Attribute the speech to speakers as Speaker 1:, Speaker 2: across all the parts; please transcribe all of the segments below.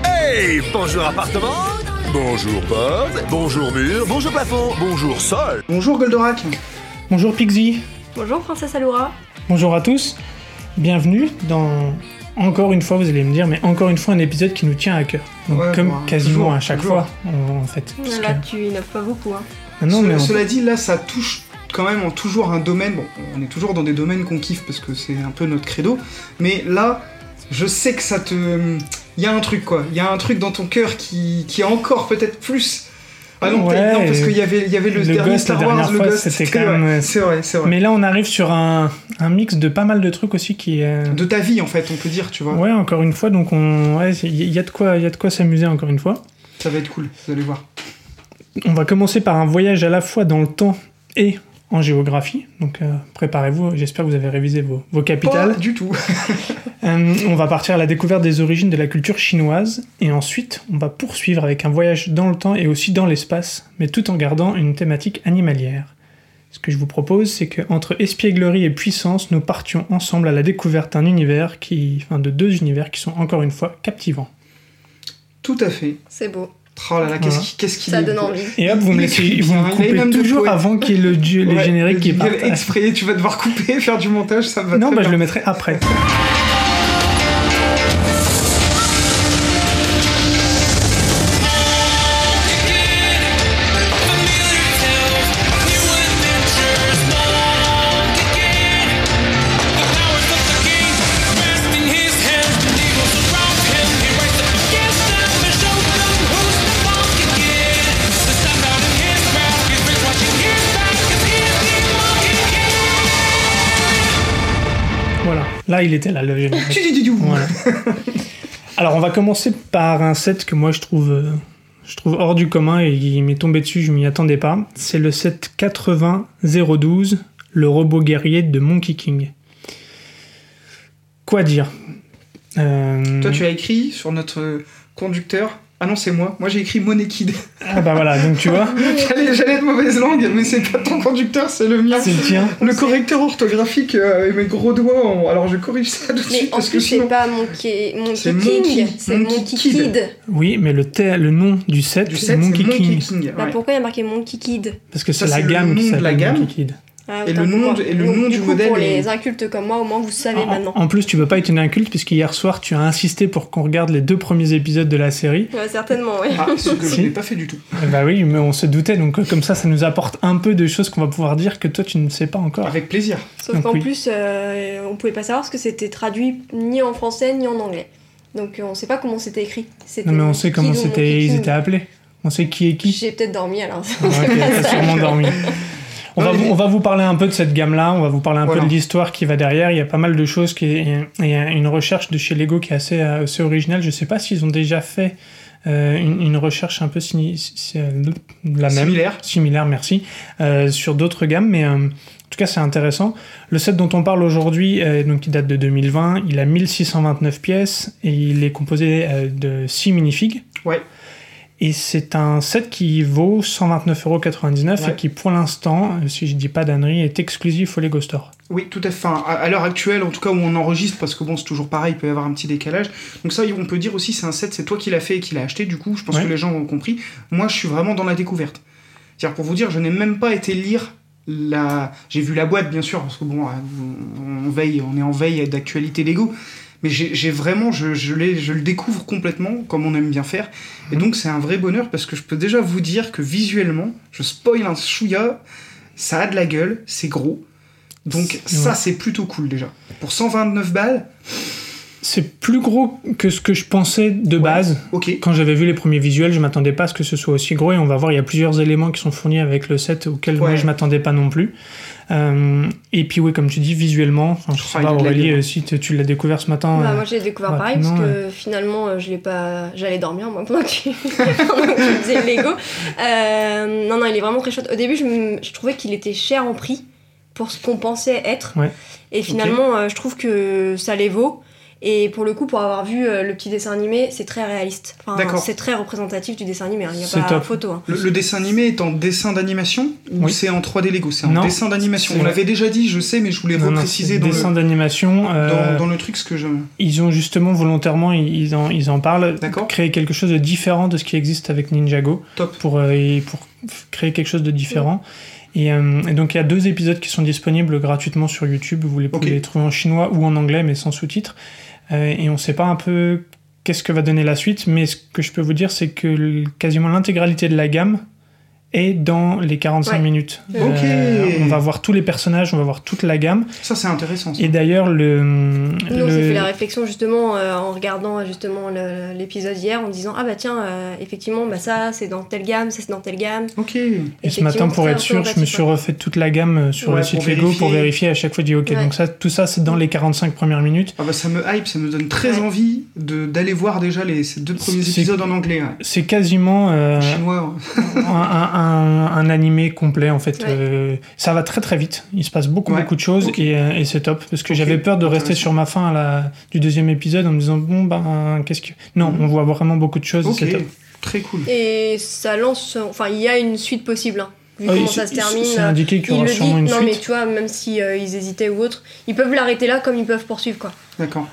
Speaker 1: Mmh. Bonjour appartement. Bonjour porte. Bonjour mur. Bonjour plafond. Bonjour sol.
Speaker 2: Bonjour Goldorak.
Speaker 3: Bonjour Pixie,
Speaker 4: Bonjour Princesse Aloura.
Speaker 3: bonjour à tous, bienvenue dans, encore une fois, vous allez me dire, mais encore une fois un épisode qui nous tient à cœur. Donc,
Speaker 2: Ouais,
Speaker 3: comme
Speaker 2: bah,
Speaker 3: quasiment
Speaker 2: toujours,
Speaker 3: à chaque
Speaker 2: toujours.
Speaker 3: fois, en, en fait. parce
Speaker 4: Là,
Speaker 3: que-
Speaker 4: tu innoves pas beaucoup. Hein.
Speaker 3: Ah non,
Speaker 2: Ce-
Speaker 3: mais en-
Speaker 2: cela dit, là, ça touche quand même en toujours un domaine. Bon, on est toujours dans des domaines qu'on kiffe parce que c'est un peu notre credo. Mais là, je sais que ça te. Il y a un truc, quoi. Il y a un truc dans ton cœur qui, qui est encore peut-être plus. Ah non,
Speaker 3: Ouais,
Speaker 2: peut-être non, parce
Speaker 3: et-
Speaker 2: qu'il y avait, il y avait le,
Speaker 3: le
Speaker 2: dernier
Speaker 3: Ghost, la
Speaker 2: Star Wars,
Speaker 3: dernière
Speaker 2: le
Speaker 3: fois,
Speaker 2: Ghost.
Speaker 3: c'était quand même,
Speaker 2: ouais,
Speaker 3: euh,
Speaker 2: C'est vrai, c'est vrai.
Speaker 3: mais là, on arrive sur un, un mix de pas mal de trucs aussi qui est...
Speaker 2: De ta vie, en fait, on peut dire, tu vois.
Speaker 3: Ouais, encore une fois, donc on, ouais, c'est- y y a de quoi, y a de quoi s'amuser encore une fois.
Speaker 2: Ça va être cool, vous allez voir.
Speaker 3: On va commencer par un voyage à la fois dans le temps et en géographie. Donc euh, préparez-vous, j'espère que vous avez révisé vos, vos capitales.
Speaker 2: Pas du tout.
Speaker 3: Euh, on va partir à la découverte des origines de la culture chinoise et ensuite on va poursuivre avec un voyage dans le temps et aussi dans l'espace, mais tout en gardant une thématique animalière. Ce que je vous propose, c'est que entre espièglerie et puissance, nous partions ensemble à la découverte d'un univers qui, enfin, de deux univers qui sont encore une fois captivants.
Speaker 2: Tout à fait.
Speaker 4: C'est beau.
Speaker 2: Oh là là, qu'est-ce
Speaker 3: Voilà.
Speaker 2: qui- qu'est-ce qu'il
Speaker 4: Ça
Speaker 2: est
Speaker 4: donne
Speaker 2: beau.
Speaker 4: envie.
Speaker 3: Et hop, vous me laissez, vous me
Speaker 2: Il est même
Speaker 3: coupez
Speaker 2: de
Speaker 3: toujours
Speaker 2: poète.
Speaker 3: avant qu'il y ait le, dieu- le
Speaker 2: Ouais,
Speaker 3: générique qui
Speaker 2: le
Speaker 3: parte.
Speaker 2: jingle exprès, tu vas devoir couper, faire du montage, ça va
Speaker 3: Non,
Speaker 2: très
Speaker 3: bah, je le
Speaker 2: bien.
Speaker 3: mettrai après. Voilà. Là, il était là, le générique.
Speaker 2: Tudididou.
Speaker 3: Voilà. Alors, on va commencer par un set que moi je trouve, euh, je trouve hors du commun et il m'est tombé dessus, je m'y attendais pas. C'est le set 80012, le robot guerrier de Monkey King. Quoi dire Euh,
Speaker 2: Toi, tu as écrit sur notre conducteur. Ah non, c'est moi. Moi, j'ai écrit Money Kid.
Speaker 3: Ah bah voilà, donc tu vois,
Speaker 2: J'allais j'allais de mauvaise langue, mais c'est pas ton conducteur, c'est le mien.
Speaker 3: c'est le tien.
Speaker 2: Le correcteur orthographique euh, avec mes gros doigts. en- Alors, je corrige ça tout de
Speaker 4: Mais
Speaker 2: suite
Speaker 4: en
Speaker 2: parce que
Speaker 4: plus, c'est
Speaker 2: sinon.
Speaker 4: pas Monkey,
Speaker 2: C'est
Speaker 4: Monkey
Speaker 2: Monkey-
Speaker 4: King, c'est
Speaker 2: Monkey
Speaker 4: Monkey,
Speaker 2: Kid.
Speaker 4: Kid.
Speaker 3: Oui, mais le, thé- le nom du set,
Speaker 2: Du 7, c'est
Speaker 3: Monkey King.
Speaker 4: Bah,
Speaker 2: ouais.
Speaker 4: pourquoi il y a marqué Monkey Kid
Speaker 3: Parce que
Speaker 2: Ça,
Speaker 3: c'est la
Speaker 2: c'est le nom
Speaker 3: gamme qui
Speaker 2: de la
Speaker 3: s'appelle
Speaker 2: gamme.
Speaker 3: Monkey Kid.
Speaker 4: Ah,
Speaker 2: Et
Speaker 4: autant
Speaker 2: le
Speaker 4: pour
Speaker 2: nom
Speaker 4: moi.
Speaker 2: de- et le
Speaker 4: Donc,
Speaker 2: nom du
Speaker 4: coup,
Speaker 2: modèle
Speaker 4: Pour
Speaker 2: est-
Speaker 4: les incultes comme moi, au moins vous savez
Speaker 3: En-
Speaker 4: maintenant.
Speaker 3: En plus, tu peux pas étonner un culte, puisque hier soir, tu as insisté pour qu'on regarde les deux premiers épisodes de la série.
Speaker 4: Ouais, certainement, oui.
Speaker 2: Ah, ce que je
Speaker 3: Si.
Speaker 2: n'ai pas fait du tout.
Speaker 3: Eh bah oui, mais on se doutait, donc euh, comme ça, ça nous apporte un peu de choses qu'on va pouvoir dire que toi, tu ne sais pas encore.
Speaker 2: Avec plaisir.
Speaker 4: Sauf
Speaker 3: Donc,
Speaker 4: qu'en
Speaker 3: oui.
Speaker 4: plus, euh, on pouvait pas savoir parce que c'était traduit ni en français ni en anglais. Donc euh, on sait pas comment c'était écrit. C'était
Speaker 3: Non, mais on
Speaker 4: Monkey
Speaker 3: sait comment
Speaker 4: Kid ou
Speaker 3: c'était,
Speaker 4: Monkey
Speaker 3: ils
Speaker 4: King.
Speaker 3: étaient appelés. On sait qui est qui.
Speaker 4: J'ai peut-être dormi alors.
Speaker 3: Ah, ok, t'as sûrement dormi. On va,
Speaker 2: Non,
Speaker 3: vous,
Speaker 2: mais-
Speaker 3: on va vous parler un peu de cette gamme-là, on va vous parler un
Speaker 2: Voilà.
Speaker 3: peu de l'histoire qui va derrière. Il y a pas mal de choses, qui est- il y a une recherche de chez Lego qui est assez, euh, assez originale. Je sais pas s'ils ont déjà fait euh, une, une recherche un peu simi- si- euh, la même.
Speaker 2: Similaire.
Speaker 3: similaire, merci, euh, sur d'autres gammes, mais euh, en tout cas c'est intéressant. Le set dont on parle aujourd'hui, euh, donc qui date de 2020, il a 1629 pièces et il est composé euh, de 6 minifigs.
Speaker 2: Ouais.
Speaker 3: Et c'est un set qui vaut 129,99€
Speaker 2: Ouais.
Speaker 3: et qui pour l'instant, euh, si je dis pas d'ânerie, est exclusif au Lego Store.
Speaker 2: Oui, tout à fait. Enfin, à, à l'heure actuelle, en tout cas où on enregistre, parce que bon, c'est toujours pareil, il peut y avoir un petit décalage. Donc ça, on peut dire aussi, c'est un set, c'est toi qui l'as fait et qui l'as acheté. Du coup, je pense
Speaker 3: Ouais.
Speaker 2: que les gens ont compris. Moi, je suis vraiment dans la découverte. C'est-à-dire pour vous dire, je n'ai même pas été lire la. J'ai vu la boîte, bien sûr, parce que bon, euh, on, on veille, on est en veille d'actualité Lego. Mais j'ai j'ai vraiment, je, je, l'ai- je le découvre complètement, comme on aime bien faire.
Speaker 3: Mhm.
Speaker 2: Et donc, c'est un vrai bonheur parce que je peux déjà vous dire que visuellement, je spoil un chouïa, ça a de la gueule, c'est gros. Donc,
Speaker 3: C'est-
Speaker 2: ça,
Speaker 3: ouais.
Speaker 2: c'est plutôt cool déjà. Pour 129 balles,
Speaker 3: C'est plus gros que ce que je pensais de base.
Speaker 2: ok.
Speaker 3: Quand j'avais vu les premiers visuels, je m'attendais pas à ce que ce soit aussi gros et on va voir, il y a plusieurs éléments qui sont fournis avec le set auxquels moi
Speaker 2: Ouais.
Speaker 3: je m'attendais pas non plus. Euh, et puis oui, comme tu dis, visuellement, enfin, je sais
Speaker 2: Ah, il
Speaker 3: pas
Speaker 2: est de la
Speaker 3: Aurélie
Speaker 2: gueule.
Speaker 3: euh, si tu tu l'as découvert ce matin.
Speaker 4: Bah,
Speaker 3: euh,
Speaker 4: moi j'ai découvert pareil
Speaker 3: rapidement,
Speaker 4: parce que finalement euh, je l'ai pas j'allais dormir moi pendant que tu pendant que tu faisais le Lego Euh, non non il est vraiment très chouette au début je, me- je trouvais qu'il était cher en prix pour ce qu'on pensait être
Speaker 3: Ouais.
Speaker 4: et finalement euh, je trouve que ça les vaut Et pour le coup, pour avoir vu euh, le petit dessin animé, c'est très réaliste. Enfin,
Speaker 2: D'accord.
Speaker 4: c'est très représentatif du dessin animé. hein. Il n'y a
Speaker 3: C'est
Speaker 4: pas
Speaker 3: top.
Speaker 4: photo. hein.
Speaker 2: Le, le dessin animé est en dessin d'animation ou
Speaker 3: Oui.
Speaker 2: c'est en 3D Lego C'est en
Speaker 3: Non.
Speaker 2: dessin d'animation.
Speaker 3: C'est-
Speaker 2: On l'avait déjà dit, je sais, mais je voulais
Speaker 3: Non, non,
Speaker 2: repréciser
Speaker 3: c'est
Speaker 2: dans,
Speaker 3: dessin
Speaker 2: le,
Speaker 3: d'animation. euh,
Speaker 2: dans, dans le truc ce que je.
Speaker 3: Ils ont justement volontairement, ils en, ils en parlent,
Speaker 2: D'accord.
Speaker 3: créé quelque chose de différent de ce qui existe avec Ninjago.
Speaker 2: Top.
Speaker 3: pour, euh, et pour f- créer quelque chose de différent. Et, euh, et donc il y a deux épisodes qui sont disponibles gratuitement sur YouTube. Vous les pouvez
Speaker 2: Ok.
Speaker 3: les trouver en chinois ou en anglais, mais sans sous-titres. Euh, et on ne sait pas un peu qu'est-ce que va donner la suite, mais ce que je peux vous dire, c'est que l- quasiment l'intégralité de la gamme est dans les 45
Speaker 4: Ouais. Euh,
Speaker 3: minutes. Euh,
Speaker 2: Ok.
Speaker 3: on va voir tous les personnages, on va voir toute la gamme.
Speaker 2: Ça, c'est intéressant. ça.
Speaker 3: Et d'ailleurs, le,
Speaker 4: Nous, on
Speaker 3: le-
Speaker 4: s'est fait la réflexion justement euh, en regardant euh, justement le- l'épisode hier en disant Ah bah tiens, euh, effectivement, bah ça c'est dans telle gamme, ça c'est dans telle gamme.
Speaker 2: Ok.
Speaker 3: Et ce matin,
Speaker 4: Effectivement,
Speaker 3: pour
Speaker 4: très
Speaker 3: être sûr, je me suis
Speaker 4: représentatif,
Speaker 3: refait toute la gamme euh, sur
Speaker 2: Ouais,
Speaker 3: le
Speaker 2: pour
Speaker 3: site Lego pour
Speaker 2: vérifier.
Speaker 3: vérifier. À chaque fois, je dis OK.
Speaker 4: Ouais.
Speaker 3: Donc ça, tout ça, c'est dans les 45 premières minutes.
Speaker 2: Ah bah ça me hype, ça me donne très
Speaker 4: Ouais.
Speaker 2: envie de d'aller voir déjà les ces deux premiers
Speaker 3: C'est-
Speaker 2: épisodes en anglais. ouais.
Speaker 3: C'est quasiment euh,
Speaker 2: Chinois.
Speaker 3: un, un- un- un animé complet, en fait.
Speaker 4: Ouais.
Speaker 3: Euh, ça va très, très vite. Il se passe beaucoup,
Speaker 2: Ouais.
Speaker 3: beaucoup de choses
Speaker 2: Ok.
Speaker 3: et, euh, et c'est top. Parce que
Speaker 2: Ok.
Speaker 3: j'avais peur de rester
Speaker 2: Intéressant.
Speaker 3: sur ma fin à la- du deuxième épisode en me disant, bon, ben, qu'est-ce que... Non, on voit vraiment beaucoup de choses. et
Speaker 2: Mhm. Ok.
Speaker 3: C'est top.
Speaker 2: Très cool.
Speaker 4: Et ça lance. Enfin, il y a une suite possible. hein. Vu
Speaker 3: Ah,
Speaker 4: comment
Speaker 3: il-
Speaker 4: ça se
Speaker 3: il-
Speaker 4: termine.
Speaker 3: C'est
Speaker 4: euh,
Speaker 3: indiqué qu'il y
Speaker 4: il
Speaker 3: aura
Speaker 4: le dit,
Speaker 3: sûrement une
Speaker 4: non mais
Speaker 3: suite.
Speaker 4: tu vois, même si euh, ils hésitaient ou autre, ils peuvent l'arrêter là comme ils peuvent poursuivre quoi.
Speaker 3: Ah,
Speaker 2: D'accord.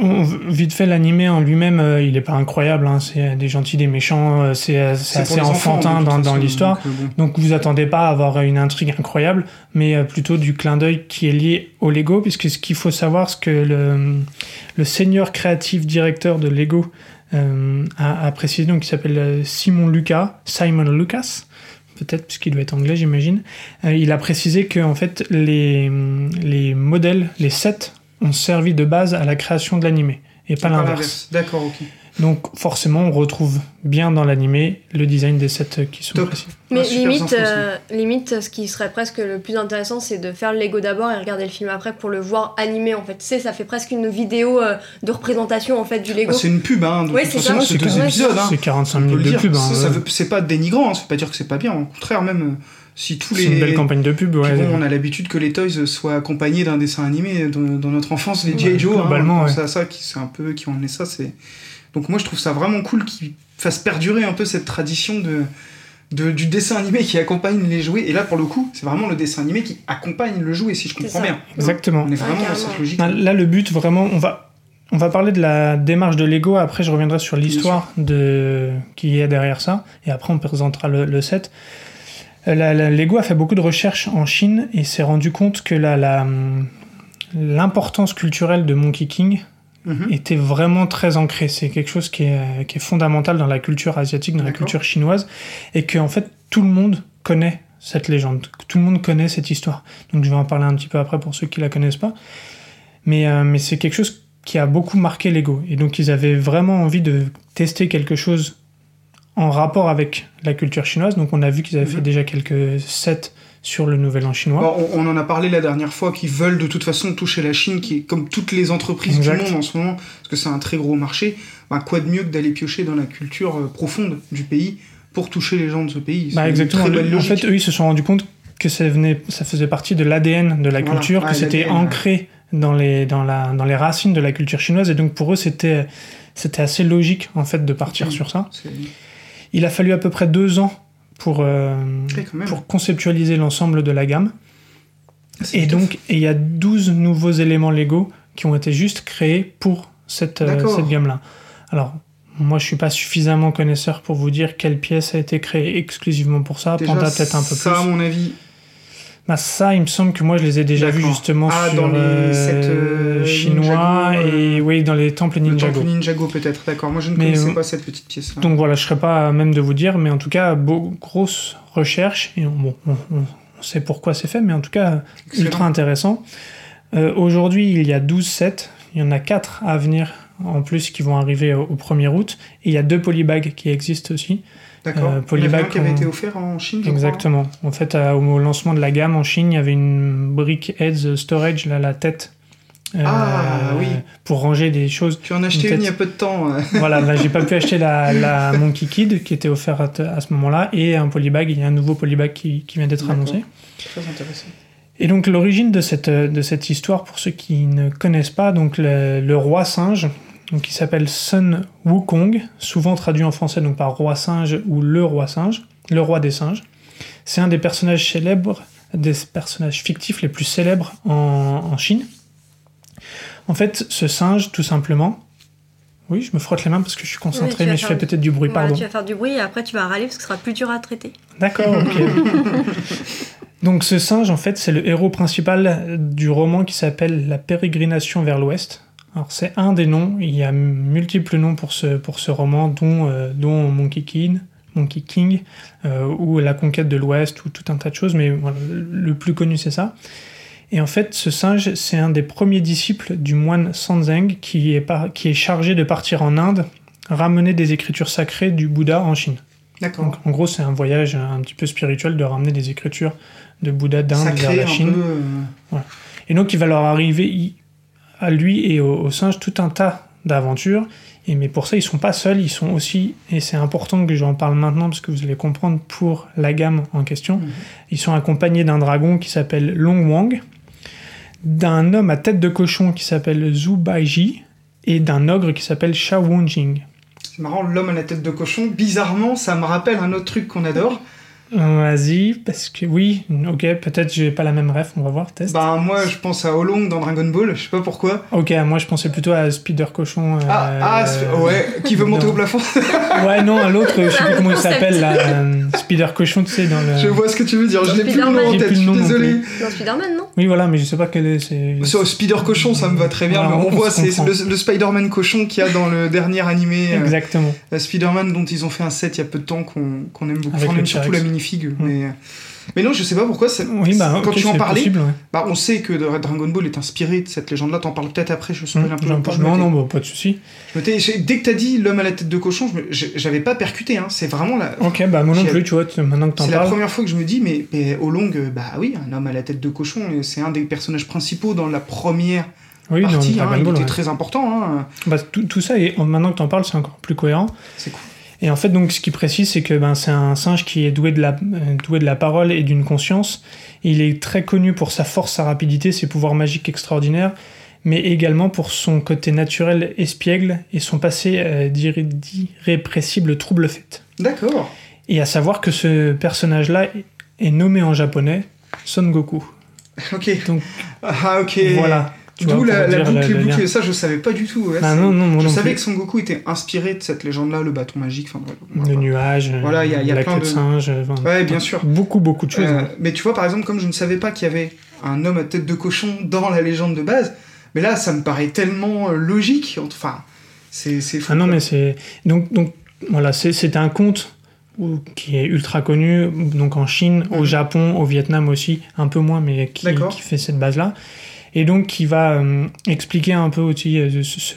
Speaker 3: On- vite fait, l'animé en lui-même, euh, il est pas incroyable. hein. C'est euh, des gentils, des méchants. euh, c'est euh, c'est
Speaker 2: Bah, pour
Speaker 3: assez
Speaker 2: les enfants,
Speaker 3: enfantin
Speaker 2: de toute
Speaker 3: dans, dans
Speaker 2: façon,
Speaker 3: l'histoire.
Speaker 2: donc, euh, bon.
Speaker 3: Donc vous attendez pas à avoir une intrigue incroyable, mais euh, plutôt du clin d'œil qui est lié au Lego, puisque ce qu'il faut savoir, c'est que le, le senior créatif directeur de Lego euh, a, a précisé, donc il s'appelle euh, Simon Lucas, Simon Lucas, peut-être puisqu'il doit être anglais, j'imagine. Euh, il a précisé que en fait les, les modèles, les sets, ont servi de base à la création de l'animé et pas
Speaker 2: Pas
Speaker 3: l'inverse.
Speaker 2: l'inverse. D'accord. Ok.
Speaker 3: Donc forcément, on retrouve bien dans l'animé le design des sets euh, qui sont
Speaker 2: Top.
Speaker 3: précis.
Speaker 4: Mais
Speaker 2: Ouais, super
Speaker 4: limite,
Speaker 2: info, ça.
Speaker 4: euh, limite, ce qui serait presque le plus intéressant, c'est de faire le Lego d'abord et regarder le film après pour le voir animé en fait. Tu sais, ça fait presque une vidéo euh, de représentation en fait du Lego.
Speaker 2: Ah, c'est une pub hein. De
Speaker 4: Ouais,
Speaker 2: toute
Speaker 4: c'est
Speaker 2: façon,
Speaker 4: ça.
Speaker 2: c'est
Speaker 3: Ouais,
Speaker 2: deux
Speaker 3: c'est-
Speaker 2: épisodes. hein.
Speaker 3: C'est 45
Speaker 2: On peut le
Speaker 3: minutes de
Speaker 2: dire.
Speaker 3: pub. hein.
Speaker 2: Ça, ça veut- c'est pas dénigrant. hein. Ça veut pas dire que c'est pas bien. Au contraire, même euh, si tous
Speaker 3: C'est
Speaker 2: les
Speaker 3: une belle campagne de pub, ouais.
Speaker 2: Puis bon, on a l'habitude que les toys soient accompagnés d'un dessin animé dans, dans notre enfance, les G.I.
Speaker 3: Ouais,
Speaker 2: Joe. hein,
Speaker 3: globalement,
Speaker 2: on pense
Speaker 3: ouais.
Speaker 2: à ça, qui c'est un peu qui ont amené ça. C'est donc moi je trouve ça vraiment cool qu'ils fassent perdurer un peu cette tradition de, de- du dessin animé qui accompagne les jouets. Et là pour le coup, c'est vraiment le dessin animé qui accompagne le jouet, si je comprends
Speaker 4: ça.
Speaker 2: bien.
Speaker 3: Exactement.
Speaker 2: On est vraiment dans
Speaker 4: carrément.
Speaker 2: cette logique.
Speaker 3: Là, là, le but, vraiment, on va, on va parler de la démarche de Lego. Après, je reviendrai sur l'histoire de qui est derrière ça. Et après, on présentera le, le set. Euh, la- la- Lego a fait beaucoup de recherches en Chine et s'est rendu compte que la- la, hum, l'importance culturelle de Monkey King
Speaker 2: Mhm.
Speaker 3: était vraiment très ancré. C'est quelque chose qui est, qui est fondamental dans la culture asiatique, dans la
Speaker 2: D'accord.
Speaker 3: culture chinoise, et que en fait tout le monde connaît cette légende, que tout le monde connaît cette histoire. Donc je vais en parler un petit peu après pour ceux qui la connaissent pas. Mais, euh, mais c'est quelque chose qui a beaucoup marqué l'ego. Et donc ils avaient vraiment envie de tester quelque chose en rapport avec la culture chinoise. Donc on a vu qu'ils avaient
Speaker 2: Mhm.
Speaker 3: fait déjà quelques sets sur le Nouvel An chinois.
Speaker 2: Bon, on, on en a parlé la dernière fois qu'ils veulent de toute façon toucher la Chine, qui est comme toutes les entreprises
Speaker 3: Exact.
Speaker 2: du monde en ce moment, parce que c'est un très gros marché. Bah, quoi de mieux que d'aller piocher dans la culture euh, profonde du pays pour toucher les gens de ce pays C'est
Speaker 3: Bah
Speaker 2: une
Speaker 3: exactement.
Speaker 2: très bonne
Speaker 3: en
Speaker 2: logique.
Speaker 3: fait, eux, ils se sont rendus compte que ça venait, ça faisait partie de l'ADN de la
Speaker 2: Voilà.
Speaker 3: culture,
Speaker 2: Ouais,
Speaker 3: que c'était
Speaker 2: l'ADN,
Speaker 3: ancré dans les dans la dans les racines de la culture chinoise, et donc pour eux, c'était c'était assez logique en fait de partir
Speaker 2: Mhm.
Speaker 3: sur ça.
Speaker 2: C'est-
Speaker 3: Il a fallu à peu près deux ans pour euh,
Speaker 2: Ouais, quand même.
Speaker 3: pour conceptualiser l'ensemble de la gamme.
Speaker 2: c'est
Speaker 3: Et
Speaker 2: tout.
Speaker 3: donc, et il y a 12 nouveaux éléments Lego qui ont été juste créés pour cette, euh,
Speaker 2: D'accord.
Speaker 3: cette gamme-là. Alors, moi, je suis pas suffisamment connaisseur pour vous dire quelle pièce a été créée exclusivement pour ça.
Speaker 2: Déjà,
Speaker 3: Panda, peut-être un peu
Speaker 2: ça, à
Speaker 3: plus.
Speaker 2: mon avis,
Speaker 3: Bah, ça, il me semble que moi, je les ai déjà vus
Speaker 2: D'accord.
Speaker 3: justement
Speaker 2: Ah,
Speaker 3: sur
Speaker 2: dans les
Speaker 3: euh,
Speaker 2: sets, euh,
Speaker 3: chinois
Speaker 2: Ninjago,
Speaker 3: et oui, dans les temples
Speaker 2: le
Speaker 3: Ninjago.
Speaker 2: temple Ninjago peut-être. D'accord, moi je ne
Speaker 3: Mais,
Speaker 2: connaissais
Speaker 3: euh,
Speaker 2: pas cette petite pièce. là
Speaker 3: Donc voilà, je serais pas à même de vous dire, mais en tout cas, beau, grosse recherche. Et on, bon, on, on- on sait pourquoi c'est fait, mais en tout cas,
Speaker 2: Excellent.
Speaker 3: ultra intéressant. Euh, Aujourd'hui, il y a 12 sets. Il y en a 4 à venir en plus qui vont arriver au, au 1er août. Et il y a deux polybags qui existent aussi.
Speaker 2: D'accord.
Speaker 3: euh,
Speaker 2: Il y en avait un
Speaker 3: Polybag,
Speaker 2: qui avait
Speaker 3: on-
Speaker 2: été offert en Chine, je crois.
Speaker 3: Exactement. En fait, à- au lancement de la gamme en Chine, il y avait une brick Heads Storage, là, la tête. euh,
Speaker 2: Ah, oui.
Speaker 3: Pour ranger des choses
Speaker 2: Tu en as acheté
Speaker 3: Une
Speaker 2: une,
Speaker 3: tête.
Speaker 2: il y a peu de temps. euh.
Speaker 3: voilà, là, j'ai pas pu acheter la, la Monkey Kid qui était offerte à, à ce moment-là et un polybag. Il y a un nouveau polybag qui, qui vient d'être
Speaker 2: D'accord.
Speaker 3: annoncé.
Speaker 2: Très intéressant.
Speaker 3: Et donc l'origine de cette, de cette histoire, pour ceux qui ne connaissent pas, donc le, le roi singe, donc qui s'appelle Sun Wukong, souvent traduit en français donc par roi singe ou le roi singe, le roi des singes. C'est un des personnages célèbres, des personnages fictifs les plus célèbres en, en Chine. En fait, ce singe, tout simplement. Oui, je me frotte les mains parce que je suis concentré,
Speaker 4: Oui, tu vas
Speaker 3: mais je
Speaker 4: faire
Speaker 3: fais
Speaker 4: du-
Speaker 3: peut-être du bruit,
Speaker 4: Voilà,
Speaker 3: pardon.
Speaker 4: tu vas faire du bruit et après tu vas râler parce que ce sera plus dur à traiter.
Speaker 3: D'accord, ok. Donc ce singe, en fait, c'est le héros principal du roman qui s'appelle La pérégrination vers l'ouest. Alors c'est un des noms, il y a multiples noms pour ce, pour ce roman, dont, euh, dont Monkey King, Monkey King euh, ou La conquête de l'ouest, ou tout un tas de choses, mais voilà, le plus connu c'est ça. Et en fait, ce singe, c'est un des premiers disciples du moine Sanzeng qui est, par- qui est chargé de partir en Inde, ramener des écritures sacrées du Bouddha en Chine.
Speaker 2: D'accord.
Speaker 3: Donc, en gros, c'est un voyage un petit peu spirituel de ramener des écritures de Bouddha d'Inde vers
Speaker 2: Sacré
Speaker 3: la
Speaker 2: un
Speaker 3: Chine.
Speaker 2: peu. euh,
Speaker 3: Et donc, il va leur arriver il- à lui et au, au singe tout un tas d'aventures. Et mais pour ça, ils sont pas seuls, ils sont aussi, et c'est important que j'en parle maintenant parce que vous allez comprendre pour la gamme en question,
Speaker 2: Mhm.
Speaker 3: ils sont accompagnés d'un dragon qui s'appelle Long Wang, d'un homme à tête de cochon qui s'appelle Zhu Baiji et d'un ogre qui s'appelle Sha Wonjing.
Speaker 2: C'est marrant, l'homme à la tête de cochon, bizarrement, ça me rappelle un autre truc qu'on adore.
Speaker 3: Vas-y, parce que oui, ok, peut-être j'ai pas la même ref, on va voir, test.
Speaker 2: Ben, moi, je pense à Olong dans Dragon Ball, je sais pas pourquoi.
Speaker 3: Ok, moi je pensais plutôt à Spider Cochon. euh,
Speaker 2: Ah, ah, c'est- ouais, qui veut monter au
Speaker 3: non.
Speaker 2: plafond
Speaker 3: Ouais, non, à l'autre, je sais plus comment il
Speaker 4: Concept.
Speaker 3: s'appelle, là. euh, Spider Cochon, tu sais, dans le.
Speaker 2: Je vois ce que tu veux dire, je l'ai plus le nom en
Speaker 4: J'ai
Speaker 2: tête,
Speaker 3: plus
Speaker 2: je suis
Speaker 3: le nom non
Speaker 2: désolé.
Speaker 4: Dans Spider-Man, non
Speaker 3: Oui, voilà, mais je sais pas quel est. c'est-
Speaker 2: Sur Spider Cochon, ça me va très bien,
Speaker 3: Voilà,
Speaker 2: mais on,
Speaker 3: on
Speaker 2: voit,
Speaker 3: se
Speaker 2: c'est
Speaker 3: comprend.
Speaker 2: le, le Spider-Man Cochon qu'il y a dans le dernier animé. euh,
Speaker 3: Exactement.
Speaker 2: Euh, Spider-Man dont ils ont fait un set il y a peu de temps qu'on qu'on aime beaucoup.
Speaker 3: Avec
Speaker 2: Enfin, on
Speaker 3: le
Speaker 2: aime surtout la
Speaker 3: T-Rex.
Speaker 2: minifig. Mais, euh, mais non, je sais pas pourquoi. ça-
Speaker 3: Oui, bah,
Speaker 2: quand
Speaker 3: ok,
Speaker 2: tu en
Speaker 3: c'est
Speaker 2: parlais,
Speaker 3: possible, ouais.
Speaker 2: bah, on sait que Dragon Ball est inspiré de cette légende-là. T'en parles peut-être après, je suis un peu.
Speaker 3: Non,
Speaker 2: je
Speaker 3: Hum, non,
Speaker 2: me
Speaker 3: non, bah, pas de souci.
Speaker 2: tais. Je me tais. J'ai- Dès que t'as dit l'homme à la tête de cochon, je me- j'ai- j'avais pas percuté. Hein. C'est vraiment la.
Speaker 3: Ok, bah, moi non
Speaker 2: J'ai-
Speaker 3: plus, tu vois, tu- maintenant que t'en
Speaker 2: C'est la
Speaker 3: parles.
Speaker 2: première fois que je me dis, mais, mais au long, euh, bah oui, un homme à la tête de cochon, euh, c'est un des personnages principaux dans la première
Speaker 3: Oui, dans
Speaker 2: partie. hein,
Speaker 3: Dragon
Speaker 2: il
Speaker 3: Ball,
Speaker 2: était
Speaker 3: ouais.
Speaker 2: très important. hein.
Speaker 3: Bah, tout, tout ça, et maintenant que t'en parles, c'est encore plus cohérent.
Speaker 2: C'est cool.
Speaker 3: Et en fait, donc, ce qu'il précise, c'est que ben, c'est un singe qui est doué de la, euh, doué de la parole et d'une conscience. Il est très connu pour sa force, sa rapidité, ses pouvoirs magiques extraordinaires, mais également pour son côté naturel espiègle et son passé euh, d'irré- d'irrépressible trouble fait.
Speaker 2: D'accord.
Speaker 3: Et à savoir que ce personnage-là est- est nommé en japonais Son Goku.
Speaker 2: Ok.
Speaker 3: Donc-
Speaker 2: ah, ok.
Speaker 3: voilà. tu vois,
Speaker 2: D'où la,
Speaker 3: pour
Speaker 2: la
Speaker 3: dire le-
Speaker 2: boucle
Speaker 3: le lien.
Speaker 2: bouclée. Ça, je savais pas du tout. ouais,
Speaker 3: Ah
Speaker 2: c'est-
Speaker 3: non, non, moi
Speaker 2: je
Speaker 3: non
Speaker 2: savais
Speaker 3: plus.
Speaker 2: que Son Goku était inspiré de cette légende-là, le bâton magique. Enfin, bref,
Speaker 3: Le
Speaker 2: voilà.
Speaker 3: nuage, euh,
Speaker 2: Voilà, il y a- il y a
Speaker 3: la
Speaker 2: plein
Speaker 3: queue
Speaker 2: de-
Speaker 3: de singe. euh, enfin,
Speaker 2: Ouais, bien sûr.
Speaker 3: Beaucoup, beaucoup de choses.
Speaker 2: Euh,
Speaker 3: hein.
Speaker 2: mais tu vois, par exemple, comme je ne savais pas qu'il y avait un homme à tête de cochon dans la légende de base, mais là, ça me paraît tellement euh, logique. Enfin, c'est c'est fou.
Speaker 3: Ah non,
Speaker 2: quoi.
Speaker 3: mais c'est. Donc, donc voilà, c'est- c'est un conte où- qui est ultra connu, donc en Chine, au
Speaker 2: Mhm.
Speaker 3: Japon, au Vietnam aussi, un peu moins, mais qui,
Speaker 2: D'accord.
Speaker 3: qui fait cette base-là. Et donc, qui va euh, expliquer un peu aussi euh, ce, ce-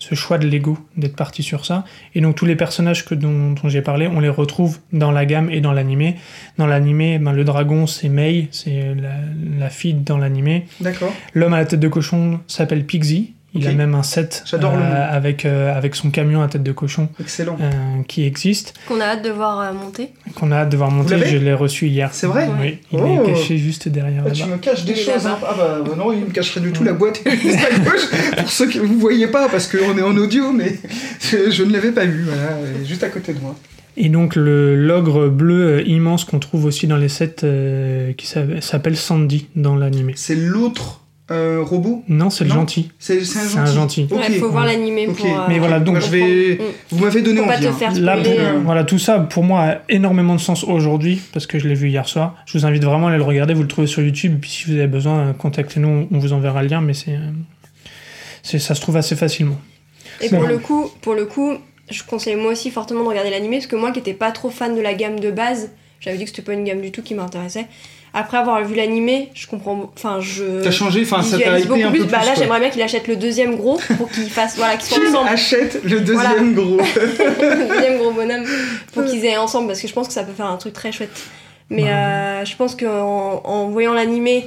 Speaker 3: ce choix de l'ego, d'être parti sur ça. Et donc, tous les personnages que, dont, dont j'ai parlé, on les retrouve dans la gamme et dans l'animé. Dans l'animé, ben, le dragon, c'est Mei, c'est la, la fille dans l'animé.
Speaker 2: D'accord.
Speaker 3: L'homme à la tête de cochon s'appelle Pixie. Il
Speaker 2: Ok.
Speaker 3: a même un set
Speaker 2: J'adore le nom.
Speaker 3: avec, euh, avec son camion à tête de cochon
Speaker 2: Excellent.
Speaker 3: euh, qui existe,
Speaker 4: Qu'on a hâte de voir euh, monter.
Speaker 3: qu'on a hâte de voir
Speaker 2: Vous
Speaker 3: monter.
Speaker 2: l'avez
Speaker 3: Je l'ai reçu hier.
Speaker 2: C'est vrai
Speaker 3: Oui, il
Speaker 2: Oh.
Speaker 3: est caché juste derrière
Speaker 2: Ah, tu
Speaker 3: là-bas.
Speaker 2: me caches des
Speaker 4: Il est
Speaker 2: choses. hein.
Speaker 4: là-bas.
Speaker 2: Ah bah, bah non, il me cacherait du tout la boîte est juste à gauche. Pour ceux qui vous voyez pas, parce qu'on est en audio, mais je, je ne l'avais pas vu. Voilà, elle est juste à côté de moi.
Speaker 3: Et donc le l'ogre bleu euh, immense qu'on trouve aussi dans les sets euh, qui s'a- s'appelle Sandy dans l'animé.
Speaker 2: C'est l'autre euh, robot.
Speaker 3: Non, c'est le
Speaker 2: Non.
Speaker 3: gentil.
Speaker 2: C'est c'est
Speaker 3: C'est un gentil.
Speaker 2: Ok.
Speaker 4: Ouais, faut voir l'animé
Speaker 2: Ok.
Speaker 4: pour. euh,
Speaker 3: Mais voilà,
Speaker 2: Bah,
Speaker 3: donc-
Speaker 2: je vais.
Speaker 4: comprendre. Mm.
Speaker 2: Vous m'avez donné
Speaker 4: Faut pas
Speaker 2: envie.
Speaker 4: te
Speaker 2: hein.
Speaker 4: faire
Speaker 3: Là, pour-
Speaker 4: spoiler. euh,
Speaker 3: voilà, tout ça pour moi a énormément de sens aujourd'hui parce que je l'ai vu hier soir. Je vous invite vraiment à aller le regarder. Vous le trouvez sur YouTube. Et puis si vous avez besoin, euh, contactez-nous. On vous enverra le lien. Mais c'est, euh, c'est, ça se trouve assez facilement.
Speaker 4: Et
Speaker 2: C'est
Speaker 4: pour
Speaker 2: vrai.
Speaker 4: le coup, pour le coup, je conseille moi aussi fortement de regarder l'animé parce que moi qui n'étais pas trop fan de la gamme de base, j'avais dit que c'était pas une gamme du tout qui m'intéressait. Après avoir vu l'animé, je comprends, enfin je
Speaker 2: T'as changé, enfin ça t'a
Speaker 4: visualise
Speaker 2: hypé
Speaker 4: beaucoup
Speaker 2: un peu
Speaker 4: plus.
Speaker 2: plus.
Speaker 4: Bah là,
Speaker 2: quoi.
Speaker 4: j'aimerais bien qu'il achète le deuxième gros pour qu'il fasse voilà qu'ils soient
Speaker 2: Kim
Speaker 4: ensemble,
Speaker 2: achète le deuxième gros.
Speaker 4: le deuxième gros bonhomme pour qu'ils aient ensemble parce que je pense que ça peut faire un truc très chouette. Mais
Speaker 3: Ouais.
Speaker 4: euh, je pense qu'en en voyant l'animé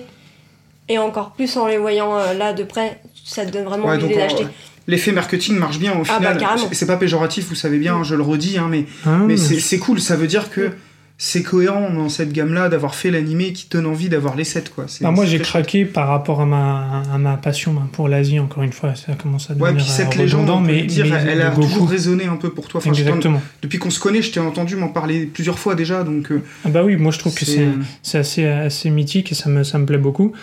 Speaker 4: et encore plus en les voyant euh, là de près, ça te donne vraiment
Speaker 2: Ouais,
Speaker 4: envie de
Speaker 2: donc,
Speaker 4: les
Speaker 2: euh,
Speaker 4: acheter.
Speaker 2: L'effet marketing marche bien au
Speaker 4: Ah bah,
Speaker 2: final.
Speaker 4: carrément.
Speaker 2: C'est pas péjoratif, vous savez bien, je le redis, hein, mais,
Speaker 3: Hein,
Speaker 2: mais c'est c'est cool. Ça veut dire que c'est cohérent dans cette gamme-là d'avoir fait l'animé qui donne envie d'avoir les 7 quoi. C'est-
Speaker 3: Bah, moi
Speaker 2: c'est
Speaker 3: j'ai
Speaker 2: très
Speaker 3: craqué par rapport à ma, à ma passion hein, pour l'Asie, encore une fois, ça commence à
Speaker 2: chouette. Ouais,
Speaker 3: devenir
Speaker 2: puis
Speaker 3: euh,
Speaker 2: cette légende,
Speaker 3: redondant,
Speaker 2: on peut
Speaker 3: mais,
Speaker 2: le dire,
Speaker 3: mais
Speaker 2: elle a
Speaker 3: Goku-
Speaker 2: toujours résonné un peu pour toi. Enfin, je t'en-
Speaker 3: Exactement.
Speaker 2: depuis qu'on se connaît, je t'ai entendu m'en parler plusieurs fois déjà, donc euh,
Speaker 3: Ah bah oui, moi je trouve que
Speaker 2: c'est-
Speaker 3: c'est c'est assez, assez mythique et ça me, ça me plaît beaucoup.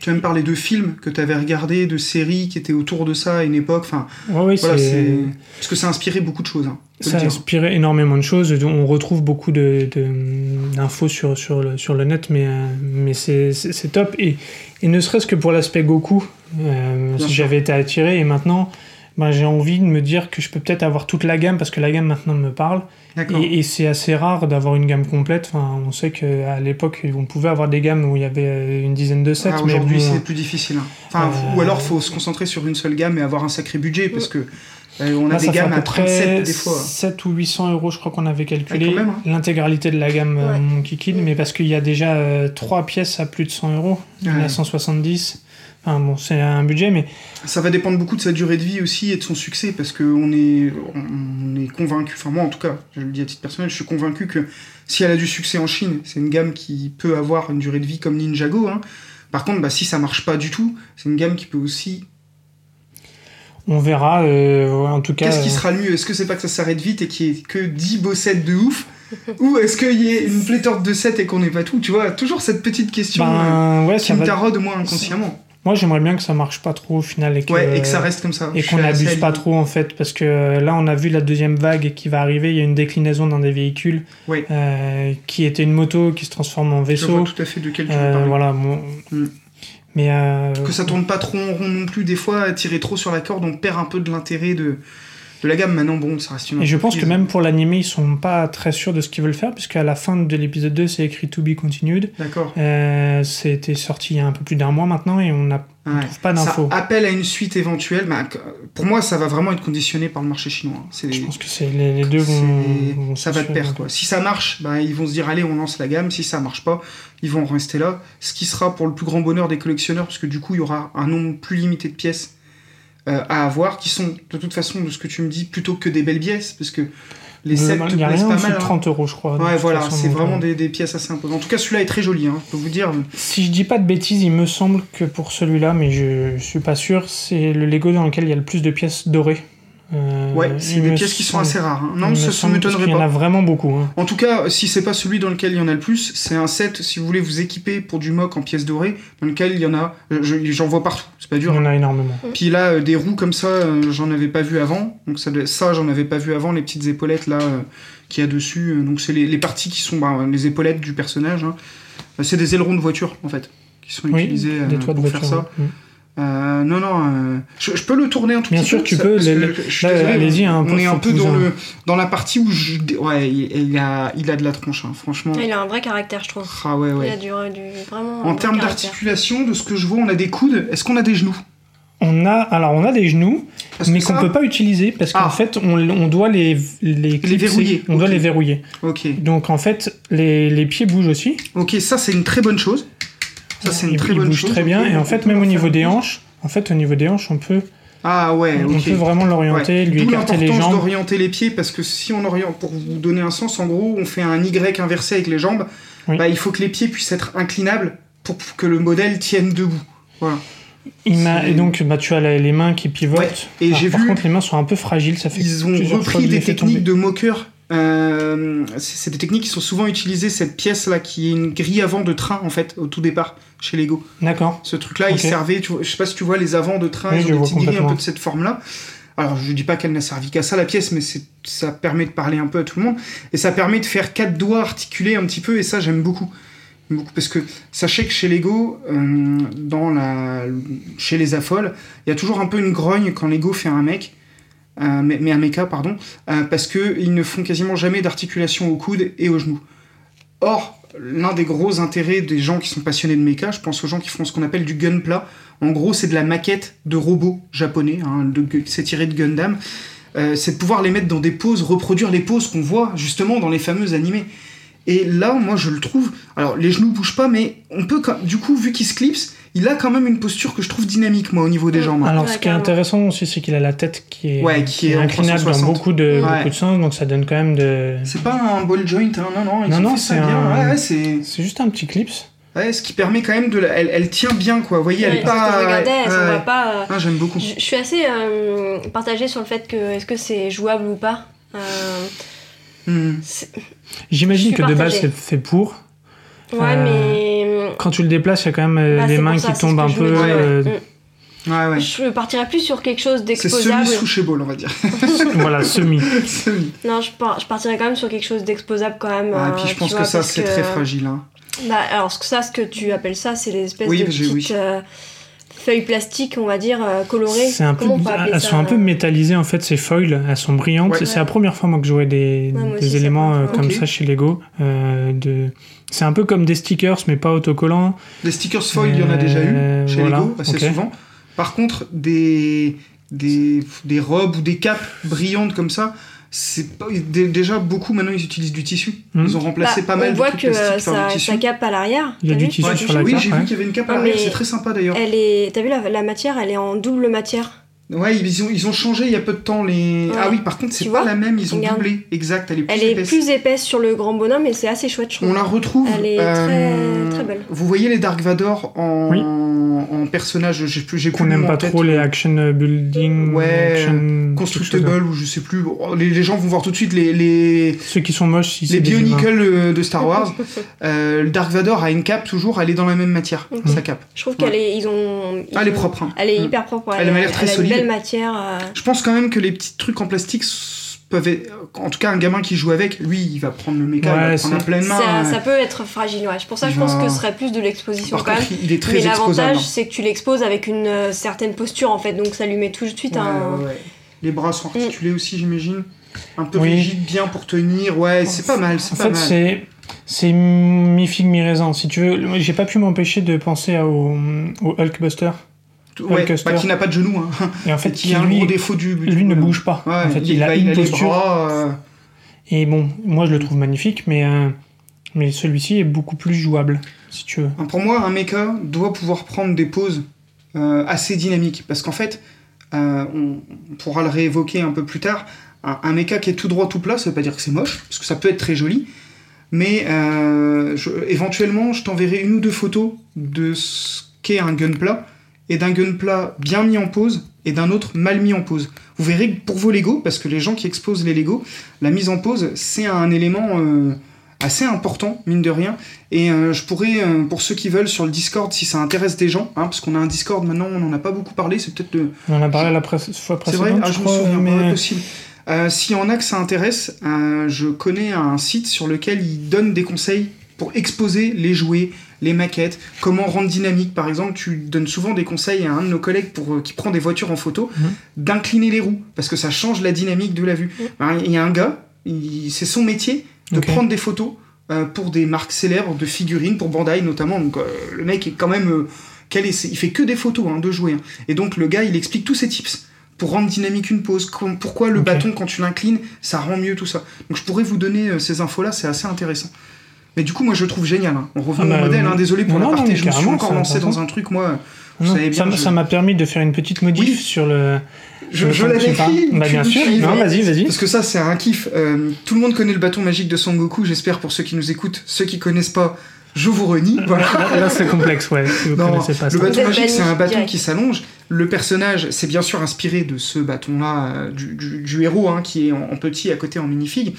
Speaker 2: tu vas me parler de films que tu avais regardés, de séries qui étaient autour de ça à une époque. Enfin,
Speaker 3: Ouais, oui,
Speaker 2: voilà,
Speaker 3: c'est...
Speaker 2: c'est parce que ça a inspiré beaucoup de choses. Hein, faut le
Speaker 3: Ça a
Speaker 2: dire.
Speaker 3: inspiré énormément de choses. On retrouve beaucoup de- de- d'infos sur, sur, le, sur le net, mais, euh, mais c'est c'est- c'est top. Et, et ne serait-ce que pour l'aspect Goku,
Speaker 2: Bien
Speaker 3: euh, si
Speaker 2: sûr.
Speaker 3: j'avais été attiré. Et maintenant, ben, j'ai envie de me dire que je peux peut-être avoir toute la gamme, parce que la gamme maintenant me parle.
Speaker 2: D'accord.
Speaker 3: Et, et c'est assez rare d'avoir une gamme complète. Enfin, on sait qu'à l'époque, on pouvait avoir des gammes où il y avait euh, une dizaine de sets.
Speaker 2: Ah,
Speaker 3: mais
Speaker 2: Aujourd'hui,
Speaker 3: bon,
Speaker 2: c'est plus difficile. hein. Enfin,
Speaker 3: Euh,
Speaker 2: ou alors, faut se concentrer sur une seule gamme et avoir un sacré budget parce que euh, on a
Speaker 3: là,
Speaker 2: des
Speaker 3: ça fait
Speaker 2: gammes
Speaker 3: peu
Speaker 2: à
Speaker 3: près
Speaker 2: 37 des fois.
Speaker 3: 7 ou 800 euros, je crois qu'on avait calculé
Speaker 2: Ah, quand même, hein.
Speaker 3: l'intégralité de la gamme euh,
Speaker 4: Ouais.
Speaker 3: Mon Kikid,
Speaker 4: Mm.
Speaker 3: mais parce qu'il y a déjà 3 pièces à plus de 100 euros, il y en
Speaker 2: Ouais.
Speaker 3: a 170. Enfin bon, c'est un budget, mais
Speaker 2: Ça va dépendre beaucoup de sa durée de vie aussi et de son succès parce que on est, on est convaincu, enfin moi en tout cas, je le dis à titre personnel, je suis convaincu que si elle a du succès en Chine, c'est une gamme qui peut avoir une durée de vie comme Ninjago. hein. Par contre, bah, si ça marche pas du tout, c'est une gamme qui peut aussi.
Speaker 3: on verra. euh, ouais, en tout cas,
Speaker 2: Qu'est-ce qui
Speaker 3: euh,
Speaker 2: sera le mieux Est-ce que c'est pas que ça s'arrête vite et qu'il y ait que 10 bossettes de ouf Ou est-ce qu'il y ait une pléthore de 7 et qu'on n'ait pas tout Tu vois, toujours cette petite question euh,
Speaker 3: ben, ouais,
Speaker 2: qui
Speaker 3: ça
Speaker 2: me
Speaker 3: va-
Speaker 2: taraude au moins inconsciemment.
Speaker 3: Moi, j'aimerais bien que ça marche pas trop au final et que, euh,
Speaker 2: Ouais, et que ça reste comme ça.
Speaker 3: et
Speaker 2: Je
Speaker 3: qu'on
Speaker 2: suis assez
Speaker 3: n'abuse pas
Speaker 2: aligné.
Speaker 3: trop en fait parce que euh, là on a vu la deuxième vague qui va arriver il y a une déclinaison dans des véhicules
Speaker 2: Oui.
Speaker 3: euh, qui était une moto qui se transforme
Speaker 2: Je
Speaker 3: en
Speaker 2: vois
Speaker 3: vaisseau
Speaker 2: tout à fait de quel tu veux
Speaker 3: Euh,
Speaker 2: parler.
Speaker 3: voilà bon.
Speaker 2: Mm.
Speaker 3: mais euh,
Speaker 2: que ça tourne pas trop en rond non plus. Des fois, euh, tirer trop sur la corde, on perd un peu de l'intérêt de, de la gamme. Maintenant, bon, ça reste une.
Speaker 3: et je pense que
Speaker 2: entreprise.
Speaker 3: même pour l'animé ils sont pas très sûrs de ce qu'ils veulent faire puisque à la fin de l'épisode 2 c'est écrit to be continued
Speaker 2: D'accord.
Speaker 3: euh, c'était sorti il y a un peu plus d'un mois maintenant et on n'a
Speaker 2: Ouais.
Speaker 3: trouve pas
Speaker 2: Ça ah,
Speaker 3: d'infos
Speaker 2: appelle à une suite éventuelle. mais pour moi, ça va vraiment être conditionné par le marché chinois. hein. C'est-
Speaker 3: je pense que c'est les, les deux vont,
Speaker 2: c'est-
Speaker 3: vont
Speaker 2: ça va de
Speaker 3: s'assurer.
Speaker 2: pair quoi. Si ça marche, bah, ils vont se dire allez on lance la gamme. Si ça marche pas, ils vont en rester là. Ce qui sera pour le plus grand bonheur des collectionneurs parce que du coup il y aura un nombre plus limité de pièces euh, à avoir qui sont de toute façon de ce que tu me dis plutôt que des belles pièces parce que les sets
Speaker 3: Globalement,
Speaker 2: te
Speaker 3: Euh, bah, il y a
Speaker 2: plaisent
Speaker 3: rien en
Speaker 2: pas
Speaker 3: dessous
Speaker 2: mal.
Speaker 3: de
Speaker 2: hein.
Speaker 3: 30 euros je crois de
Speaker 2: Ouais,
Speaker 3: toute
Speaker 2: voilà,
Speaker 3: façon,
Speaker 2: c'est
Speaker 3: donc,
Speaker 2: vraiment
Speaker 3: euh,
Speaker 2: des, des pièces assez imposantes. En tout cas, celui-là est très joli, hein, je peux vous dire.
Speaker 3: Si je dis pas de bêtises, il me semble que pour celui-là, mais je, je suis pas sûr, c'est le Lego dans lequel il y a le plus de pièces dorées. Euh,
Speaker 2: Ouais, c'est
Speaker 3: il
Speaker 2: des
Speaker 3: me
Speaker 2: pièces qui sont
Speaker 3: semble-
Speaker 2: assez rares. hein.
Speaker 3: il
Speaker 2: Non,
Speaker 3: me
Speaker 2: ça, ça
Speaker 3: semble, parce
Speaker 2: m'étonnerait
Speaker 3: qu'il y en a
Speaker 2: pas.
Speaker 3: vraiment beaucoup. hein.
Speaker 2: En tout cas, si c'est pas celui dans lequel il y en a le plus, c'est un set, si vous voulez vous équiper pour du mock en pièces dorées, dans lequel il y en a. euh, je- J'en vois partout, c'est pas
Speaker 3: Il y
Speaker 2: dur.
Speaker 3: en a énormément.
Speaker 2: Puis là, euh, des roues comme ça, euh, j'en avais pas vu avant. Donc ça, doit- ça j'en avais pas vu avant, les petites épaulettes là euh, qu'il y a dessus. Euh, Donc c'est les, les parties qui sont bah, les épaulettes du personnage. hein. Euh, C'est des ailerons de voiture, en fait, qui sont
Speaker 3: Oui,
Speaker 2: utilisés euh,
Speaker 3: des toits de
Speaker 2: pour
Speaker 3: voiture.
Speaker 2: faire ça.
Speaker 3: ouais.
Speaker 2: Euh, non, non, euh, je, je peux le tourner un tout
Speaker 3: Bien
Speaker 2: petit
Speaker 3: sûr,
Speaker 2: peu.
Speaker 3: tu
Speaker 2: ça-
Speaker 3: peux,
Speaker 2: parce
Speaker 3: le-
Speaker 2: que
Speaker 3: le-
Speaker 2: je suis
Speaker 3: là,
Speaker 2: désolé,
Speaker 3: allez-y, hein,
Speaker 2: on
Speaker 3: pour-
Speaker 2: est
Speaker 3: faut
Speaker 2: un peu
Speaker 3: que vous
Speaker 2: dans,
Speaker 3: en-
Speaker 2: le, dans la partie où je, ouais, il, il a, il a de la tronche, hein, franchement.
Speaker 4: Il a un vrai caractère, je trouve.
Speaker 2: Ah ouais,
Speaker 4: Il a
Speaker 2: ouais.
Speaker 4: du, euh, du- vraiment. un
Speaker 2: En
Speaker 4: vrai
Speaker 2: termes
Speaker 4: caractère.
Speaker 2: d'articulation, de ce que je vois, on a des coudes. Est-ce qu'on a des genoux
Speaker 3: On a, alors on a des genoux,
Speaker 2: Parce
Speaker 3: mais
Speaker 2: que
Speaker 3: qu'on
Speaker 2: ça-
Speaker 3: peut pas utiliser parce qu'en
Speaker 2: Ah.
Speaker 3: fait on, on doit les, les, clipser,
Speaker 2: verrouiller,
Speaker 3: On doit
Speaker 2: ok.
Speaker 3: les verrouiller.
Speaker 2: Ok,
Speaker 3: Donc en fait les, les pieds bougent aussi.
Speaker 2: ok, ça c'est une très bonne chose. Ça c'est une
Speaker 3: ils,
Speaker 2: très
Speaker 3: ils
Speaker 2: bonne
Speaker 3: bougent
Speaker 2: chose.
Speaker 3: très bien.
Speaker 2: Ok,
Speaker 3: Et en
Speaker 2: on
Speaker 3: fait
Speaker 2: peut
Speaker 3: même au
Speaker 2: faire
Speaker 3: niveau
Speaker 2: une
Speaker 3: des
Speaker 2: pause.
Speaker 3: hanches, en fait au niveau des hanches on peut,
Speaker 2: Ah ouais,
Speaker 3: on
Speaker 2: ok.
Speaker 3: peut vraiment l'orienter,
Speaker 2: Ouais.
Speaker 3: lui
Speaker 2: D'où
Speaker 3: écarter les
Speaker 2: l'importance
Speaker 3: jambes.
Speaker 2: d'orienter les pieds parce que si on oriente, pour vous donner un sens, en gros, on fait un Y inversé avec les jambes.
Speaker 3: Oui.
Speaker 2: Bah, il faut que les pieds puissent être inclinables pour que le modèle tienne debout. Voilà.
Speaker 3: Il m'a-
Speaker 2: C'est-
Speaker 3: Et donc, bah, tu as la- les mains qui pivotent. Ah,
Speaker 2: Ouais, et j'ai
Speaker 3: par
Speaker 2: vu-
Speaker 3: contre, les mains sont un peu fragiles. Ça fait
Speaker 2: Ils ont
Speaker 3: plusieurs fois que
Speaker 2: repris
Speaker 3: je
Speaker 2: des
Speaker 3: les fais
Speaker 2: techniques
Speaker 3: tomber.
Speaker 2: de moqueur. Euh, c'est c'est des techniques qui sont souvent utilisées. Cette pièce là, qui est une grille avant de train en fait, au tout départ chez Lego.
Speaker 3: D'accord.
Speaker 2: Ce truc-là, il
Speaker 3: Ok.
Speaker 2: servait, tu vois- je sais pas si tu vois, les avants de train,
Speaker 3: Oui,
Speaker 2: ils
Speaker 3: je
Speaker 2: ont des
Speaker 3: vois
Speaker 2: petites grilles un
Speaker 3: complètement.
Speaker 2: peu de cette forme-là. Alors, je dis pas qu'elle n'a servi qu'à ça, la pièce, mais c'est- ça permet de parler un peu à tout le monde. Et ça permet de faire quatre doigts articulés un petit peu, et ça, j'aime beaucoup. J'aime beaucoup. Parce que, sachez que chez Lego, euh, dans la, chez les affoles, il y a toujours un peu une grogne quand Lego fait un mec, euh, mais, mais un mecha, pardon, euh, parce que ils ne font quasiment jamais d'articulation au coude et au genou. Or, l'un des gros intérêts des gens qui sont passionnés de mecha, je pense aux gens qui font ce qu'on appelle du gunpla. En gros, c'est de la maquette de robots japonais, hein, de gu- c'est tiré de Gundam. Euh, c'est de pouvoir les mettre dans des poses, reproduire les poses qu'on voit justement dans les fameux animés. Et là, moi, je le trouve. Alors, les genoux bougent pas, mais on peut. quand- Du coup, vu qu'il se clipse, il a quand même une posture que je trouve dynamique, moi, au niveau des
Speaker 4: Mm.
Speaker 2: jambes.
Speaker 3: Alors,
Speaker 4: Ouais,
Speaker 3: ce qui est
Speaker 4: carrément.
Speaker 3: intéressant aussi, c'est qu'il a la tête qui est,
Speaker 2: Ouais, qui est en
Speaker 3: inclinable dans
Speaker 2: 360.
Speaker 3: beaucoup de,
Speaker 4: Ouais.
Speaker 3: beaucoup de sens, donc ça donne quand même de.
Speaker 2: C'est pas un ball joint, hein, non, non, ils
Speaker 3: Non,
Speaker 2: ont
Speaker 3: non,
Speaker 2: fait ça
Speaker 3: c'est
Speaker 2: bien.
Speaker 3: un-
Speaker 2: Ouais, ouais, c'est.
Speaker 3: C'est juste un petit clips.
Speaker 2: Ouais, ce qui permet quand même de. la- Elle, elle tient bien, quoi. Vous voyez, elle
Speaker 4: Ouais,
Speaker 2: est
Speaker 4: parce que
Speaker 2: pas.
Speaker 4: je regardais, elle s'en
Speaker 2: ouais.
Speaker 4: va pas. euh,
Speaker 2: Ah, j'aime beaucoup.
Speaker 4: Je je suis assez euh, partagée sur le fait que est-ce que c'est jouable ou pas. Euh,
Speaker 2: Hmm.
Speaker 4: c'est-
Speaker 3: J'imagine
Speaker 4: Je
Speaker 3: que
Speaker 4: suis
Speaker 3: de base,
Speaker 4: partagée.
Speaker 3: c'est fait pour.
Speaker 4: ouais,
Speaker 3: Euh,
Speaker 4: mais
Speaker 3: Quand tu le déplaces, il y a quand même euh,
Speaker 4: Bah,
Speaker 3: les
Speaker 4: c'est
Speaker 3: mains
Speaker 4: pour ça,
Speaker 3: qui
Speaker 4: c'est ce
Speaker 3: tombent
Speaker 4: que
Speaker 3: un
Speaker 4: je
Speaker 3: peu.
Speaker 4: me dis, ouais. Mm.
Speaker 3: euh,
Speaker 2: Ouais, ouais.
Speaker 4: Je partirais plus sur quelque chose
Speaker 2: C'est semi
Speaker 4: d'exposable.
Speaker 2: ball on va dire.
Speaker 3: voilà, semi.
Speaker 2: Semi.
Speaker 4: Non, je, par- je partirais quand même sur quelque chose d'exposable quand même.
Speaker 2: Ah, et
Speaker 4: euh,
Speaker 2: puis je
Speaker 4: tu
Speaker 2: pense
Speaker 4: vois,
Speaker 2: que ça,
Speaker 4: parce
Speaker 2: c'est
Speaker 4: que-
Speaker 2: très fragile. Hein.
Speaker 4: Bah, alors, ce que ça, ce que tu appelles ça, c'est des espèces
Speaker 2: Oui,
Speaker 4: de
Speaker 2: parce que- oui.
Speaker 4: petites euh, feuilles plastiques, on va dire, euh, colorées.
Speaker 3: C'est un peu,
Speaker 4: Comment on peut appeler
Speaker 3: elles
Speaker 4: ça,
Speaker 3: sont un peu
Speaker 4: euh,
Speaker 3: métallisées en fait, ces foils, elles sont brillantes.
Speaker 2: Ouais.
Speaker 3: C'est la première fois moi que j'aurais des,
Speaker 4: Ouais, moi
Speaker 3: des
Speaker 4: aussi, c'est
Speaker 3: éléments
Speaker 4: la
Speaker 3: euh,
Speaker 4: première fois.
Speaker 3: comme
Speaker 2: Ok.
Speaker 3: ça chez Lego. euh, de... C'est un peu comme des stickers mais pas autocollants.
Speaker 2: Des stickers foil, il y en a déjà
Speaker 3: Euh,
Speaker 2: eu chez
Speaker 3: voilà,
Speaker 2: Lego, assez
Speaker 3: ok.
Speaker 2: souvent. Par contre, des, des, des robes ou des capes brillantes comme ça, c'est pas- dé- déjà beaucoup maintenant ils utilisent du tissu.
Speaker 3: Hmm.
Speaker 2: Ils ont remplacé
Speaker 4: bah,
Speaker 2: pas mal
Speaker 4: on
Speaker 2: de
Speaker 4: voit
Speaker 2: trucs
Speaker 4: que euh,
Speaker 2: plastiques par
Speaker 4: ça,
Speaker 2: du
Speaker 4: ça
Speaker 2: tissu.
Speaker 4: cape à l'arrière.
Speaker 3: Il y a
Speaker 4: T'as
Speaker 3: du
Speaker 4: vu
Speaker 3: tissu
Speaker 4: T'as
Speaker 3: sur
Speaker 4: vu
Speaker 3: la
Speaker 2: oui,
Speaker 3: cape,
Speaker 2: j'ai
Speaker 3: ouais.
Speaker 2: vu qu'il y avait une cape à
Speaker 4: Ah,
Speaker 2: l'arrière,
Speaker 4: mais-
Speaker 2: c'est très sympa d'ailleurs.
Speaker 4: Elle est, t'as vu la, la matière, elle est en double matière.
Speaker 2: Ouais, ils ont, ils ont changé il y a peu de temps les.
Speaker 4: Ouais.
Speaker 2: Ah oui, par contre, c'est
Speaker 4: Tu
Speaker 2: pas
Speaker 4: vois
Speaker 2: la même, ils ont
Speaker 4: Regarde.
Speaker 2: doublé. Exact, elle est plus
Speaker 4: Elle est
Speaker 2: épaisse.
Speaker 4: plus épaisse sur le grand bonhomme et c'est assez chouette, je trouve.
Speaker 2: On la retrouve.
Speaker 4: Elle est
Speaker 2: euh,
Speaker 4: très- très belle.
Speaker 2: Vous voyez les Dark Vador en,
Speaker 3: Oui.
Speaker 2: en personnage, j'ai plus, j'ai plus
Speaker 3: Qu'on
Speaker 2: le
Speaker 3: n'aime
Speaker 2: nom en
Speaker 3: pas
Speaker 2: tête.
Speaker 3: trop les action building,
Speaker 2: Ouais,
Speaker 3: action- quelque chose.
Speaker 2: Constructable ou je sais plus. Bon, Les, les gens vont voir tout de suite les, les,
Speaker 3: Ceux qui sont moches, si
Speaker 2: les
Speaker 3: c'est des humains.
Speaker 2: Bionicles euh, de Star Wars. Euh, le Dark Vador a une cape toujours, elle est dans la même matière,
Speaker 4: Ok.
Speaker 2: sa cape.
Speaker 4: Je trouve qu'elle est, ils ont. ils
Speaker 2: Ah, elle est
Speaker 4: ont-
Speaker 2: propre. hein.
Speaker 4: Elle est
Speaker 2: Mm.
Speaker 4: hyper propre.
Speaker 2: Elle m'a l'air très
Speaker 4: elle
Speaker 2: solide.
Speaker 4: A une belle matière. euh,
Speaker 2: Je pense quand même que les petits trucs en plastique s- peuvent être- En tout cas, un gamin qui joue avec, lui, il va prendre le méca, il
Speaker 3: Ouais,
Speaker 2: va prendre à
Speaker 3: c'est-
Speaker 2: pleine main.
Speaker 4: ça,
Speaker 2: euh.
Speaker 4: ça peut être fragile, ouais. C'est Pour ça, je
Speaker 2: Il
Speaker 4: pense
Speaker 2: va-
Speaker 4: que ce serait plus de l'exposition
Speaker 2: Par
Speaker 4: quand même.
Speaker 2: contre, il est très
Speaker 4: Mais
Speaker 2: exposable. hein.
Speaker 4: l'avantage, c'est que tu l'exposes avec une euh, certaine posture en fait, donc ça lui met tout de suite un. Mm.
Speaker 2: Ouais, ouais, ouais. Les bras sont articulés aussi, j'imagine. Un peu
Speaker 3: Oui.
Speaker 2: rigide, bien pour tenir. Ouais, c'est pas mal,
Speaker 3: En
Speaker 2: c'est pas
Speaker 3: fait,
Speaker 2: mal.
Speaker 3: c'est c'est mi figue mi raisin. Si tu veux, Moi, j'ai pas pu m'empêcher de penser à- au, au Hulkbuster.
Speaker 2: Ouais,
Speaker 3: Hulkbuster.
Speaker 2: bah, qui n'a pas de genoux, hein.
Speaker 3: Et en fait,
Speaker 2: Et qui a un
Speaker 3: lui,
Speaker 2: gros défaut du. du
Speaker 3: lui ne
Speaker 2: coup, là.
Speaker 3: bouge pas.
Speaker 2: Ouais,
Speaker 3: en fait,
Speaker 2: il,
Speaker 3: il, a
Speaker 2: bah,
Speaker 3: une
Speaker 2: il a les
Speaker 3: posture.
Speaker 2: bras. euh,
Speaker 3: Et bon, moi je le trouve magnifique, mais, euh, mais celui-ci est beaucoup plus jouable, si tu veux.
Speaker 2: Hein, Pour moi, un mecha doit pouvoir prendre des poses euh, assez dynamiques. Parce qu'en fait, euh, on, on pourra le réévoquer un peu plus tard. Un, un mecha qui est tout droit, tout plat, ça veut pas dire que c'est moche, parce que ça peut être très joli. Mais euh, je- éventuellement, je t'enverrai une ou deux photos de ce qu'est un gunpla, et d'un gunpla bien mis en pose, et d'un autre mal mis en pose. Vous verrez que pour vos Lego, parce que les gens qui exposent les Lego, la mise en pose, c'est un élément euh, assez important, mine de rien. Et euh, je pourrais, euh, pour ceux qui veulent, sur le Discord, si ça intéresse des gens, hein, parce qu'on a un Discord maintenant, on n'en a pas beaucoup parlé, c'est peut-être euh, le...
Speaker 3: On en a parlé la pré- fois
Speaker 2: C'est vrai,
Speaker 3: précédente,
Speaker 2: ah,
Speaker 3: je
Speaker 2: je me
Speaker 3: crois,
Speaker 2: souviens,
Speaker 3: mais-
Speaker 2: ouais, possible. Euh, S'il y en a que ça intéresse, euh, je connais un site sur lequel ils donnent des conseils pour exposer les jouets, les maquettes, comment rendre dynamique. Par exemple, tu donnes souvent des conseils à un de nos collègues pour, euh, qui prend des voitures en photo,
Speaker 3: Mhm.
Speaker 2: d'incliner les roues, parce que ça change la dynamique de la vue. Ben, Il y a un gars, il- c'est son métier de
Speaker 3: Ok.
Speaker 2: prendre des photos euh, pour des marques célèbres de figurines, pour Bandai notamment. Donc euh, le mec est quand même... euh, calé. C'est- il fait que des photos hein, de jouets. hein. Et donc le gars, il explique tous ses tips pour rendre dynamique une pose, com- pourquoi le
Speaker 3: Ok.
Speaker 2: bâton, quand tu l'inclines, ça rend mieux tout ça. Donc je pourrais vous donner euh, ces infos-là, c'est assez intéressant. Mais du coup, moi, je le trouve génial. hein. On revient
Speaker 3: Ah
Speaker 2: au
Speaker 3: bah,
Speaker 2: modèle,
Speaker 3: oui.
Speaker 2: hein. désolé pour
Speaker 3: Non,
Speaker 2: la
Speaker 3: non, mais
Speaker 2: je me suis
Speaker 3: carrément,
Speaker 2: encore
Speaker 3: c'est
Speaker 2: lancé dans
Speaker 3: intéressant.
Speaker 2: un truc, moi, vous
Speaker 3: Non,
Speaker 2: savez bien,
Speaker 3: ça m-
Speaker 2: je-
Speaker 3: ça m'a permis de faire une petite modif
Speaker 2: Oui.
Speaker 3: sur le.
Speaker 2: je,
Speaker 3: le
Speaker 2: je
Speaker 3: temps que
Speaker 2: l'avais
Speaker 3: tu parles.
Speaker 2: écrit,
Speaker 3: Bah,
Speaker 2: tu
Speaker 3: bien
Speaker 2: me
Speaker 3: sûr.
Speaker 2: suis-
Speaker 3: Non, vas-y, vas-y.
Speaker 2: Parce que ça, c'est un kiff. Euh, tout le monde connaît le bâton magique de Son Goku, j'espère pour ceux qui nous écoutent. Ceux qui connaissent pas, je vous renie. Voilà.
Speaker 3: Là, là, c'est complexe, ouais, si vous
Speaker 2: Non,
Speaker 3: connaissez pas
Speaker 2: le
Speaker 3: ça.
Speaker 4: Vous
Speaker 2: bâton
Speaker 4: êtes
Speaker 2: magique, c'est
Speaker 4: banni,
Speaker 2: un bâton
Speaker 4: direct.
Speaker 2: qui s'allonge. Le personnage, c'est bien sûr inspiré de ce bâton-là, euh, du, du- du héros, hein, qui est en, en petit à côté en minifig.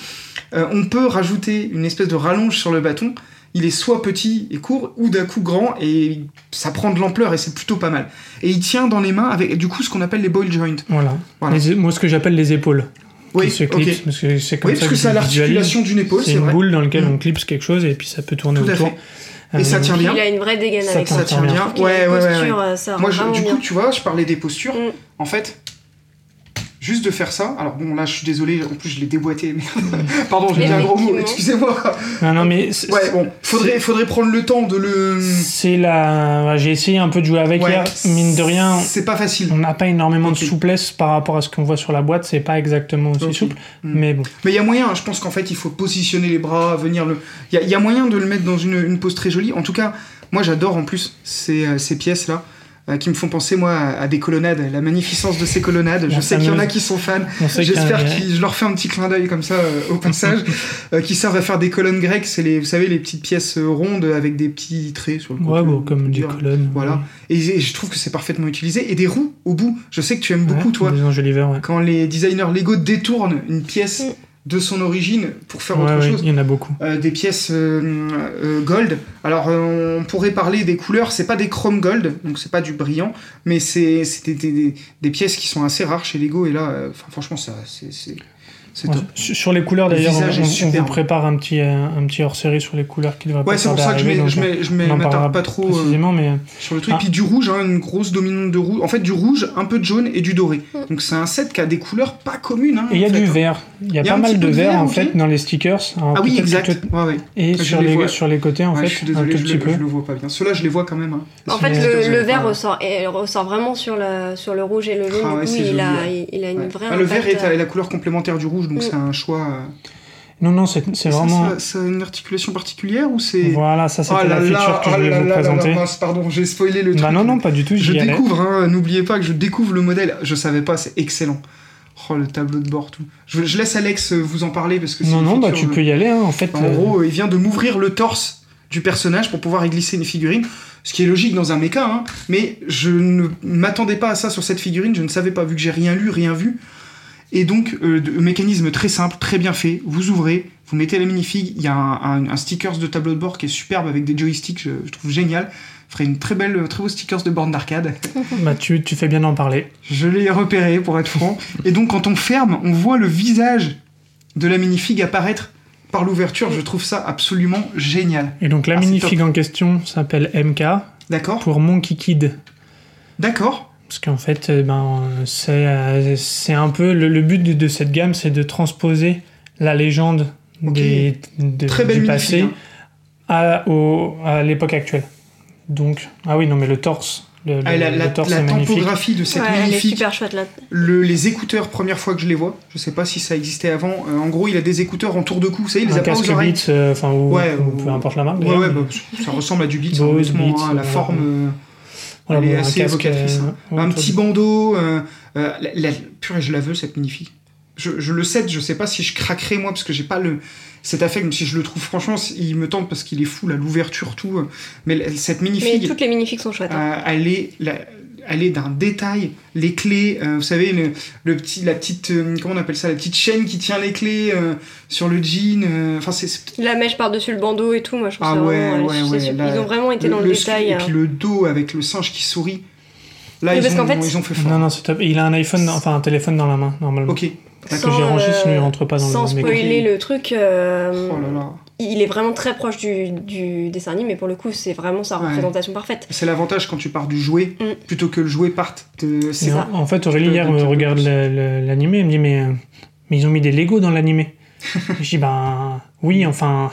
Speaker 2: Euh, on peut rajouter une espèce de rallonge sur le bâton. Il est soit petit et court, ou d'un coup grand, et ça prend de l'ampleur, et c'est plutôt pas mal. Et il tient dans les mains avec, du coup, ce qu'on appelle les ball joints.
Speaker 3: Voilà.
Speaker 2: Voilà.
Speaker 3: Les- moi, ce que j'appelle les épaules.
Speaker 2: Oui,
Speaker 3: qui se
Speaker 2: ok.
Speaker 3: clipsent, parce que c'est comme
Speaker 2: Oui,
Speaker 3: ça
Speaker 2: parce que
Speaker 3: je
Speaker 2: ça a
Speaker 3: visualise.
Speaker 2: l'articulation d'une épaule,
Speaker 3: C'est
Speaker 2: c'est
Speaker 3: une
Speaker 2: vrai.
Speaker 3: boule dans laquelle
Speaker 2: Mm.
Speaker 3: on clipse quelque chose et puis ça peut tourner
Speaker 2: Tout à
Speaker 3: autour. Euh,
Speaker 2: Et ça tient
Speaker 4: Il
Speaker 2: bien.
Speaker 4: a une vraie dégaine
Speaker 3: Ça
Speaker 4: avec
Speaker 3: tient
Speaker 4: ça.
Speaker 2: Ça tient
Speaker 3: bien.
Speaker 2: bien.
Speaker 4: Puis
Speaker 2: Ouais, ouais,
Speaker 4: les
Speaker 2: ouais. ouais.
Speaker 4: postures, euh, ça rend
Speaker 2: Moi, je-
Speaker 4: vraiment
Speaker 2: du
Speaker 4: bien.
Speaker 2: coup, tu vois, je parlais des postures.
Speaker 4: Mm.
Speaker 2: En fait, Juste de faire ça, alors bon là je suis désolé, en plus je l'ai déboîté, mais pardon j'ai dit un gros mot,
Speaker 4: Effectivement.
Speaker 2: excusez-moi.
Speaker 3: Non, non, mais c'est-
Speaker 2: Ouais bon, faudrait, faudrait prendre le temps de le...
Speaker 3: c'est la. J'ai essayé un peu de jouer avec
Speaker 2: Ouais,
Speaker 3: hier. Mine de rien,
Speaker 2: C'est pas facile.
Speaker 3: on n'a pas énormément
Speaker 2: Ok.
Speaker 3: de souplesse par rapport à ce qu'on voit sur la boîte. C'est pas exactement aussi
Speaker 2: Ok.
Speaker 3: souple,
Speaker 2: Mm.
Speaker 3: mais bon.
Speaker 2: Mais il y a moyen, je pense qu'en fait, il faut positionner les bras, venir le. Il y a, il y a moyen de le mettre dans une, une pose très jolie. En tout cas, moi j'adore en plus ces, euh, ces pièces-là. euh, qui me font penser moi à à des colonnades, à la magnificence de ces colonnades.
Speaker 3: La
Speaker 2: Je sais qu'il y en a
Speaker 3: fameuse.
Speaker 2: qui sont fans.
Speaker 3: On sait qu'il y a-
Speaker 2: J'espère que je leur fais un petit clin d'œil comme ça euh, au passage, euh, qui servent à faire des colonnes grecques. C'est les, vous savez, les petites pièces euh, rondes avec des petits traits sur le côté.
Speaker 3: Ouais, bon,
Speaker 2: on peut
Speaker 3: comme des
Speaker 2: dire.
Speaker 3: colonnes.
Speaker 2: Voilà. Et, et je trouve que c'est parfaitement utilisé. Et des roues au bout. Je sais que tu aimes
Speaker 3: Ouais,
Speaker 2: beaucoup toi
Speaker 3: Des enjoliveurs, ouais.
Speaker 2: quand les designers Lego détournent une pièce
Speaker 4: Mm.
Speaker 2: de son origine pour faire
Speaker 3: Ouais,
Speaker 2: autre
Speaker 3: ouais,
Speaker 2: chose.
Speaker 3: il y en a beaucoup.
Speaker 2: Euh, des pièces euh, euh, gold. Alors euh, on pourrait parler des couleurs, c'est pas des chrome gold, donc c'est pas du brillant, mais c'est c'est des, des- des- des pièces qui sont assez rares chez Lego et là, euh, enfin, franchement ça c'est c'est- c'est top.
Speaker 3: Ouais, Sur sur les couleurs,
Speaker 2: Le
Speaker 3: d'ailleurs, on,
Speaker 2: visage est
Speaker 3: on- on
Speaker 2: superbe.
Speaker 3: vous prépare un petit, euh, un petit hors-série sur les couleurs qui devraient
Speaker 2: Ouais
Speaker 3: pas
Speaker 2: c'est pour ça
Speaker 3: tarder à
Speaker 2: que je
Speaker 3: arriver,
Speaker 2: mets-
Speaker 3: donc,
Speaker 2: je
Speaker 3: euh,
Speaker 2: mets- je mets-
Speaker 3: on en
Speaker 2: m'attarde
Speaker 3: parlera
Speaker 2: pas trop euh,
Speaker 3: Précisément, mais
Speaker 2: sur le truc.
Speaker 3: Ah.
Speaker 2: Puis du rouge, hein, une grosse dominante de rouge. En fait du rouge, un peu de jaune et du doré.
Speaker 4: Mm.
Speaker 2: Donc c'est un set qui a des couleurs pas communes. hein,
Speaker 3: et il y a
Speaker 2: en fait,
Speaker 3: du
Speaker 2: hein.
Speaker 3: vert. Il y a
Speaker 2: Il y a
Speaker 3: pas
Speaker 2: un petit
Speaker 3: mal de
Speaker 2: peu de
Speaker 3: vert
Speaker 2: vert,
Speaker 3: en
Speaker 2: ok.
Speaker 3: fait dans les stickers. Alors,
Speaker 2: Ah oui
Speaker 3: peut-être
Speaker 2: exact.
Speaker 3: plutôt-
Speaker 2: Ouais, ouais.
Speaker 3: Et
Speaker 2: Je
Speaker 3: sur
Speaker 2: les
Speaker 3: les,
Speaker 2: vois.
Speaker 3: sur les côtés en
Speaker 2: Ouais,
Speaker 3: fait,
Speaker 2: je suis
Speaker 3: un
Speaker 2: désolé,
Speaker 3: tout
Speaker 2: je
Speaker 3: petit
Speaker 2: le,
Speaker 3: peu.
Speaker 2: je le vois pas bien. Ceux-là, je les vois quand même. hein.
Speaker 4: En
Speaker 3: C'est-
Speaker 4: fait,
Speaker 2: c'est-
Speaker 4: le, le
Speaker 2: c'est-
Speaker 4: vert
Speaker 2: ah.
Speaker 4: ressort, et ressort vraiment sur, la, sur le rouge et le jaune.
Speaker 2: Ah ouais,
Speaker 4: du coup,
Speaker 2: c'est
Speaker 4: il,
Speaker 2: joli,
Speaker 4: a,
Speaker 2: ouais.
Speaker 4: il, il a une
Speaker 2: Ouais.
Speaker 4: vraie.
Speaker 2: Ah, le vert est
Speaker 4: impact, euh,
Speaker 2: la, est la couleur complémentaire du rouge, donc
Speaker 4: Mm.
Speaker 2: c'est un choix. euh,
Speaker 3: Non, non, c'est c'est
Speaker 2: et ça,
Speaker 3: vraiment.
Speaker 2: Ça, ça a une articulation particulière ou c'est.
Speaker 3: Voilà, ça c'était
Speaker 2: Ah
Speaker 3: la
Speaker 2: là
Speaker 3: feature
Speaker 2: là,
Speaker 3: que je
Speaker 2: ah
Speaker 3: voulais
Speaker 2: là
Speaker 3: vous
Speaker 2: là, là,
Speaker 3: présenter.
Speaker 2: mince, pardon, j'ai spoilé le
Speaker 3: bah
Speaker 2: truc.
Speaker 3: non, non, pas du tout.
Speaker 2: Je
Speaker 3: j'y allais.
Speaker 2: découvre, hein, n'oubliez pas que je découvre le modèle. Je savais pas, c'est excellent. Oh, le tableau de bord, tout. Je, je laisse Alex euh, vous en parler parce que c'est
Speaker 3: Non,
Speaker 2: une
Speaker 3: non, bah tu
Speaker 2: feature,
Speaker 3: peux y aller. hein, En fait,
Speaker 2: euh, En
Speaker 3: euh,
Speaker 2: gros, euh, il vient de m'ouvrir le torse du personnage pour pouvoir y glisser une figurine, ce qui est logique dans un méca, hein, mais je ne m'attendais pas à ça sur cette figurine, je ne savais pas, vu que j'ai rien lu, rien vu. Et donc, euh, de- mécanisme très simple, très bien fait, vous ouvrez, vous mettez la minifig, il y a un, un- un stickers de tableau de bord qui est superbe avec des joysticks, je, je trouve génial, ferait une très belle, très beau stickers de borne d'arcade.
Speaker 3: bah tu, tu fais bien d'en parler.
Speaker 2: Je l'ai repéré, pour être franc. Et donc, quand on ferme, on voit le visage de la minifig apparaître par l'ouverture. Je trouve ça absolument génial.
Speaker 3: Et donc la
Speaker 2: Ah, c'est
Speaker 3: minifig en question s'appelle MK
Speaker 2: D'accord
Speaker 3: pour Monkey Kid.
Speaker 2: D'accord
Speaker 3: Parce qu'en fait, euh, ben, euh, c'est euh, c'est un peu le, le but de, de cette gamme, c'est de transposer la légende
Speaker 2: Ok.
Speaker 3: des, de-
Speaker 2: Très belle
Speaker 3: du
Speaker 2: minifig.
Speaker 3: passé
Speaker 2: hein.
Speaker 3: à, au- à l'époque actuelle. Donc, ah oui, non, mais le torse, le,
Speaker 2: Ah, et la
Speaker 3: le-
Speaker 2: la-
Speaker 3: le torse
Speaker 2: la
Speaker 3: est magnifique.
Speaker 2: tempographie de cette
Speaker 4: Ouais, elle est
Speaker 2: minifig.
Speaker 4: super chouette là.
Speaker 2: Le- les écouteurs, première fois que je les vois. Je sais pas si ça existait avant. Euh, en gros, il a des écouteurs en tour de cou. Vous savez, il les
Speaker 3: un
Speaker 2: a pas aux
Speaker 3: casque
Speaker 2: oreilles.
Speaker 3: Beats, euh, enfin, ou,
Speaker 2: Ouais,
Speaker 3: ou
Speaker 2: ou-
Speaker 3: peu importe la marque.
Speaker 2: Ouais,
Speaker 3: d'ailleurs,
Speaker 2: ouais,
Speaker 3: mais-
Speaker 2: bah, ça ressemble à du beat,
Speaker 3: Bose,
Speaker 2: honnêtement,
Speaker 3: Beats,
Speaker 2: hein, la
Speaker 3: voilà.
Speaker 2: forme. euh,
Speaker 3: voilà,
Speaker 2: elle est
Speaker 3: bon, un
Speaker 2: assez
Speaker 3: casque,
Speaker 2: évocatrice, hein.
Speaker 3: euh,
Speaker 2: un
Speaker 3: autour
Speaker 2: petit
Speaker 3: du-
Speaker 2: bandeau. Euh, euh, la, la- purée, je la veux cette minifig. Je, je le sais, je sais pas si je craquerai moi parce que j'ai pas le cet affect. Même si je le trouve, franchement, c- il me tente parce qu'il est fou là, l'ouverture tout. euh, Mais la- cette
Speaker 4: Mais
Speaker 2: minifig,
Speaker 4: toutes les minifigs sont chouettes. hein.
Speaker 2: euh, elle est la- elle est d'un détail. Les clés, euh, vous savez le, le petit, la petite, euh, comment on appelle ça, la petite chaîne qui tient les clés euh, sur le jean. euh, Enfin, c'est- c'est
Speaker 4: La mèche par-dessus le bandeau et tout, moi je trouve
Speaker 2: Ah
Speaker 4: ça
Speaker 2: ouais,
Speaker 4: vraiment. euh,
Speaker 2: ouais,
Speaker 4: c'est
Speaker 2: ouais,
Speaker 4: super.
Speaker 2: là,
Speaker 4: ils ont vraiment été
Speaker 2: le-
Speaker 4: dans le,
Speaker 2: le
Speaker 4: détail.
Speaker 2: squelette,
Speaker 4: hein.
Speaker 2: Et puis le dos avec le singe qui sourit. Là,
Speaker 4: Oui,
Speaker 2: ils
Speaker 4: parce
Speaker 2: ont,
Speaker 4: qu'en fait-
Speaker 2: ils ont fait fort.
Speaker 3: Non, non, c'est top. Et il a un iPhone, enfin un téléphone dans la main, normalement.
Speaker 2: Ok.
Speaker 3: Pas
Speaker 4: Sans,
Speaker 3: que j'ai rangé,
Speaker 4: euh,
Speaker 3: sinon il rentre pas dans
Speaker 4: Sans
Speaker 3: le méga.
Speaker 4: spoiler le truc, euh,
Speaker 2: Oh là là.
Speaker 4: il est vraiment très proche du, du dessin animé, mais pour le coup, c'est vraiment sa
Speaker 2: Ouais.
Speaker 4: représentation parfaite.
Speaker 2: C'est l'avantage quand tu pars du jouet,
Speaker 4: Mm.
Speaker 2: plutôt que le jouet parte. de-
Speaker 3: Et
Speaker 2: C'est
Speaker 3: en- En fait, Aurélie,
Speaker 2: Je te
Speaker 3: hier,
Speaker 2: donne un
Speaker 3: me
Speaker 2: petit peu
Speaker 3: regarde
Speaker 2: plus.
Speaker 3: la- la- l'animé, elle me dit mais, euh, mais ils ont mis des Lego dans l'animé. Je dis Ben oui, enfin.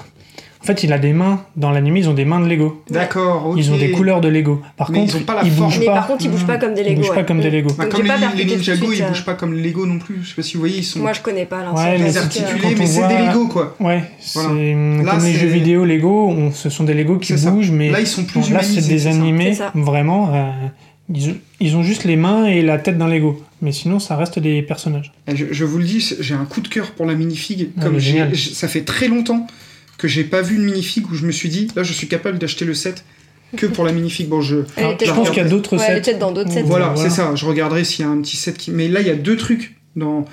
Speaker 3: En fait, il a des mains. Dans l'animé, ils ont des mains de Lego.
Speaker 2: D'accord, ok.
Speaker 3: Ils ont des couleurs de Lego. Par
Speaker 2: Mais ils
Speaker 3: contre,
Speaker 2: ont pas la
Speaker 3: ils
Speaker 2: forme.
Speaker 3: bougent
Speaker 4: Mais
Speaker 3: pas.
Speaker 4: par contre, il bouge pas comme des Lego.
Speaker 3: bougent pas
Speaker 4: ouais.
Speaker 3: comme des Lego.
Speaker 2: Bah,
Speaker 4: Donc,
Speaker 2: comme
Speaker 4: j'ai pas
Speaker 2: les, les
Speaker 4: percuté tout de
Speaker 2: Ninjago,
Speaker 4: suite,
Speaker 2: ils
Speaker 4: euh.
Speaker 2: bougent pas comme les Lego non plus. Je sais pas si vous voyez, ils sont
Speaker 4: Moi je connais pas là.
Speaker 3: Ouais,
Speaker 4: c'est
Speaker 3: mais
Speaker 4: pas-
Speaker 3: c'est-
Speaker 4: euh,
Speaker 3: quand
Speaker 2: articulés,
Speaker 3: on
Speaker 2: mais c'est des
Speaker 3: voit-
Speaker 2: Lego quoi.
Speaker 3: Ouais,
Speaker 2: Voilà.
Speaker 3: c'est
Speaker 2: Là,
Speaker 3: comme les
Speaker 2: c'est-
Speaker 3: jeux vidéo Lego, on, ce sont des Lego qui
Speaker 2: C'est ça.
Speaker 3: bougent, mais
Speaker 2: Là, ils sont plus
Speaker 3: bon, là, c'est
Speaker 2: humanisés,
Speaker 3: des
Speaker 2: c'est ça.
Speaker 3: animés,
Speaker 4: C'est ça.
Speaker 3: vraiment. euh, ils, ont, ils ont juste les mains et la tête dans Lego, mais sinon, ça reste des personnages.
Speaker 2: Et Eh, Je, je vous le dis, j'ai un coup de cœur pour la minifig.
Speaker 3: Ah,
Speaker 2: comme
Speaker 3: mais
Speaker 2: j'ai-
Speaker 3: génial.
Speaker 2: j'ai- ça fait très longtemps que j'ai pas vu une minifig où je me suis dit, là, je suis capable d'acheter le set que pour la minifig. Bon, je.
Speaker 4: Elle
Speaker 3: Enfin,
Speaker 4: était-
Speaker 3: je pense qu'il y a d'autres
Speaker 4: Ouais, elle
Speaker 3: sets.
Speaker 4: était dans d'autres sets.
Speaker 2: Voilà,
Speaker 3: Voilà.
Speaker 2: c'est ça. Je regarderai s'il y a un petit set qui. Mais là, il y a deux trucs dans.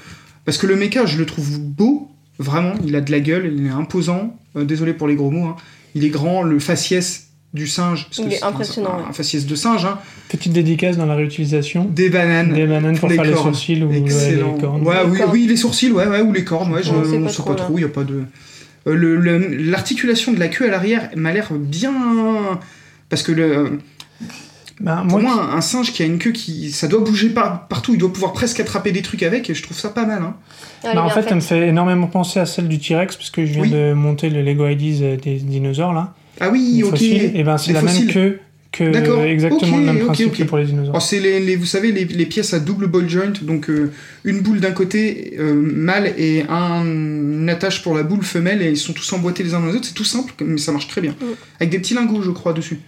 Speaker 2: Parce que le mecha, je le trouve beau, vraiment. Il a de la gueule, il est imposant. Euh, désolé pour les gros mots. hein. Il est grand, le faciès du singe. parce que
Speaker 4: Il est
Speaker 2: c'est un-
Speaker 4: impressionnant,
Speaker 2: Un,
Speaker 4: ouais.
Speaker 2: un faciès de singe, hein.
Speaker 3: Petite dédicace dans la réutilisation
Speaker 2: Des bananes.
Speaker 3: des bananes pour
Speaker 2: les
Speaker 3: faire les
Speaker 2: cornes.
Speaker 3: sourcils ou ouais,
Speaker 2: Excellent.
Speaker 3: les cornes.
Speaker 2: Ouais,
Speaker 4: Les
Speaker 2: oui,
Speaker 4: cornes.
Speaker 2: oui, les sourcils, ouais, ouais, ou les cornes, ouais, je,
Speaker 4: On sait
Speaker 2: on
Speaker 4: pas
Speaker 2: sait
Speaker 4: trop,
Speaker 2: pas
Speaker 4: là.
Speaker 2: trop, il n'y a pas de. Euh, le- le- euh, L'articulation de la queue à l'arrière m'a l'air bien. Parce que le.
Speaker 3: Ben,
Speaker 2: Pour
Speaker 3: moi,
Speaker 2: moi, un, un singe qui a une queue qui. Ça doit bouger par- partout, il doit pouvoir presque attraper des trucs avec, et je trouve ça pas mal. Hein.
Speaker 4: Elle est
Speaker 3: Bah, en
Speaker 4: bien
Speaker 3: fait,
Speaker 4: faite.
Speaker 3: elle me fait énormément penser à celle du T-Rex, parce que je viens
Speaker 2: Oui.
Speaker 3: de monter le Lego Ideas euh, des dinosaures, là.
Speaker 2: Ah oui,
Speaker 3: Des
Speaker 2: ok.
Speaker 3: fossiles. Et ben, c'est
Speaker 2: Des
Speaker 3: la
Speaker 2: fossiles.
Speaker 3: même queue que
Speaker 2: D'accord.
Speaker 3: exactement
Speaker 2: Ok,
Speaker 3: le même
Speaker 2: ok,
Speaker 3: principe
Speaker 2: ok.
Speaker 3: que pour les dinosaures.
Speaker 2: Alors, Oh, c'est les, les- vous savez, les, les pièces à double ball joint, donc euh, une boule d'un côté euh, mâle et un, une attache pour la boule femelle, et ils sont tous emboîtés les uns dans les autres, c'est tout simple, mais ça marche très bien.
Speaker 3: Mm.
Speaker 4: Oui.
Speaker 2: Avec des petits lingots, je crois, dessus.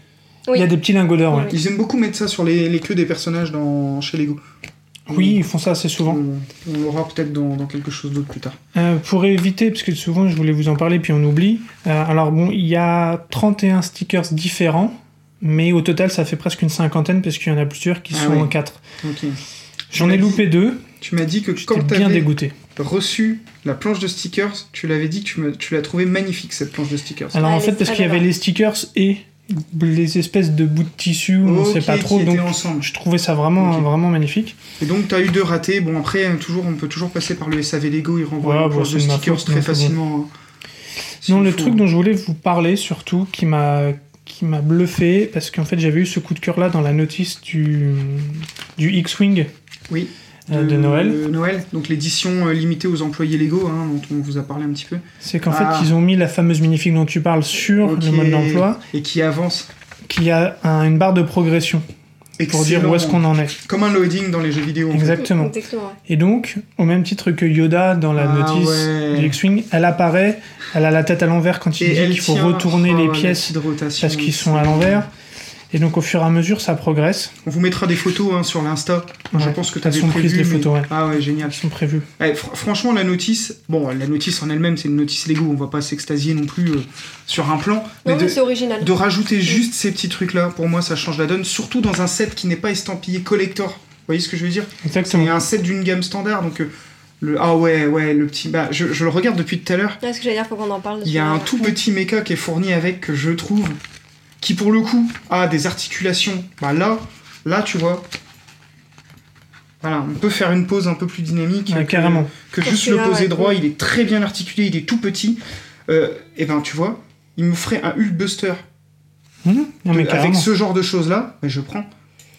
Speaker 4: Oui.
Speaker 3: Il y a des petits lingots d'or, ouais.
Speaker 4: Oui.
Speaker 2: Ils aiment beaucoup mettre ça sur les, les queues des personnages dans, chez Lego.
Speaker 3: Oui, ils font ça assez souvent.
Speaker 2: On, on l'aura peut-être dans, dans quelque chose d'autre plus tard.
Speaker 3: Euh, pour éviter, parce que souvent je voulais vous en parler puis on oublie, euh, alors bon, il y a 31 stickers différents, mais au total ça fait presque une cinquantaine parce qu'il y en a plusieurs qui
Speaker 2: Ah
Speaker 3: sont
Speaker 2: oui.
Speaker 3: en 4.
Speaker 2: Ok.
Speaker 3: J'en ai
Speaker 2: Oui.
Speaker 3: loupé deux,
Speaker 2: Tu m'as dit que
Speaker 3: j'étais
Speaker 2: quand tu
Speaker 3: bien
Speaker 2: avais
Speaker 3: dégoûté.
Speaker 2: reçu la planche de stickers, tu l'avais dit que tu, me- tu l'as trouvée magnifique, cette planche de stickers.
Speaker 3: Alors
Speaker 4: Ah,
Speaker 3: en
Speaker 4: elle
Speaker 3: fait,
Speaker 4: est
Speaker 3: parce
Speaker 4: très
Speaker 3: qu'il y avait
Speaker 4: belle.
Speaker 3: les stickers et les espèces de bouts de tissu, on
Speaker 2: Ok,
Speaker 3: sait pas trop,
Speaker 2: qui étaient
Speaker 3: donc
Speaker 2: ensemble.
Speaker 3: je trouvais ça vraiment,
Speaker 2: Ok.
Speaker 3: vraiment magnifique.
Speaker 2: Et donc, t'as eu deux ratés. Bon, après, hein, toujours, on peut toujours passer par le SAV Lego, ils renvoient
Speaker 3: Ouais,
Speaker 2: une
Speaker 3: bon,
Speaker 2: planche
Speaker 3: c'est
Speaker 2: de
Speaker 3: de ma
Speaker 2: stickers
Speaker 3: faute,
Speaker 2: très
Speaker 3: mais c'est bon.
Speaker 2: facilement. hein.
Speaker 3: Non, le truc dont je voulais vous parler surtout, qui m'a qui m'a bluffé, parce qu'en fait j'avais eu ce coup de cœur là dans la notice du, du X-Wing
Speaker 2: Oui.
Speaker 3: euh, de Noël.
Speaker 2: hein. Noël, donc l'édition euh, limitée aux employés Lego, hein, dont on vous a parlé un petit peu,
Speaker 3: C'est qu'en
Speaker 2: Ah.
Speaker 3: fait, ils ont mis la fameuse minifig dont tu parles sur
Speaker 2: Ok.
Speaker 3: le mode d'emploi,
Speaker 2: et qui avance.
Speaker 3: qui a un- une barre de progression pour dire où est-ce qu'on en est.
Speaker 2: Comme un loading dans les jeux vidéo. en fait.
Speaker 3: Exactement.
Speaker 4: Exactement, ouais.
Speaker 3: Et donc, au même titre que Yoda dans la
Speaker 2: Ah
Speaker 3: notice
Speaker 2: ouais.
Speaker 3: du X-Wing, elle apparaît, elle a la tête à l'envers quand il
Speaker 2: Et
Speaker 3: dit
Speaker 2: elle
Speaker 3: qu'il faut
Speaker 2: tient-
Speaker 3: retourner
Speaker 2: oh,
Speaker 3: les
Speaker 2: la
Speaker 3: pièces
Speaker 2: petite rotation,
Speaker 3: parce qu'ils sont à
Speaker 2: c'est-
Speaker 3: l'envers. Et donc, au fur et à mesure, ça progresse.
Speaker 2: On vous mettra des photos hein, sur l'Insta. Je
Speaker 3: Ouais.
Speaker 2: pense que tu
Speaker 3: Elles
Speaker 2: as
Speaker 3: sont prises, les photos, ouais.
Speaker 2: Ah ouais, génial.
Speaker 3: Elles sont prévues.
Speaker 2: Ouais, fr- franchement, la notice, bon, la notice en elle-même, c'est une notice Lego, on va pas s'extasier non plus euh, sur un plan, mais
Speaker 4: Non, mais
Speaker 2: de,
Speaker 4: c'est original.
Speaker 2: de rajouter juste ces petits trucs-là, pour moi, ça change la donne, surtout dans un set qui n'est pas estampillé collector. Vous voyez ce que je veux dire C'est
Speaker 3: Exactement.
Speaker 2: un set d'une gamme standard, donc euh, le ah ouais, ouais, le petit, bah, je, je le regarde depuis tout à l'heure.
Speaker 4: Ouais, ce que j'allais dire, faut qu'on en parle. de
Speaker 2: Il y
Speaker 4: ce
Speaker 2: a un
Speaker 4: moment-là.
Speaker 2: tout petit méca qui est fourni avec que je trouve, qui pour le coup a des articulations. Bah là, là, tu vois. Voilà, on peut faire une pause un peu plus dynamique.
Speaker 3: Ouais,
Speaker 2: que-
Speaker 3: carrément.
Speaker 2: que
Speaker 4: Parce
Speaker 2: juste
Speaker 4: que
Speaker 2: le
Speaker 4: là,
Speaker 2: poser
Speaker 4: ouais.
Speaker 2: droit, il est très bien articulé, il est tout petit. Euh, et ben tu vois, il me ferait un Hulkbuster
Speaker 3: Mmh. Non, mais
Speaker 2: De-
Speaker 3: carrément.
Speaker 2: avec ce genre de choses là. Mais je prends.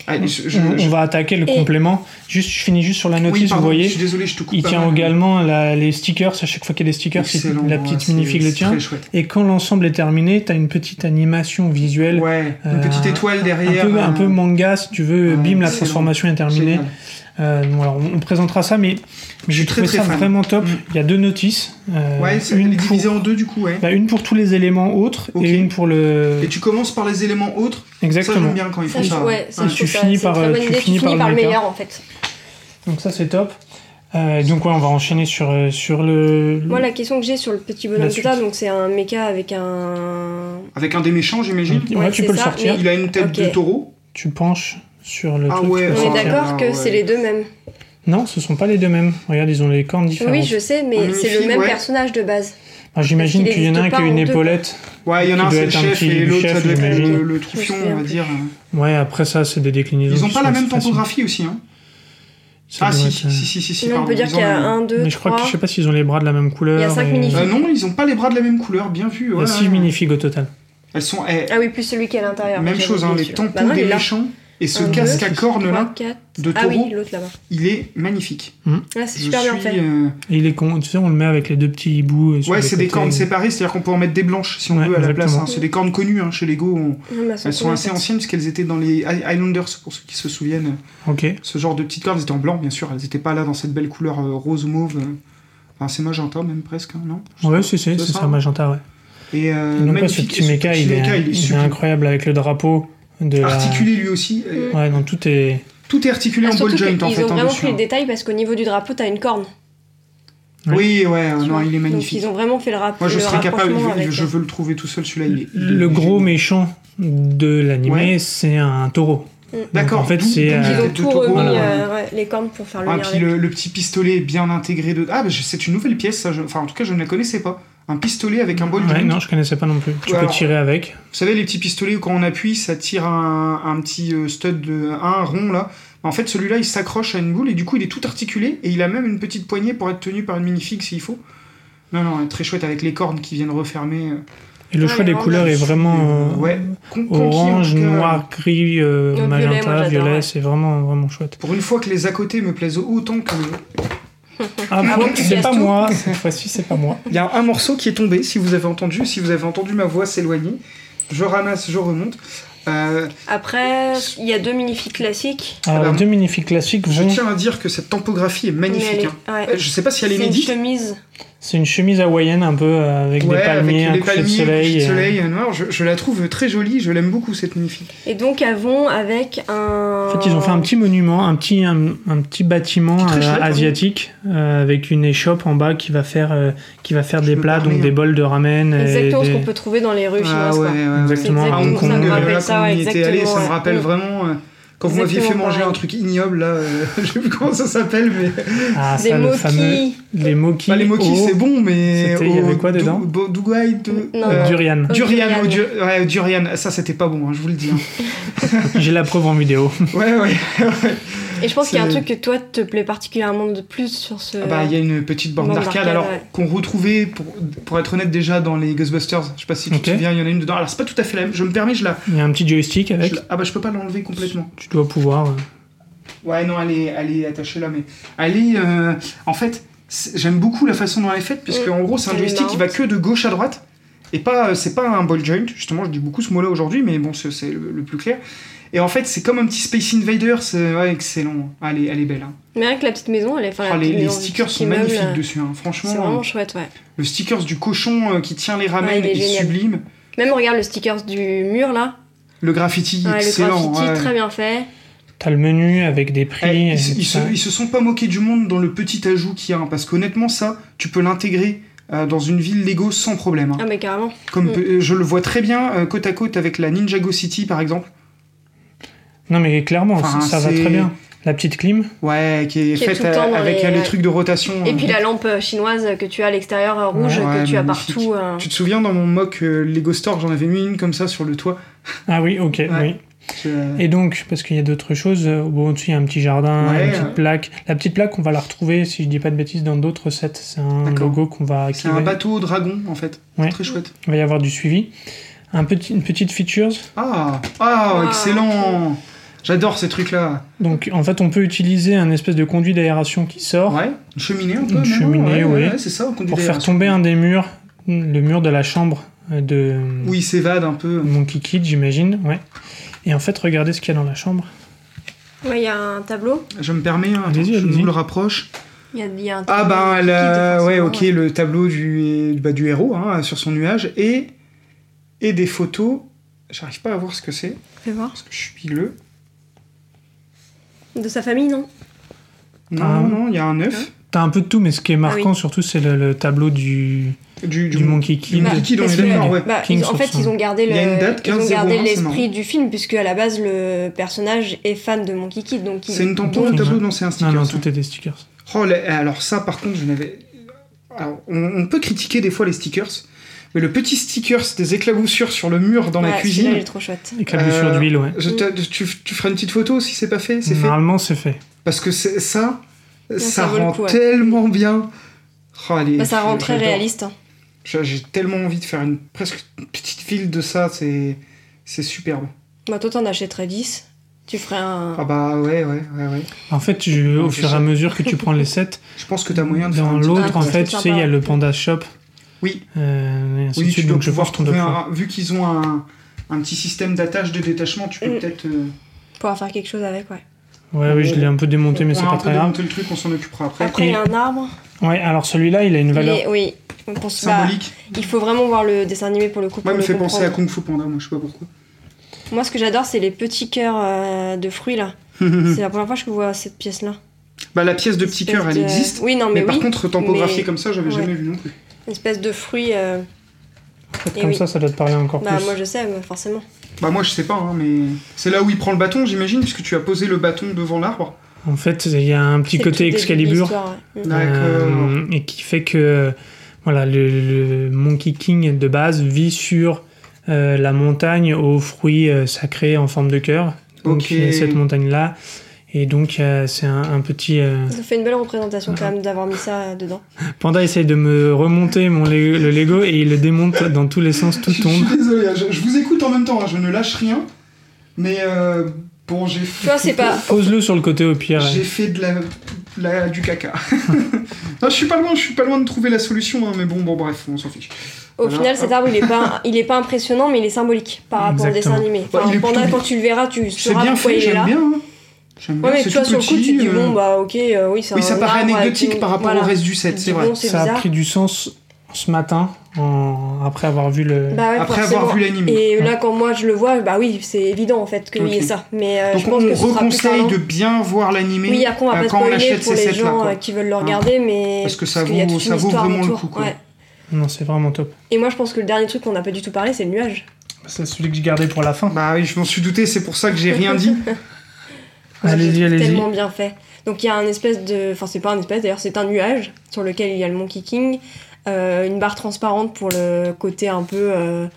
Speaker 2: Ah, je- je-
Speaker 3: on, on
Speaker 2: je-
Speaker 3: va attaquer le
Speaker 4: Et-
Speaker 3: complément. Juste, je finis juste sur la
Speaker 2: Oui,
Speaker 3: notice,
Speaker 2: pardon,
Speaker 3: vous
Speaker 2: je
Speaker 3: voyez.
Speaker 2: suis désolé, je te coupe.
Speaker 3: Il
Speaker 2: pas
Speaker 3: tient
Speaker 2: mal.
Speaker 3: également la- les stickers, à chaque fois qu'il y a des stickers, c'est
Speaker 2: Excellent,
Speaker 3: la
Speaker 2: ouais,
Speaker 3: petite
Speaker 2: c'est-
Speaker 3: minifig le
Speaker 2: c'est
Speaker 3: tient.
Speaker 2: Très chouette.
Speaker 3: Et quand l'ensemble est terminé, t'as une petite animation visuelle.
Speaker 2: Ouais, une
Speaker 3: euh,
Speaker 2: petite étoile derrière.
Speaker 3: Un peu,
Speaker 2: euh,
Speaker 3: un peu hein, manga, si tu veux,
Speaker 2: ouais,
Speaker 3: bim, la
Speaker 2: excellent.
Speaker 3: transformation est terminée.
Speaker 2: génial.
Speaker 3: Euh, bon, alors, on on présentera ça, mais, mais j'ai
Speaker 2: suis très,
Speaker 3: trouvé
Speaker 2: très
Speaker 3: ça
Speaker 2: fan.
Speaker 3: vraiment top.
Speaker 2: Mm.
Speaker 3: Il y a deux notices. euh,
Speaker 2: Ouais, c'est
Speaker 3: une,
Speaker 2: elle est
Speaker 3: pour,
Speaker 2: divisée en deux du coup, ouais.
Speaker 3: bah, une pour tous les éléments autres
Speaker 2: Ok.
Speaker 3: et une pour
Speaker 2: Et
Speaker 3: le.
Speaker 2: tu commences par les éléments autres. Ça
Speaker 3: Exactement.
Speaker 2: j'aime bien quand ils
Speaker 4: Ça,
Speaker 2: font
Speaker 4: je-
Speaker 2: ça. hein.
Speaker 4: ouais, ça,
Speaker 2: Ouais.
Speaker 4: je
Speaker 3: Tu
Speaker 4: trouve ça-
Speaker 3: finis
Speaker 4: c'est une
Speaker 3: par,
Speaker 4: très
Speaker 3: euh,
Speaker 4: bonne
Speaker 3: tu
Speaker 4: idée.
Speaker 3: finis
Speaker 4: tu finis
Speaker 3: par
Speaker 4: par
Speaker 3: le
Speaker 4: le
Speaker 3: meilleur.
Speaker 4: meilleur en fait.
Speaker 3: Donc, ça, c'est top. Euh, donc, ouais, on va enchaîner sur, euh, sur le.
Speaker 4: Moi, la question que j'ai sur le petit bonhomme
Speaker 3: La
Speaker 4: que t'as,
Speaker 3: suite.
Speaker 4: donc c'est un méca avec un.
Speaker 2: Avec un des méchants, j'imagine.
Speaker 3: Ouais, tu
Speaker 4: Mm. c'est
Speaker 3: peux le
Speaker 4: ça,
Speaker 3: sortir.
Speaker 4: mais-
Speaker 2: Il a une tête
Speaker 4: Ok.
Speaker 2: de taureau.
Speaker 3: Tu penches sur le.
Speaker 2: Ah
Speaker 3: truc, tu
Speaker 2: ouais,
Speaker 3: peux
Speaker 4: On
Speaker 2: Ah,
Speaker 3: sortir.
Speaker 4: est d'accord
Speaker 2: ah,
Speaker 4: que
Speaker 2: ouais.
Speaker 4: c'est les deux mêmes.
Speaker 3: Non, ce sont pas les deux mêmes. Regarde, ils ont les cornes différentes.
Speaker 4: Oui, je sais,
Speaker 2: Un
Speaker 4: mais c'est
Speaker 2: mini-film,
Speaker 4: le même
Speaker 2: ouais.
Speaker 4: personnage de base.
Speaker 3: Alors, J'imagine
Speaker 4: Parce qu'il
Speaker 3: qu'il y en a un
Speaker 4: existe
Speaker 3: qui a
Speaker 4: pas
Speaker 3: une
Speaker 4: en deux.
Speaker 3: épaulette.
Speaker 2: Ouais, il y en a
Speaker 3: Qui
Speaker 2: un,
Speaker 3: doit
Speaker 2: c'est
Speaker 3: être
Speaker 2: le
Speaker 3: un
Speaker 2: chef,
Speaker 3: petit
Speaker 2: et l'autre, ça
Speaker 3: chef,
Speaker 2: doit être
Speaker 3: j'imagine.
Speaker 2: le, le
Speaker 4: me
Speaker 2: troufion,
Speaker 4: souviens
Speaker 2: on va
Speaker 4: plus.
Speaker 2: dire.
Speaker 3: Ouais, après ça, c'est des déclinaisons.
Speaker 2: Ils ont
Speaker 3: qui
Speaker 2: pas
Speaker 3: sont
Speaker 2: la même
Speaker 3: assez faciles.
Speaker 2: topographie aussi, hein.
Speaker 3: Ça
Speaker 2: Ah
Speaker 3: doit
Speaker 2: si,
Speaker 3: être,
Speaker 2: si,
Speaker 3: euh,
Speaker 2: si, si, si, si,
Speaker 4: Sinon, on
Speaker 2: pardon,
Speaker 4: peut dire
Speaker 2: ils
Speaker 4: qu'il y
Speaker 2: ont
Speaker 4: a
Speaker 2: la même.
Speaker 4: un, deux,
Speaker 3: Mais je crois
Speaker 4: trois.
Speaker 3: que je sais pas s'ils ont les bras de la même couleur.
Speaker 4: Il y a cinq
Speaker 3: et-
Speaker 4: minifigs.
Speaker 2: Euh, non, ils ont pas les bras de la même couleur, bien vu.
Speaker 3: Il y
Speaker 2: ouais.
Speaker 3: a 6 minifigs au total.
Speaker 2: Elles sont eh,
Speaker 4: Ah oui, plus celui qui est à l'intérieur.
Speaker 2: même
Speaker 4: J'avais
Speaker 2: chose, hein,
Speaker 4: oublié
Speaker 2: les
Speaker 4: celui-là.
Speaker 2: tampons
Speaker 4: Bah non, il
Speaker 2: des
Speaker 4: est là.
Speaker 2: méchants et ce
Speaker 4: Un,
Speaker 2: casque
Speaker 4: deux,
Speaker 2: à cornes
Speaker 4: Trois,
Speaker 2: là
Speaker 4: quatre.
Speaker 2: de
Speaker 4: Ah
Speaker 2: taureau,
Speaker 4: oui, l'autre là-bas.
Speaker 2: il est magnifique.
Speaker 4: Là, c'est
Speaker 2: Je
Speaker 4: super bien
Speaker 2: suis,
Speaker 4: fait.
Speaker 2: euh,
Speaker 3: Et il est con. Tu sais, on le met avec les deux petits hiboux. euh, sur
Speaker 2: Ouais,
Speaker 3: les
Speaker 2: c'est des
Speaker 3: côtés.
Speaker 2: cornes séparées, c'est-à-dire qu'on peut en mettre des blanches si on
Speaker 3: Ouais,
Speaker 2: veut à la
Speaker 3: exactement.
Speaker 2: place. hein. C'est des cornes connues hein, chez Lego. on-
Speaker 4: Non, mais elles sont
Speaker 2: Elles sont
Speaker 4: cool,
Speaker 2: assez
Speaker 4: en fait.
Speaker 2: anciennes parce qu'elles étaient dans les Hi- Highlanders, pour ceux qui se souviennent.
Speaker 3: Ok.
Speaker 2: Ce genre de petites cornes, elles étaient en blanc, bien sûr. Elles n'étaient pas là dans cette belle couleur euh, rose ou mauve. euh. Enfin, c'est magenta même presque, hein, non Je sais
Speaker 3: Ouais,
Speaker 2: pas.
Speaker 3: c'est c'est-
Speaker 2: C'est
Speaker 3: c'est
Speaker 2: ça,
Speaker 3: ça,
Speaker 2: hein.
Speaker 3: magenta, ouais.
Speaker 2: Et euh,
Speaker 3: non, pas ce
Speaker 2: magnifique.
Speaker 3: petit
Speaker 2: Et ce
Speaker 3: méca,
Speaker 2: petit
Speaker 3: il,
Speaker 2: méca,
Speaker 3: est,
Speaker 2: il est
Speaker 3: il est
Speaker 2: super.
Speaker 3: incroyable avec le drapeau de la-
Speaker 2: Articulé lui aussi. euh,
Speaker 3: Ouais, non, tout est.
Speaker 2: Tout est articulé
Speaker 4: Mm. Ah,
Speaker 2: en ball
Speaker 4: surtout
Speaker 2: joint en
Speaker 4: qu'ils
Speaker 2: fait.
Speaker 4: ont
Speaker 2: en
Speaker 4: vraiment
Speaker 2: dessus,
Speaker 4: pris le
Speaker 2: hein.
Speaker 4: détail parce qu'au niveau du drapeau, t'as une corne.
Speaker 2: Oui, ouais, euh,
Speaker 4: tu
Speaker 2: non,
Speaker 4: vois.
Speaker 2: il est
Speaker 4: Donc
Speaker 2: magnifique.
Speaker 4: ils ont vraiment fait le rapport.
Speaker 2: Moi, je
Speaker 4: le
Speaker 2: serais capable.
Speaker 4: rapprochement
Speaker 2: Je,
Speaker 4: avec- euh,
Speaker 2: je veux le trouver tout seul, celui-là. il est- il est-
Speaker 3: Le
Speaker 2: il est
Speaker 3: gros
Speaker 2: génial.
Speaker 3: méchant de l'animé,
Speaker 2: Ouais.
Speaker 3: c'est un taureau.
Speaker 2: D'accord.
Speaker 3: en fait,
Speaker 2: d'où-
Speaker 3: c'est,
Speaker 2: d'où
Speaker 3: euh,
Speaker 2: la
Speaker 4: Ils ont
Speaker 2: tête de
Speaker 4: tout
Speaker 2: taureau,
Speaker 4: remis
Speaker 2: voilà.
Speaker 4: euh, ouais, les cornes pour faire le
Speaker 2: Ah,
Speaker 4: lien.
Speaker 2: puis
Speaker 4: avec.
Speaker 2: le, le petit pistolet bien intégré de. Ah, bah, je- c'est une nouvelle pièce, ça. je- Enfin, en tout cas, je ne la connaissais pas. Un pistolet avec un ball
Speaker 3: Ouais,
Speaker 2: joint.
Speaker 3: non, je connaissais pas non plus. Tu
Speaker 2: Ouais,
Speaker 3: peux
Speaker 2: alors-
Speaker 3: tirer avec.
Speaker 2: Vous savez, les petits pistolets où quand on appuie, ça tire un, un petit euh, stud de un rond là. En fait, celui-là, il s'accroche à une boule et du coup, il est tout articulé et il a même une petite poignée pour être tenu par une minifig s'il faut. Non, non, très chouette avec les cornes qui viennent refermer. euh,
Speaker 3: Et le
Speaker 4: Ouais,
Speaker 3: choix
Speaker 4: les
Speaker 3: des
Speaker 4: oranges,
Speaker 3: couleurs est vraiment euh,
Speaker 2: ouais, con- conquis, en
Speaker 3: orange,
Speaker 2: tout cas.
Speaker 3: noir, gris, euh,
Speaker 4: Violet, moi,
Speaker 3: magenta,
Speaker 4: j'adore,
Speaker 3: violet,
Speaker 4: ouais.
Speaker 3: c'est vraiment, vraiment chouette.
Speaker 2: Pour une fois que les à côté me plaisent autant que.
Speaker 3: Ah,
Speaker 4: Ah
Speaker 3: bon,
Speaker 4: bon, tu
Speaker 3: c'est
Speaker 4: casses
Speaker 3: pas
Speaker 4: tout
Speaker 3: moi, cette fois-ci c'est pas moi.
Speaker 2: Il y a un morceau qui est tombé, si vous avez entendu, si vous avez entendu ma voix s'éloigner. Je ramasse, je remonte. Euh,
Speaker 4: Après, il y a deux minifiques classiques.
Speaker 3: Alors,
Speaker 2: bah,
Speaker 3: les deux minifiques classiques
Speaker 2: je
Speaker 3: vont.
Speaker 2: tiens à dire que cette tempographie est
Speaker 4: mais elle
Speaker 2: magnifique.
Speaker 4: est-
Speaker 2: hein.
Speaker 4: ouais.
Speaker 2: Euh, Je sais pas si elle est
Speaker 4: C'est une
Speaker 2: inédite.
Speaker 4: chemise.
Speaker 3: C'est une chemise hawaïenne un peu euh, avec
Speaker 2: Ouais,
Speaker 3: des palmiers,
Speaker 2: avec les
Speaker 3: un coucher
Speaker 2: palmiers,
Speaker 3: de
Speaker 2: le coucher
Speaker 3: soleil.
Speaker 2: de
Speaker 3: euh,
Speaker 2: soleil, euh, noir. Je, je la trouve très jolie, je l'aime beaucoup cette magnifique.
Speaker 4: Et donc, elles vont avec un.
Speaker 3: En fait, ils ont fait un petit monument, un petit, un, un petit bâtiment
Speaker 2: Très
Speaker 3: euh,
Speaker 2: chouette, hein.
Speaker 3: asiatique euh, avec une échoppe en bas qui va faire, euh, qui va faire
Speaker 2: Je
Speaker 3: des
Speaker 2: me
Speaker 3: plats,
Speaker 2: permets,
Speaker 3: donc
Speaker 2: hein.
Speaker 3: des bols de ramen. et
Speaker 4: Exactement ce
Speaker 3: des-
Speaker 4: qu'on peut trouver dans les
Speaker 2: Ah
Speaker 4: rues chinoises. quoi.
Speaker 3: Exactement,
Speaker 2: À
Speaker 4: à
Speaker 2: Hong
Speaker 4: Hong
Speaker 2: Kong,
Speaker 4: Ça me
Speaker 2: euh,
Speaker 4: rappelle
Speaker 2: là,
Speaker 4: ça,
Speaker 2: quand on y était
Speaker 4: exactement,
Speaker 2: allé, ça me
Speaker 4: ouais.
Speaker 2: rappelle
Speaker 4: Mm.
Speaker 2: vraiment. euh, Quand vous m'aviez fait
Speaker 4: Exactement
Speaker 2: manger
Speaker 4: pareil.
Speaker 2: un truc ignoble, là, euh, je sais plus comment ça s'appelle, mais.
Speaker 3: Ah,
Speaker 4: Des
Speaker 3: ça, le
Speaker 4: moquis.
Speaker 3: fameux. Les moquis.
Speaker 2: Bah, les moquis,
Speaker 3: au-
Speaker 2: c'est bon, mais.
Speaker 3: C'était- il y
Speaker 2: au
Speaker 3: avait quoi
Speaker 2: du-
Speaker 3: dedans
Speaker 2: bo- Douai de.
Speaker 4: Non.
Speaker 2: euh,
Speaker 3: Durian.
Speaker 2: Durian,
Speaker 4: Durian.
Speaker 2: au du- ouais, durian, ça c'était pas bon, hein, je vous le dis. hein.
Speaker 3: J'ai la preuve en vidéo.
Speaker 2: Ouais, ouais.
Speaker 4: Et je pense qu'il y a un
Speaker 2: C'est-
Speaker 4: truc que toi te plaît particulièrement de plus sur ce.
Speaker 2: Ah bah, il y a une petite borne
Speaker 4: Borne
Speaker 2: d'arcade,
Speaker 4: d'arcade,
Speaker 2: alors
Speaker 4: ouais.
Speaker 2: qu'on retrouvait, pour, pour être honnête, déjà dans les Ghostbusters. Je sais pas si tu
Speaker 3: Ok.
Speaker 2: te souviens, il y en a une dedans. Alors, c'est pas tout à fait la même, je me permets, je la.
Speaker 3: Il y a un petit joystick avec.
Speaker 2: je la- Ah bah, je peux pas l'enlever complètement.
Speaker 3: Tu dois pouvoir. euh,
Speaker 2: Ouais, non, elle est, elle est attachée là, mais. Elle est. euh, En fait, c'est- j'aime beaucoup la façon dont elle est faite, puisque
Speaker 4: Mm.
Speaker 2: en gros, c'est un
Speaker 4: Elle est
Speaker 2: joystick qui va que de gauche à droite. Et pas, euh, c'est pas un ball joint, justement, je dis beaucoup ce mot-là aujourd'hui, mais bon, c'est c'est le, le plus clair. Et en fait, c'est comme un petit Space Invader, c'est ouais, excellent. Ah, elle, est, elle est belle. hein.
Speaker 4: Mais rien que la petite maison, elle est. Enfin,
Speaker 2: Ah,
Speaker 4: la
Speaker 2: les,
Speaker 4: petite
Speaker 2: les
Speaker 4: maison du
Speaker 2: stickers
Speaker 4: petit
Speaker 2: sont
Speaker 4: immeuble,
Speaker 2: magnifiques
Speaker 4: euh,
Speaker 2: dessus, hein.
Speaker 4: C'est
Speaker 2: franchement.
Speaker 4: vraiment chouette, ouais.
Speaker 2: euh, Le stickers du cochon euh, qui tient les ramen
Speaker 4: Ouais, il est
Speaker 2: est,
Speaker 4: génial.
Speaker 2: sublime.
Speaker 4: Même regarde le stickers du mur là.
Speaker 2: Le graffiti,
Speaker 4: Ouais, le
Speaker 2: excellent.
Speaker 4: graffiti,
Speaker 2: ouais.
Speaker 4: très bien fait.
Speaker 3: T'as le menu avec des prix.
Speaker 2: Eh,
Speaker 3: et
Speaker 2: ils, se-
Speaker 3: tout
Speaker 2: ils se,
Speaker 3: ça.
Speaker 2: ils se sont pas moqués du monde dans le petit ajout qu'il y a, hein, parce qu'honnêtement, ça, tu peux l'intégrer euh, dans une ville Lego sans problème. hein.
Speaker 4: Ah, mais carrément.
Speaker 2: Comme
Speaker 4: Mm.
Speaker 2: pe- euh, je le vois très bien euh, côte à côte avec la Ninjago City, par exemple.
Speaker 3: Non mais clairement,
Speaker 2: Enfin,
Speaker 3: ça, ça va
Speaker 2: c'est-
Speaker 3: très bien. La petite clim.
Speaker 2: Ouais, qui est,
Speaker 4: Qui est
Speaker 2: faite
Speaker 4: tout le temps
Speaker 2: euh,
Speaker 4: dans
Speaker 2: avec
Speaker 4: les-
Speaker 2: euh, les
Speaker 4: ouais.
Speaker 2: trucs de rotation.
Speaker 4: Et
Speaker 2: euh.
Speaker 4: puis la lampe euh, chinoise que tu as à l'extérieur euh, rouge,
Speaker 2: Ouais,
Speaker 4: que tu as
Speaker 2: magnifique.
Speaker 4: partout. euh,
Speaker 2: Tu te souviens dans mon mock euh, Lego Store, j'en avais mis une comme ça sur le toit.
Speaker 3: Ah oui, ok, oui.
Speaker 2: Euh,
Speaker 3: Et donc, parce qu'il y a d'autres choses, euh, bon, tu il y a un petit jardin,
Speaker 2: Ouais,
Speaker 3: une petite
Speaker 2: ouais.
Speaker 3: plaque. La petite plaque, on va la retrouver, si je dis pas de bêtises, dans d'autres sets. C'est un
Speaker 2: D'accord.
Speaker 3: logo qu'on va
Speaker 2: C'est un
Speaker 3: activer.
Speaker 2: bateau dragon, en fait.
Speaker 3: Ouais.
Speaker 2: Très chouette.
Speaker 3: Il va y avoir du suivi. Un petit, une petite features.
Speaker 2: Ah, ah,
Speaker 4: Ah,
Speaker 2: excellent. J'adore ces trucs-là.
Speaker 3: Donc, en fait, on peut utiliser un espèce de conduit d'aération qui sort
Speaker 2: Ouais, une cheminée un peu.
Speaker 3: Oh. Une
Speaker 2: non
Speaker 3: cheminée,
Speaker 2: ouais,
Speaker 3: oui.
Speaker 2: ouais, ouais, c'est ça. on conduit
Speaker 3: pour faire
Speaker 2: derrière.
Speaker 3: tomber un des murs, le mur de la chambre euh, de
Speaker 2: Où il s'évade un peu.
Speaker 3: Monkey Kid, j'imagine. Ouais. Et en fait, regardez ce qu'il y a dans la chambre.
Speaker 4: Ouais, il y a un tableau.
Speaker 2: Je me permets, hein,
Speaker 3: Allez-y,
Speaker 2: je
Speaker 3: allez-y.
Speaker 2: vous le rapproche.
Speaker 4: Il y a, il y a un
Speaker 2: Ah
Speaker 4: tableau
Speaker 2: ben,
Speaker 4: de
Speaker 2: la-
Speaker 4: guide,
Speaker 2: ouais,
Speaker 4: forcément, euh,
Speaker 2: ok, le tableau du, bah, du héros hein, sur son nuage et, et des photos. J'arrive pas à voir ce que c'est
Speaker 4: Fais voir.
Speaker 2: parce que je suis pigleux.
Speaker 4: De sa famille, non
Speaker 2: Non,
Speaker 3: Ah.
Speaker 2: non, il y a un œuf
Speaker 3: T'as un peu de tout, mais ce qui est marquant
Speaker 4: oui.
Speaker 3: surtout, c'est le, le tableau du,
Speaker 2: du,
Speaker 3: Ah. du,
Speaker 2: du
Speaker 3: Monkey Kid.
Speaker 2: Bah, Monkey Kid, on
Speaker 4: parce
Speaker 2: est
Speaker 4: que-
Speaker 2: d'accord, ouais.
Speaker 4: bah,
Speaker 3: King
Speaker 4: ils- en
Speaker 3: sur
Speaker 4: fait,
Speaker 3: son-
Speaker 4: ils ont gardé
Speaker 2: Il y a une
Speaker 4: le-
Speaker 2: date,
Speaker 4: ils ont
Speaker 2: 15-01,
Speaker 4: gardé
Speaker 2: c'est marrant.
Speaker 4: l'esprit du film, puisque à la base, le personnage est fan de Monkey Kid, donc il...
Speaker 2: C'est une tampon, le
Speaker 3: Donc,
Speaker 2: tableau, non, c'est un
Speaker 3: Non,
Speaker 2: sticker.
Speaker 3: Ah, non,
Speaker 2: ça.
Speaker 3: tout est des stickers.
Speaker 2: Oh, la- alors ça, par contre, je n'avais. Alors, on, on peut critiquer des fois les stickers, mais le petit sticker des éclaboussures sur le mur dans la
Speaker 4: Ouais, celui-là, il est
Speaker 2: cuisine.
Speaker 4: trop chouette.
Speaker 3: Avec la blessure
Speaker 2: Euh,
Speaker 3: d'huile, ouais.
Speaker 2: je te- tu, tu feras une petite photo si c'est pas fait, c'est fait.
Speaker 3: Normalement, c'est fait.
Speaker 2: Parce que c'est- ça, ça,
Speaker 4: ça vaut le
Speaker 2: rend
Speaker 4: coup, ouais.
Speaker 2: tellement bien. Oh, elle est-
Speaker 4: Bah, ça rend
Speaker 2: je-
Speaker 4: très
Speaker 2: j'adore.
Speaker 4: réaliste. hein.
Speaker 2: J'ai j'ai tellement envie de faire une presque une petite ville de ça, c'est c'est superbe.
Speaker 4: Bah, toi, t'en achèterais 10. Tu ferais un...
Speaker 2: Ah bah ouais, ouais, ouais, ouais.
Speaker 3: En fait, je- au
Speaker 2: c'est
Speaker 3: fur et
Speaker 2: ça.
Speaker 3: à mesure que tu prends les sets,
Speaker 2: Je pense que t'as moyen de faire
Speaker 3: dans
Speaker 2: un petit-
Speaker 3: l'autre,
Speaker 4: peu
Speaker 3: en
Speaker 4: de
Speaker 3: fait,
Speaker 4: trucs
Speaker 3: tu sais, il y a
Speaker 4: sympas.
Speaker 3: le Panda Shop.
Speaker 2: Oui.
Speaker 3: euh, et ainsi de
Speaker 2: Oui, tu
Speaker 3: suite,
Speaker 2: dois
Speaker 3: donc je
Speaker 2: pouvoir
Speaker 3: pense qu'on doit
Speaker 2: trouver
Speaker 3: pouvoir-
Speaker 2: un, vu qu'ils ont un, un petit système d'attache de détachement, tu peux
Speaker 4: Mm.
Speaker 2: peut-être euh,
Speaker 4: pouvoir faire quelque chose avec, ouais.
Speaker 3: Ouais, oui, je l'ai un peu démonté, mais
Speaker 2: on
Speaker 3: c'est
Speaker 2: va un
Speaker 3: pas
Speaker 2: peu
Speaker 3: très grave.
Speaker 2: démonter le truc, on s'en occupera après.
Speaker 4: Après, il y a un arbre.
Speaker 3: Ouais, alors celui-là, il a une
Speaker 4: Il
Speaker 3: valeur.
Speaker 4: est- oui. Pour ce- bah,
Speaker 2: Symbolique.
Speaker 4: il faut vraiment voir le dessin animé pour le coup.
Speaker 2: Moi,
Speaker 4: pour
Speaker 2: il me
Speaker 4: le
Speaker 2: fait penser à
Speaker 4: comprendre.
Speaker 2: Kung Fu Panda, moi, je sais pas pourquoi.
Speaker 4: Moi, ce que j'adore, c'est les petits cœurs euh, de fruits, là. C'est la première fois que je vois cette pièce-là.
Speaker 2: bah, la pièce de Mm. petit cœur, elle
Speaker 4: Espèce de-
Speaker 2: existe.
Speaker 4: Oui, non,
Speaker 2: mais
Speaker 4: mais,
Speaker 2: par
Speaker 4: oui.
Speaker 2: contre, tempographiée
Speaker 4: mais-
Speaker 2: comme ça, j'avais
Speaker 4: ouais.
Speaker 2: jamais vu non plus.
Speaker 4: Une espèce de fruit. euh,
Speaker 3: Peut-être
Speaker 4: Et
Speaker 3: Comme
Speaker 4: oui.
Speaker 3: ça, ça doit te parler encore
Speaker 4: Bah,
Speaker 3: plus.
Speaker 4: moi, je sais, mais forcément.
Speaker 2: Bah moi je sais pas, hein, mais c'est là où il prend le bâton j'imagine, puisque tu as posé le bâton devant l'arbre.
Speaker 3: En fait, il y a un petit
Speaker 4: C'est
Speaker 3: côté
Speaker 4: le tout début de
Speaker 3: Excalibur.
Speaker 4: l'histoire, ouais. Mm.
Speaker 2: D'accord.
Speaker 3: Euh, et qui fait que voilà, le, le Monkey King de base vit sur euh, la montagne aux fruits euh, sacrés en forme de cœur. Donc
Speaker 2: Ok.
Speaker 3: il y a cette montagne-là. Et donc, euh, c'est un, un petit. euh,
Speaker 4: Ça fait une belle représentation quand même d'avoir mis ça euh, dedans.
Speaker 3: Panda essaye de me remonter mon le le Lego et il le démonte dans tous les sens, tout
Speaker 2: Je- Je
Speaker 3: tombe.
Speaker 2: suis désolé, hein, je, je vous écoute en même temps, hein, je ne lâche rien. Mais euh, bon, j'ai
Speaker 4: Tu vois, c'est pas.
Speaker 3: Pose-le sur le côté au pire.
Speaker 2: J'ai fait de la, de la- du caca. non, je suis pas loin, je suis pas loin de trouver la solution, hein, mais bon, bon, bref, on s'en fiche.
Speaker 4: Au
Speaker 2: Voilà.
Speaker 4: final, cet arbre, il est pas, il est pas impressionnant, mais il est symbolique par rapport
Speaker 3: Exactement.
Speaker 4: au dessin animé. Enfin,
Speaker 2: il est
Speaker 4: Panda,
Speaker 2: plutôt-
Speaker 4: quand tu le verras, tu
Speaker 2: C'est
Speaker 4: sauras
Speaker 2: bien
Speaker 4: pourquoi
Speaker 2: fait,
Speaker 4: il est
Speaker 2: j'aime
Speaker 4: là.
Speaker 2: bien. hein. J'aime bien,
Speaker 4: Ouais, mais
Speaker 2: c'est
Speaker 4: tu vois,
Speaker 2: tout
Speaker 4: sur le coup, tu
Speaker 2: petit,
Speaker 4: te dis,
Speaker 2: euh,
Speaker 4: bon, bah, ok, euh, oui, c'est
Speaker 2: Oui,
Speaker 4: un
Speaker 2: ça paraît
Speaker 4: arbre
Speaker 2: anecdotique
Speaker 4: avec
Speaker 2: par
Speaker 4: une-
Speaker 2: rapport au
Speaker 4: voilà.
Speaker 2: reste du set,
Speaker 4: Tu
Speaker 2: c'est
Speaker 4: dis,
Speaker 2: vrai.
Speaker 4: bon, c'est
Speaker 3: Ça a
Speaker 4: bizarre.
Speaker 3: pris du sens ce matin, en- après avoir vu le.
Speaker 4: Bah ouais,
Speaker 2: Après
Speaker 4: forcément.
Speaker 2: avoir vu l'anime.
Speaker 4: Et là, quand moi je le vois, bah oui, c'est évident en fait qu'il y ait
Speaker 2: Ok.
Speaker 4: ça. Mais euh,
Speaker 2: Donc
Speaker 4: je pense
Speaker 2: on
Speaker 4: que ce sera plus
Speaker 2: reconseille
Speaker 4: parlant.
Speaker 2: de bien voir l'animé
Speaker 4: Oui, après on va
Speaker 2: euh,
Speaker 4: pas
Speaker 2: quand on
Speaker 4: spoiler
Speaker 2: achète
Speaker 4: pour
Speaker 2: ces
Speaker 4: les
Speaker 2: sets-là.
Speaker 4: gens
Speaker 2: quoi. Hein.
Speaker 4: euh, qui veulent le regarder, mais.
Speaker 2: Parce que ça
Speaker 4: qu'il y a
Speaker 2: vaut-
Speaker 4: toute
Speaker 2: ça
Speaker 4: une
Speaker 2: vaut
Speaker 4: histoire
Speaker 2: vraiment le
Speaker 4: autour,
Speaker 2: coup, quoi.
Speaker 4: ouais.
Speaker 3: Non, c'est vraiment top.
Speaker 4: Et moi je pense que le dernier truc qu'on n'a pas du tout parlé, c'est le nuage.
Speaker 3: C'est celui que j'ai gardé pour la fin.
Speaker 2: Bah oui, je m'en suis douté, c'est pour ça que j'ai rien dit.
Speaker 3: Allez-y,
Speaker 4: C'est
Speaker 3: allez-y.
Speaker 4: Tellement bien fait. Donc il y a un espèce de. Enfin, c'est pas un espèce d'ailleurs, c'est un nuage sur lequel il y a le Monkey King. euh, une barre transparente pour le côté un peu. euh,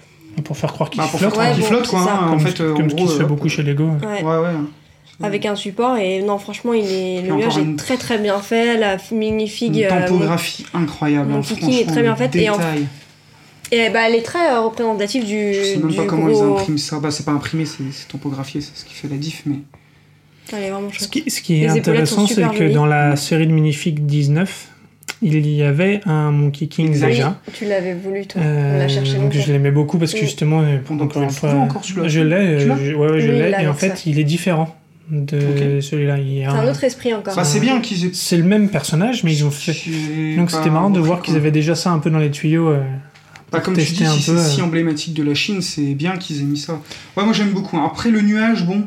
Speaker 3: Pour faire croire qu'il
Speaker 2: Bah, pour faire
Speaker 3: flotte.
Speaker 2: croire
Speaker 4: Ouais,
Speaker 2: qu'il
Speaker 4: bon,
Speaker 2: flotte, quoi.
Speaker 4: c'est ça.
Speaker 2: hein, en
Speaker 3: comme-
Speaker 2: fait, euh, en
Speaker 3: comme ce qui
Speaker 2: gros.
Speaker 3: se fait
Speaker 2: euh,
Speaker 3: beaucoup chez Lego.
Speaker 4: ouais.
Speaker 2: Ouais, ouais.
Speaker 4: avec un support et non franchement il est
Speaker 2: Puis
Speaker 4: le nuage
Speaker 2: encore
Speaker 4: est
Speaker 2: une-
Speaker 4: très très bien fait la f- minifig
Speaker 2: Une
Speaker 4: euh,
Speaker 2: topographie incroyable, hein,
Speaker 4: Monkey King est
Speaker 2: franchement.
Speaker 4: très bien
Speaker 2: le
Speaker 4: faite et en-
Speaker 2: détail.
Speaker 4: et bah, elle est très euh, représentative du
Speaker 2: Je sais même
Speaker 4: euh, du
Speaker 2: pas comment ils
Speaker 4: gros...
Speaker 2: impriment ça. Bah, c'est pas imprimé, c'est c'est topographié, c'est ce qui fait la diff, mais.
Speaker 4: elle est vraiment
Speaker 3: Ce
Speaker 4: chouette
Speaker 3: qui, ce qui est
Speaker 4: Les épaulettes
Speaker 3: intéressant,
Speaker 4: sont
Speaker 3: c'est
Speaker 4: super
Speaker 3: que
Speaker 4: jolies.
Speaker 3: dans la série de Minific 19, il y avait un Monkey King
Speaker 2: Exact.
Speaker 3: déjà.
Speaker 4: Oui, tu l'avais voulu toi on
Speaker 3: Euh,
Speaker 4: l'a cherché
Speaker 3: donc
Speaker 4: longtemps
Speaker 3: je l'aimais beaucoup parce que
Speaker 4: Oui.
Speaker 3: justement, euh,
Speaker 2: On
Speaker 3: encore
Speaker 2: peut
Speaker 3: une
Speaker 2: le
Speaker 3: fois,
Speaker 2: trouver encore, celui-là
Speaker 3: je l'ai,
Speaker 2: Tu
Speaker 3: euh,
Speaker 2: l'as
Speaker 3: je- ouais, ouais, je
Speaker 4: Oui, il
Speaker 3: l'ai,
Speaker 4: l'a
Speaker 3: et en
Speaker 4: avec
Speaker 3: fait, il est différent de celui-là. Il y a
Speaker 4: c'est
Speaker 3: un-
Speaker 4: un autre esprit encore
Speaker 2: Bah, c'est bien qu'ils aient.
Speaker 3: C'est le même personnage, mais ils ont fait.
Speaker 2: qu'ils aient
Speaker 3: Donc
Speaker 2: pas
Speaker 3: c'était marrant de voir
Speaker 2: repris,
Speaker 3: qu'ils
Speaker 2: quoi.
Speaker 3: avaient déjà ça un peu dans les tuyaux. euh,
Speaker 2: Bah, comme tu
Speaker 3: tester
Speaker 2: dis,
Speaker 3: un
Speaker 2: si
Speaker 3: peu,
Speaker 2: c'est si
Speaker 3: euh.
Speaker 2: emblématique de la Chine, c'est bien qu'ils aient mis ça. Ouais, moi j'aime beaucoup. hein. Après le nuage, bon,
Speaker 4: Non,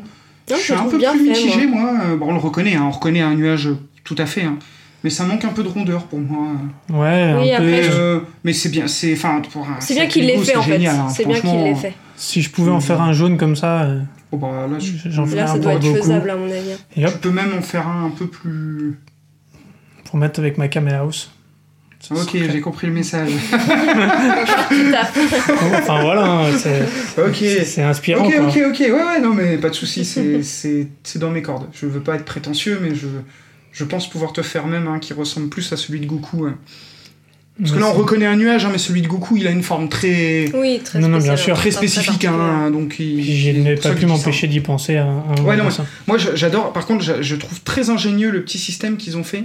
Speaker 2: je
Speaker 4: je
Speaker 2: suis un
Speaker 4: le trouve
Speaker 2: peu
Speaker 4: bien
Speaker 2: plus
Speaker 4: fait,
Speaker 2: mitigé, moi. Euh, Bon, on le reconnaît, hein, on reconnaît un nuage euh, tout à fait. hein. Mais ça manque un peu de rondeur pour moi.
Speaker 3: Ouais,
Speaker 4: Oui,
Speaker 3: un peu.
Speaker 4: après,
Speaker 2: Mais,
Speaker 4: je-
Speaker 2: euh, mais c'est bien, c'est enfin pour un.
Speaker 4: c'est bien
Speaker 2: sac
Speaker 4: qu'il l'ait
Speaker 2: Lego,
Speaker 4: fait en
Speaker 2: c'est
Speaker 4: fait
Speaker 2: génial, hein.
Speaker 4: c'est bien qu'il
Speaker 2: Franchement,
Speaker 4: l'ait fait
Speaker 3: Si je pouvais en faire un jaune comme ça, euh,
Speaker 2: Bon bah là, tu
Speaker 3: j'en ferais
Speaker 4: là
Speaker 3: un
Speaker 4: ça
Speaker 3: pour
Speaker 4: doit être
Speaker 3: beaucoup.
Speaker 4: faisable à mon avis
Speaker 3: Et hop,
Speaker 2: tu peux même en faire un un peu plus.
Speaker 3: pour mettre avec ma caméra house. Ça
Speaker 2: Ah, Ok,
Speaker 3: serait-
Speaker 2: j'ai compris le message.
Speaker 3: Enfin voilà, hein, c'est
Speaker 2: ok.
Speaker 3: c'est- c'est inspirant.
Speaker 2: Ok,
Speaker 3: quoi.
Speaker 2: ok, ok, ouais, ouais, non, mais pas de soucis, c'est- c'est c'est dans mes cordes. Je veux pas être prétentieux, mais je, je pense pouvoir te faire même un qui ressemble plus à celui de Goku. hein. Parce que là, on reconnaît un nuage, hein, mais celui de Goku, il a une forme très,
Speaker 4: oui très
Speaker 3: Non, non,
Speaker 4: spécial,
Speaker 3: bien sûr.
Speaker 4: hein.
Speaker 2: très
Speaker 4: Enfin,
Speaker 2: spécifique,
Speaker 4: particulier.
Speaker 2: hein, donc il-
Speaker 3: Puis Je
Speaker 2: c'est
Speaker 3: n'ai
Speaker 2: pour ça
Speaker 3: pas
Speaker 2: que
Speaker 3: pu
Speaker 2: je dis ça.
Speaker 3: m'empêcher d'y penser. À, à-
Speaker 2: Ouais, non,
Speaker 3: à ça.
Speaker 2: Moi, je- j'adore, par contre, je, je trouve très ingénieux le petit système qu'ils ont fait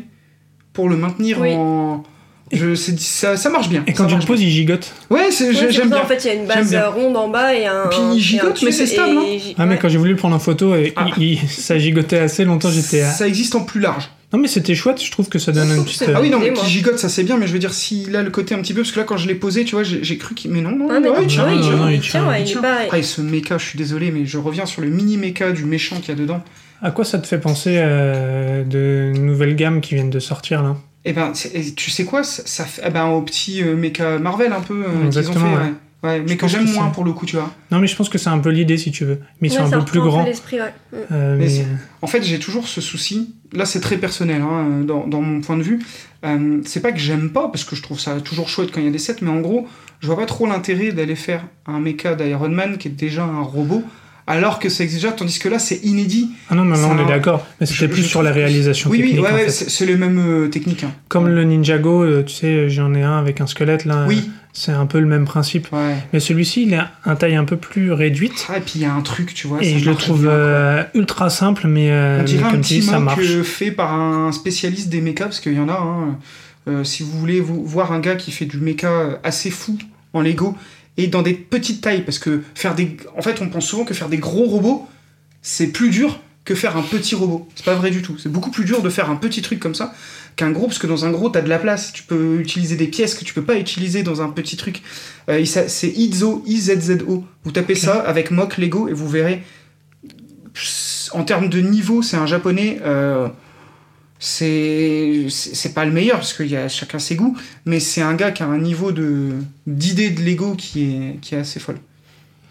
Speaker 2: pour le maintenir
Speaker 4: Oui.
Speaker 2: en. Je, c'est- ça, ça marche bien.
Speaker 3: Et quand
Speaker 2: ça
Speaker 3: tu
Speaker 2: marche
Speaker 3: le poses, il gigote.
Speaker 2: bien. Ouais, c'est-
Speaker 4: Ouais, c'est
Speaker 2: j'ai-
Speaker 4: pour
Speaker 2: j'aime
Speaker 4: ça,
Speaker 2: bien.
Speaker 4: en fait il y a une
Speaker 2: J'aime
Speaker 4: base
Speaker 2: bien.
Speaker 4: euh, ronde en bas et un
Speaker 2: Puis il
Speaker 4: et un
Speaker 2: gigote, mais
Speaker 4: tube,
Speaker 2: c'est stable, hein.
Speaker 4: et-
Speaker 3: Ah, mais
Speaker 4: ouais.
Speaker 3: quand j'ai voulu le prendre en photo, et,
Speaker 2: Ah.
Speaker 3: il- il- ça gigotait assez longtemps. J'étais. à-
Speaker 2: Ça existe en plus large.
Speaker 3: Non, mais c'était chouette. Je trouve que ça donne euh, une petite.
Speaker 4: Ah
Speaker 2: Ah oui, non, mais
Speaker 4: Et moi.
Speaker 2: qui gigote, ça c'est bien, mais je veux dire, s'il a le côté un petit peu, parce que là, quand je l'ai posé, tu vois, j'ai j'ai cru qu'il. Mais non, non,
Speaker 4: Ah, mais
Speaker 2: ouais,
Speaker 4: non,
Speaker 2: il
Speaker 4: tu
Speaker 2: tient,
Speaker 4: vois,
Speaker 3: non,
Speaker 4: il
Speaker 3: non,
Speaker 4: il
Speaker 3: il
Speaker 4: tient,
Speaker 3: tient,
Speaker 2: il
Speaker 4: ouais, il est
Speaker 2: tient.
Speaker 4: pas.
Speaker 2: Ah, et ce méca, je suis désolé, mais je reviens sur le mini méca du méchant qu'il y a dedans.
Speaker 3: À quoi ça te fait penser euh, de nouvelles gammes qui viennent de sortir là
Speaker 2: Et ben, c'est- et tu sais quoi, ça, ça fait. eh ben, au petit euh, méca Marvel un peu, euh, qu'ils ont fait,
Speaker 3: Exactement,
Speaker 2: ouais.
Speaker 3: ouais.
Speaker 2: Ouais, mais que
Speaker 3: pense
Speaker 2: j'aime
Speaker 3: que
Speaker 2: moins
Speaker 3: c'est-
Speaker 2: pour le coup, tu vois.
Speaker 3: Non, mais je pense que c'est un peu l'idée si tu veux. Mais ils
Speaker 4: Ouais,
Speaker 3: sont
Speaker 4: ça
Speaker 3: un peu plus
Speaker 4: reprend
Speaker 3: grands.
Speaker 4: l'esprit, ouais. Mm.
Speaker 3: Euh,
Speaker 2: Mais
Speaker 3: mais-
Speaker 2: c'est- En fait, j'ai toujours ce souci. Là, c'est très personnel, hein, dans, dans mon point de vue. Euh, c'est pas que j'aime pas, parce que je trouve ça toujours chouette quand il y a des sets, mais en gros, je vois pas trop l'intérêt d'aller faire un mecha d'Iron Man qui est déjà un robot, alors que ça existe déjà, tandis que là, c'est inédit.
Speaker 3: Ah non, mais là
Speaker 2: ça-
Speaker 3: on est d'accord. Mais
Speaker 2: Je-
Speaker 3: c'était plus
Speaker 2: je
Speaker 3: sur la
Speaker 2: trouve que-
Speaker 3: réalisation
Speaker 2: Oui,
Speaker 3: technique.
Speaker 2: oui, ouais,
Speaker 3: en
Speaker 2: ouais,
Speaker 3: fait.
Speaker 2: c'est c'est les mêmes euh, techniques. hein.
Speaker 3: Comme le Ninjago, euh, tu sais, j'en ai un avec un squelette là.
Speaker 2: Oui,
Speaker 3: C'est un peu le même principe.
Speaker 2: ouais.
Speaker 3: Mais celui-ci, il a un taille un peu plus réduite.
Speaker 2: Ah, et puis il y a un truc, tu vois. ça
Speaker 3: et je le
Speaker 2: marche
Speaker 3: trouve
Speaker 2: bien, quoi.
Speaker 3: euh, ultra simple, mais, euh,
Speaker 2: On dirait
Speaker 3: mais
Speaker 2: un
Speaker 3: comme tu
Speaker 2: petit
Speaker 3: dis, ça
Speaker 2: mock
Speaker 3: marche.
Speaker 2: euh, fait par un spécialiste des mechas, parce qu'il y en a. hein. Euh, si vous voulez vous, voir un gars qui fait du mecha assez fou en Lego et dans des petites tailles, parce que faire des. En fait, on pense souvent que faire des gros robots, c'est plus dur que faire un petit robot. C'est pas vrai du tout. C'est beaucoup plus dur de faire un petit truc comme ça qu'un gros, parce que dans un gros, t'as de la place. Tu peux utiliser des pièces que tu peux pas utiliser dans un petit truc. Euh, et ça- c'est Izzo, I-Z-Z-O. Vous tapez ça avec mock Lego et vous verrez. Pss, En termes de niveau, c'est un japonais. euh, c'est c'est c'est pas le meilleur parce qu'il y a chacun ses goûts, mais c'est un gars qui a un niveau de d'idée de Lego qui est qui est assez folle.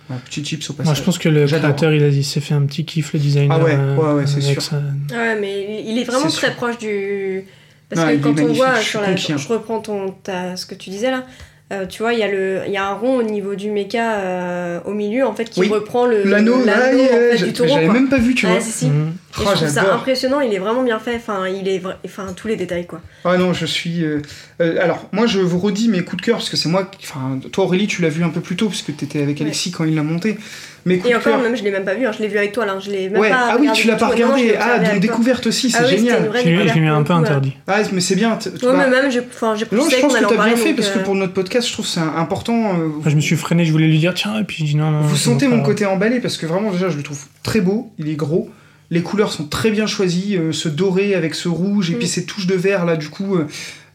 Speaker 2: Un petit chips au
Speaker 3: Moi,
Speaker 2: passage.
Speaker 3: je pense que le
Speaker 2: J'adore. hein.
Speaker 3: créateur, il, a, il s'est fait un petit kiff, le designer.
Speaker 2: Ah ouais,
Speaker 3: euh,
Speaker 2: ouais, ouais, c'est
Speaker 3: avec
Speaker 2: sûr.
Speaker 3: ça.
Speaker 4: Ah Ouais, mais il- il est vraiment
Speaker 2: C'est
Speaker 4: très proche du. Parce
Speaker 2: Ouais, il est
Speaker 4: que quand on
Speaker 2: magnifique,
Speaker 4: voit
Speaker 2: je suis
Speaker 4: sur la.
Speaker 2: conquis, hein.
Speaker 4: Je reprends ton, ta- ce que tu disais là. Euh, tu vois, il y, a le- il y a un rond au niveau du méca euh, au milieu, en fait, qui
Speaker 2: Oui.
Speaker 4: reprend le
Speaker 2: L'anneau, là,
Speaker 4: l'anneau, en
Speaker 2: euh,
Speaker 4: fait,
Speaker 2: j'a-
Speaker 4: du taureau.
Speaker 2: j'avais
Speaker 4: quoi.
Speaker 2: même pas vu, tu
Speaker 4: Ouais,
Speaker 2: vois.
Speaker 4: si, si.
Speaker 3: Mhm.
Speaker 2: Oh,
Speaker 4: Et je trouve ça
Speaker 2: j'adore.
Speaker 4: impressionnant, il est vraiment bien fait. Enfin, il est vra- enfin tous les détails quoi.
Speaker 2: Ah non, je suis. euh, euh, alors, moi, je vous redis mes coups de cœur parce que c'est moi. qui- Enfin, toi, Aurélie, tu l'as vu un peu plus tôt parce que t'étais avec
Speaker 4: Ouais.
Speaker 2: Alexis quand il l'a monté. Mes coups
Speaker 4: Et
Speaker 2: de
Speaker 4: encore,
Speaker 2: cœur.
Speaker 4: même je l'ai même pas vu. hein, Je l'ai vu avec toi là. Je l'ai même
Speaker 2: Ouais.
Speaker 4: pas
Speaker 2: Ah oui,
Speaker 4: regardé
Speaker 2: tu l'as
Speaker 4: du
Speaker 2: pas
Speaker 4: tout. Non, je
Speaker 2: regardé. Ah,
Speaker 4: l'ai observé
Speaker 2: donc
Speaker 4: avec toi.
Speaker 2: découverte aussi,
Speaker 4: Ah
Speaker 2: c'est
Speaker 4: oui, c'était une
Speaker 2: génial.
Speaker 4: vraie
Speaker 3: Je l'ai je l'ai
Speaker 4: découverte,
Speaker 3: mis un
Speaker 4: pour
Speaker 3: peu
Speaker 4: le coup, ouais.
Speaker 3: interdit.
Speaker 2: Ah, mais c'est bien. t- tu
Speaker 4: Ouais,
Speaker 2: vois.
Speaker 4: mais même, j'ai enfin, j'ai
Speaker 2: Non,
Speaker 4: poussé
Speaker 2: je pense
Speaker 4: qu'on
Speaker 2: que
Speaker 4: allait en
Speaker 2: t'as bien
Speaker 4: parler.
Speaker 2: fait
Speaker 4: donc,
Speaker 2: parce que
Speaker 4: euh,
Speaker 2: pour notre podcast, je trouve que c'est un- important. euh,
Speaker 3: Enfin, je me suis freiné, je voulais lui dire tiens, et puis j'ai dit non, non.
Speaker 2: Vous
Speaker 3: Ah, je
Speaker 2: sentez
Speaker 3: vais
Speaker 2: mon
Speaker 3: pas.
Speaker 2: côté emballé parce que vraiment déjà je le trouve très beau, il est gros, les couleurs sont très bien choisies, euh, ce doré avec ce rouge et
Speaker 4: Mm.
Speaker 2: puis ces touches de vert là du coup. euh,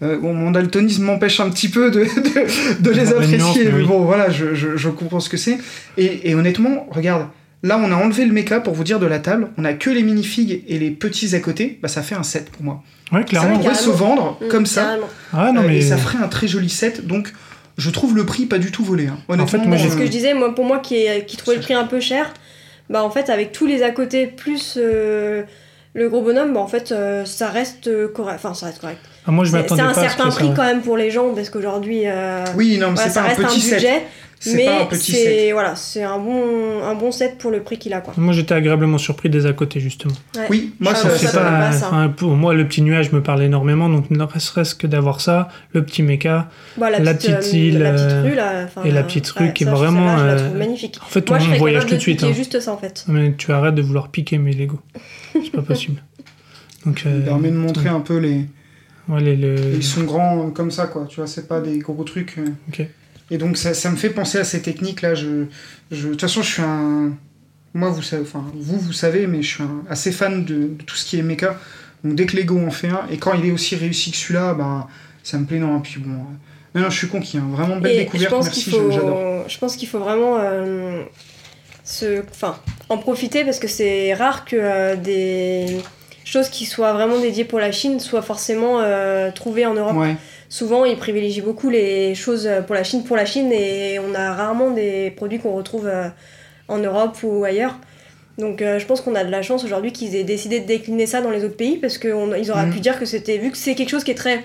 Speaker 2: euh, bon, mon daltonisme m'empêche un petit peu de, de, de les
Speaker 3: Faire les
Speaker 2: apprécier,
Speaker 3: nuances,
Speaker 2: mais,
Speaker 3: mais oui.
Speaker 2: bon voilà, je, je- je comprends ce que c'est. Et, et honnêtement, regarde, là on a enlevé le méca pour vous dire de la table, on a que les minifigs et les petits à côté, bah ça fait un set pour moi.
Speaker 3: Ouais,
Speaker 2: ça
Speaker 3: clairement.
Speaker 4: vrai
Speaker 2: pourrait se
Speaker 4: carrément.
Speaker 2: vendre
Speaker 4: mm,
Speaker 2: comme ça,
Speaker 4: carrément.
Speaker 3: Ah non,
Speaker 2: euh,
Speaker 3: mais.
Speaker 2: et ça ferait un très joli set, donc je trouve le prix pas du tout volé. hein.
Speaker 3: En fait,
Speaker 2: Honnêtement,
Speaker 3: moi, j'ai-
Speaker 4: C'est ce que
Speaker 2: euh,
Speaker 4: je disais, moi, pour moi qui, est- qui trouvait le prix un peu cher, bah en fait, avec tous les à côté plus euh, le gros bonhomme, bah en fait, euh, ça reste euh, correct. Enfin, ça reste correct.
Speaker 3: Ah, moi, je
Speaker 4: C'est c'est
Speaker 3: m'attendais pas
Speaker 4: un
Speaker 3: à ce
Speaker 4: certain
Speaker 3: que ça-
Speaker 4: prix quand même pour les gens parce qu'aujourd'hui, euh,
Speaker 2: Oui, non, mais c'est
Speaker 4: voilà, ça
Speaker 2: pas un
Speaker 4: reste un
Speaker 2: petit set.
Speaker 4: budget,
Speaker 2: C'est pas un
Speaker 4: mais
Speaker 2: petit set.
Speaker 4: c'est voilà, c'est un bon un bon set pour le prix qu'il a quoi.
Speaker 3: Moi, j'étais agréablement surpris des à côté, justement.
Speaker 4: Ouais.
Speaker 2: Oui, moi
Speaker 4: Ah,
Speaker 2: ça,
Speaker 4: ouais,
Speaker 3: C'est
Speaker 2: ça-
Speaker 4: ça
Speaker 3: pas-
Speaker 4: me passe, hein.
Speaker 3: enfin, pour moi, le petit nuage me parle énormément, donc ne serait-ce que d'avoir ça, le petit méca.
Speaker 4: Bah,
Speaker 3: La petite île,
Speaker 4: la petite
Speaker 3: euh,
Speaker 4: rue là, enfin,
Speaker 3: et la petite rue
Speaker 4: ouais,
Speaker 3: qui est
Speaker 4: ça, je- celle-là,
Speaker 3: vraiment,
Speaker 4: je la
Speaker 3: euh,
Speaker 4: trouve magnifique.
Speaker 3: En fait,
Speaker 4: Moi, je
Speaker 3: on
Speaker 4: serais
Speaker 3: voyage
Speaker 4: capable
Speaker 3: tout
Speaker 4: de
Speaker 3: de suite.
Speaker 4: piquer
Speaker 3: hein.
Speaker 4: juste ça en fait.
Speaker 3: Mais tu arrêtes de vouloir piquer mes Lego. C'est pas possible. Donc,
Speaker 2: ça
Speaker 3: euh,
Speaker 2: permet de montrer un peu les.
Speaker 3: ouais, les- le-
Speaker 2: Ils sont grands euh, comme ça, quoi. Tu vois, c'est pas des gros trucs. euh.
Speaker 3: Ok.
Speaker 2: Et donc ça, ça me fait penser à ces techniques là. Je, je- de toute façon, je suis un. Moi, vous savez, enfin, vous, vous savez, mais je suis un- assez fan de, de tout ce qui est mecha. Donc dès que Lego en fait un, et quand il est aussi réussi que celui-là, ben, ça me plaît non. Et puis bon. euh, Non, non, je suis con qu'il y a un vraiment belle
Speaker 4: Et je
Speaker 2: découverte.
Speaker 4: pense
Speaker 2: Merci,
Speaker 4: qu'il
Speaker 2: je- j'adore.
Speaker 4: faut, je pense qu'il faut vraiment euh, se, enfin, en profiter parce que c'est rare que euh, des choses qui soient vraiment dédiées pour la Chine soient forcément euh, trouvées en Europe.
Speaker 2: Ouais.
Speaker 4: Souvent, ils privilégient beaucoup les choses euh, pour la Chine pour la Chine et on a rarement des produits qu'on retrouve euh, en Europe ou ailleurs. Donc, euh, je pense qu'on a de la chance aujourd'hui qu'ils aient décidé de décliner ça dans les autres pays parce qu'ils auraient
Speaker 2: Mhm.
Speaker 4: pu dire que c'était, vu que c'est quelque chose qui est très.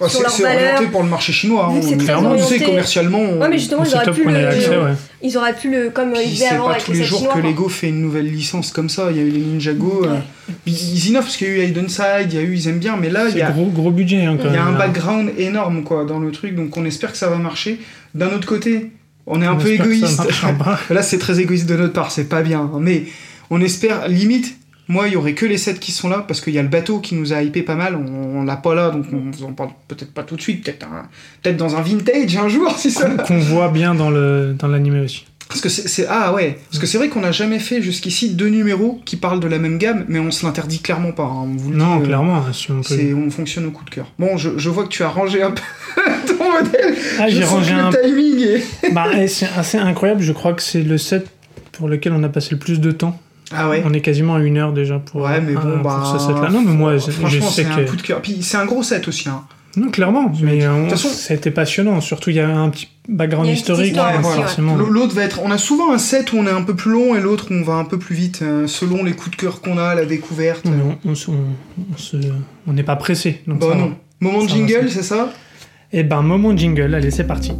Speaker 2: Oh,
Speaker 4: Sur
Speaker 2: c'est
Speaker 4: leur
Speaker 2: c'est
Speaker 4: valeur,
Speaker 2: orienté pour le marché chinois. hein.
Speaker 4: vu que c'est
Speaker 2: on-
Speaker 4: très
Speaker 2: clairement, on sait
Speaker 4: orienté.
Speaker 2: commercialement. on-
Speaker 4: Ouais, mais justement, ils
Speaker 3: C'est
Speaker 4: auraient
Speaker 3: top
Speaker 4: pu
Speaker 3: qu'on ait
Speaker 4: le-
Speaker 3: accès, ouais.
Speaker 4: ils auraient pu le comme ils
Speaker 2: Puis
Speaker 4: faisaient
Speaker 2: c'est
Speaker 4: avant
Speaker 2: pas
Speaker 4: avec
Speaker 2: tous
Speaker 4: les hein.
Speaker 2: les
Speaker 4: sets
Speaker 2: jours
Speaker 4: chinois.
Speaker 2: que
Speaker 4: quoi.
Speaker 2: Lego fait une nouvelle licence comme ça. Il y a eu les Ninjago. euh,
Speaker 4: Ouais.
Speaker 2: ils, ils innovent parce qu'il y a eu Hidden Side, il y a eu, ils aiment bien, mais là, il Ah, y
Speaker 3: C'est
Speaker 2: a,
Speaker 3: gros, gros budget. Hein, quand
Speaker 2: il y a un
Speaker 3: même, hein.
Speaker 2: background énorme quoi, dans le truc, donc on espère que ça va marcher. D'un autre côté, on est un
Speaker 3: On
Speaker 2: peu
Speaker 3: espère que ça
Speaker 2: égoïste.
Speaker 3: marchera pas.
Speaker 2: Là, c'est très égoïste de notre part, c'est pas bien, hein, mais on espère, limite. Moi, il y aurait que les sets qui sont là parce qu'il y a le bateau qui nous a hypé pas mal. On, on l'a pas là, donc on vous en parle peut-être pas tout de suite. Peut-être un- peut-être dans un vintage un jour, si ça.
Speaker 3: Qu'on voit bien dans le dans l'animé aussi.
Speaker 2: Parce que c'est c'est- ah ouais, parce que c'est vrai qu'on n'a jamais fait jusqu'ici deux numéros qui parlent de la même gamme, mais on se l'interdit clairement pas. hein, on vous le
Speaker 3: Non,
Speaker 2: dit, euh,
Speaker 3: clairement, hein, si on peut.
Speaker 2: c'est- on fonctionne au coup de cœur. Bon, je, je vois que tu as rangé un peu ton modèle.
Speaker 3: Ah,
Speaker 2: Je
Speaker 3: j'ai
Speaker 2: sens
Speaker 3: rangé
Speaker 2: que
Speaker 3: un.
Speaker 2: le timing. est-
Speaker 3: Bah, eh, c'est assez incroyable. Je crois que c'est le set pour lequel on a passé le plus de temps.
Speaker 2: Ah ouais.
Speaker 3: On est quasiment à une heure déjà pour,
Speaker 2: Ouais, mais
Speaker 3: euh,
Speaker 2: bon,
Speaker 3: pour
Speaker 2: bah,
Speaker 3: ce set-là. Non, mais moi, je je
Speaker 2: Franchement,
Speaker 3: sais
Speaker 2: c'est
Speaker 3: que.
Speaker 2: un coup de cœur. Puis c'est un gros set aussi. Hein.
Speaker 3: Non, clairement,
Speaker 2: Je
Speaker 3: mais
Speaker 2: vais-
Speaker 3: euh,
Speaker 2: De
Speaker 3: on-
Speaker 2: toute façon-
Speaker 3: ça a été passionnant. Surtout, il y a un petit background
Speaker 4: Il y a une petite
Speaker 3: historique,
Speaker 4: histoire
Speaker 3: hein,
Speaker 2: aussi, ouais.
Speaker 3: forcément.
Speaker 2: L- L'autre va être. On a souvent un set où on est un peu plus long et l'autre où on va un peu plus vite, euh, selon les coups de cœur qu'on a, la découverte.
Speaker 3: Non, mais on, on, se- on- on se- on n'est pas pressé. Donc
Speaker 2: Bon,
Speaker 3: ça va.
Speaker 2: Bah non. Moment de
Speaker 3: Ça va,
Speaker 2: jingle, c'est ça
Speaker 3: Eh ben, moment jingle, allez, c'est parti.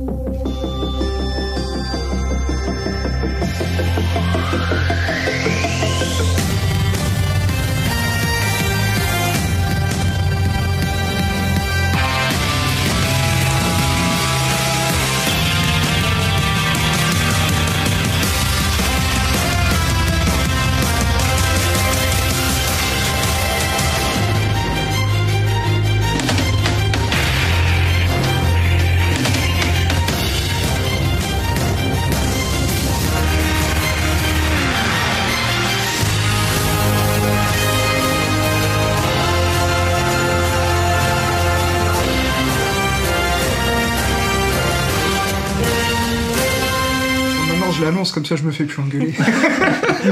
Speaker 2: Maintenant, Oh, je l'annonce, comme ça je me fais plus engueuler.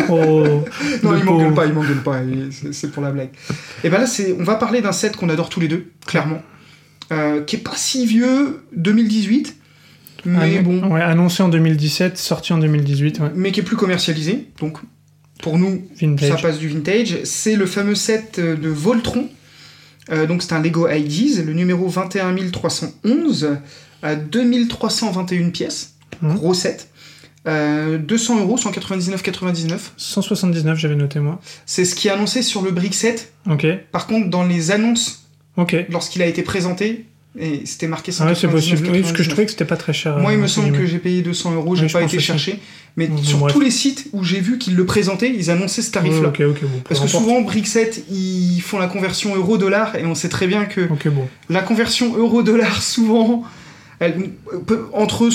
Speaker 3: Oh,
Speaker 2: Non,
Speaker 3: le
Speaker 2: il
Speaker 3: pauvre.
Speaker 2: m'engueule pas, il m'engueule pas, il- c'est- c'est pour la blague. Et ben là, c'est, on va parler d'un set qu'on adore tous les deux, clairement, euh, qui est pas si vieux, 2018, mais
Speaker 3: Annon-
Speaker 2: bon,
Speaker 3: ouais, annoncé en 2017, sorti en 2018, ouais.
Speaker 2: mais qui est plus commercialisé, donc pour nous, ça
Speaker 3: Vintage.
Speaker 2: passe du vintage. C'est le fameux set euh, de Voltron, Euh, donc c'est un Lego IDs, le numéro 21311, à 2321 pièces,
Speaker 3: Mhm.
Speaker 2: recettes. Euh, 200 euros, 199,99.
Speaker 3: 179, j'avais noté moi.
Speaker 2: C'est ce qui est annoncé sur le Brixet.
Speaker 3: Ok,
Speaker 2: Par contre, dans les annonces,
Speaker 3: ok.
Speaker 2: lorsqu'il a été présenté, et c'était marqué
Speaker 3: Ah ouais, c'est
Speaker 2: 199,99.
Speaker 3: possible. Oui, parce que je trouvais que c'était pas très cher.
Speaker 2: Moi,
Speaker 3: euh,
Speaker 2: il me semble
Speaker 3: entre
Speaker 2: que
Speaker 3: guillemets.
Speaker 2: j'ai payé 200 euros, j'ai
Speaker 3: Ouais, je
Speaker 2: pas
Speaker 3: pense
Speaker 2: été
Speaker 3: aussi.
Speaker 2: chercher. Mais
Speaker 3: Bon,
Speaker 2: sur
Speaker 3: bref.
Speaker 2: tous les sites où j'ai vu qu'ils le présentaient, ils annonçaient ce tarif-là.
Speaker 3: Ouais, ok, ok, bon. peu
Speaker 2: Parce que
Speaker 3: importe.
Speaker 2: souvent, Brixet, ils font la conversion euro-dollar, et on sait très bien que
Speaker 3: Ok, bon.
Speaker 2: la conversion euro-dollar, souvent, elle peut- entre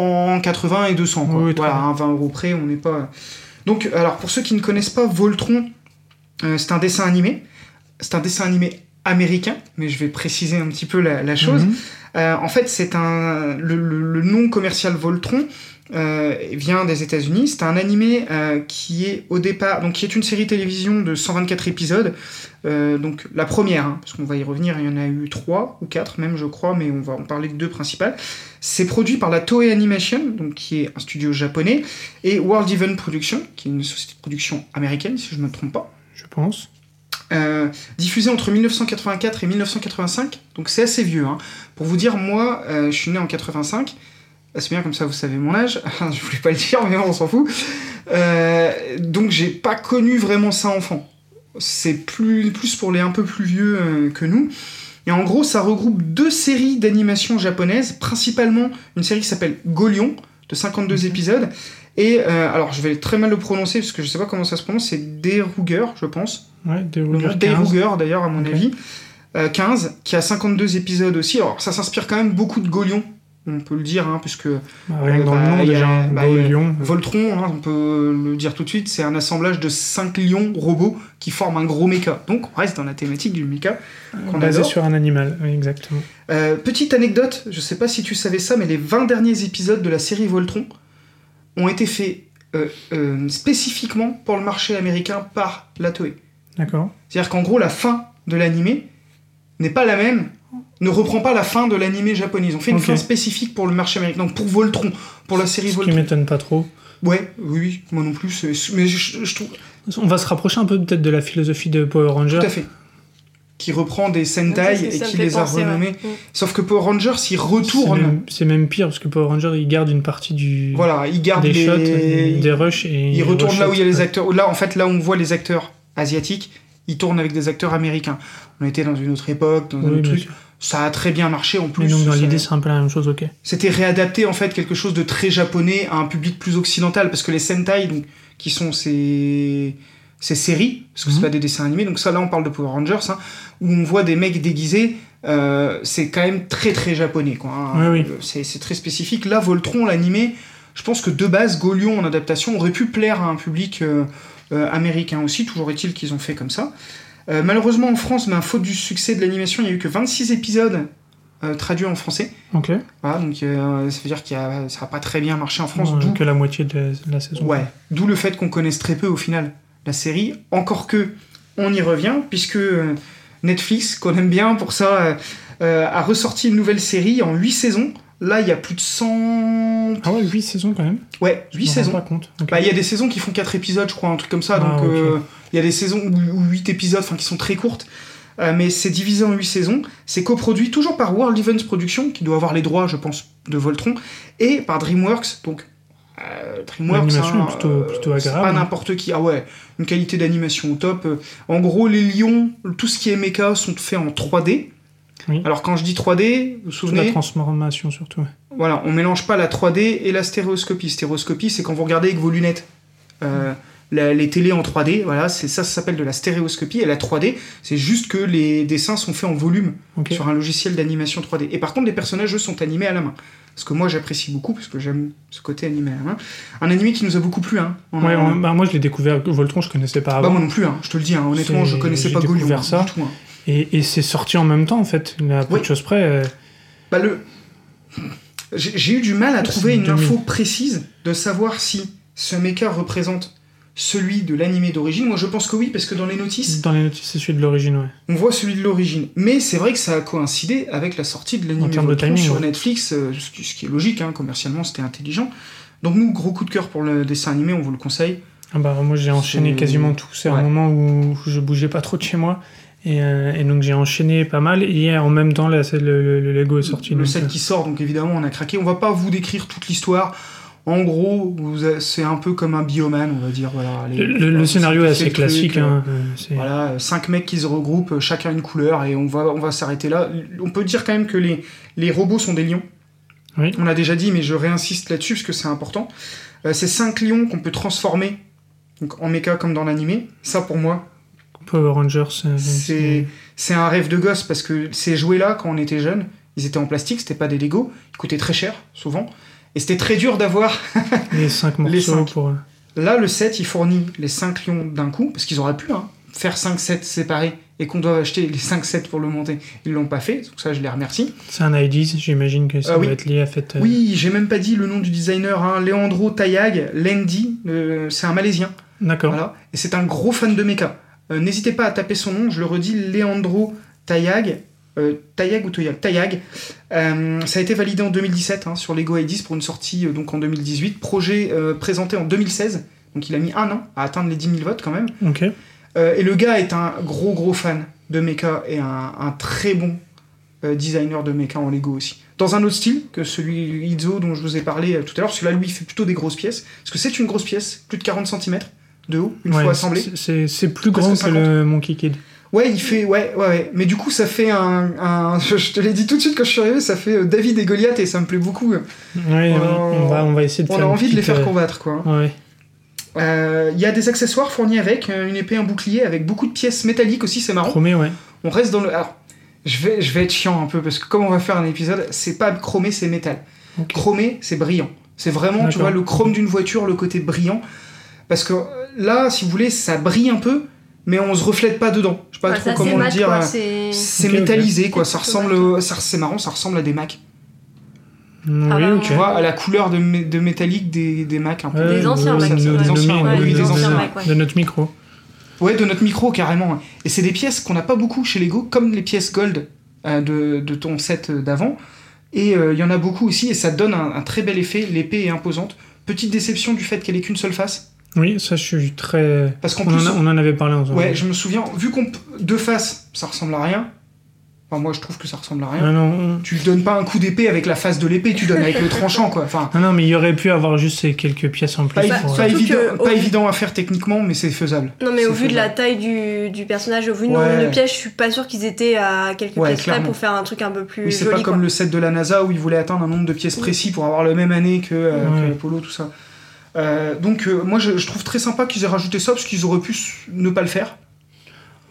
Speaker 2: 180 et 200. Quoi.
Speaker 3: Oui, très
Speaker 2: voilà,
Speaker 3: bien.
Speaker 2: à 20 euros près, on n'est pas. Donc, alors, pour ceux qui ne connaissent pas Voltron, euh, c'est un dessin animé. C'est un dessin animé américain, mais je vais préciser un petit peu la, la chose.
Speaker 3: Mhm.
Speaker 2: Euh, en fait, c'est un le, le- le nom commercial Voltron euh, vient des États-Unis. C'est un animé euh, qui est au départ donc qui est une série télévision de 124 épisodes. Euh, donc la première, hein, parce qu'on va y revenir, il y en a eu trois ou quatre même je crois, mais on va en parler de deux principales. C'est produit par la Toei Animation, donc qui est un studio japonais, et World Event Production, qui est une société de production américaine si je ne me trompe pas.
Speaker 3: Je pense.
Speaker 2: Euh, diffusé entre 1984 et 1985, donc c'est assez vieux. hein. Pour vous dire, moi, euh, je suis né en 85. Ah, C'est bien comme ça, vous savez mon âge. je voulais pas le dire, mais bon, on s'en fout. Euh, donc j'ai pas connu vraiment ça enfant. C'est plus, plus pour les un peu plus vieux euh, que nous. Et en gros, ça regroupe deux séries d'animation japonaises, principalement une série qui s'appelle Golion, de 52 épisodes. Et euh, alors, je vais très mal le prononcer parce que je sais pas comment ça se prononce, c'est Deruger, je pense.
Speaker 3: Ouais, des
Speaker 2: Le
Speaker 3: Ruger
Speaker 2: nom Dave
Speaker 3: 15.
Speaker 2: Ruger, d'ailleurs, à mon
Speaker 3: Ok.
Speaker 2: avis. Euh, 15, qui a 52 épisodes aussi. Alors, ça s'inspire quand même beaucoup de Golion, on peut le dire, hein, puisque
Speaker 3: Bah, rien que dans
Speaker 2: Bah,
Speaker 3: le nom
Speaker 2: il y a-
Speaker 3: déjà. hein.
Speaker 2: bah,
Speaker 3: Go
Speaker 2: il y a-
Speaker 3: Lyon.
Speaker 2: Voltron, hein, on peut le dire tout de suite, c'est un assemblage de 5 lions robots qui forment un gros méca. Donc, on reste dans la thématique du méca. qu'on
Speaker 3: Basé
Speaker 2: adore.
Speaker 3: sur un animal, oui, exactement.
Speaker 2: Euh, petite anecdote, je sais pas si tu savais ça, mais les 20 derniers épisodes de la série Voltron ont été faits euh, euh, spécifiquement pour le marché américain par la Toei.
Speaker 3: D'accord.
Speaker 2: C'est-à-dire qu'en gros, la fin de l'animé n'est pas la même, ne reprend pas la fin de l'animé japonais. Ils ont fait une
Speaker 3: Ok.
Speaker 2: fin spécifique pour le marché américain, donc pour Voltron, pour la série
Speaker 3: Ce qui
Speaker 2: Voltron.
Speaker 3: m'étonne pas trop.
Speaker 2: Ouais, oui, oui, moi non plus. c'est- Mais je, je trouve
Speaker 3: On va se rapprocher un peu peut-être de la philosophie de Power Ranger.
Speaker 2: tout à fait. Qui reprend des Sentai
Speaker 4: Ouais, c'est-
Speaker 2: et
Speaker 4: ça me
Speaker 2: qui
Speaker 4: fait
Speaker 2: les a
Speaker 4: penser, ouais.
Speaker 2: renommés.
Speaker 4: Mm.
Speaker 2: Sauf que Power Rangers, ils
Speaker 3: C'est
Speaker 2: retournent.
Speaker 3: même, c'est même pire parce que Power Ranger il garde une partie du
Speaker 2: Voilà, ils gardent
Speaker 3: des
Speaker 2: les.
Speaker 3: shots, euh, des rushs et
Speaker 2: Ils retournent là où il y a les
Speaker 3: reshots.
Speaker 2: acteurs. Là, en fait, là où on voit les acteurs asiatiques, ils tournent avec des acteurs américains. On était dans une autre époque, dans un
Speaker 3: Oui,
Speaker 2: autre
Speaker 3: bien
Speaker 2: truc.
Speaker 3: sûr.
Speaker 2: Ça a très bien marché en plus.
Speaker 3: Mais donc dans
Speaker 2: ça-
Speaker 3: l'idée c'est un peu la même chose, ok.
Speaker 2: c'était réadapter en fait quelque chose de très japonais à un public plus occidental parce que les Sentai donc qui sont ces ces séries parce que c'est
Speaker 3: Mhm.
Speaker 2: pas des dessins animés donc ça là on parle de Power Rangers hein, où on voit des mecs déguisés euh, c'est quand même très très japonais quoi hein.
Speaker 3: Oui, oui.
Speaker 2: Euh, c'est c'est très spécifique là Voltron l'animé je pense que de base Golion en adaptation aurait pu plaire à un public euh, euh, américain aussi toujours est-il qu'ils ont fait comme ça Euh, malheureusement en France ben, faute du succès de l'animation il y a eu que 26 épisodes euh, traduits en français
Speaker 3: Ok.
Speaker 2: voilà, donc euh, ça veut dire qu'il y a, ça n'a pas très bien marché en France.
Speaker 3: Bon,
Speaker 2: d'où,
Speaker 3: Euh, que la moitié de la, la saison.
Speaker 2: ouais, d'où le fait qu'on connaisse très peu au final la série. Encore que, on y revient, puisque euh, Netflix, qu'on aime bien pour ça, euh, euh, a ressorti une nouvelle série en 8 saisons. Là, il y a plus de 100.
Speaker 3: Ah ouais, 8 saisons quand même.
Speaker 2: Ouais,
Speaker 3: Je
Speaker 2: 8
Speaker 3: m'en rends
Speaker 2: saisons.
Speaker 3: Pas compte. Ok.
Speaker 2: Bah, il y a des saisons qui font 4 épisodes, je crois, un truc comme ça.
Speaker 3: Ah,
Speaker 2: donc,
Speaker 3: ok.
Speaker 2: euh, il y a des saisons ou- ou 8 épisodes, enfin, qui sont très courtes. Euh, mais c'est divisé en 8 saisons. C'est coproduit toujours par World Events Production, qui doit avoir les droits, je pense, de Voltron, et par DreamWorks. Donc, euh, DreamWorks,
Speaker 3: L'animation
Speaker 2: hein,
Speaker 3: est plutôt-
Speaker 2: euh,
Speaker 3: plutôt
Speaker 2: c'est
Speaker 3: agréable.
Speaker 2: pas n'importe qui. Ah ouais, une qualité d'animation au top. Euh, En gros, les lions, tout ce qui est mecha, sont faits en 3D.
Speaker 3: Oui.
Speaker 2: Alors, quand je dis 3D, vous vous
Speaker 3: Sur la
Speaker 2: souvenez
Speaker 3: transformation surtout. ouais.
Speaker 2: voilà, on mélange pas la 3D et la stéréoscopie. Stéréoscopie, c'est quand vous regardez avec vos lunettes. Euh, la- les télés en 3D, voilà, c'est ça, ça s'appelle de la stéréoscopie. Et la 3D, c'est juste que les dessins sont faits en volume
Speaker 3: Ok.
Speaker 2: sur un logiciel d'animation 3D. Et par contre, les personnages, eux, sont animés à la main. Ce que moi, j'apprécie beaucoup, parce que j'aime ce côté animé à la main. Un animé qui nous a beaucoup plu, hein. On
Speaker 3: Ouais,
Speaker 2: a-
Speaker 3: on- bah, moi je l'ai découvert, Voltron je connaissais pas
Speaker 2: Bah,
Speaker 3: avant.
Speaker 2: moi non plus, hein, je te le dis, hein, honnêtement,
Speaker 3: C'est-
Speaker 2: je connaissais
Speaker 3: j'ai
Speaker 2: pas Golion
Speaker 3: découvert
Speaker 2: hein,
Speaker 3: ça.
Speaker 2: du tout. hein.
Speaker 3: et et c'est sorti en même temps en fait, à peu
Speaker 2: Oui.
Speaker 3: de choses près. euh,
Speaker 2: Bah, le... J'ai j'ai eu du mal à
Speaker 3: Ah, C'est
Speaker 2: trouver une
Speaker 3: 2000.
Speaker 2: info précise de savoir si ce mecha représente celui de l'animé d'origine. Moi, je pense que oui, parce que dans les notices,
Speaker 3: Dans les notices, c'est celui de l'origine, ouais.
Speaker 2: on voit celui de l'origine. Mais c'est vrai que ça a coïncidé avec la sortie de l'animé
Speaker 3: termes de
Speaker 2: Voltron
Speaker 3: timing,
Speaker 2: sur
Speaker 3: ouais.
Speaker 2: Netflix, euh, ce qui ce qui est logique, hein, commercialement, c'était intelligent. Donc nous, gros coup de cœur pour le dessin animé, on vous le conseille.
Speaker 3: Ah bah, moi j'ai enchaîné
Speaker 2: C'est-
Speaker 3: quasiment tout. C'est
Speaker 2: Ouais.
Speaker 3: un moment où je bougeais pas trop de chez moi. Et, euh, et donc j'ai enchaîné pas mal. Et hier, en même temps, là, c'est le, le Lego est sorti.
Speaker 2: le
Speaker 3: donc,
Speaker 2: set
Speaker 3: euh,
Speaker 2: qui sort, donc évidemment, on a craqué. On va pas vous décrire toute l'histoire. En gros, vous a- c'est un peu comme un bioman, on va dire. Voilà, les-
Speaker 3: le, le-
Speaker 2: voilà,
Speaker 3: le
Speaker 2: vous
Speaker 3: scénario
Speaker 2: simplifiez
Speaker 3: est assez
Speaker 2: le truc,
Speaker 3: classique.
Speaker 2: euh,
Speaker 3: hein, euh, c'est-
Speaker 2: Voilà, euh, cinq mecs qui se regroupent, euh, chacun une couleur, et on va, on va s'arrêter là. On peut dire quand même que les, les robots sont des lions.
Speaker 3: Oui.
Speaker 2: On l'a déjà dit, mais je réinsiste là-dessus parce que c'est important. Euh, c'est cinq lions qu'on peut transformer, donc en méca comme dans l'animé. Ça, pour moi,
Speaker 3: Power Rangers. euh,
Speaker 2: c'est c'est un rêve de gosse parce que ces jouets-là, quand on était jeune, ils étaient en plastique, c'était pas des Lego, ils coûtaient très cher, souvent. Et c'était très dur d'avoir
Speaker 3: les cinq morceaux
Speaker 2: Les cinq.
Speaker 3: pour. euh,
Speaker 2: Là, le set, il fournit les 5 lions d'un coup, parce qu'ils auraient pu hein, faire 5 sets séparés et qu'on doit acheter les 5 sets pour le monter. Ils l'ont pas fait, donc ça, je les remercie.
Speaker 3: C'est un IDs, j'imagine que ça
Speaker 2: Ah
Speaker 3: va
Speaker 2: oui.
Speaker 3: être lié à fait. euh,
Speaker 2: Oui, j'ai même pas dit le nom du designer, hein, Leandro Tayag, Lendi, euh, c'est un Malaisien,
Speaker 3: D'accord.
Speaker 2: voilà, et c'est un gros fan de mecha. Euh, N'hésitez pas à taper son nom, je le redis, Leandro Tayag. euh, Tayag ou Toyag Tayag. Euh, ça a été validé en 2017 hein, sur Lego i10 pour une sortie euh, donc en 2018. Projet euh, présenté en 2016. Donc il a mis un an à atteindre les 10 000 votes quand même.
Speaker 3: Ok.
Speaker 2: Euh, et le gars est un gros gros fan de mecha et un, un très bon euh, designer de mecha en Lego aussi. Dans un autre style que celui Izzo dont je vous ai parlé euh, tout à l'heure, celui-là lui il fait plutôt des grosses pièces, parce que c'est une grosse pièce, plus de 40 cm de haut, une
Speaker 3: Ouais,
Speaker 2: fois assemblée.
Speaker 3: c'est- C'est c'est plus
Speaker 2: Presque
Speaker 3: grand que le Monkey Kid.
Speaker 2: Ouais, il fait, ouais, ouais, ouais. Mais du coup, ça fait un, un- je te l'ai dit tout de suite quand je suis arrivé, ça fait euh, David et Goliath et ça me plaît beaucoup.
Speaker 3: Ouais,
Speaker 2: On a-
Speaker 3: on, on va, on va essayer de
Speaker 2: On
Speaker 3: faire
Speaker 2: a
Speaker 3: une
Speaker 2: envie de les
Speaker 3: petite,
Speaker 2: faire
Speaker 3: euh,
Speaker 2: combattre, quoi.
Speaker 3: Ouais.
Speaker 2: Euh, Il y a des accessoires fournis avec, euh, une épée, un bouclier, avec beaucoup de pièces métalliques aussi, c'est marrant.
Speaker 3: Chromé, ouais.
Speaker 2: On reste dans le. Alors, je vais, je vais être chiant un peu parce que comme on va faire un épisode, c'est pas chromé, c'est métal.
Speaker 3: Ok.
Speaker 4: Ah
Speaker 2: Chromé, c'est brillant. C'est vraiment, tu
Speaker 3: D'accord.
Speaker 2: vois, le chrome d'une voiture, le côté brillant. Parce que euh, là, si vous voulez, ça brille un peu, mais on se reflète pas dedans. Je sais pas
Speaker 4: Enfin,
Speaker 2: trop
Speaker 4: Bah,
Speaker 2: comment
Speaker 4: ça, c'est
Speaker 2: le
Speaker 4: mat,
Speaker 2: dire.
Speaker 4: quoi,
Speaker 2: euh,
Speaker 4: c'est-
Speaker 2: C'est
Speaker 3: Ok, ok.
Speaker 2: métallisé, quoi.
Speaker 4: C'est
Speaker 2: Ça
Speaker 4: plutôt
Speaker 2: ressemble,
Speaker 4: mac.
Speaker 2: euh, ça, c'est marrant, ça ressemble à des Macs.
Speaker 3: Mm,
Speaker 4: Ah
Speaker 3: oui,
Speaker 4: bah,
Speaker 3: ok.
Speaker 2: Tu vois, à la couleur de, mé- de métallique des, des Macs, un peu.
Speaker 3: Ouais,
Speaker 4: Des anciens
Speaker 3: de-
Speaker 4: Macs,
Speaker 3: de-
Speaker 4: ouais.
Speaker 3: de-
Speaker 4: Des anciens,
Speaker 3: de-
Speaker 4: ouais,
Speaker 3: de-
Speaker 4: des anciens
Speaker 3: de-
Speaker 4: Macs, ouais.
Speaker 3: De notre micro.
Speaker 2: Ouais, de notre micro, carrément. ouais. Et c'est des pièces qu'on n'a pas beaucoup chez Lego, comme les pièces gold euh, de, de ton set euh, d'avant. Et euh, il y en a beaucoup aussi, et ça donne un, un très bel effet. L'épée est imposante. Petite déception du fait qu'elle ait qu'une seule face.
Speaker 3: Oui, ça, je suis très.
Speaker 2: Parce qu'en
Speaker 3: On
Speaker 2: plus,
Speaker 3: en, a- on en avait parlé ensemble.
Speaker 2: ouais, je me souviens, vu qu'on. p- Deux faces, ça ressemble à rien. Enfin, moi, je trouve que ça ressemble à rien.
Speaker 3: Ah non, on-
Speaker 2: Tu donnes pas un coup d'épée avec la face de l'épée, tu donnes avec le tranchant, quoi. Enfin,
Speaker 3: Ah non, mais il y aurait pu avoir juste ces quelques pièces en
Speaker 2: pas, évi-
Speaker 3: plus.
Speaker 4: Bah,
Speaker 3: pour,
Speaker 2: pas
Speaker 3: euh,
Speaker 4: surtout
Speaker 2: évident,
Speaker 4: que-
Speaker 2: pas
Speaker 4: au-
Speaker 2: évident à faire techniquement, mais c'est faisable.
Speaker 4: Non mais
Speaker 2: C'est
Speaker 4: au vu de la
Speaker 2: faisable.
Speaker 4: taille du, du personnage, au vu du
Speaker 2: Ouais.
Speaker 4: nombre de pièces, je suis pas sûr qu'ils étaient à quelques
Speaker 2: Ouais,
Speaker 4: pièces près
Speaker 2: clairement.
Speaker 4: pour faire un truc un peu plus
Speaker 2: Oui, c'est
Speaker 4: joli.
Speaker 2: pas comme
Speaker 4: quoi.
Speaker 2: le set de la NASA où ils voulaient atteindre un nombre de pièces précis pour avoir le même année que, euh,
Speaker 3: Ouais.
Speaker 2: que Apollo, tout ça. Euh, donc, euh, moi, je, je trouve très sympa qu'ils aient rajouté ça parce qu'ils auraient pu s- ne pas le faire.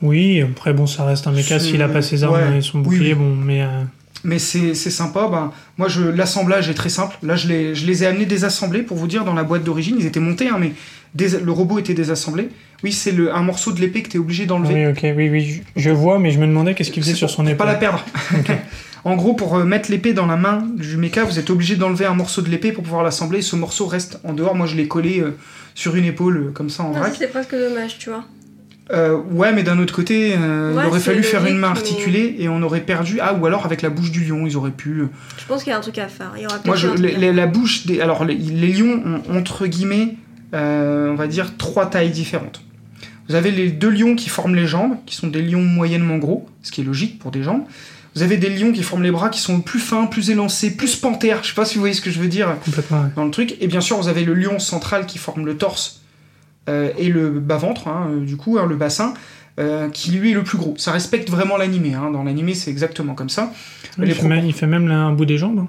Speaker 3: Oui, après, bon, ça reste un méca.
Speaker 2: C'est-
Speaker 3: S'il a pas ses armes
Speaker 2: ouais.
Speaker 3: et son
Speaker 2: Oui,
Speaker 3: bouclier,
Speaker 2: oui.
Speaker 3: bon, mais. euh,
Speaker 2: Mais c'est c'est sympa. Ben, moi, je- l'assemblage est très simple. Là, je les, je les ai amenés désassemblés pour vous dire dans la boîte d'origine. Ils étaient montés, hein, mais dés- le robot était désassemblé. Oui, c'est le- un morceau de l'épée que tu es obligé d'enlever.
Speaker 3: Oui, ok, oui, oui. je- Je vois, mais je me demandais qu'est-ce qu'il faisait
Speaker 2: C'est
Speaker 3: sur
Speaker 2: pour-
Speaker 3: son
Speaker 2: pour Pas
Speaker 3: épaule.
Speaker 2: la perdre.
Speaker 3: Ok.
Speaker 2: en gros, pour euh, mettre l'épée dans la main du mecha, vous êtes obligé d'enlever un morceau de l'épée pour pouvoir l'assembler. Ce morceau reste en dehors. Moi, je l'ai collé euh, sur une épaule, euh, comme ça, en
Speaker 4: Ah, ça,
Speaker 2: vrac.
Speaker 4: c'est presque dommage, tu vois.
Speaker 2: Euh, ouais, mais d'un autre côté, euh,
Speaker 4: Ouais,
Speaker 2: il aurait
Speaker 4: c'est
Speaker 2: fallu faire une main
Speaker 4: logique, mais-
Speaker 2: articulée et on aurait perdu. Ah, ou alors avec la bouche du lion, ils auraient pu. euh,
Speaker 4: Je pense qu'il y a un truc à faire. Il y aura peut-être
Speaker 2: Moi, je,
Speaker 4: un truc
Speaker 2: les-
Speaker 4: à
Speaker 2: les- la bouche des. Alors, les, les lions ont, entre guillemets, euh, on va dire, trois tailles différentes. Vous avez les deux lions qui forment les jambes, qui sont des lions moyennement gros, ce qui est logique pour des jambes. Vous avez des lions qui forment les bras, qui sont plus fins, plus élancés, plus panthères. Je sais pas si vous voyez ce que je veux dire
Speaker 3: Complètement, ouais.
Speaker 2: dans le truc. Et bien sûr, vous avez le lion central qui forme le torse euh, et le bas-ventre, hein, euh, du coup, hein, le bassin, euh, qui lui est le plus gros. Ça respecte vraiment l'animé. hein. Dans l'animé, c'est exactement comme ça.
Speaker 3: Oui,
Speaker 2: Les
Speaker 3: il, fait même, il fait même là, un bout des jambes. hein.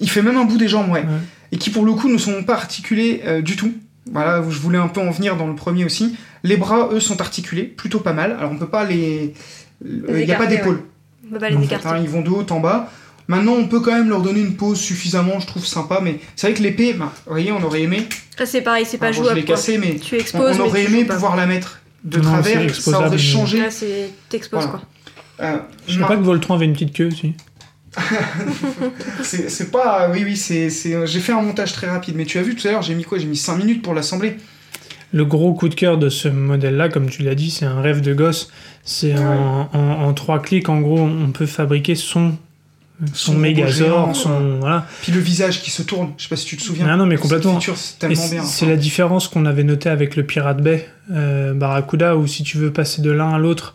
Speaker 2: Il fait même un bout des jambes, ouais.
Speaker 3: Ouais.
Speaker 2: Et qui, pour le coup, ne sont pas articulés euh, du tout. Voilà, où je voulais un peu en venir dans le premier aussi. Les bras, eux, sont articulés, plutôt pas mal. Alors, on peut pas les... Il n'y a pas
Speaker 4: écarter,
Speaker 2: d'épaule.
Speaker 4: faire. On peut pas les
Speaker 2: En fait,
Speaker 4: écarter.
Speaker 2: hein, ils vont de haut en bas. Maintenant, on peut quand même leur donner une pause suffisamment, je trouve sympa. Mais c'est vrai que l'épée, bah, vous voyez, on aurait aimé.
Speaker 4: Là, Ah, c'est pareil, c'est pas
Speaker 2: Alors, bon, Ah, je
Speaker 4: jouable.
Speaker 2: l'ai
Speaker 4: quoi.
Speaker 2: cassée, mais
Speaker 4: Tu
Speaker 2: on,
Speaker 4: exposes,
Speaker 2: on aurait
Speaker 4: mais tu
Speaker 2: aimé
Speaker 4: joues pas.
Speaker 2: pouvoir la mettre de
Speaker 3: Non, c'est
Speaker 2: travers. Ça
Speaker 3: exposable,
Speaker 2: aurait
Speaker 3: mais-
Speaker 2: changé.
Speaker 4: Là, c'est t'exposes
Speaker 2: Voilà.
Speaker 4: quoi.
Speaker 2: Euh,
Speaker 3: Je sais
Speaker 2: Mar-
Speaker 3: pas que Voltron avait une petite queue aussi.
Speaker 2: c'est c'est pas. Oui, oui, c'est. c'est- J'ai fait un montage très rapide, mais tu as vu tout à l'heure, j'ai mis quoi J'ai mis 5 minutes pour l'assembler.
Speaker 3: Le gros coup de cœur de ce modèle-là, comme tu l'as dit, c'est un rêve de gosse. C'est en, en- en trois clics, en gros, on peut fabriquer son, son,
Speaker 2: robot géant.
Speaker 3: Megazord,
Speaker 2: euh,
Speaker 3: son voilà.
Speaker 2: Puis le visage qui se tourne, je sais pas si tu te souviens.
Speaker 3: Ah non, mais
Speaker 2: Cette
Speaker 3: complètement.
Speaker 2: feature, c'est
Speaker 3: Et
Speaker 2: tellement
Speaker 3: c'est
Speaker 2: bien. hein.
Speaker 3: c'est la différence qu'on avait notée avec le Pirate Bay euh, Barracuda, où si tu veux passer de l'un à l'autre,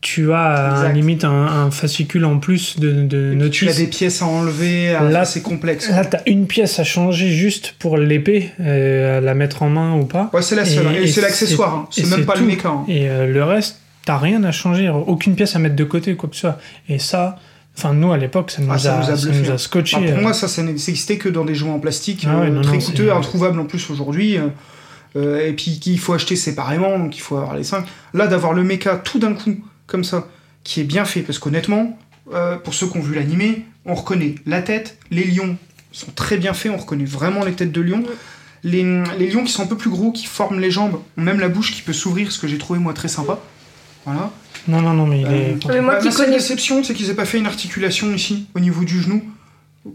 Speaker 3: tu as un-
Speaker 2: Exact.
Speaker 3: limite un, un fascicule en plus de, de
Speaker 2: Et puis, tu as
Speaker 3: notice.
Speaker 2: des pièces à enlever, à-
Speaker 3: Là-
Speaker 2: c'est complexe.
Speaker 3: Là, Ah, t'as une pièce à changer juste pour l'épée, euh, à la mettre en main ou pas.
Speaker 2: Ouais, c'est la
Speaker 3: Et-
Speaker 2: seule, hein. et,
Speaker 3: et
Speaker 2: c'est l'accessoire, hein.
Speaker 3: et
Speaker 2: c'est même
Speaker 3: c'est
Speaker 2: pas
Speaker 3: tout.
Speaker 2: le méca. hein.
Speaker 3: Et euh, le reste, t'as rien à changer, aucune pièce à mettre de côté, quoi que ce soit. Et ça, enfin, nous à l'époque, ça nous
Speaker 2: Ah,
Speaker 3: a,
Speaker 2: ça nous a
Speaker 3: ça
Speaker 2: bluffé,
Speaker 3: nous a
Speaker 2: hein.
Speaker 3: scotché.
Speaker 2: Enfin,
Speaker 3: euh,
Speaker 2: pour moi, ça, ça n'existait que dans des jeux en plastique,
Speaker 3: Ah ouais,
Speaker 2: euh,
Speaker 3: non,
Speaker 2: très
Speaker 3: non, c'est-
Speaker 2: coûteux, introuvable en plus aujourd'hui. euh, euh, et puis qu'il faut acheter séparément, donc il faut avoir les 5. Là, d'avoir le mecha tout d'un coup, comme ça, qui est bien fait, parce qu'honnêtement, euh, pour ceux qui ont vu l'animé, on reconnaît la tête, les lions sont très bien faits, on reconnaît vraiment les têtes de lions. Les, les lions qui sont un peu plus gros, qui forment les jambes, ont même la bouche qui peut s'ouvrir, ce que j'ai trouvé moi très sympa. Voilà.
Speaker 3: Non, non, non, mais il
Speaker 2: Euh,
Speaker 3: est.
Speaker 4: Mais moi
Speaker 2: bah,
Speaker 4: qui
Speaker 2: la seule
Speaker 4: connais-
Speaker 2: déception, c'est qu'ils aient pas fait une articulation ici, au niveau du genou,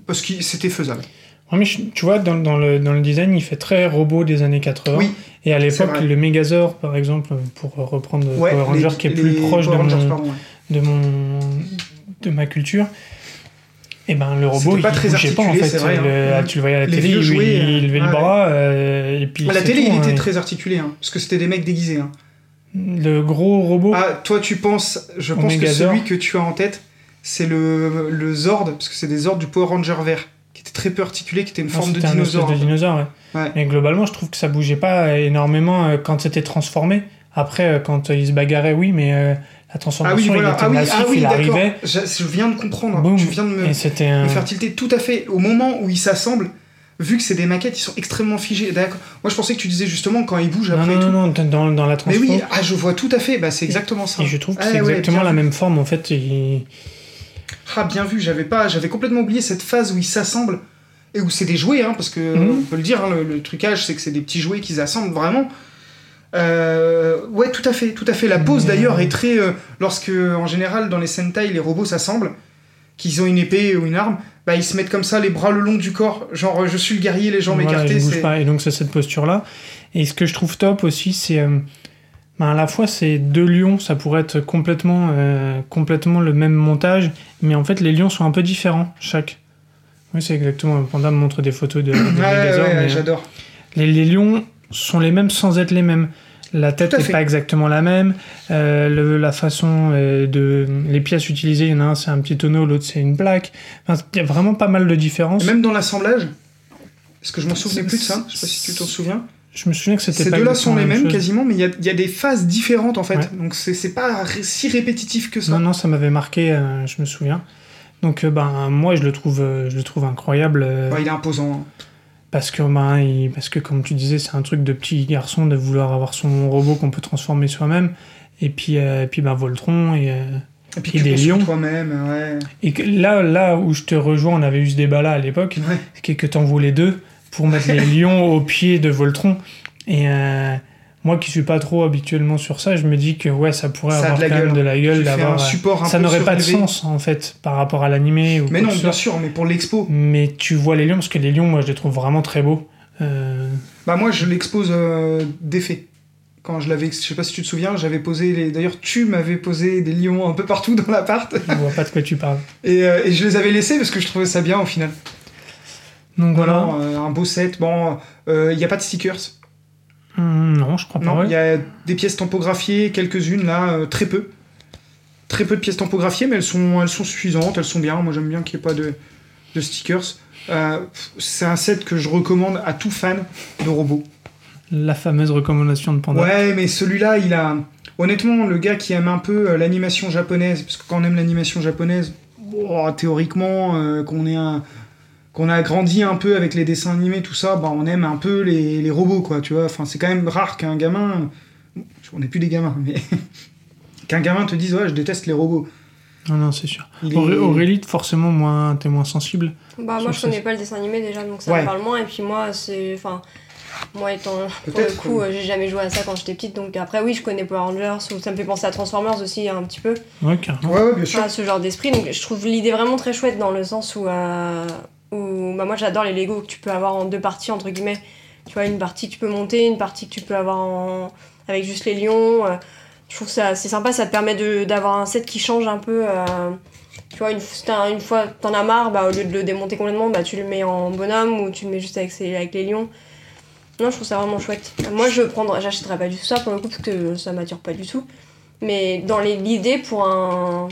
Speaker 2: parce que c'était faisable.
Speaker 3: Ouais, mais je- tu vois, dans, dans le, dans le design, il fait très robot des années 80.
Speaker 2: Oui.
Speaker 3: Et à
Speaker 2: C'est
Speaker 3: l'époque,
Speaker 2: vrai.
Speaker 3: le Megazord, par exemple, pour reprendre
Speaker 2: Ouais,
Speaker 3: Power Ranger,
Speaker 2: les-
Speaker 3: qui est plus
Speaker 2: les
Speaker 3: proche de,
Speaker 2: Power Rangers,
Speaker 3: mon-
Speaker 2: pardon, ouais.
Speaker 3: de, mon, de ma culture, et ben le robot,
Speaker 2: C'était
Speaker 3: il
Speaker 2: pas très
Speaker 3: bougeait pas en
Speaker 2: articulé,
Speaker 3: fait.
Speaker 2: c'est vrai,
Speaker 3: Le-
Speaker 2: hein.
Speaker 3: ah, tu le voyais à la
Speaker 2: Les
Speaker 3: télé,
Speaker 2: vieux
Speaker 3: il,
Speaker 2: jouets,
Speaker 3: il- il
Speaker 2: euh,
Speaker 3: levait
Speaker 2: ouais.
Speaker 3: le bras, euh, et puis.
Speaker 2: À la
Speaker 3: c'est
Speaker 2: télé,
Speaker 3: tout,
Speaker 2: il
Speaker 3: hein.
Speaker 2: était très articulé, hein, parce que c'était des mecs déguisés. hein.
Speaker 3: Le gros robot.
Speaker 2: Ah, toi, tu penses, je pense que
Speaker 3: Megazord.
Speaker 2: celui que tu as en tête, c'est le, le Zord, parce que c'est des Zords du Power Ranger vert, qui était très peu articulé, qui était une
Speaker 3: Non,
Speaker 2: forme de
Speaker 3: Ah, c'était un espèce
Speaker 2: dinosaure.
Speaker 3: de dinosaure, ouais.
Speaker 2: Ouais.
Speaker 3: Mais globalement, je trouve que ça bougeait pas énormément euh, quand c'était transformé. Après, euh, quand euh, il se bagarrait, oui, mais euh, la
Speaker 2: Ah
Speaker 3: transformation,
Speaker 2: oui,
Speaker 3: il
Speaker 2: voilà,
Speaker 3: était
Speaker 2: ah oui,
Speaker 3: massif,
Speaker 2: ah oui,
Speaker 3: il
Speaker 2: d'accord. Euh,
Speaker 3: arrivait.
Speaker 2: Je, je viens de comprendre,
Speaker 3: boum,
Speaker 2: tu viens de me,
Speaker 3: et c'était un...
Speaker 2: me faire tilter tout à fait au moment où ils s'assemblent vu que c'est des maquettes ils sont extrêmement figés d'accord moi je pensais que tu disais justement quand ils bougent
Speaker 3: Non,
Speaker 2: après et
Speaker 3: non,
Speaker 2: tout
Speaker 3: non, non, dans, dans la
Speaker 2: mais
Speaker 3: transpo.
Speaker 2: oui ah je vois tout à fait bah c'est exactement ça
Speaker 3: Et je trouve que
Speaker 2: Ah,
Speaker 3: c'est
Speaker 2: ouais,
Speaker 3: exactement
Speaker 2: bien
Speaker 3: la
Speaker 2: vu.
Speaker 3: même forme, en fait. il-
Speaker 2: ah bien vu j'avais pas j'avais complètement oublié cette phase où ils s'assemblent et où c'est des jouets hein, parce que
Speaker 3: Mhm.
Speaker 2: on peut le dire hein, le, le trucage c'est que c'est des petits jouets qu'ils assemblent vraiment Euh, ouais tout à fait tout à fait la pose
Speaker 3: Mais-
Speaker 2: d'ailleurs est très euh, lorsque en général dans les Sentai les robots s'assemblent qu'ils ont une épée ou une arme bah ils se mettent comme ça les bras le long du corps genre euh, je suis le guerrier les jambes
Speaker 3: Voilà,
Speaker 2: écartées
Speaker 3: il bouge
Speaker 2: c'est
Speaker 3: pas. Et donc, c'est cette posture-là. Et ce que je trouve top aussi, c'est. euh, ben, à la fois, c'est deux lions, ça pourrait être complètement, euh, complètement le même montage, mais en fait, les lions sont un peu différents, chaque. Oui, c'est exactement. Panda me montre des photos de, de
Speaker 2: Ouais,
Speaker 3: Megazord,
Speaker 2: ouais,
Speaker 3: mais, euh,
Speaker 2: j'adore.
Speaker 3: les, les lions sont les mêmes sans être les mêmes. La tête
Speaker 2: Tout à
Speaker 3: n'est
Speaker 2: fait.
Speaker 3: pas exactement la même. euh, le- la façon euh, de. Les pièces utilisées, il y en a un, c'est un petit tonneau, l'autre, c'est une plaque. Enfin, il y a vraiment pas mal de différences.
Speaker 2: Et même dans l'assemblage, parce que je m'en souvenais
Speaker 3: C'est-
Speaker 2: plus de ça, je sais pas si tu t'en souviens.
Speaker 3: Je me souviens que c'était
Speaker 2: Ces
Speaker 3: pas
Speaker 2: deux-là
Speaker 3: exactement
Speaker 2: sont les
Speaker 3: la même
Speaker 2: mêmes
Speaker 3: chose.
Speaker 2: quasiment, mais il y a, il y a des phases différentes en fait.
Speaker 3: Ouais.
Speaker 2: Donc c'est c'est pas ré- si répétitif que ça.
Speaker 3: Non, non, ça m'avait marqué, euh, je me souviens. Donc, euh, ben, moi, je le trouve, euh, je le trouve incroyable. euh,
Speaker 2: Ouais, il est imposant. hein.
Speaker 3: Parce que, ben, il- parce que, comme tu disais, c'est un truc de petit garçon de vouloir avoir son robot qu'on peut transformer soi-même. Et puis, euh, et puis ben, Voltron. Et, euh,
Speaker 2: Et puis
Speaker 3: Et
Speaker 2: tu
Speaker 3: des
Speaker 2: construis
Speaker 3: lions.
Speaker 2: toi-même, ouais.
Speaker 3: et que là, là où je te rejoins, on avait eu ce débat-là à l'époque,
Speaker 2: Ouais.
Speaker 3: qui est que t'en voulais deux pour mettre les lions au pied de Voltron. Et euh, moi, qui suis pas trop habituellement sur ça, je me dis que ouais, ça pourrait
Speaker 2: Ça a
Speaker 3: avoir
Speaker 2: de la
Speaker 3: quand même
Speaker 2: gueule,
Speaker 3: de la
Speaker 2: Tu
Speaker 3: gueule
Speaker 2: fais un
Speaker 3: d'avoir. euh,
Speaker 2: support un
Speaker 3: Ça
Speaker 2: peu
Speaker 3: n'aurait pas de
Speaker 2: surélevé.
Speaker 3: sens en fait par rapport à l'animé ou
Speaker 2: Mais
Speaker 3: quoi
Speaker 2: non,
Speaker 3: que ce
Speaker 2: bien
Speaker 3: soit.
Speaker 2: sûr, mais pour l'expo.
Speaker 3: Mais tu vois les lions parce que les lions, moi, je les trouve vraiment très beaux. Euh,
Speaker 2: Bah moi je l'expose euh, d'effet. Quand je l'avais, je sais pas si tu te souviens, j'avais posé les. D'ailleurs, tu m'avais posé des lions un peu partout dans l'appart
Speaker 3: je vois pas de quoi tu parles.
Speaker 2: et, euh, et je les avais laissés parce que je trouvais ça bien au final.
Speaker 3: Donc voilà.
Speaker 2: Vraiment, euh, un beau set. Bon, euh, il n'y a pas de stickers.
Speaker 3: Hum, non, je crois pas.
Speaker 2: Non, il
Speaker 3: ouais.
Speaker 2: y a des pièces tampographiées, quelques-unes là, euh, très peu. Très peu de pièces tampographiées, mais elles sont, elles sont suffisantes, elles sont bien. Moi j'aime bien qu'il n'y ait pas de, de stickers. Euh, c'est un set que je recommande à tout fan de robots.
Speaker 3: La fameuse recommandation de Panda.
Speaker 2: Ouais, mais celui-là, il a. Honnêtement, le gars qui aime un peu euh, l'animation japonaise, parce que quand on aime l'animation japonaise, bon, théoriquement, euh, qu'on est un- qu'on a grandi un peu avec les dessins animés, tout ça, bah, on aime un peu les, les robots, quoi, tu vois. Enfin, c'est quand même rare qu'un gamin. bon, On n'est plus des gamins, mais. qu'un gamin te dise, ouais, je déteste les robots.
Speaker 3: Non, non, c'est sûr.
Speaker 2: Il est-
Speaker 3: Auré- Aurélie, forcément, moins, t'es moins sensible.
Speaker 4: Bah,
Speaker 3: Ça,
Speaker 4: moi, je
Speaker 3: ça,
Speaker 4: connais
Speaker 3: ça.
Speaker 4: pas le dessin animé déjà, donc ça
Speaker 2: Ouais.
Speaker 4: me parle moins. Et puis, moi, c'est. Enfin, moi, étant. Pour le
Speaker 2: Peut-être,
Speaker 4: coup,
Speaker 2: oui.
Speaker 4: euh, j'ai jamais joué à ça quand j'étais petite. Donc, après, oui, je connais Power Rangers. Ou ça me fait penser à Transformers aussi, hein, un petit peu.
Speaker 3: Ouais, carrément.
Speaker 2: Ouais, ouais, bien sûr.
Speaker 4: Enfin, ce genre d'esprit. Donc, je trouve l'idée vraiment très chouette dans le sens où. euh, où bah, moi, j'adore les Lego que tu peux avoir en deux parties, entre guillemets. Tu vois, une partie que tu peux monter, une partie que tu peux avoir en... avec juste les lions. euh. je trouve ça c'est sympa, ça te permet de- d'avoir un set qui change un peu. euh, tu vois, une, f- t'as- une fois t'en as marre, bah, au lieu de le démonter complètement, bah, tu le mets en bonhomme ou tu le mets juste avec, ses- avec les lions. Non, je trouve ça vraiment chouette. Moi, je prendrais, j'achèterais pas du tout ça pour le coup, parce que ça m'attire pas du tout. Mais dans les- l'idée, pour un.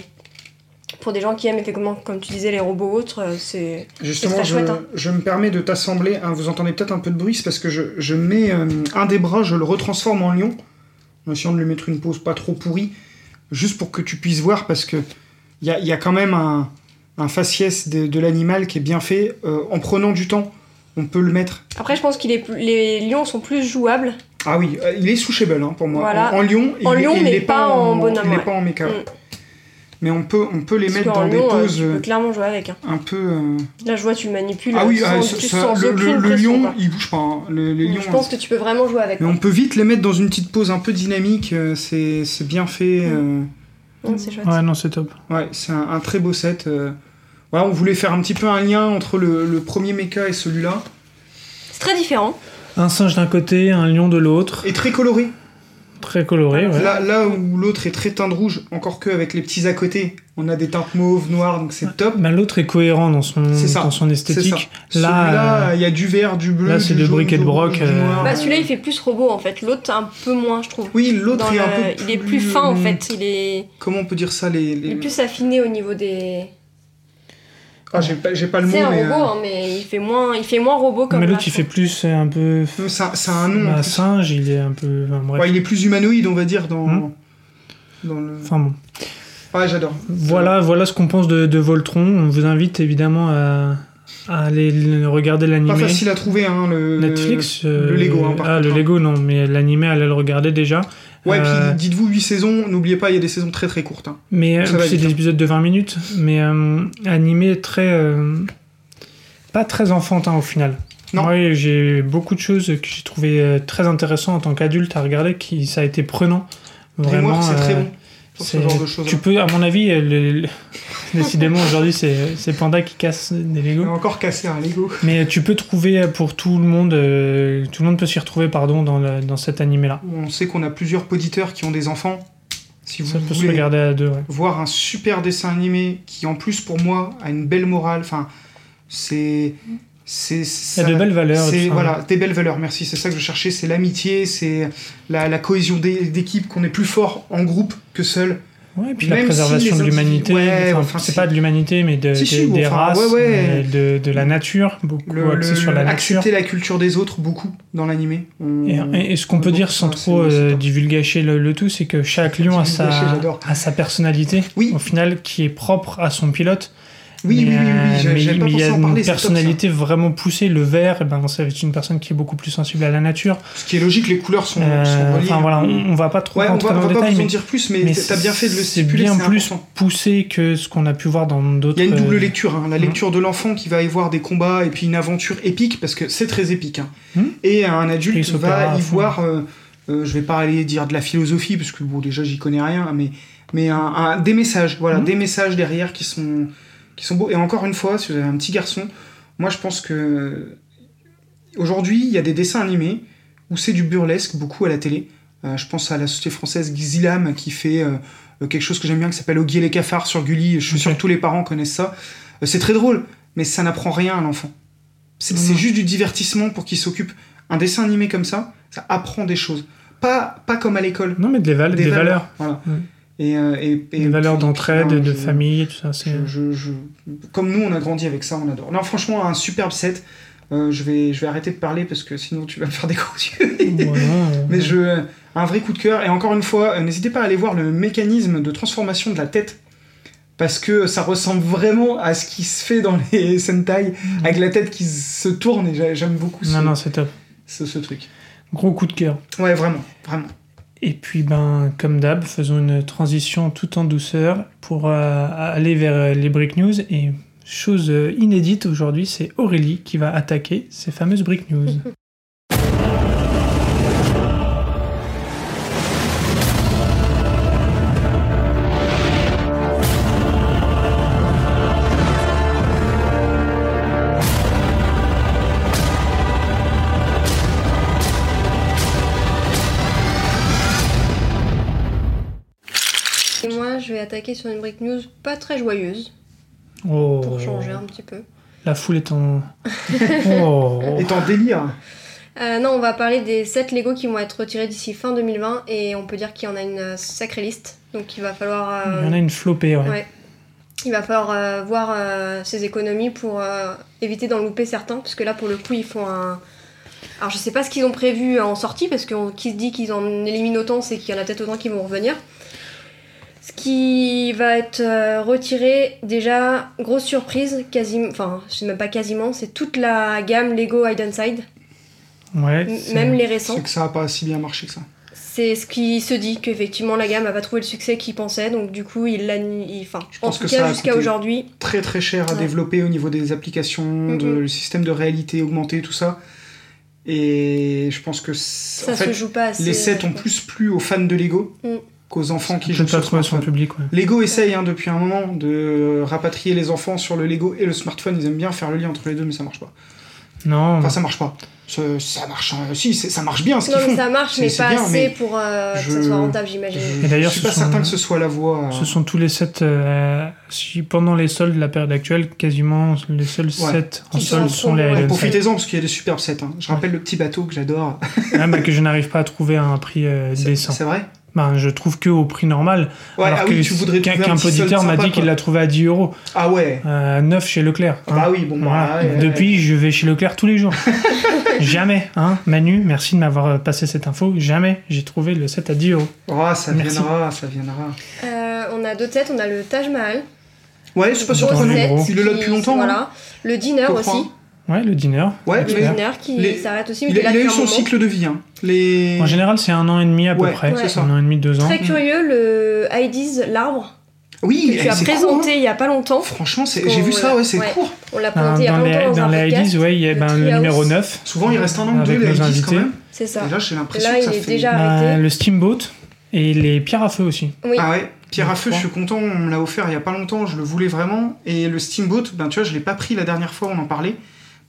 Speaker 4: Pour des gens qui aiment effectivement, comme tu disais, les robots ou autres, euh, c'est.
Speaker 2: Justement,
Speaker 4: serait
Speaker 2: je,
Speaker 4: chouette, hein.
Speaker 2: je me permets de t'assembler. hein, vous entendez peut-être un peu de bruit, c'est parce que je, je mets euh, un des bras, je le retransforme en lion, en essayant de lui mettre une pose pas trop pourrie, juste pour que tu puisses voir, parce que il y a, il y a quand même un, un faciès de, de l'animal qui est bien fait. Euh, en prenant du temps, on peut le mettre.
Speaker 4: Après, je pense que les lions sont plus jouables.
Speaker 2: Ah oui, euh, il est souchable hein, pour moi.
Speaker 4: Voilà.
Speaker 2: En, en lion,
Speaker 4: En
Speaker 2: il, est-
Speaker 4: lion,
Speaker 2: il
Speaker 4: mais
Speaker 2: est
Speaker 4: pas en bonhomme,
Speaker 2: Il n'est
Speaker 4: ouais.
Speaker 2: pas en méca.
Speaker 4: Mm.
Speaker 2: Mais on peut, on peut les
Speaker 4: Parce
Speaker 2: mettre
Speaker 4: qu'en
Speaker 2: dans des
Speaker 4: lion, euh,
Speaker 2: poses
Speaker 4: tu peux clairement jouer avec. hein.
Speaker 2: un peu. euh,
Speaker 4: Là, je vois, tu le manipules.
Speaker 2: Ah oui,
Speaker 4: sans,
Speaker 2: ah, ça-
Speaker 4: tu
Speaker 2: ça-
Speaker 4: sens
Speaker 2: le,
Speaker 4: aucune
Speaker 2: le- le
Speaker 4: pression,
Speaker 2: lion,
Speaker 4: quoi.
Speaker 2: il bouge pas. hein. Le, les lions,
Speaker 4: Je pense que tu peux vraiment jouer avec. hein.
Speaker 2: Mais on peut vite les mettre dans une petite pause un peu dynamique, euh, c'est c'est bien fait. euh,
Speaker 4: Non, C'est chouette.
Speaker 3: Ouais, non, c'est top.
Speaker 2: ouais, c'est un, un très beau set. euh. Voilà, on voulait faire un petit peu un lien entre le, le premier mecha et celui-là.
Speaker 4: C'est très différent.
Speaker 3: Un singe d'un côté, un lion de l'autre.
Speaker 2: Et très coloré.
Speaker 3: Très coloré, ouais.
Speaker 2: Là, là où l'autre est très teinte rouge, encore que avec les petits à côté, on a des teintes mauves, noires, donc c'est top.
Speaker 3: Ben, l'autre est cohérent dans son,
Speaker 2: C'est ça.
Speaker 3: dans son
Speaker 2: C'est ça.
Speaker 3: esthétique. Là, euh,
Speaker 2: Celui-là, il y a du vert, du bleu.
Speaker 3: là,
Speaker 2: du
Speaker 3: c'est de
Speaker 2: jaune,
Speaker 3: briquet de
Speaker 2: du
Speaker 3: broc,
Speaker 2: rouge, du
Speaker 3: euh,
Speaker 2: noir.
Speaker 4: Bah, celui-là, il fait plus robot en fait. L'autre, un peu moins, je trouve.
Speaker 2: Oui, l'autre
Speaker 4: Dans
Speaker 2: est un
Speaker 4: le-
Speaker 2: peu.
Speaker 4: Il est plus fin en
Speaker 2: euh,
Speaker 4: fait. Il est,
Speaker 2: Comment on peut dire ça les, les-
Speaker 4: il est plus affiné au niveau des.
Speaker 2: Ah, j'ai pas, j'ai pas le mot,
Speaker 4: C'est un
Speaker 2: mais. euh,
Speaker 4: robot, hein, mais il fait moins, il fait moins robot
Speaker 3: euh,
Speaker 4: comme.
Speaker 3: mais
Speaker 4: là,
Speaker 3: l'autre, il
Speaker 4: je
Speaker 3: fait
Speaker 4: trouve.
Speaker 3: plus euh, un peu.
Speaker 2: euh, ça, ça a un nom. en
Speaker 3: Un
Speaker 2: plus.
Speaker 3: singe, il est un peu. enfin, bref.
Speaker 2: Ouais, il est plus humanoïde, on va dire, dans.
Speaker 3: Hmm.
Speaker 2: dans le...
Speaker 3: Enfin bon.
Speaker 2: Ouais, j'adore.
Speaker 3: Voilà, voilà ce qu'on pense de, de Voltron. On vous invite évidemment à, à aller le- regarder
Speaker 2: Pas
Speaker 3: l'animé.
Speaker 2: facile à trouver, hein, le.
Speaker 3: Netflix. euh,
Speaker 2: le Lego, hein, par
Speaker 3: ah,
Speaker 2: contre,
Speaker 3: le
Speaker 2: hein.
Speaker 3: Lego, non, mais l'animé, allez le regarder déjà.
Speaker 2: Ouais,
Speaker 3: Euh,
Speaker 2: puis dites-vous 8 saisons, n'oubliez pas, il y a des saisons très très courtes. hein.
Speaker 3: Mais euh,
Speaker 2: Ça va
Speaker 3: c'est
Speaker 2: vite,
Speaker 3: des
Speaker 2: hein.
Speaker 3: épisodes de 20 minutes, mais euh, animé très. euh, pas très enfantin au final.
Speaker 2: Non.
Speaker 3: Moi, j'ai beaucoup de choses que j'ai trouvé euh, très intéressantes en tant qu'adulte à regarder, qui ça a été prenant. Vraiment.
Speaker 2: Dreamworks, c'est très
Speaker 3: euh,
Speaker 2: bon. Sur ce
Speaker 3: c'est-
Speaker 2: genre de choses.
Speaker 3: Tu peux, à mon avis, euh, le- le- décidément aujourd'hui, c'est c'est Panda qui casse des Legos.
Speaker 2: On a encore cassé un Lego.
Speaker 3: Mais tu peux trouver euh, pour tout le monde, euh, tout le monde peut s'y retrouver, pardon, dans, le- dans cet animé-là.
Speaker 2: On sait qu'on a plusieurs auditeurs qui ont des enfants. Si vous
Speaker 3: Ça peut se
Speaker 2: voulez
Speaker 3: regarder à deux, ouais.
Speaker 2: voir un super dessin animé qui, en plus, pour moi, a une belle morale, enfin, c'est. C'est.
Speaker 3: Il y
Speaker 2: ça-
Speaker 3: a de belles valeurs.
Speaker 2: C'est
Speaker 3: tout ça.
Speaker 2: voilà, des belles valeurs, merci. C'est ça que je cherchais, c'est l'amitié, c'est la, la cohésion d'é- d'équipe, qu'on est plus fort en groupe que seul.
Speaker 3: Ouais, et puis
Speaker 2: Même
Speaker 3: la
Speaker 2: si
Speaker 3: préservation
Speaker 2: les
Speaker 3: de
Speaker 2: individus-
Speaker 3: l'humanité,
Speaker 2: ouais,
Speaker 3: enfin,
Speaker 2: enfin,
Speaker 3: c'est
Speaker 2: si.
Speaker 3: pas de l'humanité, mais de,
Speaker 2: Si, si,
Speaker 3: des-
Speaker 2: bon,
Speaker 3: des
Speaker 2: enfin,
Speaker 3: races,
Speaker 2: ouais, ouais.
Speaker 3: euh, De, de la nature, beaucoup
Speaker 2: Le,
Speaker 3: axé
Speaker 2: le-
Speaker 3: sur la nature.
Speaker 2: accepter la culture des autres beaucoup dans l'animé. On-
Speaker 3: Et, et- et ce qu'on peut
Speaker 2: Bon,
Speaker 3: dire sans
Speaker 2: ça, c'est-
Speaker 3: trop
Speaker 2: c'est
Speaker 3: euh,
Speaker 2: top.
Speaker 3: divulgacher le, le tout, c'est que chaque lion a sa,
Speaker 2: Divulgacher, j'adore.
Speaker 3: a sa personnalité,
Speaker 2: Oui.
Speaker 3: au final, qui est propre à son pilote.
Speaker 2: Oui, oui, oui, oui,
Speaker 3: euh,
Speaker 2: j'avais-
Speaker 3: mais-
Speaker 2: j'avais pas
Speaker 3: mais il y
Speaker 2: pensé
Speaker 3: a
Speaker 2: en
Speaker 3: une
Speaker 2: parler, c'est top, ça.
Speaker 3: personnalité vraiment poussée. Le vert, eh ben, ça va être une personne qui est beaucoup plus sensible à la nature.
Speaker 2: Ce qui est logique, les couleurs sont,
Speaker 3: Euh,
Speaker 2: sont reliées.
Speaker 3: enfin voilà, on, on va pas trop
Speaker 2: Ouais, on va,
Speaker 3: rentrer
Speaker 2: on
Speaker 3: dans
Speaker 2: va
Speaker 3: le
Speaker 2: pas
Speaker 3: détail,
Speaker 2: vous en
Speaker 3: mais
Speaker 2: dire plus, mais,
Speaker 3: mais
Speaker 2: t'as bien fait de le
Speaker 3: c'est
Speaker 2: stipuler,
Speaker 3: bien
Speaker 2: c'est
Speaker 3: plus
Speaker 2: important.
Speaker 3: poussé que ce qu'on a pu voir dans d'autres.
Speaker 2: Il y a une double
Speaker 3: euh,
Speaker 2: lecture, hein, la
Speaker 3: Mhm.
Speaker 2: lecture de l'enfant qui va y voir des combats et puis une aventure épique, parce que c'est très épique. hein.
Speaker 3: Mhm.
Speaker 2: Et un
Speaker 3: Et
Speaker 2: adulte
Speaker 3: il s'opéra à
Speaker 2: va y
Speaker 3: fond.
Speaker 2: voir, euh, euh, je vais pas aller dire de la philosophie, parce que bon, déjà j'y connais rien, mais, mais un, un- des messages, voilà,
Speaker 3: Mhm.
Speaker 2: des messages derrière qui sont, qui sont beaux. Et encore une fois, si vous avez un petit garçon, moi je pense que aujourd'hui il y a des dessins animés où c'est du burlesque beaucoup à la télé. Euh, je pense à la société française Gizilam qui fait euh, euh, quelque chose que j'aime bien qui s'appelle Oggy et les cafards sur Gulli. Je suis sûr
Speaker 3: Ok.
Speaker 2: que tous les parents connaissent ça. Euh, c'est très drôle, mais ça n'apprend rien à l'enfant. C'est
Speaker 3: Non,
Speaker 2: c'est
Speaker 3: non.
Speaker 2: juste du divertissement pour qu'il s'occupe. Un dessin animé comme ça, ça apprend des choses. Pas, pas comme à l'école.
Speaker 3: Non, mais des, val- des valeurs.
Speaker 2: Voilà.
Speaker 3: Ouais.
Speaker 2: Et, euh, et- et-
Speaker 3: Des valeurs
Speaker 2: puis-
Speaker 3: d'entraide,
Speaker 2: puis,
Speaker 3: de
Speaker 2: euh, je-
Speaker 3: famille, et tout ça. C'est...
Speaker 2: je- je- je- Comme nous, on a grandi avec ça, on adore. Non, franchement, un superbe set. Euh, je, vais, je vais arrêter de parler parce que sinon tu vas me faire des gros yeux.
Speaker 3: Voilà, euh,
Speaker 2: Mais je, euh, un vrai coup de cœur. Et encore une fois, euh, n'hésitez pas à aller voir le mécanisme de transformation de la tête. Parce que ça ressemble vraiment à ce qui se fait dans les Sentai, avec la tête qui se tourne, et j'a- j'aime beaucoup ce,
Speaker 3: Non, non, c'est top.
Speaker 2: ce- ce truc.
Speaker 3: Gros coup de cœur.
Speaker 2: Ouais, vraiment, vraiment.
Speaker 3: Et puis, ben, comme d'hab, faisons une transition tout en douceur pour euh, aller vers euh, les break news. Et chose euh, inédite aujourd'hui, c'est Aurélie qui va attaquer ces fameuses break news.
Speaker 4: Et moi, je vais attaquer sur une break news pas très joyeuse
Speaker 3: Oh,
Speaker 4: pour changer un petit peu.
Speaker 3: la foule est en. oh.
Speaker 2: Et en délire.
Speaker 4: Euh, non, on va parler des 7 Lego qui vont être retirés d'ici fin 2020 et on peut dire qu'il y en a une euh, sacrée liste. Donc il va falloir, euh,
Speaker 3: Il y en a une flopée, ouais.
Speaker 4: ouais. il va falloir euh, voir euh, ses économies pour euh, éviter d'en louper certains parce que là pour le coup ils font un. Alors je sais pas ce qu'ils ont prévu en sortie parce que on- qui se dit qu'ils en éliminent autant c'est qu'il y en a peut-être autant qui vont revenir. Ce qui va être euh, retiré, déjà, grosse surprise, quasiment, enfin, je sais même pas quasiment, c'est toute la gamme Lego Hide and Side,
Speaker 3: Ouais,
Speaker 4: m-
Speaker 3: c'est-
Speaker 4: même les récents.
Speaker 2: C'est que ça a pas si bien marché que ça.
Speaker 4: C'est ce qui se dit qu'effectivement la gamme a pas trouvé le succès qu'il pensait, donc du coup il l'a il- enfin
Speaker 2: Je
Speaker 4: en
Speaker 2: pense
Speaker 4: tout
Speaker 2: que ça
Speaker 4: cas
Speaker 2: a
Speaker 4: jusqu'à
Speaker 2: coûté.
Speaker 4: aujourd'hui.
Speaker 2: Très très cher à
Speaker 4: Ouais.
Speaker 2: développer au niveau des applications, de,
Speaker 4: Mhm.
Speaker 2: le système de réalité augmentée, tout ça. Et je pense que c'est-
Speaker 4: Ça
Speaker 2: en
Speaker 4: se
Speaker 2: fait,
Speaker 4: joue pas assez.
Speaker 2: les sets ont plus plu aux fans de Lego
Speaker 4: Mhm.
Speaker 2: qu'aux enfants qui jouent
Speaker 3: Peut-être pas
Speaker 2: sur
Speaker 3: trouvé son
Speaker 2: smartphone.
Speaker 3: public, ouais.
Speaker 2: Lego essaye hein, depuis un moment de rapatrier les enfants sur le Lego et le smartphone. Ils aiment bien faire le lien entre les deux, mais ça marche pas.
Speaker 3: Non,
Speaker 2: Enfin, ça marche pas. Ça, ça marche. euh, si, c'est- ça marche bien ce
Speaker 4: Non
Speaker 2: qu'ils
Speaker 4: mais
Speaker 2: font.
Speaker 4: ça marche
Speaker 2: C'est-
Speaker 4: mais
Speaker 2: c'est
Speaker 4: pas
Speaker 2: bien,
Speaker 4: assez
Speaker 2: mais
Speaker 4: pour euh, que
Speaker 2: je-
Speaker 4: ça soit rentable j'imagine.
Speaker 2: Je,
Speaker 3: Et
Speaker 2: je
Speaker 3: d'ailleurs,
Speaker 2: suis
Speaker 3: ce
Speaker 2: pas
Speaker 3: sont-
Speaker 2: certain que ce soit la voie. euh,
Speaker 3: ce sont tous les sets, euh, si pendant les soldes de la période actuelle, quasiment les seuls sets en
Speaker 4: Qui sont en
Speaker 3: solde sont
Speaker 4: promo,
Speaker 3: les
Speaker 4: ouais.
Speaker 3: Highland Side.
Speaker 2: Profitez-en parce qu'il y a des superbes sets. hein. Je rappelle le petit bateau que j'adore.
Speaker 3: Ah, bah, que je n'arrive pas à trouver à un prix euh,
Speaker 2: C'est
Speaker 3: décent.
Speaker 2: c'est vrai
Speaker 3: Ben, je trouve que au prix normal.
Speaker 2: Ouais,
Speaker 3: alors
Speaker 2: ah
Speaker 3: que
Speaker 2: oui, tu voudrais
Speaker 3: qu'un
Speaker 2: trouver
Speaker 3: qu'un
Speaker 2: un petit solde
Speaker 3: poditeur m'a
Speaker 2: sympa,
Speaker 3: dit qu'il
Speaker 2: quoi.
Speaker 3: l'a trouvé à 10 euros,
Speaker 2: Ah ouais.
Speaker 3: à 9 chez Leclerc. hein.
Speaker 2: Ah bah oui, bon, bah,
Speaker 3: Voilà.
Speaker 2: ouais, ouais,
Speaker 3: Depuis, je vais chez Leclerc tous les jours. Jamais, hein, Manu, merci de m'avoir euh, passé cette info. Jamais, j'ai trouvé le set à 10 euros.
Speaker 2: Oh, ça
Speaker 3: Merci.
Speaker 2: viendra, ça viendra.
Speaker 4: Euh, on a deux sets, on a le Taj Mahal.
Speaker 2: Ouais, je suis pas sûr
Speaker 4: gros
Speaker 2: qu'on
Speaker 3: Dans les
Speaker 4: set
Speaker 2: ait.
Speaker 3: gros.
Speaker 2: Il est là
Speaker 4: qui-
Speaker 2: depuis longtemps. hein.
Speaker 4: Voilà. Le dîner
Speaker 2: Faut
Speaker 4: aussi.
Speaker 2: prendre.
Speaker 3: Ouais, le dîner.
Speaker 2: Ouais,
Speaker 4: Le
Speaker 2: mais-
Speaker 4: dîner qui
Speaker 2: Les-
Speaker 4: s'arrête aussi mais
Speaker 2: Il
Speaker 4: qui est
Speaker 2: a,
Speaker 4: là
Speaker 2: il a
Speaker 4: depuis
Speaker 2: eu
Speaker 4: un
Speaker 2: son
Speaker 4: moment.
Speaker 2: cycle de vie. hein. Les...
Speaker 3: En général, c'est un an et demi à
Speaker 2: Ouais,
Speaker 3: peu près.
Speaker 4: c'est
Speaker 2: ça.
Speaker 3: Un an et demi, deux ans.
Speaker 4: Très curieux le Heidi's l'arbre que
Speaker 2: Oui,
Speaker 4: tu
Speaker 2: eh,
Speaker 4: as
Speaker 2: c'est
Speaker 4: présenté
Speaker 2: court, hein.
Speaker 4: il y a pas longtemps.
Speaker 2: Franchement, c'est-
Speaker 4: Qu'on-
Speaker 2: j'ai vu ça, ouais, c'est
Speaker 4: ouais.
Speaker 2: court.
Speaker 4: On l'a
Speaker 3: Dans,
Speaker 4: présenté il y a
Speaker 3: dans
Speaker 4: pas
Speaker 3: les,
Speaker 4: longtemps dans,
Speaker 3: dans
Speaker 4: un
Speaker 3: les
Speaker 4: podcast.
Speaker 3: IDs, ouais, il y a
Speaker 4: le
Speaker 3: ben, le
Speaker 4: Treehouse.
Speaker 3: numéro 9.
Speaker 2: Souvent, il reste un an ou
Speaker 3: Avec
Speaker 2: deux, les
Speaker 3: nos
Speaker 2: Hades, quand
Speaker 3: invités.
Speaker 2: même.
Speaker 4: C'est ça.
Speaker 2: Et là, j'ai l'impression
Speaker 4: Là
Speaker 2: que ça
Speaker 4: il est
Speaker 2: fait-
Speaker 4: déjà
Speaker 3: Ben,
Speaker 4: arrêté.
Speaker 3: le steamboat et les pierres à feu aussi.
Speaker 4: Oui.
Speaker 2: Ah ouais, Pierre à feu, je
Speaker 3: Trois.
Speaker 2: suis content, on me l'a offert il y a pas longtemps, je le voulais vraiment. Et le Steamboat, ben tu vois, je l'ai pas pris la dernière fois, on en parlait.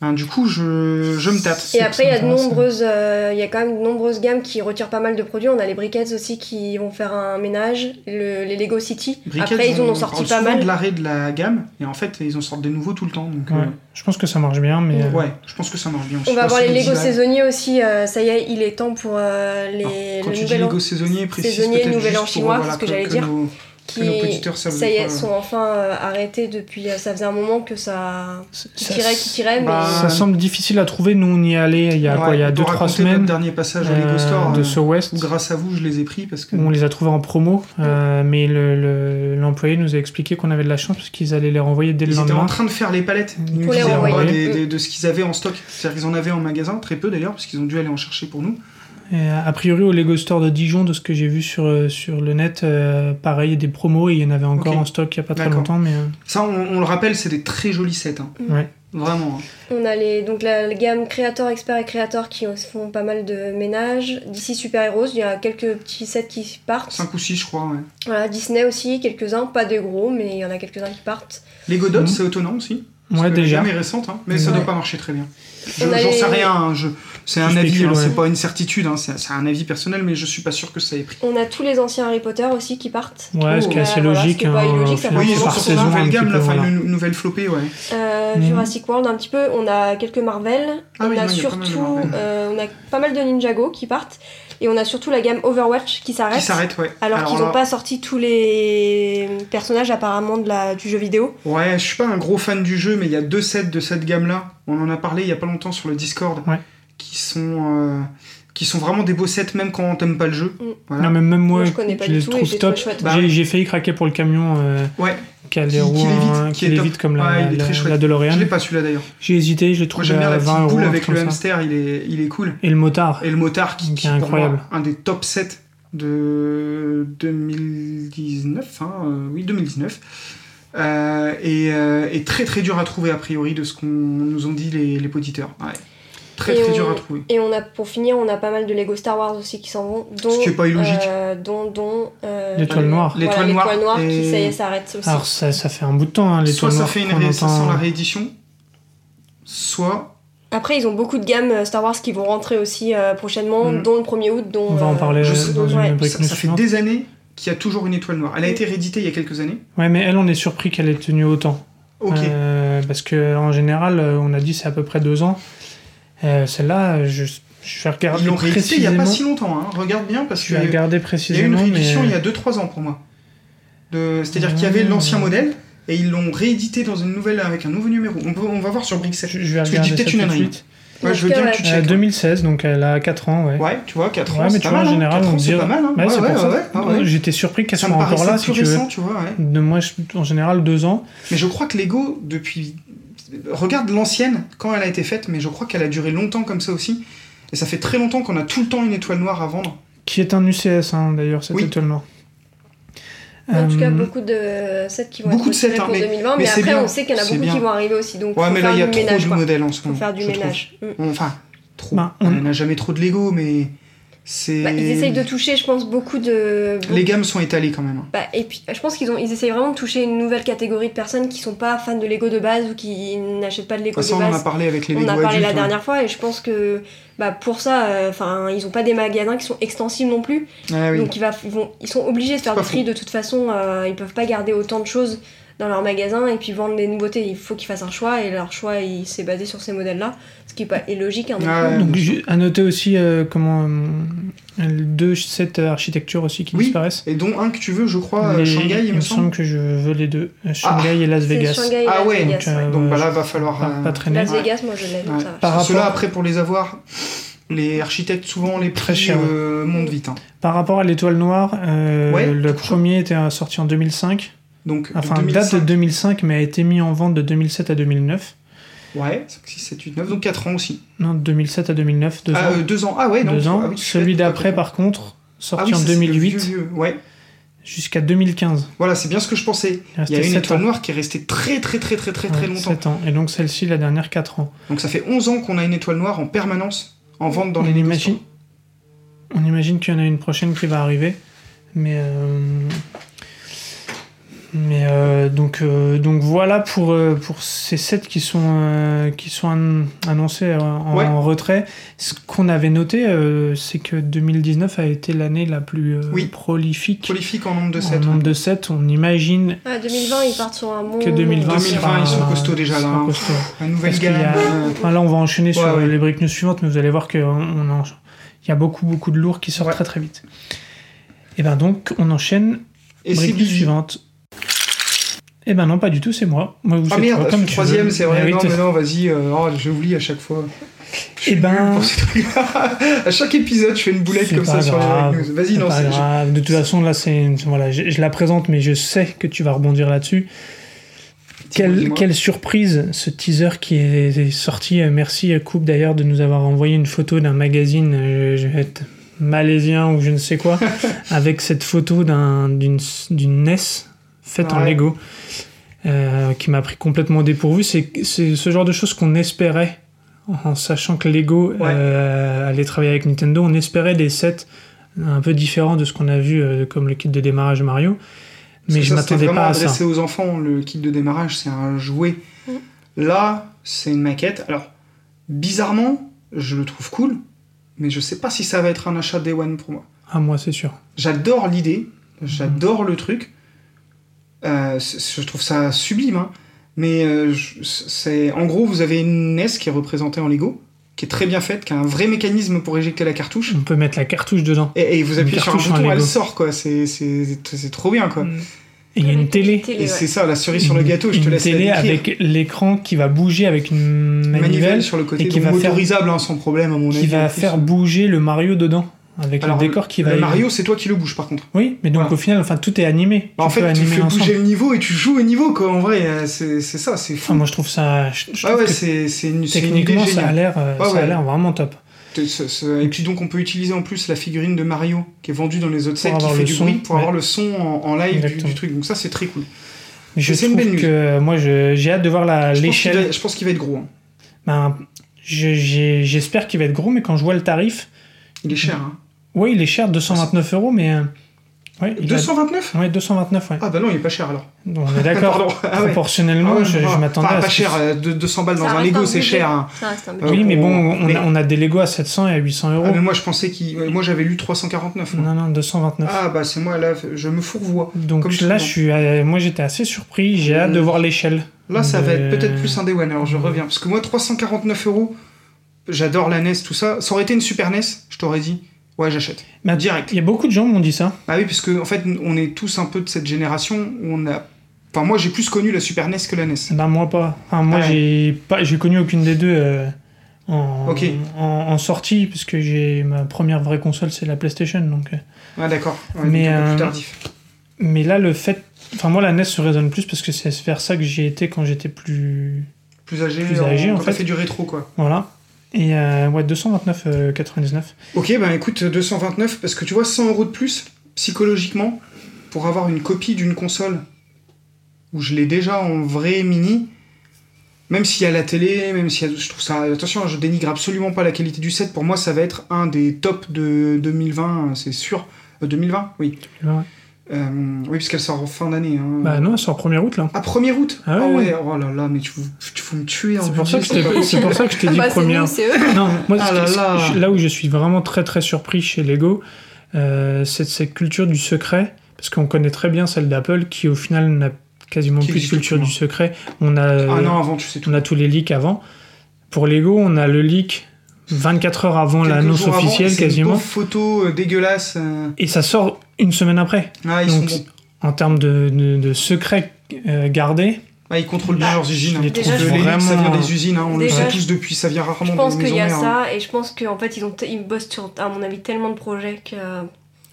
Speaker 2: Ben, du coup, je, je me tâte.
Speaker 3: C'est
Speaker 4: Et après, il y a de
Speaker 3: intéressant.
Speaker 4: nombreuses, euh, il y a quand même de nombreuses gammes qui retirent pas mal de produits. On a les briquettes aussi qui vont faire un ménage, le- les Lego City.
Speaker 2: Briquettes,
Speaker 4: après, ils en ont
Speaker 2: on
Speaker 4: sorti
Speaker 2: parle
Speaker 4: pas
Speaker 2: souvent de
Speaker 4: mal.
Speaker 2: l'arrêt de la gamme, et en fait, ils en sortent des nouveaux tout le temps. Donc,
Speaker 3: Ouais. Je pense que ça marche bien, mais.
Speaker 2: euh,
Speaker 3: euh,
Speaker 2: ouais, je pense que ça marche bien.
Speaker 4: On
Speaker 2: voir
Speaker 4: va voir les Lego saisonniers aussi. euh, ça y est, il est temps pour euh, les
Speaker 2: Quand
Speaker 4: le
Speaker 2: tu dis
Speaker 4: nouvel an
Speaker 2: Lego saisonnier, précise
Speaker 4: saisonnier,
Speaker 2: peut-être
Speaker 4: nouvel
Speaker 2: juste
Speaker 4: an
Speaker 2: pour,
Speaker 4: chinois,
Speaker 2: voilà,
Speaker 4: c'est ce que j'allais dire.
Speaker 2: nos-
Speaker 4: qui
Speaker 2: nos auditeurs savent
Speaker 4: ça
Speaker 2: de
Speaker 4: y est
Speaker 2: quoi-
Speaker 4: sont enfin euh, arrêtés depuis. euh, ça faisait un moment que ça
Speaker 3: ça-
Speaker 4: qui
Speaker 3: euh, ça-
Speaker 4: tirait, qui tirait, mais
Speaker 2: Bah,
Speaker 3: Ça semble difficile à trouver. Nous, on y est allé il y a
Speaker 2: Ouais,
Speaker 3: quoi Il y a
Speaker 2: on peut
Speaker 3: 2-3
Speaker 2: raconter notre
Speaker 3: semaines
Speaker 2: dernier passage au Lego
Speaker 3: euh,
Speaker 2: Store,
Speaker 3: de
Speaker 2: euh,
Speaker 3: So West.
Speaker 2: où grâce à vous, je les ai pris parce que.
Speaker 3: On les a trouvés en promo, euh, mais le- le- l'employé nous a expliqué qu'on avait de la chance parce qu'ils allaient les renvoyer dès le
Speaker 2: Ils étaient
Speaker 3: lendemain.
Speaker 2: en train de faire les palettes. Ils nous
Speaker 4: Pour les
Speaker 2: disaient en bas
Speaker 4: renvoyer.
Speaker 2: des- des- de ce qu'ils avaient en stock. C'est-à-dire qu'ils en avaient en magasin, très peu d'ailleurs, parce qu'ils ont dû aller en chercher pour nous.
Speaker 3: Et, euh, a priori, au Lego Store de Dijon, de ce que j'ai vu sur, euh, sur le net, euh, pareil, il y a des promos et il y en avait encore
Speaker 2: Ok.
Speaker 3: en stock il n'y a pas très
Speaker 2: D'accord.
Speaker 3: longtemps. Mais, euh,
Speaker 2: Ça, on, on le rappelle, c'est des très jolis sets. hein.
Speaker 4: Mm.
Speaker 3: Ouais.
Speaker 2: Vraiment. hein.
Speaker 4: on a les donc la, la gamme Creator, Expert et Creator qui font pas mal de ménage. D'ici Super Heroes, il y a quelques petits sets qui partent.
Speaker 2: Cinq ou six, je crois. ouais.
Speaker 4: Voilà, Disney aussi, quelques-uns, pas des gros, mais il y en a quelques-uns qui partent.
Speaker 2: Lego Dots,
Speaker 3: Mhm.
Speaker 2: c'est autonome aussi. Parce
Speaker 3: ouais,
Speaker 2: que la
Speaker 3: déjà.
Speaker 2: gamme est récente, hein, mais ça
Speaker 3: Ouais.
Speaker 2: doit pas marcher très bien. Je-
Speaker 4: On a
Speaker 2: J'en
Speaker 4: les-
Speaker 2: sais rien. hein, je- C'est
Speaker 3: Je
Speaker 2: un avis,
Speaker 3: spécule,
Speaker 2: hein,
Speaker 3: ouais.
Speaker 2: c'est pas une certitude. hein, C'est c'est un avis personnel, mais je suis pas sûr que ça ait pris.
Speaker 4: On a tous les anciens Harry Potter aussi qui partent.
Speaker 3: Ouais, ce qui est
Speaker 4: Euh,
Speaker 3: assez
Speaker 4: voilà, ce
Speaker 3: logique.
Speaker 4: qui est pas
Speaker 3: hein, au
Speaker 4: illogique, ça
Speaker 3: final,
Speaker 4: va
Speaker 2: Oui,
Speaker 4: Ils
Speaker 2: ils
Speaker 4: partent
Speaker 2: sortent sur une
Speaker 3: saison, un
Speaker 2: nouvelle gamme,
Speaker 3: petit
Speaker 2: là,
Speaker 3: peu,
Speaker 2: enfin,
Speaker 3: voilà.
Speaker 2: une une nouvelle flopée, ouais.
Speaker 4: Euh,
Speaker 3: Mhm.
Speaker 4: Jurassic World un petit peu, on a quelques Marvel,
Speaker 2: Ah
Speaker 4: on
Speaker 2: oui,
Speaker 4: a
Speaker 2: non, il y a pas mal de
Speaker 4: surtout,
Speaker 2: Marvel.
Speaker 4: euh, on a pas mal de Ninjago qui partent, et on a surtout la gamme Overwatch qui
Speaker 2: Qui
Speaker 4: s'arrête.
Speaker 2: s'arrête, ouais.
Speaker 4: Alors, qu'ils
Speaker 2: là-
Speaker 4: n'ont pas sorti tous les personnages apparemment de la, du jeu vidéo.
Speaker 2: Ouais, je suis pas un gros fan du jeu, mais il y a deux sets de cette gamme-là. On en a parlé il y a pas longtemps sur le Discord.
Speaker 3: Ouais.
Speaker 2: Qui sont, euh, qui sont vraiment des beaux sets, même quand t'aimes pas le jeu.
Speaker 4: Mm.
Speaker 2: Voilà.
Speaker 3: Non, mais même moi,
Speaker 4: Moi, je connais pas
Speaker 3: je
Speaker 4: du
Speaker 3: les
Speaker 4: tout et
Speaker 3: trouve
Speaker 4: j'ai
Speaker 3: top.
Speaker 4: trouvé chouette.
Speaker 2: hein. Bah,
Speaker 3: J'ai- J'ai failli craquer pour le camion euh,
Speaker 2: Ouais,
Speaker 3: qui a
Speaker 2: Qui-
Speaker 3: les
Speaker 2: qui
Speaker 3: roues
Speaker 2: l'évite,
Speaker 3: en-
Speaker 2: qui
Speaker 3: qui
Speaker 2: est top.
Speaker 3: l'évite comme la,
Speaker 2: Ouais, il est
Speaker 3: la,
Speaker 2: très chouette.
Speaker 3: la
Speaker 2: je
Speaker 3: DeLorean.
Speaker 2: l'ai pas celui-là d'ailleurs.
Speaker 3: J'ai hésité, je l'ai
Speaker 2: Moi
Speaker 3: trouvé
Speaker 2: j'aime bien
Speaker 3: à
Speaker 2: la
Speaker 3: 20
Speaker 2: petite
Speaker 3: euros.
Speaker 2: boule
Speaker 3: un
Speaker 2: avec
Speaker 3: truc
Speaker 2: le
Speaker 3: comme ça.
Speaker 2: hamster, il est, il est cool.
Speaker 3: Et le motard.
Speaker 2: Et le motard qui,
Speaker 3: Qui est
Speaker 2: qui, pour
Speaker 3: incroyable.
Speaker 2: moi, un des top 7 de 2019. hein, euh, oui, 2019. Euh, et, euh, et très très dur à trouver a priori de ce qu'on nous ont dit les, les poditeurs. Ouais. Très
Speaker 4: Et
Speaker 2: très
Speaker 4: on-
Speaker 2: dur à trouver.
Speaker 4: Et on a, pour finir, on a pas mal de Lego Star Wars aussi qui s'en vont, dont.
Speaker 2: Ce qui est pas illogique.
Speaker 4: euh, dont, dont, euh,
Speaker 3: L'étoile noire.
Speaker 4: voilà,
Speaker 2: L'étoile
Speaker 4: l'étoile
Speaker 2: noire
Speaker 4: noire qui,
Speaker 2: et-
Speaker 4: ça y est, s'arrête aussi.
Speaker 3: Alors, ça, ça fait un bout de temps, hein, les
Speaker 2: soit ça
Speaker 3: tournois
Speaker 2: fait une
Speaker 3: qu'on
Speaker 2: ré- ça
Speaker 3: entend,
Speaker 2: sent la
Speaker 3: euh,
Speaker 2: réédition, soit
Speaker 4: Après, ils ont beaucoup de gammes euh, Star Wars qui vont rentrer aussi euh, prochainement,
Speaker 2: Mm.
Speaker 4: dont le 1er août, dont...
Speaker 3: On va en
Speaker 4: euh,
Speaker 3: parler
Speaker 2: je sais-
Speaker 3: dans une
Speaker 4: ouais. Mm.
Speaker 3: rubrique
Speaker 2: ça,
Speaker 3: news
Speaker 2: ça fait
Speaker 3: suivante.
Speaker 2: des années qu'il y a toujours une étoile noire. Elle a
Speaker 4: Oui.
Speaker 2: été rééditée il y a quelques années.
Speaker 3: Ouais, mais elle, on est surpris qu'elle ait tenu autant.
Speaker 2: Ok.
Speaker 3: Euh, parce que en général, euh, on a dit c'est à peu près deux ans. Euh, Celle-là, euh, je, Je vais regarder
Speaker 2: Ils l'ont réédité il
Speaker 3: précisément.
Speaker 2: n'y a pas si longtemps, hein. regarde bien, parce
Speaker 3: Je
Speaker 2: que
Speaker 3: vais
Speaker 2: il
Speaker 3: regarder
Speaker 2: y a eu une
Speaker 3: précisément.
Speaker 2: réédition
Speaker 3: mais-
Speaker 2: il y a 2-3 ans pour moi. De- C'est-à-dire qu'il y avait
Speaker 3: Ah.
Speaker 2: l'ancien modèle, et ils l'ont réédité dans une nouvelle, avec un nouveau numéro. On, peut- on va voir sur Brixet.
Speaker 3: Je, je vais
Speaker 2: Parce que je
Speaker 3: regarder
Speaker 2: dis peut-être
Speaker 3: ça
Speaker 2: une
Speaker 3: tout de
Speaker 2: ânerie.
Speaker 3: suite.
Speaker 2: Ouais, je veux
Speaker 4: Parce
Speaker 2: bien
Speaker 4: que,
Speaker 2: que tu
Speaker 4: ouais.
Speaker 3: Euh,
Speaker 2: checkes. hein.
Speaker 3: 2016, donc elle a 4 ans, ouais.
Speaker 2: Ouais, tu vois, 4
Speaker 3: Ouais,
Speaker 2: ans,
Speaker 3: mais
Speaker 2: c'est
Speaker 3: tu
Speaker 2: pas
Speaker 3: vois,
Speaker 2: mal.
Speaker 3: en
Speaker 2: hein.
Speaker 3: général,
Speaker 2: Quatre
Speaker 3: on
Speaker 2: ans, c'est
Speaker 3: dirait-
Speaker 2: pas mal. hein.
Speaker 3: Ouais, c'est
Speaker 2: ouais,
Speaker 3: pour ça.
Speaker 2: ouais, ouais, ouais, ouais.
Speaker 3: J'étais surpris qu'elle
Speaker 2: Ça
Speaker 3: soit
Speaker 2: me
Speaker 3: encore
Speaker 2: paraissait
Speaker 3: là,
Speaker 2: plus
Speaker 3: si tu veux.
Speaker 2: récent, tu vois, ouais.
Speaker 3: De moi, je- en général, 2 ans.
Speaker 2: Mais je crois que Lego, depuis. Regarde l'ancienne, quand elle a été faite, mais je crois qu'elle a duré longtemps comme ça aussi. Et ça fait très longtemps qu'on a tout le temps une étoile noire à vendre.
Speaker 3: Qui est un UCS, hein, d'ailleurs, cette
Speaker 2: Oui.
Speaker 3: étoile noire.
Speaker 4: En tout cas,
Speaker 3: Euh,
Speaker 4: beaucoup de sets qui vont
Speaker 2: beaucoup
Speaker 4: être
Speaker 2: de sets,
Speaker 4: retirés
Speaker 2: hein,
Speaker 4: pour
Speaker 2: mais-
Speaker 4: 2020,
Speaker 2: mais
Speaker 4: mais,
Speaker 2: c'est
Speaker 4: après,
Speaker 2: bien,
Speaker 4: on sait qu'il y en a
Speaker 2: c'est
Speaker 4: beaucoup
Speaker 2: bien.
Speaker 4: qui vont arriver aussi. Donc,
Speaker 2: Ouais,
Speaker 4: faut
Speaker 2: mais là,
Speaker 4: faire
Speaker 2: il y a
Speaker 4: du
Speaker 2: trop
Speaker 4: ménage.
Speaker 2: de
Speaker 4: quoi.
Speaker 2: modèles en ce
Speaker 4: Faut
Speaker 2: moment.
Speaker 4: faire du
Speaker 2: je trouve.
Speaker 4: ménage. Mm.
Speaker 2: Enfin, trop.
Speaker 3: Bah,
Speaker 2: on
Speaker 3: on-
Speaker 2: n'a jamais trop de Lego, mais. C'est.
Speaker 4: Bah, ils essayent de toucher, je pense, beaucoup de.
Speaker 2: Les gammes sont étalées quand même. hein.
Speaker 4: Bah, et puis, je pense qu'ils ont, ils essayent vraiment de toucher une nouvelle catégorie de personnes qui sont pas fans de Lego de base ou qui n'achètent pas de Lego
Speaker 2: Enfin, ça,
Speaker 4: de
Speaker 2: on en a
Speaker 4: base.
Speaker 2: parlé avec les
Speaker 4: On
Speaker 2: Lego
Speaker 4: a parlé
Speaker 2: adultes. hein.
Speaker 4: la
Speaker 2: ouais.
Speaker 4: dernière fois et je pense que bah, pour ça, enfin, ils ont pas des magasins qui sont extensibles non plus.
Speaker 2: Ah oui.
Speaker 4: Donc ils, va- ils vont, ils sont obligés de faire
Speaker 2: pas
Speaker 4: des tri de toute façon. euh, ils peuvent pas garder autant de choses dans leur magasin et puis vendre des nouveautés. Il faut qu'ils fassent un choix et leur choix il s'est basé sur ces modèles-là, ce qui est pas est logique. hein, non
Speaker 2: Ah,
Speaker 4: plus.
Speaker 2: ouais.
Speaker 3: Donc, j'ai- à noter aussi euh, comment euh, deux sets architectures aussi qui
Speaker 2: Oui.
Speaker 3: disparaissent.
Speaker 2: Et dont un que tu veux, je crois, euh,
Speaker 3: Les-
Speaker 2: Shanghai, il me semble.
Speaker 3: que je veux les deux. Euh, Shanghai et Las
Speaker 4: C'est
Speaker 3: Vegas.
Speaker 4: Shanghai et
Speaker 2: Ah
Speaker 4: Las
Speaker 2: ouais,
Speaker 4: Vegas,
Speaker 3: donc, euh,
Speaker 2: Donc bah,
Speaker 3: je-
Speaker 2: là, va falloir.
Speaker 3: Pas,
Speaker 2: euh,
Speaker 3: pas traîner.
Speaker 4: Las
Speaker 2: ouais.
Speaker 4: Vegas, moi je l'ai, donc
Speaker 2: Ouais.
Speaker 4: ça va.
Speaker 3: Par
Speaker 2: Ceux-là,
Speaker 3: rapport-
Speaker 2: après, pour les avoir, les architectes, souvent, les
Speaker 3: Très
Speaker 2: prix
Speaker 3: cher, ouais.
Speaker 2: euh, montent vite. hein.
Speaker 3: Par rapport à l'étoile noire, euh,
Speaker 2: Ouais,
Speaker 3: le
Speaker 2: toujours.
Speaker 3: premier était euh, sorti en 2005.
Speaker 2: Donc, de
Speaker 3: Enfin,
Speaker 2: 2005,
Speaker 3: date de 2005, mais a été mis en vente de 2007 à 2009.
Speaker 2: Ouais, 5, 6, 7, 8, 9, donc 4 ans aussi.
Speaker 3: Non, de 2007 à 2009, deux
Speaker 2: ah,
Speaker 3: ans.
Speaker 2: euh, deux ans. Ah ouais, non.
Speaker 3: Deux
Speaker 2: tu-
Speaker 3: ans.
Speaker 2: ah oui, tu fais-
Speaker 3: Celui d'après,
Speaker 2: ah
Speaker 3: par contre,
Speaker 2: oui,
Speaker 3: sorti
Speaker 2: ça,
Speaker 3: en
Speaker 2: c'est le
Speaker 3: 2008
Speaker 2: vieux, vieux. Ouais,
Speaker 3: jusqu'à 2015.
Speaker 2: voilà, c'est bien ce que je pensais.
Speaker 3: Il
Speaker 2: Il y
Speaker 3: restait
Speaker 2: a une
Speaker 3: sept
Speaker 2: étoile
Speaker 3: ans.
Speaker 2: noire qui est restée très, très, très, très, très, très
Speaker 3: Ouais,
Speaker 2: longtemps.
Speaker 3: sept ans. Et donc celle-ci, la dernière, 4 ans.
Speaker 2: Donc ça fait 11 ans qu'on a une étoile noire en permanence en vente dans
Speaker 3: on,
Speaker 2: les
Speaker 3: imagine,
Speaker 2: négociations.
Speaker 3: on imagine qu'il y en a une prochaine qui va arriver. Mais. euh, Mais euh, donc, euh, donc voilà pour, euh, pour ces sets qui sont, euh, qui sont an- annoncés euh, en,
Speaker 2: Ouais.
Speaker 3: en retrait. Ce qu'on avait noté, euh, c'est que 2019 a été l'année la plus euh,
Speaker 2: Oui.
Speaker 3: prolifique
Speaker 2: Prolifique en nombre de
Speaker 3: en
Speaker 2: sets.
Speaker 3: nombre de sets. On imagine
Speaker 4: Ah, 2020, ils partent sur un bon.
Speaker 3: que 2020,
Speaker 2: 2020, ils sont
Speaker 3: sera-
Speaker 2: costauds déjà, là,
Speaker 3: sera
Speaker 2: hein.
Speaker 3: costaud.
Speaker 2: La nouvelle
Speaker 3: Parce qu'il y
Speaker 2: gamme.
Speaker 3: a-
Speaker 2: euh,
Speaker 3: Enfin, Ah, là, on va enchaîner sur
Speaker 2: Ouais, ouais.
Speaker 3: euh, les briques news suivantes, mais vous allez voir qu'il y a beaucoup, beaucoup de lourds qui sortent
Speaker 2: Ouais.
Speaker 3: très très vite. Et ben donc, on enchaîne.
Speaker 2: Et c'est
Speaker 3: briques news
Speaker 2: Bibi.
Speaker 3: suivante. Et ben non, pas du tout, c'est moi. Moi, vous
Speaker 2: Ah
Speaker 3: c'est
Speaker 2: merde,
Speaker 3: toi,
Speaker 2: je
Speaker 3: comme
Speaker 2: suis
Speaker 3: tu
Speaker 2: troisième,
Speaker 3: veux.
Speaker 2: c'est vrai.
Speaker 3: Mais oui,
Speaker 2: non,
Speaker 3: t'es-
Speaker 2: mais non, vas-y, euh, oh, j'oublie à chaque fois. Je suis
Speaker 3: Eh ben-
Speaker 2: nul pour ces trucs-là. à chaque épisode, je fais une boulette
Speaker 3: C'est
Speaker 2: comme ça
Speaker 3: pas
Speaker 2: sur
Speaker 3: grave,
Speaker 2: les news. Vas-y,
Speaker 3: c'est
Speaker 2: non,
Speaker 3: pas
Speaker 2: c'est-
Speaker 3: grave. De toute façon, là, c'est voilà, je, je la présente, mais je sais que tu vas rebondir là-dessus. Quelle,
Speaker 2: dis-moi.
Speaker 3: quelle surprise ce teaser qui est est sorti. Euh, Merci euh, Coupe d'ailleurs de nous avoir envoyé une photo d'un magazine, euh, je vais être malaisien ou je ne sais quoi, avec cette photo d'un- d'une d'une NES faite en
Speaker 2: Ouais.
Speaker 3: Lego, euh, qui m'a pris complètement au dépourvu. C'est c'est ce genre de choses qu'on espérait, en sachant que Lego euh, allait travailler avec Nintendo, on espérait des sets un peu différents de ce qu'on a vu, euh, comme le kit de démarrage Mario.
Speaker 2: Parce
Speaker 3: Mais
Speaker 2: que
Speaker 3: je
Speaker 2: ça,
Speaker 3: m'attendais
Speaker 2: c'était
Speaker 3: pas à
Speaker 2: vraiment
Speaker 3: ça.
Speaker 2: adressé aux enfants, le kit de démarrage, c'est un jouet.
Speaker 4: Mm.
Speaker 2: Là, c'est une maquette. Alors, bizarrement, je le trouve cool, mais je sais pas si ça va être un achat Day One pour moi.
Speaker 3: Ah, moi, c'est sûr.
Speaker 2: J'adore l'idée, j'adore
Speaker 3: Mhm.
Speaker 2: le truc. Euh, c- c- je trouve ça sublime, hein. mais euh, je- c'est en gros, vous avez une NES qui est représentée en Lego, qui est très bien faite, qui a un vrai mécanisme pour éjecter la cartouche.
Speaker 3: On peut mettre la cartouche dedans.
Speaker 2: Et, et vous
Speaker 3: Une
Speaker 2: appuyez sur un
Speaker 3: cartouche en
Speaker 2: bouton, elle
Speaker 3: Lego.
Speaker 2: sort, quoi. C'est c'est- c'est- c'est trop bien, quoi.
Speaker 3: Et il y a une télé.
Speaker 4: Télé,
Speaker 2: Et
Speaker 4: ouais.
Speaker 2: c'est ça, la cerise Mm. sur le
Speaker 3: Une-
Speaker 2: gâteau, je te
Speaker 3: une
Speaker 2: laisse la
Speaker 3: télé
Speaker 2: décrire.
Speaker 3: avec l'écran qui va bouger avec une manivelle,
Speaker 2: manivelle sur le côté
Speaker 3: et qui
Speaker 2: qui
Speaker 3: va faire-
Speaker 2: motorisable hein, sans problème à mon avis.
Speaker 3: qui va
Speaker 2: en plus.
Speaker 3: faire bouger le Mario dedans avec
Speaker 2: Alors,
Speaker 3: le décor qui
Speaker 2: le
Speaker 3: va.
Speaker 2: Mario, c'est toi qui le bouge par contre.
Speaker 3: Oui, mais donc
Speaker 2: Voilà.
Speaker 3: au final, enfin tout est animé.
Speaker 2: Bah, en
Speaker 3: Tu peux
Speaker 2: fait, tu
Speaker 3: animer
Speaker 2: fais
Speaker 3: l'ensemble.
Speaker 2: bouger le niveau et tu joues au niveau quoi. En vrai, euh, c'est c'est ça, c'est fou.
Speaker 3: Enfin, moi je trouve ça. je- je
Speaker 2: Ah
Speaker 3: trouve
Speaker 2: ouais,
Speaker 3: que
Speaker 2: c'est c'est une, c'est une idée
Speaker 3: techniquement ça a
Speaker 2: géniale.
Speaker 3: l'air, euh,
Speaker 2: Ouais,
Speaker 3: ça a
Speaker 2: ouais.
Speaker 3: l'air vraiment top.
Speaker 2: Te- ce- ce- Et puis donc on peut utiliser en plus la figurine de Mario qui est vendue dans les autres
Speaker 3: Pour
Speaker 2: sets qui
Speaker 3: avoir
Speaker 2: fait
Speaker 3: le
Speaker 2: du
Speaker 3: son,
Speaker 2: bruit pour
Speaker 3: ouais.
Speaker 2: avoir le son en, en live du- du,
Speaker 3: Exactement.
Speaker 2: truc. Donc ça c'est très cool.
Speaker 3: Mais Je
Speaker 2: c'est une
Speaker 3: trouve
Speaker 2: belle news.
Speaker 3: que moi je- j'ai hâte de voir la
Speaker 2: Je pense qu'il
Speaker 3: l'échelle.
Speaker 2: va- je pense qu'il va être gros. hein.
Speaker 3: Ben, je- j'ai- j'espère qu'il va être gros, mais quand je vois le tarif,
Speaker 2: Il est cher. hein.
Speaker 3: ouais, il est cher, 229 euros, mais euh, ouais, il va-
Speaker 2: 229
Speaker 3: ouais, 229, ouais.
Speaker 2: Ah bah non, il est pas cher alors.
Speaker 3: Donc, on est d'accord.
Speaker 2: Pardon. Ah ouais.
Speaker 3: Proportionnellement,
Speaker 2: Ah ouais,
Speaker 3: je,
Speaker 2: non,
Speaker 3: je
Speaker 2: pas-
Speaker 3: m'attendais
Speaker 2: pas,
Speaker 3: à ce
Speaker 2: pas
Speaker 3: que-
Speaker 2: cher. euh, de- 200 balles dans
Speaker 4: Ça
Speaker 2: un
Speaker 4: reste
Speaker 2: Lego,
Speaker 4: un
Speaker 2: c'est
Speaker 4: budget.
Speaker 2: cher. hein.
Speaker 4: Ça reste un budget.
Speaker 2: Euh,
Speaker 3: Oui, mais bon,
Speaker 2: qu'on-
Speaker 3: on,
Speaker 2: mais-
Speaker 3: A, on a des Lego à 700 et à 800 euros.
Speaker 2: Ah, mais moi je pensais qu'il. Moi j'avais lu 349. moi.
Speaker 3: Non, non, 229.
Speaker 2: Ah bah c'est moi là, je me fourvoie.
Speaker 3: Donc
Speaker 2: comme
Speaker 3: là,
Speaker 2: souvent.
Speaker 3: je suis, euh, moi j'étais assez surpris, j'ai
Speaker 2: Euh,
Speaker 3: hâte de voir l'échelle.
Speaker 2: Là ça va
Speaker 3: Euh,
Speaker 2: être peut-être plus un day one, alors je
Speaker 3: euh,
Speaker 2: reviens. Parce que moi 349 euros, j'adore la NES, tout ça. Ça aurait été une Super NES, je t'aurais dit, ouais, j'achète.
Speaker 3: Bah,
Speaker 2: Direct.
Speaker 3: Il y a beaucoup de gens qui m'ont dit ça.
Speaker 2: Bah oui, parce que, en fait, on est tous un peu de cette génération où on a. Enfin, moi, j'ai plus connu la Super NES que la E NES.
Speaker 3: Bah, moi pas. Enfin, moi,
Speaker 2: Pareil.
Speaker 3: j'ai pas, j'ai connu aucune des deux euh, en,
Speaker 2: Ok.
Speaker 3: en, en sortie, parce que j'ai ma première vraie console, c'est la PlayStation. Donc, euh.
Speaker 2: Ouais, Ah, d'accord. Ouais,
Speaker 3: Mais,
Speaker 2: donc, un peu
Speaker 3: euh,
Speaker 2: plus tardif.
Speaker 3: mais là, le fait, enfin, moi, la NES se résonne plus parce que c'est vers ça que j'ai été quand j'étais plus,
Speaker 2: Plus âgé,
Speaker 3: plus âgé, en
Speaker 2: quand t'as
Speaker 3: fait.
Speaker 2: fait du rétro, quoi.
Speaker 3: voilà. Et euh, ouais, 229,99.
Speaker 2: Ok, ben écoute, 229, parce que tu vois, 100 euros de plus, psychologiquement, pour avoir une copie d'une console où je l'ai déjà en vrai mini, même s'il y a la télé, même si je trouve ça. Attention, je dénigre absolument pas la qualité du set, pour moi, ça va être un des tops de 2020, c'est sûr. Euh, 2020, oui. Euh, oui, parce qu'elle sort en fin d'année. hein.
Speaker 3: Bah non, elle sort 1er août là.
Speaker 2: Ah, 1er août
Speaker 3: Ah
Speaker 2: Ah
Speaker 3: ouais.
Speaker 2: ouais, oh là là, mais tu, tu faut me tuer en Ah
Speaker 3: C'est pour, ça que
Speaker 2: public,
Speaker 3: je t'ai- c'est pour ça que je
Speaker 4: Ah
Speaker 3: t'ai dit
Speaker 5: Bah, c'est
Speaker 3: première.
Speaker 5: nous, c'est eux.
Speaker 3: Non, moi,
Speaker 2: Ah
Speaker 3: ce qui-
Speaker 2: là
Speaker 3: ce-
Speaker 2: là.
Speaker 3: je- là où je suis vraiment très très surpris chez Lego, euh, c'est de cette culture du secret, parce qu'on connaît très bien celle d'Apple qui au final n'a quasiment
Speaker 2: Qui
Speaker 3: plus de
Speaker 2: existe
Speaker 3: culture
Speaker 2: plus,
Speaker 3: du secret. On a,
Speaker 2: Ah non, avant, tu sais tout.
Speaker 3: on a tous les leaks avant. Pour Lego, on a le leak 24 heures avant
Speaker 2: Quelques
Speaker 3: l'annonce
Speaker 2: jours avant,
Speaker 3: officielle
Speaker 2: c'est une
Speaker 3: quasiment,
Speaker 2: pauvre photo euh, dégueulasse. euh,
Speaker 3: et ça sort une semaine après.
Speaker 2: Ah, ils
Speaker 3: Donc,
Speaker 2: sont bons.
Speaker 3: en termes de, de, de secret euh, gardé,
Speaker 2: Ah, ils contrôlent
Speaker 4: Bah,
Speaker 2: bien
Speaker 3: Ah,
Speaker 2: leurs usines. hein.
Speaker 3: les
Speaker 5: Déjà,
Speaker 2: Le
Speaker 5: je-
Speaker 2: leak, ça vient
Speaker 3: vraiment-
Speaker 2: des usines, hein, on le
Speaker 4: Déjà,
Speaker 2: sait tous depuis, ça vient rarement
Speaker 4: Je pense
Speaker 2: des
Speaker 4: qu'il
Speaker 2: maisons
Speaker 4: y a
Speaker 2: mères, hein.
Speaker 4: ça, et je pense qu'en fait, ils, ont t- ils bossent sur, à mon avis, tellement de projets que. euh,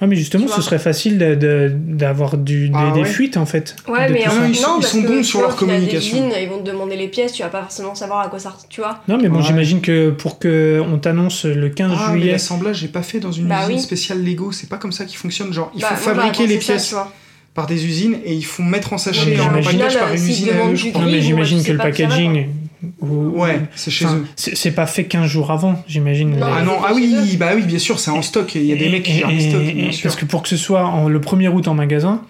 Speaker 3: Ah mais justement,
Speaker 4: Tu
Speaker 3: ce
Speaker 4: vois. Bah
Speaker 3: serait facile de- de- d'avoir du- des,
Speaker 2: Ah
Speaker 3: des
Speaker 2: ouais.
Speaker 3: fuites en fait.
Speaker 4: Ouais,
Speaker 3: De
Speaker 4: mais
Speaker 3: tout
Speaker 4: en
Speaker 3: ça.
Speaker 2: non,
Speaker 4: fait,
Speaker 2: ils sont-
Speaker 4: non,
Speaker 2: ils
Speaker 4: parce
Speaker 2: sont
Speaker 4: que
Speaker 2: bons
Speaker 4: tu
Speaker 2: sur
Speaker 4: vois,
Speaker 2: leur
Speaker 4: quand il y a des
Speaker 2: communication.
Speaker 4: usines, ils vont te demander les pièces, tu vas pas forcément savoir à quoi ça. Tu vois
Speaker 3: Non mais bon,
Speaker 2: Ouais.
Speaker 3: j'imagine que pour que on t'annonce le 15
Speaker 2: Ah, mais
Speaker 3: juillet,
Speaker 2: l'assemblage, j'ai pas fait dans une
Speaker 4: Bah
Speaker 2: usine
Speaker 4: oui.
Speaker 2: spéciale Lego, c'est pas comme ça qu'ils fonctionnent. Genre, il
Speaker 4: Bah,
Speaker 2: faut
Speaker 4: moi, j'aurais
Speaker 2: fabriquer les
Speaker 4: pensé ça,
Speaker 2: pièces
Speaker 4: tu vois.
Speaker 2: par des usines et ils font mettre en
Speaker 3: Ouais,
Speaker 2: sachet
Speaker 3: mais
Speaker 2: en
Speaker 3: j'imagine-
Speaker 2: emballage par
Speaker 4: Là,
Speaker 2: une
Speaker 4: s'ils
Speaker 2: usine à
Speaker 4: demandent
Speaker 2: eux,
Speaker 4: du
Speaker 2: je
Speaker 3: non
Speaker 2: crois.
Speaker 4: gris,
Speaker 3: mais
Speaker 4: bon,
Speaker 3: j'imagine
Speaker 4: bah,
Speaker 3: que le
Speaker 4: c'est pas que ça va,
Speaker 3: packaging, ou-
Speaker 2: Ouais, c'est chez
Speaker 3: enfin,
Speaker 2: eux.
Speaker 3: c'est c'est pas fait 15 jours avant, j'imagine.
Speaker 4: Non,
Speaker 2: Ah
Speaker 4: mais
Speaker 2: non,
Speaker 4: c'est
Speaker 2: ah
Speaker 4: chez
Speaker 2: oui, bah oui, bien sûr, c'est en stock et il y a des
Speaker 3: Et-
Speaker 2: mecs qui
Speaker 3: et-
Speaker 2: gèrent les
Speaker 3: et-
Speaker 2: stocks, bien
Speaker 3: et-
Speaker 2: sûr.
Speaker 3: Parce que pour que ce soit en- le 1er août en magasin,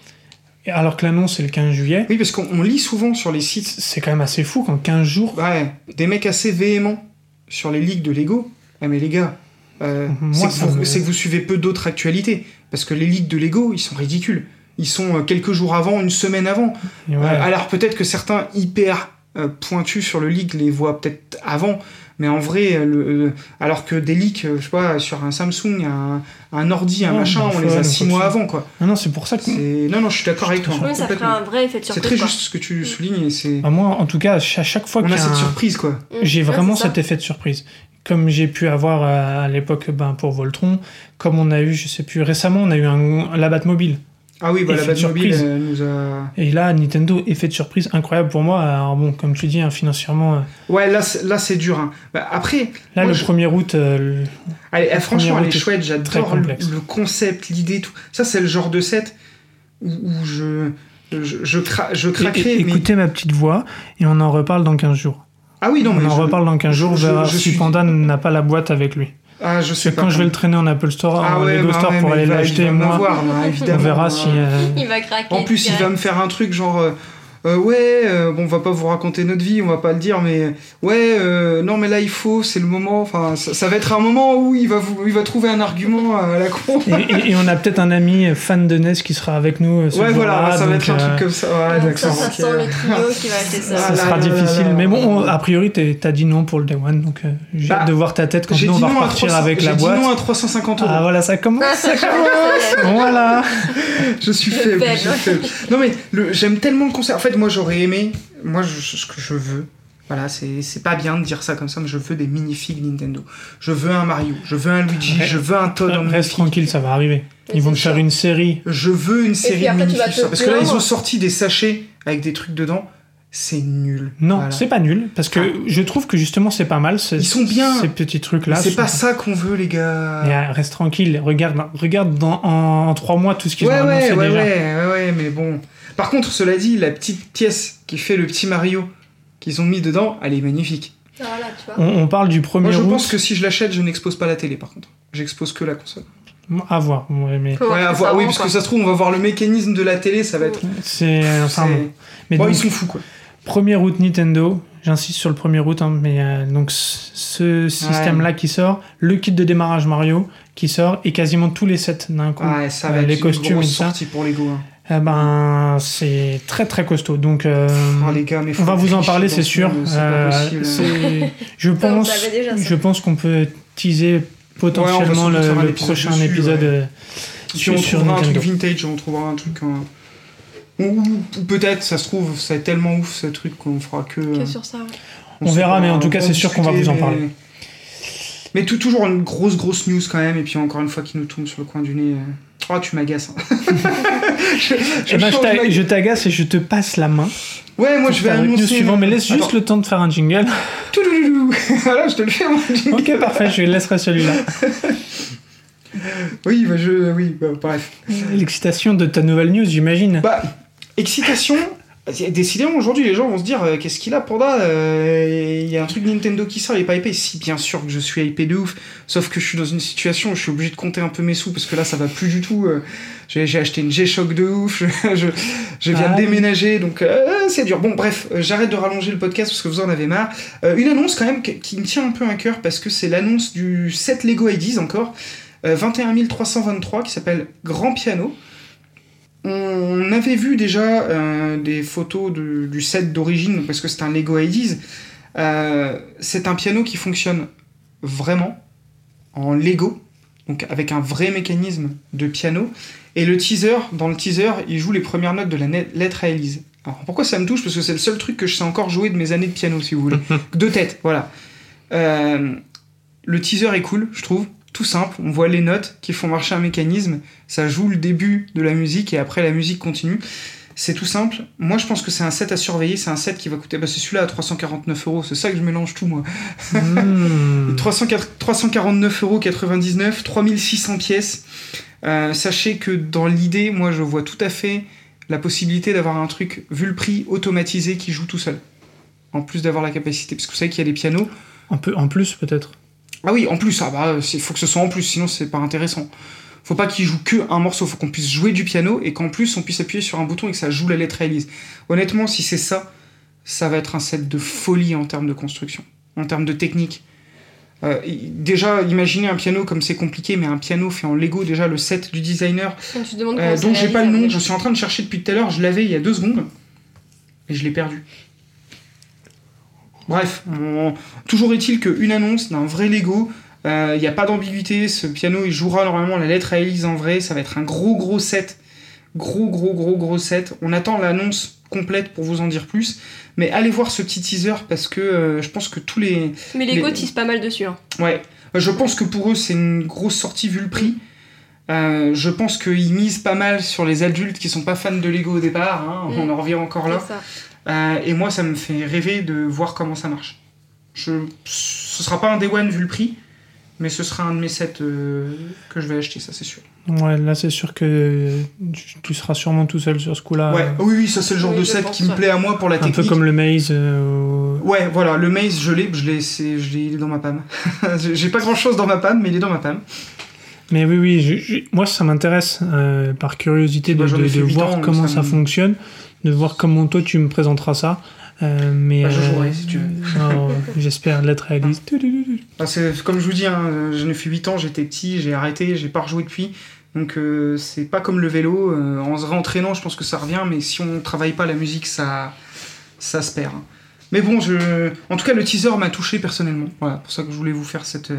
Speaker 3: alors que l'annonce est le 15 juillet,
Speaker 2: Oui, parce qu'on on lit souvent sur les sites
Speaker 3: c'est quand même assez fou qu'en 15 jours.
Speaker 2: Ouais, des mecs assez véhéments sur les ligues de Lego. Ah, mais les gars, euh,
Speaker 3: Mhm. Moi,
Speaker 2: c'est que,
Speaker 3: ça
Speaker 2: vous-
Speaker 3: me-
Speaker 2: c'est que vous suivez peu d'autres actualités. Parce que les ligues de Lego, ils sont ridicules. Ils sont euh, quelques jours avant, une semaine avant.
Speaker 3: et
Speaker 2: Euh,
Speaker 3: ouais.
Speaker 2: alors peut-être que certains hyper euh, pointus sur le leak les voient peut-être avant. Mais en vrai, euh, le- euh, alors que des leaks, euh, je sais pas, sur un Samsung, un, un ordi, un
Speaker 3: Ouais,
Speaker 2: machin,
Speaker 3: un
Speaker 2: on les
Speaker 3: phone,
Speaker 2: a six
Speaker 3: un
Speaker 2: mois
Speaker 3: phone.
Speaker 2: avant, quoi.
Speaker 3: Non, non, c'est pour ça que
Speaker 2: C'est- Non, non, je suis d'accord avec toi. hein,
Speaker 3: Oui,
Speaker 4: Oui, ça ferait
Speaker 2: complètement.
Speaker 4: un vrai effet de
Speaker 2: C'est
Speaker 4: surprise.
Speaker 2: très
Speaker 4: quoi.
Speaker 2: juste ce que tu soulignes. et c'est-
Speaker 3: Bah, moi, en tout cas, à chaque à chaque fois
Speaker 2: On
Speaker 3: qu'il
Speaker 2: a
Speaker 3: y a
Speaker 2: cette
Speaker 3: un-
Speaker 2: surprise, quoi.
Speaker 4: Mm.
Speaker 3: J'ai
Speaker 4: Ouais,
Speaker 3: vraiment
Speaker 4: c'est ça.
Speaker 3: cet effet de surprise. Comme j'ai pu avoir euh, à l'époque ben, pour Voltron, comme on a eu, je sais plus, récemment, on a eu un, la Batmobile.
Speaker 2: Ah oui, bah, la
Speaker 3: Effet de
Speaker 2: Batmobile
Speaker 3: surprise.
Speaker 2: euh, nous a...
Speaker 3: Et là, Nintendo, effet de surprise incroyable pour moi. Alors bon, comme tu dis, hein, financièrement, euh,
Speaker 2: Ouais, là, c'est- là c'est dur. hein. Bah, après,
Speaker 3: là,
Speaker 2: Moi,
Speaker 3: le
Speaker 2: je-
Speaker 3: 1er août, euh, le-
Speaker 2: allez, eh, franchement,
Speaker 3: Première
Speaker 2: elle est
Speaker 3: route est
Speaker 2: chouette.
Speaker 3: très
Speaker 2: J'adore le,
Speaker 3: complexe.
Speaker 2: le concept, l'idée, tout. Ça, c'est le genre de set où, où je, je, je, cra- je craquerai.
Speaker 3: é- é-
Speaker 2: mais-
Speaker 3: écoutez ma petite voix et on en reparle dans 15 jours.
Speaker 2: Ah oui, non, mais.
Speaker 3: on en
Speaker 2: je...
Speaker 3: reparle dans 15 jours
Speaker 2: je-
Speaker 3: vers
Speaker 2: je
Speaker 3: si
Speaker 2: suis-
Speaker 3: Panda n'a pas la boîte avec lui.
Speaker 2: Ah, je
Speaker 3: Parce que
Speaker 2: sais pas.
Speaker 3: quand je vais le traîner en Apple Store,
Speaker 2: Ah
Speaker 3: en
Speaker 2: ouais,
Speaker 3: Lego
Speaker 2: bah
Speaker 3: Store
Speaker 2: ouais,
Speaker 3: pour
Speaker 2: mais
Speaker 3: aller
Speaker 2: il va- il
Speaker 3: l'acheter,
Speaker 2: va
Speaker 3: moi,
Speaker 2: m'avoir, là,
Speaker 3: on
Speaker 2: évidemment,
Speaker 3: verra
Speaker 2: hein.
Speaker 3: si. euh,
Speaker 5: Il va craquer.
Speaker 2: En plus, il va
Speaker 5: direct.
Speaker 2: me faire un truc genre. euh, euh, ouais, euh, bon, on va pas vous raconter notre vie, on va pas le dire, mais ouais, euh, non, mais là il faut, c'est le moment. Enfin, ça, ça va être un moment où il va vous, il va trouver un argument à la con.
Speaker 3: Et, et- et on a peut-être un ami euh, fan de NES qui sera avec nous. euh, Ce
Speaker 2: ouais, voilà,
Speaker 3: jour-là,
Speaker 2: ça va
Speaker 3: donc,
Speaker 2: être un
Speaker 3: euh,
Speaker 2: truc comme ça. Ouais,
Speaker 4: Donc ça,
Speaker 2: d'accord,
Speaker 4: ça
Speaker 2: ok.
Speaker 4: sent le trio qui va acheter ça.
Speaker 2: Ah
Speaker 3: ça
Speaker 2: là
Speaker 3: sera
Speaker 2: là là
Speaker 3: difficile.
Speaker 2: là là.
Speaker 3: mais bon, on- a priori, t'es- t'as dit non pour le Day One, donc euh, j'ai
Speaker 2: Bah,
Speaker 3: hâte de voir ta tête quand
Speaker 2: J'ai
Speaker 3: nous, on
Speaker 2: dit
Speaker 3: va
Speaker 2: non à
Speaker 3: repartir
Speaker 2: 300
Speaker 3: avec la
Speaker 2: j'ai dit
Speaker 3: boîte.
Speaker 2: non à 350 euros.
Speaker 3: Ah voilà, ça commence.
Speaker 4: Ça, ça y est.
Speaker 3: voilà.
Speaker 2: Je suis faible.
Speaker 4: Faible.
Speaker 2: je suis faible. Non mais le- j'aime tellement le concert. En fait, moi j'aurais aimé. Moi, je- ce que je veux. Voilà, c'est c'est pas bien de dire ça comme ça, mais je veux des minifigs Nintendo. Je veux un Mario, je veux un Luigi,
Speaker 3: Ouais.
Speaker 2: je veux un Todd en
Speaker 3: Reste
Speaker 2: minifig.
Speaker 3: tranquille, ça va arriver. Ils vont me faire une série.
Speaker 2: Je veux une série de
Speaker 4: après, tu vas
Speaker 2: minifigs.
Speaker 4: te
Speaker 2: Parce que là, ils
Speaker 4: plaindre.
Speaker 2: ont sorti des sachets avec des trucs dedans. C'est nul.
Speaker 3: Non,
Speaker 2: Voilà. Ah.
Speaker 3: c'est pas nul, parce que je trouve que justement c'est pas mal. ce-
Speaker 2: Ils sont bien.
Speaker 3: Ces petits trucs-là.
Speaker 2: C'est
Speaker 3: sont-
Speaker 2: pas ça qu'on veut, les gars.
Speaker 3: Mais, euh, reste tranquille, regarde, regarde dans, en, en trois mois tout ce qu'ils
Speaker 2: ouais,
Speaker 3: ont annoncé
Speaker 2: ouais, ouais,
Speaker 3: déjà.
Speaker 2: ouais, ouais, ouais, mais bon. Par contre, cela dit, la petite pièce qui fait le petit Mario qu'ils ont mis dedans, elle est magnifique.
Speaker 4: Ah, Voilà, tu vois.
Speaker 3: On, on parle du 1er
Speaker 2: Moi, je
Speaker 3: août.
Speaker 2: pense que si je l'achète, je n'expose pas la télé, par contre. J'expose que la console.
Speaker 3: À voir. ouais, mais
Speaker 4: Faut voir
Speaker 2: ouais, à
Speaker 4: ce que
Speaker 2: voir.
Speaker 4: ça hein.
Speaker 2: oui,
Speaker 4: rend,
Speaker 2: parce
Speaker 4: quoi.
Speaker 2: que ça se trouve, on va voir le mécanisme de la télé, ça va être.
Speaker 3: c'est.
Speaker 2: c'est-
Speaker 3: Enfin, bon. Mais
Speaker 2: Bon,
Speaker 3: donc,
Speaker 2: ils sont fous, quoi.
Speaker 3: 1er août Nintendo, j'insiste sur le 1er août, hein, mais euh, donc c- ce système-là qui sort, le kit de démarrage Mario qui sort et quasiment tous les sets d'un coup.
Speaker 2: Ouais, ça va
Speaker 3: Euh,
Speaker 2: être
Speaker 3: les
Speaker 2: une
Speaker 3: costumes et
Speaker 2: grosse
Speaker 3: tout ça.
Speaker 2: sortie pour Lego. hein.
Speaker 3: eh ben, c'est très très costaud. Donc, euh,
Speaker 2: Ah, les gars, mais
Speaker 3: on
Speaker 2: faut
Speaker 3: va vous en
Speaker 2: réfléchir
Speaker 3: parler,
Speaker 2: dans
Speaker 3: c'est
Speaker 2: ce
Speaker 3: sûr.
Speaker 2: monde, C'est
Speaker 3: Euh,
Speaker 2: pas possible.
Speaker 3: c'est- je
Speaker 4: Ça, on
Speaker 3: pense,
Speaker 4: savait déjà, ça.
Speaker 3: je pense qu'on peut teaser
Speaker 2: Ouais, on
Speaker 3: potentiellement
Speaker 2: va
Speaker 3: le,
Speaker 2: sûrement faire un
Speaker 3: le
Speaker 2: épisode
Speaker 3: prochain
Speaker 2: dessus,
Speaker 3: épisode.
Speaker 2: ouais.
Speaker 3: euh,
Speaker 2: Si
Speaker 3: sur-
Speaker 2: on
Speaker 3: sur
Speaker 2: trouvera un truc
Speaker 3: Nintendo.
Speaker 2: vintage, on trouvera un truc. hein, Ou, ou peut-être, ça se trouve, ça est tellement ouf ce truc qu'on fera que.
Speaker 5: Que
Speaker 2: euh,
Speaker 5: sur ça. ouais.
Speaker 3: On verra,
Speaker 2: saura-
Speaker 3: mais en tout
Speaker 2: on
Speaker 3: cas,
Speaker 2: pourra
Speaker 3: c'est sûr qu'on va
Speaker 2: discuter,
Speaker 3: vous en
Speaker 2: mais-
Speaker 3: parler.
Speaker 2: Mais tout, toujours une grosse, grosse news quand même, et puis encore une fois qui nous tombe sur le coin du nez. euh. Oh, tu m'agaces. hein. je, je
Speaker 3: Eh ben, je
Speaker 2: change
Speaker 3: t'a-
Speaker 2: ma-
Speaker 3: je t'agace et je te passe la main.
Speaker 2: Ouais, moi
Speaker 3: pour
Speaker 2: je vais
Speaker 3: faire le
Speaker 2: annoncer.
Speaker 3: news suivant, mais laisse juste
Speaker 2: Attends.
Speaker 3: le temps de faire un jingle.
Speaker 2: Toulouloulou. voilà, je te le fais. mon jingle.
Speaker 3: ok, parfait, je laisserai celui-là.
Speaker 2: Oui, bah, je, oui, bah, bref.
Speaker 3: Mm. L'excitation de ta nouvelle news, j'imagine.
Speaker 2: Bah, excitation. Décidément, aujourd'hui, les gens vont se dire euh, Qu'est-ce qu'il a, Panda Euh, Il y a un truc Nintendo qui sort, il est pas hypé. Si, bien sûr que je suis hypé de ouf. Sauf que je suis dans une situation où je suis obligé de compter un peu mes sous parce que là, ça va plus du tout. euh, J'ai j'ai acheté une G-Shock de ouf. Je, je- je viens
Speaker 3: Ah
Speaker 2: de
Speaker 3: oui.
Speaker 2: déménager, donc euh, c'est dur. Bon, bref, euh, j'arrête de rallonger le podcast parce que vous en avez marre. Euh, une annonce, quand même, qui- qui me tient un peu à cœur parce que c'est l'annonce du 7 Lego IDs encore, euh, 21 323, qui s'appelle Grand Piano. On avait vu déjà euh, des photos de- du set d'origine, parce que c'est un Lego IDs. Euh, c'est un piano qui fonctionne vraiment en Lego, donc avec un vrai mécanisme de piano. Et le teaser, dans le teaser, il joue les premières notes de la net- lettre à Elise. Alors pourquoi ça me touche Parce que c'est le seul truc que je sais encore jouer de mes années de piano, si vous voulez. de tête, voilà. Euh, le teaser est cool, je trouve. Tout simple, on voit les notes qui font marcher un mécanisme ça joue le début de la musique et après la musique continue. C'est tout simple. Moi, je pense que c'est un set à surveiller. C'est un set qui va coûter. Bah, c'est celui-là à 349 euros. C'est ça que je mélange tout, moi.
Speaker 3: Hmm.
Speaker 2: 349,99 euros, 3600 pièces. Euh, sachez que dans l'idée, moi, je vois tout à fait la possibilité d'avoir un truc, vu le prix, automatisé qui joue tout seul. En plus d'avoir la capacité. Parce que vous savez qu'il y a des pianos.
Speaker 3: Un peu en plus, peut-être.
Speaker 2: Ah oui, en plus, ah bah, il faut que ce soit en plus, sinon c'est pas intéressant. Faut pas qu'il joue que un morceau, faut qu'on puisse jouer du piano et qu'en plus on puisse appuyer sur un bouton et que ça joue la lettre à Elise. Honnêtement, si c'est ça, ça va être un set de folie en termes de construction, en termes de technique. Euh, i- déjà, imaginez un piano comme c'est compliqué, mais un piano fait en Lego, déjà le set du designer.
Speaker 5: Quand tu te demandes
Speaker 2: Euh,
Speaker 5: comment ça
Speaker 2: donc j'ai pas le
Speaker 5: réalise,
Speaker 2: nom,
Speaker 5: avec-
Speaker 2: je suis en train de chercher depuis tout à l'heure, je l'avais il y a deux secondes et je l'ai perdu. Bref, on- toujours est-il qu'une annonce d'un vrai Lego, euh, il n'y a pas d'ambiguïté, ce piano il jouera normalement la lettre à Elise en vrai, ça va être un gros gros set, gros gros gros gros set. On attend l'annonce complète pour vous en dire plus, mais allez voir ce petit teaser parce que euh, je pense que tous les,
Speaker 5: Mais les
Speaker 2: Mais-
Speaker 5: ils se pas mal dessus. hein.
Speaker 2: Ouais, je pense que pour eux, c'est une grosse sortie vu le prix. Euh, je pense qu'ils misent pas mal sur les adultes qui sont pas fans de Lego au départ. hein.
Speaker 5: Mm.
Speaker 2: On en revient encore là.
Speaker 5: C'est ça.
Speaker 2: Euh, et moi, ça me fait rêver de voir comment ça marche. Je... Ce sera pas un day one vu le prix, mais ce sera un de mes sets euh, que je vais acheter, ça c'est sûr.
Speaker 3: Ouais, là, c'est sûr que tu- tu seras sûrement tout seul sur ce coup-là.
Speaker 2: Ouais, Euh, oui, oui, ça c'est le genre
Speaker 5: Oui,
Speaker 2: de
Speaker 5: je
Speaker 2: set
Speaker 5: pense,
Speaker 2: qui me
Speaker 5: ouais.
Speaker 2: plaît à moi pour la
Speaker 3: Un
Speaker 2: technique.
Speaker 3: peu comme le maze. euh,
Speaker 2: Ouais, voilà, le maze, je l'ai, je l'ai, c'est- je l'ai il est dans ma pâme. J'ai j'ai pas grand chose dans ma pâme, mais il est dans ma pâme.
Speaker 3: Mais oui, oui, je- je- moi ça m'intéresse euh, par curiosité de,
Speaker 2: Moi, Bah, j'en ai
Speaker 3: de-
Speaker 2: fait
Speaker 3: de
Speaker 2: huit
Speaker 3: voir
Speaker 2: ans, donc
Speaker 3: comment
Speaker 2: ça
Speaker 3: ça
Speaker 2: me-
Speaker 3: fonctionne, de voir comment toi tu me présenteras ça. Euh, mais
Speaker 2: Bah, je
Speaker 3: euh,
Speaker 2: jouerai, si tu veux.
Speaker 3: non, J'espère l'être réaliste.
Speaker 2: Ah, c'est- comme je vous dis, hein, euh, je ne fais 8 ans, j'étais petit, j'ai arrêté, j'ai pas rejoué depuis. Donc euh, c'est pas comme le vélo. euh, en se réentraînant, je pense que ça revient, mais si on travaille pas la musique, ça, ça se perd. Mais bon, je... en tout cas, le teaser m'a touché personnellement. Voilà, pour ça que je voulais vous faire cette, euh,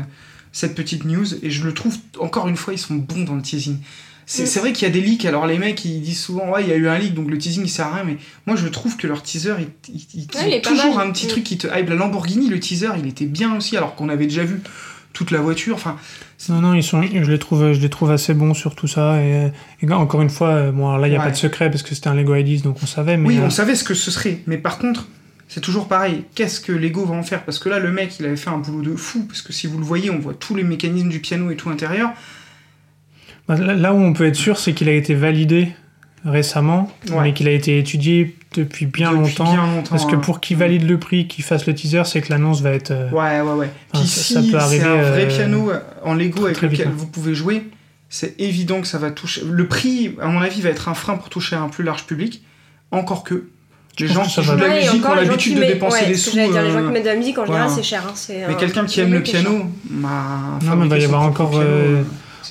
Speaker 2: cette petite news. Et je le trouve, encore une fois, ils sont bons dans le teasing. C'est
Speaker 5: Mm.
Speaker 2: c'est vrai qu'il y a des leaks, alors les mecs ils disent souvent ouais il y a eu un leak donc le teasing il sert à rien mais moi je trouve que leur teaser il, il- il-
Speaker 5: Ouais,
Speaker 2: ils
Speaker 5: il
Speaker 2: ont
Speaker 5: est pas
Speaker 2: toujours
Speaker 5: mal.
Speaker 2: un petit
Speaker 5: Mm.
Speaker 2: truc qui te hype la Lamborghini le teaser il était bien aussi alors qu'on avait déjà vu toute la voiture enfin
Speaker 3: Non, non, ils sont, je les trouve, je les trouve assez bons sur tout ça. Et, et encore une fois, euh, bon, alors là il n'y a
Speaker 2: Ouais.
Speaker 3: pas de secret parce que c'était un Lego IDs donc on savait. Mais
Speaker 2: Oui,
Speaker 3: euh,
Speaker 2: on savait ce que ce serait, mais par contre, c'est toujours pareil. Qu'est-ce que Lego va en faire Parce que là, le mec, il avait fait un boulot de fou, parce que si vous le voyez, on voit tous les mécanismes du piano et tout intérieur.
Speaker 3: bah, là, là où on peut être sûr, c'est qu'il a été validé récemment,
Speaker 2: Ouais.
Speaker 3: mais qu'il a été étudié depuis bien
Speaker 2: depuis
Speaker 3: longtemps.
Speaker 2: bien longtemps,
Speaker 3: Parce que
Speaker 2: hein.
Speaker 3: pour qu'ils valident le prix, qu'ils fassent le teaser, c'est que l'annonce va être. euh,
Speaker 2: Ouais, ouais, ouais.
Speaker 3: Enfin,
Speaker 2: Puis
Speaker 3: ça-
Speaker 2: si
Speaker 3: ça peut
Speaker 2: c'est
Speaker 3: arriver,
Speaker 2: un vrai
Speaker 3: euh,
Speaker 2: piano en Lego
Speaker 3: très,
Speaker 2: avec
Speaker 3: très vite,
Speaker 2: lequel
Speaker 3: hein.
Speaker 2: vous pouvez jouer, c'est évident que ça va toucher. Le prix, à mon avis, va être un frein pour toucher un plus large public. Encore que les
Speaker 3: pense
Speaker 2: gens
Speaker 3: que
Speaker 2: qui
Speaker 3: ça va-
Speaker 2: jouent de la
Speaker 5: Ouais, et
Speaker 2: musique ont
Speaker 5: encore, les gens
Speaker 2: l'habitude
Speaker 5: qui
Speaker 2: de
Speaker 5: mettent-
Speaker 2: dépenser
Speaker 5: ouais,
Speaker 2: des
Speaker 5: ce que
Speaker 2: sous.
Speaker 5: j'allais dire, les gens
Speaker 2: euh,
Speaker 5: qui mettent de la musique, en général,
Speaker 2: voilà.
Speaker 5: c'est cher. hein, c'est,
Speaker 2: Mais
Speaker 5: euh,
Speaker 2: quelqu'un qui
Speaker 5: le
Speaker 2: aime le
Speaker 5: mec est cher.
Speaker 2: piano, bah,
Speaker 3: Non, mais il va
Speaker 2: fabriquer
Speaker 3: y
Speaker 2: son
Speaker 3: avoir
Speaker 2: propre
Speaker 3: encore
Speaker 2: piano,
Speaker 3: euh,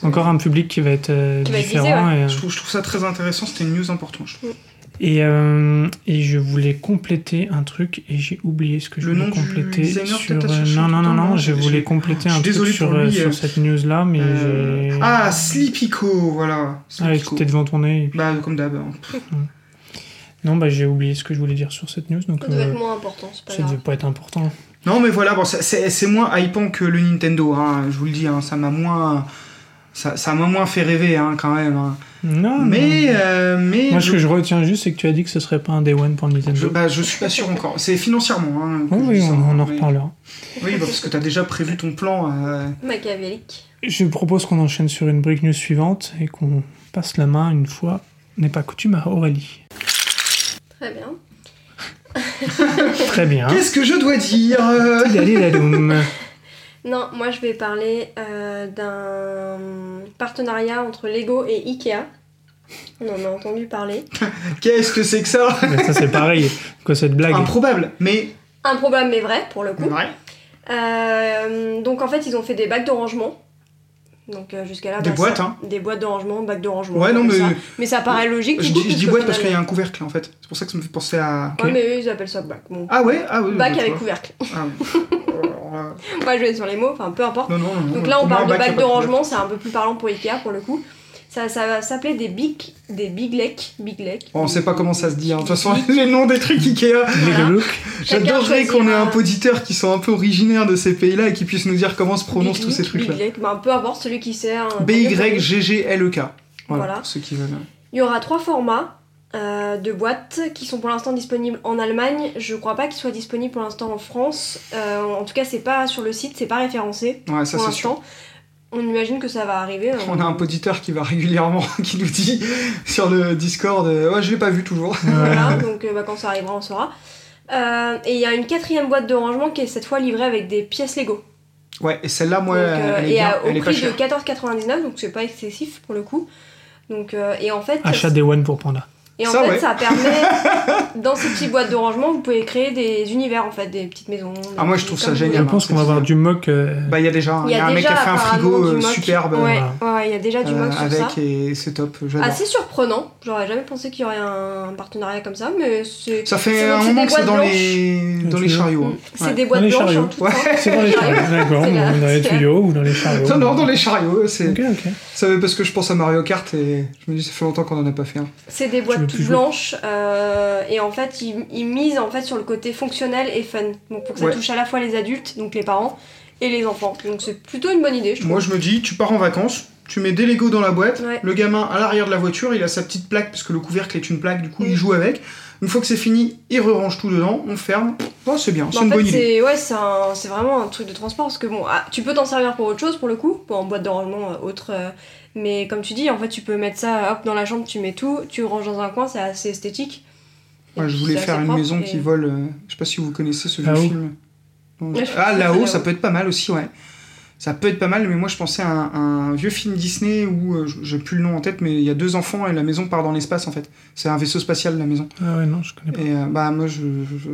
Speaker 3: encore un public qui va être euh,
Speaker 4: Qui va être visé,
Speaker 3: différent. et, euh,
Speaker 2: Je trouve, je trouve ça très intéressant, c'était une news importante. je trouve.
Speaker 3: Et, euh, et je voulais compléter un truc et j'ai oublié ce que je
Speaker 2: Le
Speaker 3: voulais
Speaker 2: nom du
Speaker 3: compléter
Speaker 2: designer,
Speaker 3: sur.
Speaker 2: peut-être, à
Speaker 3: euh,
Speaker 2: chercher
Speaker 3: non,
Speaker 2: tout
Speaker 3: non,
Speaker 2: le
Speaker 3: non, non,
Speaker 2: temps,
Speaker 3: je
Speaker 2: j'ai-
Speaker 3: voulais
Speaker 2: je
Speaker 3: compléter un
Speaker 2: suis
Speaker 3: truc
Speaker 2: désolé
Speaker 3: sur,
Speaker 2: pour
Speaker 3: euh,
Speaker 2: lui,
Speaker 3: sur
Speaker 2: euh,
Speaker 3: cette news là, mais
Speaker 2: Euh,
Speaker 3: j'ai-
Speaker 2: Ah, Sleepico, voilà.
Speaker 3: Ah,
Speaker 2: Sleepico.
Speaker 3: c'était devant ton nez.
Speaker 2: bah, comme d'hab. hein.
Speaker 3: Non, bah j'ai oublié ce que je voulais dire sur cette news, donc
Speaker 4: Ça devait
Speaker 3: euh,
Speaker 4: être moins important, c'est pas
Speaker 3: ça devait
Speaker 4: grave.
Speaker 3: pas être important.
Speaker 2: Non, mais voilà, bon, c'est- c'est c'est moins hypant que le Nintendo, hein, je vous le dis, hein, ça m'a moins. Ça ça m'a moins fait rêver, hein, quand même. hein.
Speaker 3: Non,
Speaker 2: mais.
Speaker 3: Ah, non.
Speaker 2: euh, mais
Speaker 3: moi, ce
Speaker 2: je,
Speaker 3: que je retiens juste, c'est que tu as dit que ce serait pas un day one pour le Nintendo.
Speaker 2: je- bah, je suis pas sûr encore. C'est financièrement. Hein, que
Speaker 3: Oui,
Speaker 2: je
Speaker 3: oui,
Speaker 2: dis ça,
Speaker 3: on, on en
Speaker 2: hein, mais-
Speaker 3: reparlera.
Speaker 2: Oui, bah, parce que t'as déjà prévu ton plan. euh,
Speaker 4: Machiavélique.
Speaker 3: Je propose qu'on enchaîne sur une break news suivante et qu'on passe la main une fois n'est pas coutume à Aurélie.
Speaker 4: Très bien.
Speaker 3: Très bien.
Speaker 2: Qu'est-ce que je dois dire euh,
Speaker 3: Tidaliladoum.
Speaker 4: Non, moi je vais parler euh, d'un partenariat entre Lego et Ikea. On en a entendu parler.
Speaker 2: Qu'est-ce que c'est que ça
Speaker 3: Mais ça c'est pareil que cette blague.
Speaker 2: Improbable, mais.
Speaker 4: Un problème mais vrai pour le coup.
Speaker 2: Ouais.
Speaker 4: Euh, donc en fait ils ont fait des bacs de rangement. Donc euh, jusqu'à là.
Speaker 2: Des
Speaker 4: bah,
Speaker 2: boîtes,
Speaker 4: ça-
Speaker 2: hein.
Speaker 4: Des boîtes de rangement, bacs de rangement.
Speaker 2: Ouais, non,
Speaker 4: on appelle
Speaker 2: mais-
Speaker 4: ça. mais ça paraît logique.
Speaker 2: Je
Speaker 4: du coup,
Speaker 2: dis, je dis
Speaker 4: puisque
Speaker 2: boîte parce qu'il y a
Speaker 4: finalement-
Speaker 2: un couvercle en fait. C'est pour ça que ça me fait penser à.
Speaker 3: un-
Speaker 4: Ouais, mais eux ils appellent ça bac. Bon.
Speaker 2: Ah ouais Ah oui.
Speaker 4: bac
Speaker 2: bah, tu
Speaker 4: avec
Speaker 2: vois.
Speaker 4: couvercle.
Speaker 2: Ah, oui. Alors là-
Speaker 4: Moi je vais sur les mots, enfin peu importe.
Speaker 2: Non, non, non, non.
Speaker 4: Donc là,
Speaker 2: Pour
Speaker 4: on
Speaker 2: moi,
Speaker 4: parle
Speaker 2: un bac,
Speaker 4: de
Speaker 2: y a pas
Speaker 4: bacs de
Speaker 2: couleur.
Speaker 4: rangement, c'est un peu plus parlant pour Ikea pour le coup. Ça, ça va s'appeler des big, des big lecs, big lecs.
Speaker 2: Bon, on sait pas comment ça se dit. hein. De toute façon, les noms des trucs Ikea.
Speaker 4: Voilà.
Speaker 3: Look,
Speaker 4: Chacun
Speaker 2: J'adorerais qu'on ait
Speaker 4: choisira
Speaker 2: un poditeur qui soit un peu originaire de ces pays-là et qui puisse nous dire comment se prononcent
Speaker 4: big
Speaker 2: tous ces
Speaker 4: lec,
Speaker 2: trucs-là.
Speaker 4: Big lec, ben, peu importe celui qui sert. hein.
Speaker 2: B-Y-G-G-L-E-K. E Voilà,
Speaker 4: Voilà.
Speaker 2: pour ceux qui veulent.
Speaker 4: Il y aura trois formats euh, de boîtes qui sont pour l'instant disponibles en Allemagne. Je crois pas qu'ils soient disponibles pour l'instant en France. Euh, en tout cas, c'est pas sur le site, c'est pas référencé
Speaker 2: Ouais, ça
Speaker 4: pour euh,
Speaker 2: c'est sûr.
Speaker 4: l'instant. On imagine que ça va arriver. hein.
Speaker 2: On a un poditeur qui va régulièrement, qui nous dit sur le Discord euh, Ouais, je l'ai pas vu toujours.
Speaker 4: Voilà, donc euh, bah, quand ça arrivera, on saura. Euh, et il y a une quatrième boîte de rangement qui est cette fois livrée avec des pièces Lego.
Speaker 2: Ouais, et celle-là, moi,
Speaker 4: Donc, euh,
Speaker 2: elle est
Speaker 4: et
Speaker 2: bien,
Speaker 4: à- au
Speaker 2: elle est pas
Speaker 4: prix de
Speaker 2: chère.
Speaker 4: 14,99, donc c'est pas excessif pour le coup. Donc, euh, et en fait,
Speaker 3: achat day one pour Panda.
Speaker 4: et en
Speaker 2: Ça,
Speaker 4: fait
Speaker 2: ouais.
Speaker 4: ça permet, dans ces petites boîtes de rangement, vous pouvez créer des univers en fait, des petites maisons.
Speaker 2: Ah, moi, je
Speaker 4: des-
Speaker 2: trouve
Speaker 4: comme
Speaker 2: ça
Speaker 4: vous
Speaker 3: Je
Speaker 2: génial.
Speaker 4: voulez.
Speaker 3: pense qu'on va avoir du mock. euh,
Speaker 2: Bah, il y a déjà, hein.
Speaker 4: Il y a,
Speaker 2: un mec
Speaker 4: déjà,
Speaker 2: qui a fait un frigo
Speaker 4: apparemment,
Speaker 2: euh,
Speaker 4: du mock.
Speaker 2: superbe
Speaker 4: Ouais,
Speaker 3: voilà.
Speaker 4: ouais, ouais, il y a déjà du
Speaker 2: euh,
Speaker 4: mock sur
Speaker 2: avec,
Speaker 4: ça. Ah,
Speaker 2: et c'est top, j'adore.
Speaker 4: Assez surprenant, j'aurais jamais pensé qu'il y aurait un partenariat comme ça, mais c'est
Speaker 2: Ça fait
Speaker 4: C'est-
Speaker 2: un
Speaker 4: c'est
Speaker 2: moment
Speaker 4: des
Speaker 2: que c'est
Speaker 4: boîtes
Speaker 2: dans les,
Speaker 3: blanches.
Speaker 2: dans les
Speaker 3: Tu veux
Speaker 2: chariots. hein.
Speaker 4: c'est
Speaker 2: Ouais.
Speaker 4: des
Speaker 3: Dans
Speaker 4: boîtes
Speaker 3: les
Speaker 4: blanches
Speaker 3: chariots.
Speaker 4: en tout
Speaker 2: Ouais.
Speaker 3: C'est dans les chariots, d'accord,
Speaker 4: C'est la-
Speaker 3: ou dans les
Speaker 4: c'est-
Speaker 3: tuyaux ou dans les chariots.
Speaker 2: Non, non, dans les chariots, c'est
Speaker 3: Ok, ok.
Speaker 2: ça veut parce que je pense à Mario Kart et je me dis ça fait longtemps qu'on en a pas fait un.
Speaker 4: C'est des
Speaker 3: veux
Speaker 4: boîtes
Speaker 3: plus
Speaker 4: toutes
Speaker 3: jouer.
Speaker 4: blanches euh, et en fait ils, ils misent en fait sur le côté fonctionnel et fun. Donc pour que ça
Speaker 2: Ouais.
Speaker 4: touche à la fois les adultes, donc les parents, et les enfants. Donc c'est plutôt une bonne idée, je trouve.
Speaker 2: Moi je me dis tu pars en vacances, tu mets des Lego dans la boîte,
Speaker 4: Ouais.
Speaker 2: le gamin à l'arrière de la voiture, il a sa petite plaque parce que le couvercle est une plaque, du coup
Speaker 4: Mm.
Speaker 2: il joue avec. Une fois que c'est fini, il re-range tout dedans, on ferme. Oh, c'est bien,
Speaker 4: Mais
Speaker 2: c'est
Speaker 4: Bah, en
Speaker 2: une bonne
Speaker 4: fait,
Speaker 2: idée.
Speaker 4: c'est ouais, c'est un- c'est vraiment un truc de transport parce que bon, ah, tu peux t'en servir pour autre chose pour le coup, pour en boîte de rangement euh, autre. euh, mais comme tu dis, en fait, tu peux mettre ça hop dans la chambre, tu mets tout, tu ranges dans un coin, c'est assez esthétique.
Speaker 2: Moi, je
Speaker 4: Et puis,
Speaker 2: voulais
Speaker 4: c'est
Speaker 2: faire
Speaker 4: assez
Speaker 2: une
Speaker 4: propre
Speaker 2: maison
Speaker 4: et-
Speaker 2: qui vole. euh, je sais pas si vous connaissez ce vieux
Speaker 3: Là-haut.
Speaker 2: film. Non,
Speaker 4: Ouais,
Speaker 2: je-
Speaker 4: je
Speaker 2: Ah
Speaker 4: pense que
Speaker 2: là-haut,
Speaker 4: là-haut.
Speaker 2: ça peut être pas mal aussi, ouais. Ça peut être pas mal, mais moi je pensais à un, un vieux film Disney où euh, j'ai plus le nom en tête, mais il y a deux enfants et la maison part dans l'espace en fait. C'est un vaisseau spatial la maison.
Speaker 3: Ah ouais, non, je connais pas.
Speaker 2: Et euh, bah moi je, je- je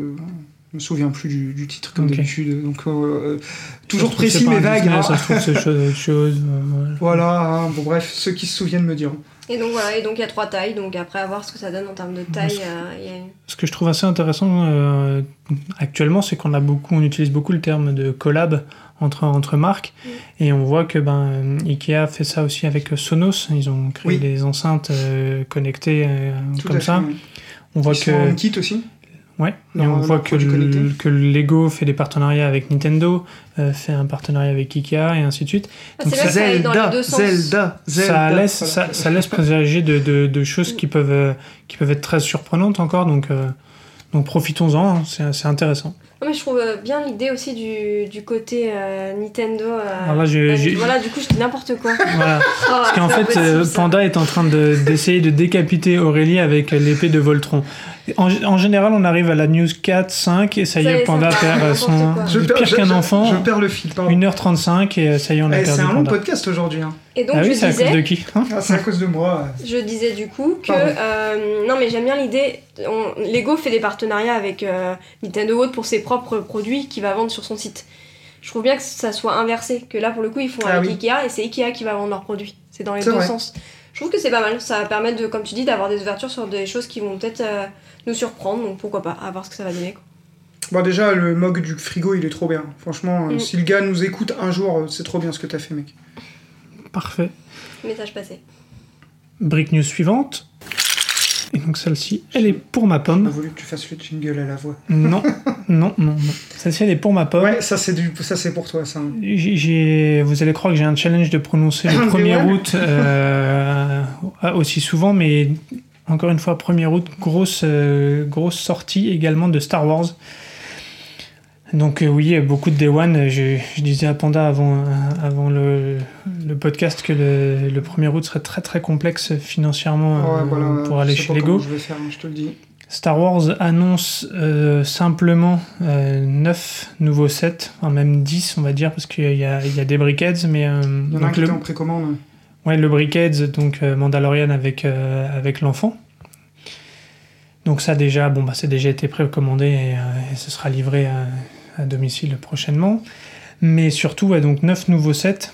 Speaker 2: me souviens plus du, du titre comme
Speaker 3: Ok.
Speaker 2: d'habitude, donc euh, euh,
Speaker 3: Ça se
Speaker 2: toujours
Speaker 3: trouve, c'est
Speaker 2: précis
Speaker 3: pas
Speaker 2: mais
Speaker 3: un
Speaker 2: vague.
Speaker 3: Disney,
Speaker 2: hein.
Speaker 3: Ça se trouve, c'est chose, autre chose. euh, voilà.
Speaker 2: Voilà, hein, bon bref, ceux qui se souviennent me diront.
Speaker 4: Et donc voilà, et donc il y a trois tailles, donc après à voir ce que ça donne en termes de taille. euh, il y a une-
Speaker 3: Ce que je trouve assez intéressant euh, actuellement, c'est qu'on a beaucoup, on utilise beaucoup le terme de collab entre, entre marques, et on voit que ben euh, Ikea fait ça aussi avec Sonos. Ils ont créé
Speaker 2: Oui.
Speaker 3: des enceintes euh, connectées euh,
Speaker 2: Tout à
Speaker 3: comme
Speaker 2: fait,
Speaker 3: ça.
Speaker 2: ouais.
Speaker 3: On voit
Speaker 2: Ils sont
Speaker 3: que
Speaker 2: en kit aussi.
Speaker 3: Ouais,
Speaker 2: Leur-
Speaker 3: et on
Speaker 2: leur
Speaker 3: voit que,
Speaker 2: produit connecté.
Speaker 3: le- que Lego fait des partenariats avec Nintendo, euh, fait un partenariat avec Ikea et ainsi de suite.
Speaker 4: Ah,
Speaker 3: Donc
Speaker 4: c'est bien que ça aille dans les deux sens.
Speaker 2: Zelda, Zelda.
Speaker 3: ça, laisse,
Speaker 2: Voilà.
Speaker 3: ça, ça laisse présager de, de- de choses qui peuvent, euh, qui peuvent être très surprenantes encore, donc, euh, donc profitons-en, hein, c'est c'est intéressant.
Speaker 4: Non, mais je trouve euh, bien l'idée aussi du, du côté euh, Nintendo. euh,
Speaker 3: Alors là, j'ai-
Speaker 4: euh,
Speaker 3: Ah j'ai-
Speaker 4: voilà, du coup, je dis n'importe quoi. Oh,
Speaker 3: voilà. Parce qu'en fait, euh, Panda est en train de- d'essayer de, décapiter Aurélie avec l'épée de Voltron. En, en général, on arrive à la news 4, 5, et ça y
Speaker 4: Ça y
Speaker 3: est,
Speaker 4: est,
Speaker 3: Panda
Speaker 4: ça
Speaker 3: perd
Speaker 4: part,
Speaker 3: son.
Speaker 4: n'importe quoi.
Speaker 3: il est pire qu'un
Speaker 2: Je
Speaker 3: enfant,
Speaker 2: perds le fil, pardon.
Speaker 3: 1h35, et ça y est, on a
Speaker 2: Eh,
Speaker 3: perdu
Speaker 2: c'est un long
Speaker 3: Panda.
Speaker 2: podcast aujourd'hui. hein.
Speaker 4: Et donc,
Speaker 3: Ah
Speaker 4: je,
Speaker 3: oui, c'est à cause de
Speaker 4: disais,
Speaker 3: qui hein
Speaker 2: Ah, c'est à cause de moi.
Speaker 4: je disais du coup que.
Speaker 2: Pardon.
Speaker 4: euh, non, mais j'aime bien l'idée. on- Lego fait des partenariats avec euh, Nintendo ou autre pour ses propres produits qu'il va vendre sur son site. Je je trouve bien que ça soit inversé. Que là, pour le coup, ils font
Speaker 2: Ah
Speaker 4: avec
Speaker 2: oui.
Speaker 4: Ikea et c'est Ikea qui va vendre leurs produits. C'est dans les
Speaker 2: C'est
Speaker 4: deux
Speaker 2: vrai.
Speaker 4: sens. Je trouve que c'est pas mal. Ça va permettre, de, comme tu dis, d'avoir des ouvertures sur des choses qui vont peut-être euh, nous surprendre. Donc pourquoi pas, à voir ce que ça va donner. quoi.
Speaker 2: Bon, déjà, le mug du frigo, il est trop bien. Franchement, euh,
Speaker 4: Mm.
Speaker 2: si le gars nous écoute un jour, euh, c'est trop bien ce que t'as fait, mec.
Speaker 3: Parfait.
Speaker 4: Message passé.
Speaker 3: Brick news suivante. Et donc celle-ci, elle est pour ma
Speaker 2: J'ai
Speaker 3: pomme.
Speaker 2: voulu que tu fasses le jingle à la voix.
Speaker 3: Non, non, non, non. Celle-ci, elle est pour ma pomme.
Speaker 2: Ouais, ça, c'est du... ça, c'est pour toi, ça. hein.
Speaker 3: J'ai- j'ai- vous allez croire que j'ai un challenge de prononcer le
Speaker 2: Mais
Speaker 3: 1er
Speaker 2: ouais.
Speaker 3: août euh, aussi souvent, mais encore une fois, 1er août, grosse, euh, grosse sortie également de Star Wars. Donc euh, oui, beaucoup de Day One. Je, je disais à Panda avant, avant le, le podcast que le, le 1er août serait très très complexe financièrement euh,
Speaker 2: Ouais, voilà,
Speaker 3: pour aller
Speaker 2: je sais
Speaker 3: chez
Speaker 2: pas comment
Speaker 3: Lego.
Speaker 2: Je vais faire, hein, je te le dis.
Speaker 3: Star Wars annonce euh, simplement 9 nouveaux sets, enfin même 10 on va dire, parce qu'il y a, il y a des Brickheads, mais euh,
Speaker 2: Il y en a un
Speaker 3: donc
Speaker 2: qui
Speaker 3: le,
Speaker 2: était en précommande. hein.
Speaker 3: ouais, le Brickheads, donc euh, Mandalorian avec, euh, avec l'enfant. Donc ça déjà, bon bah c'est déjà été précommandé et, euh, et ce sera livré à, à domicile prochainement. Mais surtout, ouais, donc 9 nouveaux sets,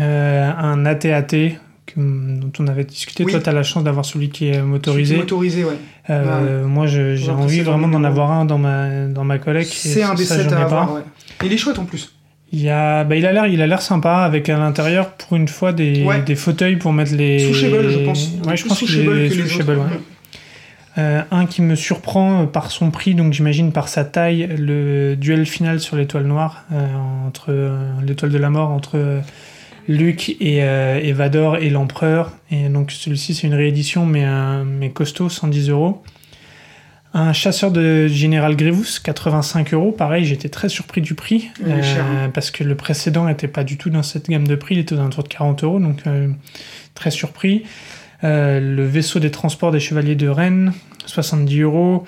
Speaker 3: euh, un AT-AT que- dont on avait discuté.
Speaker 2: Oui.
Speaker 3: Toi, tu as la chance d'avoir celui qui est motorisé.
Speaker 2: Autorisé, ouais.
Speaker 3: Euh, Moi, je-
Speaker 2: Ouais,
Speaker 3: j'ai envie
Speaker 2: c'est
Speaker 3: vraiment
Speaker 2: dans
Speaker 3: d'en
Speaker 2: les
Speaker 3: avoir un dans ma, dans ma collecte. et
Speaker 2: C'est un
Speaker 3: ça,
Speaker 2: des
Speaker 3: ça,
Speaker 2: sets
Speaker 3: j'en ai
Speaker 2: à
Speaker 3: pas.
Speaker 2: avoir, ouais. Et Il est chouette en plus.
Speaker 3: Il, y a, bah, il a l'air, il a l'air sympa avec à l'intérieur pour une fois des,
Speaker 2: Ouais.
Speaker 3: des fauteuils pour mettre les.
Speaker 2: Souchable, je pense.
Speaker 3: Ouais, je
Speaker 2: Plus
Speaker 3: pense qu'il
Speaker 2: souchable
Speaker 3: est
Speaker 2: que les
Speaker 3: souchable,
Speaker 2: autres.
Speaker 3: ouais. Euh, un qui me surprend euh, par son prix, donc j'imagine par sa taille, le duel final sur l'étoile noire, euh, entre euh, l'étoile de la mort, entre euh, Luke et, euh, et Vador et l'empereur. Et donc celui-ci, c'est une réédition, mais, euh, mais costaud, 110 euros. Un chasseur de Général Grievous, 85 euros. Pareil, j'étais très surpris du prix, euh,
Speaker 2: Il est cher, hein.
Speaker 3: parce que le précédent n'était pas du tout dans cette gamme de prix, il était aux alentours de 40 euros, donc euh, très surpris. Euh, le vaisseau des transports des chevaliers de Rennes, 70 euros.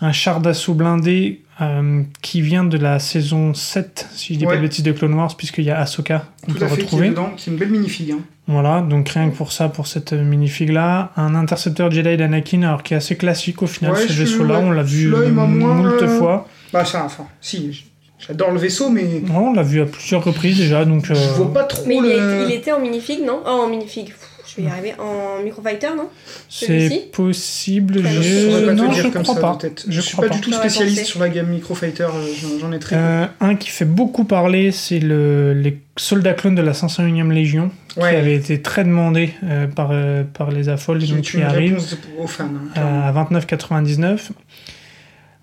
Speaker 3: Un char d'assaut blindé euh, qui vient de la saison 7, si je dis pas
Speaker 2: Ouais.
Speaker 3: de bêtises, de Clone Wars, puisqu'il y a Ahsoka qu'on
Speaker 2: Tout
Speaker 3: peut
Speaker 2: à fait, qui est
Speaker 3: retrouver.
Speaker 2: dedans. C'est une belle minifig. Hein.
Speaker 3: Voilà, donc rien que pour ça, pour cette euh, minifig là. Un intercepteur Jedi d'Anakin, alors qui est assez classique au final,
Speaker 2: Ouais,
Speaker 3: ce
Speaker 2: je-
Speaker 3: vaisseau-là,
Speaker 2: ouais.
Speaker 3: on l'a vu
Speaker 2: Celui-là, il m'a moins,
Speaker 3: moult
Speaker 2: euh,
Speaker 3: fois.
Speaker 2: Bah, ça, enfin, si, j- j'adore le vaisseau, mais
Speaker 3: Ouais, on l'a vu à plusieurs reprises déjà, donc. euh,
Speaker 2: je vois pas trop
Speaker 4: Mais il,
Speaker 2: le.
Speaker 4: est- il était en minifig, non Oh, en minifig. Pff, Je vais y arriver. En microfighter, non Celui-ci
Speaker 3: C'est possible,
Speaker 4: Enfin,
Speaker 2: Je
Speaker 4: Euh,
Speaker 2: saurais
Speaker 3: je.
Speaker 2: pas
Speaker 3: Non,
Speaker 2: te dire
Speaker 3: je
Speaker 2: comme
Speaker 3: crois
Speaker 2: ça
Speaker 3: pas.
Speaker 2: de tête.
Speaker 3: Je
Speaker 2: Je suis
Speaker 3: crois
Speaker 2: pas
Speaker 3: pas.
Speaker 2: du tout
Speaker 4: J'aurais
Speaker 2: spécialiste
Speaker 4: pensé.
Speaker 2: sur la gamme microfighter, euh, j'en- j'en ai très peu.
Speaker 3: Euh, un qui fait beaucoup parler, c'est le, les soldats clones de la 501e Légion, qui
Speaker 2: ouais,
Speaker 3: avait été très demandé euh, par, euh, par les affoles,
Speaker 2: j'ai
Speaker 3: donc
Speaker 2: une
Speaker 3: qui arrive
Speaker 2: réponse de- aux fans. hein, clairement.
Speaker 3: à 29,99.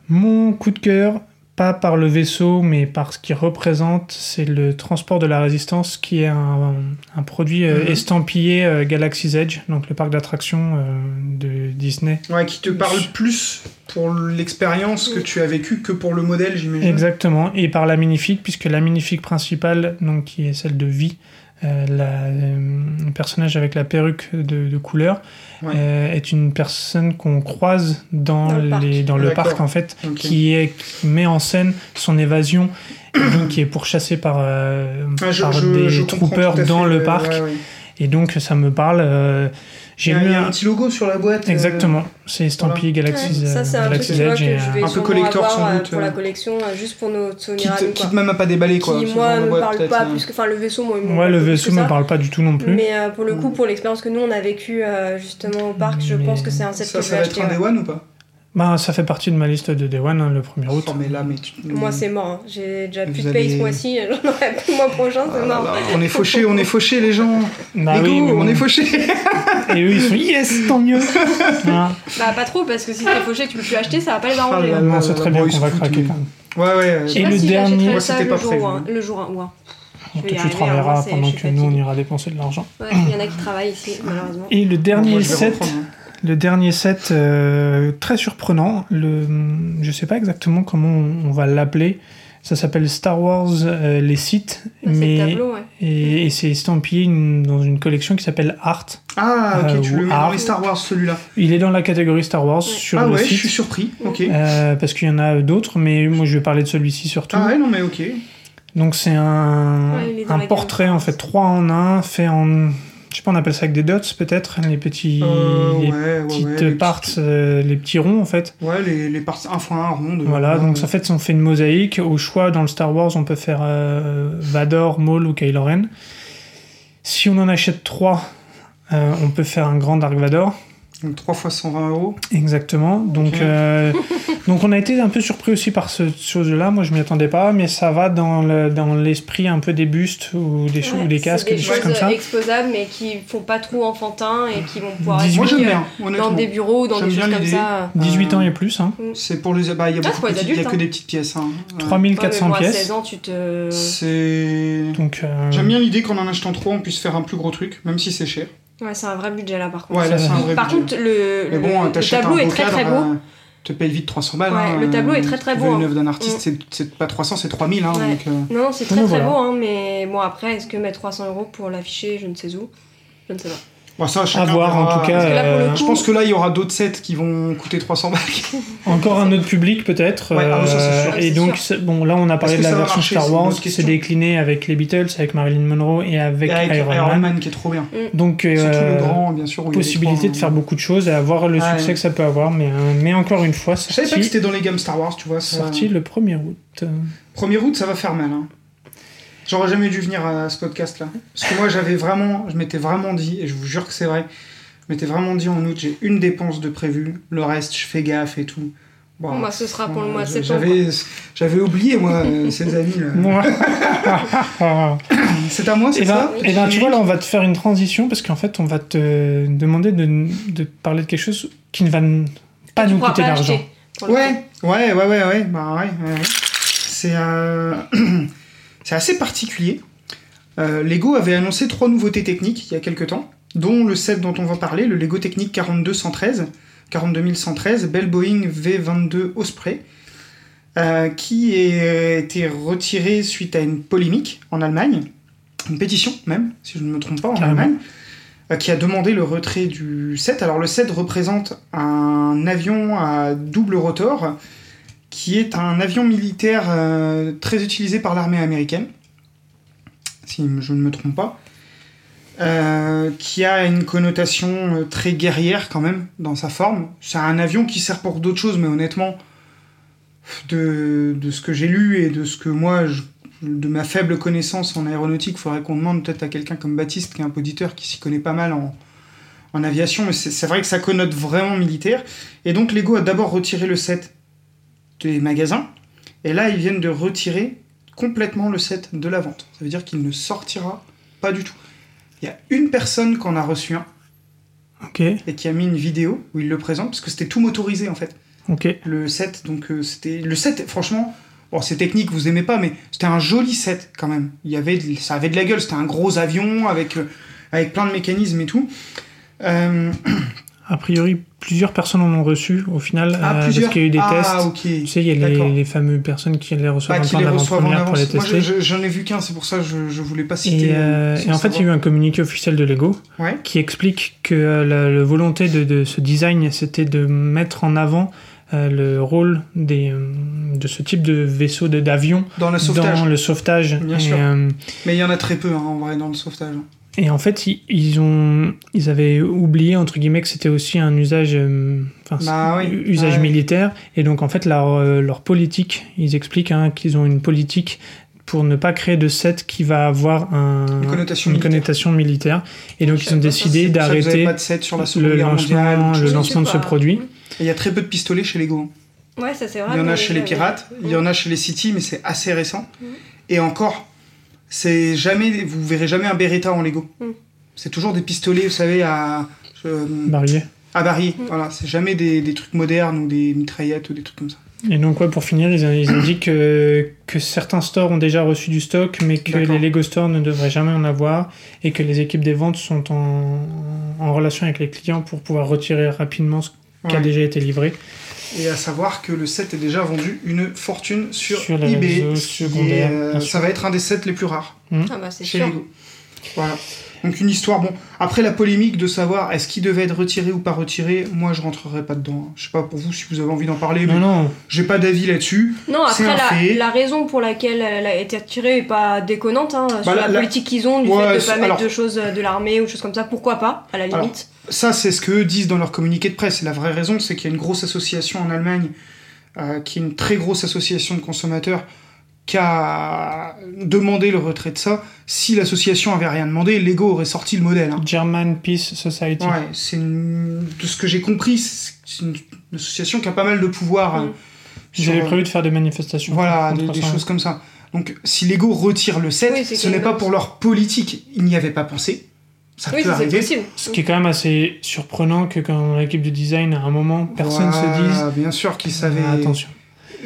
Speaker 3: Mon coup de cœur, pas par le vaisseau, mais par ce qu'il représente, c'est le transport de la résistance, qui est un, un produit euh,
Speaker 2: Mhm.
Speaker 3: estampillé euh, Galaxy's Edge, donc le parc d'attractions euh, de Disney.
Speaker 2: Ouais, qui te parle plus pour l'expérience que tu as vécue que pour le modèle, j'imagine.
Speaker 3: Exactement, et par la minifique, puisque la minifique principale, donc, qui est celle de Vie, euh, la, euh, le personnage avec la perruque de, de couleur,
Speaker 2: Ouais.
Speaker 3: euh, est une personne qu'on croise dans,
Speaker 4: Dans le parc.
Speaker 3: les, dans le
Speaker 2: D'accord.
Speaker 3: parc, en fait,
Speaker 2: Ok.
Speaker 3: qui, est, qui met en scène son évasion, et donc qui est pourchassée par, euh,
Speaker 2: Ah, je-
Speaker 3: par
Speaker 2: je-
Speaker 3: des
Speaker 2: je comprends
Speaker 3: troopers
Speaker 2: tout à fait,
Speaker 3: dans
Speaker 2: euh,
Speaker 3: le parc,
Speaker 2: ouais, ouais.
Speaker 3: et donc ça me parle. euh,
Speaker 2: Il
Speaker 3: J'ai
Speaker 2: y a il
Speaker 3: lu
Speaker 2: y a
Speaker 3: un...
Speaker 2: un petit logo sur la boîte. euh,
Speaker 3: Exactement, c'est estampillé Galaxy's,
Speaker 4: Ouais, ça, c'est
Speaker 3: euh,
Speaker 4: un truc
Speaker 3: Galaxy's
Speaker 4: tu vois,
Speaker 3: Edge.
Speaker 4: que
Speaker 3: et,
Speaker 4: je vais
Speaker 2: un peu
Speaker 4: sûrement
Speaker 2: collector,
Speaker 4: avoir,
Speaker 2: sans
Speaker 4: euh,
Speaker 2: doute,
Speaker 4: pour la
Speaker 2: euh,
Speaker 4: collection, euh, juste pour nos souvenirs à nous.
Speaker 2: Quitte,
Speaker 4: quoi.
Speaker 2: quitte même à pas déballer quoi.
Speaker 4: qui,
Speaker 2: c'est
Speaker 4: moi,
Speaker 2: sur la
Speaker 4: me
Speaker 2: boîte,
Speaker 4: parle
Speaker 2: peut-être,
Speaker 4: pas,
Speaker 2: euh.
Speaker 4: plus que, enfin, le vaisseau, moi, il me
Speaker 3: euh, Ouais,
Speaker 4: parle
Speaker 3: le
Speaker 4: plus que
Speaker 3: vaisseau
Speaker 4: ça.
Speaker 3: me parle pas du tout non plus.
Speaker 4: Mais euh, pour le
Speaker 2: Mm.
Speaker 4: coup, pour l'expérience que nous, on a vécue euh, justement au parc, je
Speaker 3: Mais
Speaker 4: pense que c'est un set
Speaker 2: Ça,
Speaker 4: que je
Speaker 2: ça
Speaker 4: vais
Speaker 2: va être
Speaker 4: acheter.
Speaker 2: un
Speaker 4: ouais.
Speaker 2: Day One ou pas
Speaker 3: Bah, ça fait partie de ma liste de Day One, hein, le 1er août.
Speaker 2: Oh, mais là, mais tu-
Speaker 4: Moi, c'est mort. hein. J'ai déjà
Speaker 2: Vous
Speaker 4: plus de paye ce
Speaker 2: allez-
Speaker 4: mois-ci, j'en aurai plus le mois prochain,
Speaker 2: Ah
Speaker 4: c'est
Speaker 2: là
Speaker 4: mort.
Speaker 2: là, on est fauchés, on est fauchés les gens.
Speaker 3: Bah
Speaker 2: Lego,
Speaker 3: oui, mais
Speaker 2: on
Speaker 3: bon.
Speaker 2: est fauchés.
Speaker 3: Et eux, ils sont yes, tant mieux. Voilà.
Speaker 4: Bah, pas trop, parce que si t'es fauché, tu peux plus acheter, ça va pas les arranger.
Speaker 2: Ah là là.
Speaker 4: hein.
Speaker 3: Non, c'est très bien
Speaker 2: bon, ils
Speaker 3: qu'on
Speaker 2: se
Speaker 3: va
Speaker 2: foutent,
Speaker 3: craquer
Speaker 2: mais-
Speaker 3: quand
Speaker 2: Ouais,
Speaker 3: même.
Speaker 2: ouais.
Speaker 4: Je sais
Speaker 3: Et
Speaker 4: pas
Speaker 3: le
Speaker 4: si
Speaker 3: dernier-
Speaker 4: j'achèterai
Speaker 2: Moi,
Speaker 4: ça
Speaker 2: c'était
Speaker 4: le
Speaker 2: pas
Speaker 4: jour
Speaker 2: prévu.
Speaker 4: ou un- le jour un- ou un. Je vais
Speaker 3: Toi,
Speaker 4: y
Speaker 3: tu
Speaker 4: arriver,
Speaker 3: travailleras
Speaker 4: hein, c'est-
Speaker 3: pendant
Speaker 4: je suis
Speaker 3: que nous, on
Speaker 4: fatiguée.
Speaker 3: ira dépenser de l'argent.
Speaker 4: Ouais, il y en a qui travaillent ici, malheureusement. Bah,
Speaker 3: Et le dernier
Speaker 2: Moi, je vais
Speaker 3: set,
Speaker 2: reprendre, hein.
Speaker 3: le dernier set euh, très surprenant, le, je sais pas exactement comment on, on va l'appeler. Ça s'appelle Star Wars euh, les sites,
Speaker 4: Ouais, C'est
Speaker 3: mais
Speaker 4: le tableau, ouais.
Speaker 3: et, et c'est estampillé une- dans une collection qui s'appelle Art.
Speaker 2: Ah, ok,
Speaker 3: Euh,
Speaker 2: tu
Speaker 3: ou
Speaker 2: le mets dans
Speaker 3: Art.
Speaker 2: les Star Wars celui-là.
Speaker 3: Il est dans la catégorie Star Wars
Speaker 4: Ouais.
Speaker 3: sur
Speaker 2: Ah
Speaker 3: le
Speaker 2: ouais, je
Speaker 3: site.
Speaker 2: suis surpris. Ok.
Speaker 3: Euh, parce qu'il y en a euh, d'autres, mais moi je vais parler de celui-ci surtout.
Speaker 2: Ah ouais, non, mais ok.
Speaker 3: Donc c'est un,
Speaker 4: Ouais, Ah, il est dans
Speaker 3: un
Speaker 4: la gamme.
Speaker 3: portrait en fait, 3 en 1, fait en je sais pas, on appelle ça avec des dots peut-être, les petits,
Speaker 2: Euh,
Speaker 3: les
Speaker 2: ouais, ouais,
Speaker 3: petites
Speaker 2: ouais, les
Speaker 3: parts, euh, les petits ronds en fait.
Speaker 2: Ouais, les, les parts 1 x 1 rondes.
Speaker 3: Voilà,
Speaker 2: Ouais,
Speaker 3: donc
Speaker 2: ouais.
Speaker 3: en fait, on fait une mosaïque. Au choix, dans le Star Wars, on peut faire euh, Vador, Maul ou Kylo Ren. Si on en achète trois, euh, on peut faire un grand Dark Vador.
Speaker 2: Donc 3 fois 120 euros.
Speaker 3: Exactement. Donc,
Speaker 2: Ok.
Speaker 3: euh, donc on a été un peu surpris aussi par ce chose là. Moi, je m'y attendais pas, mais ça va dans le- dans l'esprit un peu des bustes ou des, chou-
Speaker 4: Ouais,
Speaker 3: ou des
Speaker 4: c'est
Speaker 3: casques, des,
Speaker 4: des,
Speaker 3: choses comme ça.
Speaker 4: exposables, mais qui font pas trop enfantin et qui vont pouvoir
Speaker 3: Dix-
Speaker 4: être
Speaker 2: Moi
Speaker 4: mis,
Speaker 2: j'aime
Speaker 4: euh,
Speaker 2: bien,
Speaker 4: dans
Speaker 2: honnêtement.
Speaker 4: des bureaux ou dans des
Speaker 2: J'aime
Speaker 4: choses
Speaker 2: bien
Speaker 4: comme
Speaker 2: l'idée.
Speaker 4: ça.
Speaker 3: 18 ans et plus, hein.
Speaker 2: C'est pour les. Bah, il y a, beaucoup
Speaker 4: Ah, c'est pour
Speaker 2: de
Speaker 4: les
Speaker 2: petites- il y a
Speaker 4: adultes,
Speaker 2: que
Speaker 4: hein.
Speaker 2: des petites pièces. hein. Ouais.
Speaker 3: 3400
Speaker 4: Ouais, mais moi, à
Speaker 3: pièces.
Speaker 4: 16 ans, tu te.
Speaker 2: C'est.
Speaker 3: Donc, euh,
Speaker 2: J'aime bien l'idée qu'en en achetant 3, on puisse faire un plus gros truc, même si c'est cher.
Speaker 4: Ouais, c'est un vrai budget là par contre.
Speaker 2: Ouais, là c'est un vrai
Speaker 4: Par
Speaker 2: budget.
Speaker 4: contre, le,
Speaker 2: Mais
Speaker 4: le-
Speaker 2: bon,
Speaker 4: le
Speaker 2: t'achètes un
Speaker 4: tableau
Speaker 2: beau
Speaker 4: est très
Speaker 2: cadre,
Speaker 4: très beau.
Speaker 2: euh, te paye vite 300 balles.
Speaker 4: Ouais,
Speaker 2: hein,
Speaker 4: le tableau est
Speaker 2: euh,
Speaker 4: très, très
Speaker 2: tu
Speaker 4: beau,
Speaker 2: veux
Speaker 4: hein.
Speaker 2: Une œuvre d'un artiste,
Speaker 4: Mm.
Speaker 2: c'est- c'est pas 300, c'est 3000. Hein,
Speaker 4: Ouais.
Speaker 2: donc, euh,
Speaker 4: Non, non, c'est très
Speaker 3: Donc,
Speaker 4: très
Speaker 3: voilà.
Speaker 4: beau, hein, mais bon, après, est-ce que mettre 300 euros pour l'afficher, je ne sais où Je ne sais pas.
Speaker 2: bon, ça,
Speaker 3: à
Speaker 2: chacun
Speaker 3: voir en
Speaker 2: verra.
Speaker 3: tout cas.
Speaker 4: que là, pour le
Speaker 3: euh,
Speaker 4: coup-
Speaker 2: Je pense que là, il y aura d'autres sets qui vont coûter 300 balles.
Speaker 3: Encore un autre public peut-être. euh,
Speaker 2: Ouais, ah oui, ça, c'est sûr.
Speaker 3: et
Speaker 4: C'est
Speaker 3: donc,
Speaker 4: sûr.
Speaker 3: c'est- bon, là on a parlé
Speaker 2: Est-ce que
Speaker 3: de la
Speaker 2: ça va
Speaker 3: version
Speaker 2: marcher, c'est
Speaker 3: Star
Speaker 2: une
Speaker 3: Wars
Speaker 2: autre
Speaker 3: qui s'est
Speaker 2: question.
Speaker 3: déclinée avec les Beatles, avec Marilyn Monroe et avec,
Speaker 2: Et avec Iron, Man. qui est trop bien.
Speaker 3: Donc,
Speaker 2: C'est tout
Speaker 3: euh,
Speaker 2: le grand, bien sûr. où il y a les
Speaker 3: possibilité
Speaker 2: trois,
Speaker 3: de
Speaker 2: hein.
Speaker 3: faire beaucoup de choses et avoir le
Speaker 2: Ah,
Speaker 3: succès
Speaker 2: ouais.
Speaker 3: que ça peut avoir. Mais, euh, mais encore une fois,
Speaker 2: Je savais pas que
Speaker 3: sorti,
Speaker 2: c'était dans les gammes Star Wars, tu vois. ça-
Speaker 3: sorti le 1er août. euh,
Speaker 2: 1er août, ça va faire mal. hein. J'aurais jamais dû venir à ce podcast-là. Parce que moi, j'avais vraiment, je m'étais vraiment dit, et je vous jure que c'est vrai, je m'étais vraiment dit en août, j'ai une dépense de prévue, le reste, je fais gaffe et tout. Bon,
Speaker 4: Moi, bah, ce sera pour le mois de
Speaker 2: je-
Speaker 4: septembre.
Speaker 2: J'avais, j'avais oublié, moi, euh, ces amis. là. C'est à moi, c'est
Speaker 3: et ben,
Speaker 2: ça
Speaker 3: eh ben, tu vois, là, on va te faire une transition parce qu'en fait, on va te demander de, de parler de quelque chose qui ne va n- pas
Speaker 4: Tu
Speaker 3: Ah, nous
Speaker 4: pourras
Speaker 3: coûter
Speaker 4: pas
Speaker 3: d'argent.
Speaker 4: acheter, pour le coup.
Speaker 2: Ouais, ouais, ouais, ouais, ouais, bah ouais, ouais, ouais. C'est euh, c'est assez particulier. Euh, Lego avait annoncé trois nouveautés techniques il y a quelques temps, dont le set dont on va parler, le Lego Technique 42113, 42113, Bell Boeing V22 Osprey, euh, qui a été retiré suite à une polémique en Allemagne, une pétition même, si je ne me trompe pas, en
Speaker 3: Carrément.
Speaker 2: Allemagne, euh, qui a demandé le retrait du set. Alors le set représente un avion à double rotor, qui est un avion militaire euh, très utilisé par l'armée américaine, si je ne me trompe pas, euh, qui a une connotation euh, très guerrière quand même dans sa forme. C'est un avion qui sert pour d'autres choses, mais honnêtement, de, de ce que j'ai lu et de ce que moi, je- de ma faible connaissance en aéronautique, il faudrait qu'on demande peut-être à quelqu'un comme Baptiste, qui est un auditeur qui s'y connaît pas mal en, en aviation, mais c'est c'est vrai que ça connote vraiment militaire. Et donc Lego a d'abord retiré le set des magasins, et là ils viennent de retirer complètement le set de la vente. Ça veut dire qu'il ne sortira pas du tout. Il y a une personne qu'on a reçu un
Speaker 3: Ok,
Speaker 2: et qui a mis une vidéo où il le présente parce que c'était tout motorisé en fait.
Speaker 3: ok.
Speaker 2: Le set, donc euh, c'était le set. Franchement, bon c'est technique, vous aimez pas, mais c'était un joli set quand même. Il y avait, de- ça avait de la gueule. C'était un gros avion avec euh, avec plein de mécanismes et tout. Euh,
Speaker 3: A priori, plusieurs personnes en ont reçu au final
Speaker 2: ah,
Speaker 3: euh,
Speaker 2: plusieurs.
Speaker 3: parce qu'il y a eu des
Speaker 2: ah,
Speaker 3: tests.
Speaker 2: ok.
Speaker 3: Tu sais, il y a
Speaker 2: D'accord.
Speaker 3: les, les fameuses personnes qui les
Speaker 2: Bah,
Speaker 3: reçoivent
Speaker 2: qui
Speaker 3: en
Speaker 2: les reçoivent en
Speaker 3: avant-première pour les
Speaker 2: avance. Moi,
Speaker 3: tester.
Speaker 2: je- je- j'en ai vu qu'un, c'est pour ça que je, je voulais pas citer.
Speaker 3: Et, euh,
Speaker 2: euh,
Speaker 3: et
Speaker 2: sans
Speaker 3: en fait, il y a eu
Speaker 2: savoir.
Speaker 3: un communiqué officiel de Lego
Speaker 2: Ouais.
Speaker 3: qui explique que euh, la, la volonté de, de ce design, c'était de mettre en avant euh, le rôle des, euh, de ce type de vaisseau, de- d'avion
Speaker 2: dans le sauvetage.
Speaker 3: dans le sauvetage.
Speaker 2: Bien
Speaker 3: et,
Speaker 2: sûr.
Speaker 3: euh,
Speaker 2: Mais il y en a très peu hein, en vrai dans le sauvetage.
Speaker 3: et en fait, ils, ils ont, ils avaient oublié, entre guillemets, que c'était aussi un usage, euh, enfin,
Speaker 2: Bah
Speaker 3: c'est-
Speaker 2: oui,
Speaker 3: usage
Speaker 2: ouais.
Speaker 3: militaire. Et donc, en fait, leur, euh, leur politique, ils expliquent hein, qu'ils ont une politique pour ne pas créer de set qui va avoir un,
Speaker 2: Une connotation
Speaker 3: une
Speaker 2: militaire.
Speaker 3: connotation militaire. Et donc, ils ont
Speaker 4: savais pas ça,
Speaker 3: décidé
Speaker 2: C'est pour ça que vous avez
Speaker 3: d'arrêter
Speaker 2: pas de set sur la Seconde
Speaker 3: le
Speaker 2: Guerre mondiale,
Speaker 3: lancement,
Speaker 2: autre
Speaker 3: le
Speaker 2: chose.
Speaker 4: Je
Speaker 3: lancement de
Speaker 4: sais
Speaker 3: ce
Speaker 4: pas.
Speaker 3: produit.
Speaker 2: Et Il y a très peu de pistolets chez Lego.
Speaker 4: Ouais, ça c'est vrai.
Speaker 2: Il y en a
Speaker 4: mais
Speaker 2: chez les
Speaker 4: j'avais-
Speaker 2: pirates, il y en a chez les City, mais c'est assez récent.
Speaker 4: Mm.
Speaker 2: Et encore, c'est jamais, vous verrez jamais un Beretta en Lego.
Speaker 4: Mm.
Speaker 2: C'est toujours des pistolets, vous savez, à euh,
Speaker 3: Barrier.
Speaker 2: à barillet.
Speaker 4: Mm.
Speaker 2: Voilà, c'est jamais des, des trucs modernes ou des mitraillettes ou des trucs comme ça.
Speaker 3: Et donc, ouais, pour finir, ils, ils ont dit que, que certains stores ont déjà reçu du stock, mais que
Speaker 2: D'accord.
Speaker 3: les Lego Stores ne devraient jamais en avoir, et que les équipes des ventes sont en, en relation avec les clients pour pouvoir retirer rapidement ce qui a
Speaker 2: Ouais.
Speaker 3: déjà été livré.
Speaker 2: Et à savoir que le set est déjà vendu une fortune sur,
Speaker 3: Sur les
Speaker 2: eBay.
Speaker 3: réseaux
Speaker 2: ce qui est, euh,
Speaker 3: secondaires, bien sûr.
Speaker 2: ça va être un des sets les plus rares
Speaker 4: Ah bah c'est
Speaker 2: chez
Speaker 4: sûr.
Speaker 2: Lego. Voilà. Donc une histoire, bon, après la polémique de savoir est-ce qu'il devait être retiré ou pas retiré, moi je rentrerai pas dedans. hein. Je sais pas pour vous si vous avez envie d'en parler, mais
Speaker 3: Non, non.
Speaker 2: j'ai pas d'avis là-dessus.
Speaker 4: Non,
Speaker 2: C'est
Speaker 4: après,
Speaker 2: un fait.
Speaker 4: la, la raison pour laquelle elle a été retirée est pas déconnante. Hein, sur
Speaker 2: Bah, la-
Speaker 4: la,
Speaker 2: la-
Speaker 4: politique qu'ils ont, du
Speaker 2: Ouais,
Speaker 4: fait de
Speaker 2: c'est-
Speaker 4: pas mettre
Speaker 2: alors-
Speaker 4: de choses euh, de l'armée ou choses comme ça, pourquoi pas, à la
Speaker 2: Alors,
Speaker 4: limite.
Speaker 2: Ça, c'est ce qu'eux disent dans leur communiqué de presse. Et la vraie raison, c'est qu'il y a une grosse association en Allemagne, euh, qui est une très grosse association de consommateurs, qui a demandé le retrait de ça. Si l'association avait rien demandé, Lego aurait sorti le modèle. hein.
Speaker 3: German Peace Society.
Speaker 2: Ouais, c'est une- de ce que j'ai compris, c'est une... une association qui a pas mal de pouvoir. euh,
Speaker 4: Mm.
Speaker 2: sur- euh,
Speaker 3: J'avais prévu de faire des manifestations.
Speaker 2: Voilà, des,
Speaker 3: contre
Speaker 2: des
Speaker 3: ça.
Speaker 2: choses comme ça. Donc, si Lego retire le 7,
Speaker 4: Oui, c'est
Speaker 2: ce
Speaker 4: qu'il y a
Speaker 2: n'est
Speaker 4: une
Speaker 2: pas
Speaker 4: autre-
Speaker 2: pour leur politique. Ils n'y avaient pas pensé. Ça
Speaker 4: Oui,
Speaker 2: peut
Speaker 4: ça, c'est
Speaker 2: arriver.
Speaker 4: possible.
Speaker 3: Ce qui est quand même assez surprenant que quand l'équipe de design, à un moment, personne se dise
Speaker 2: Voilà, Bien sûr qu'ils savaient.
Speaker 3: Ah, attention.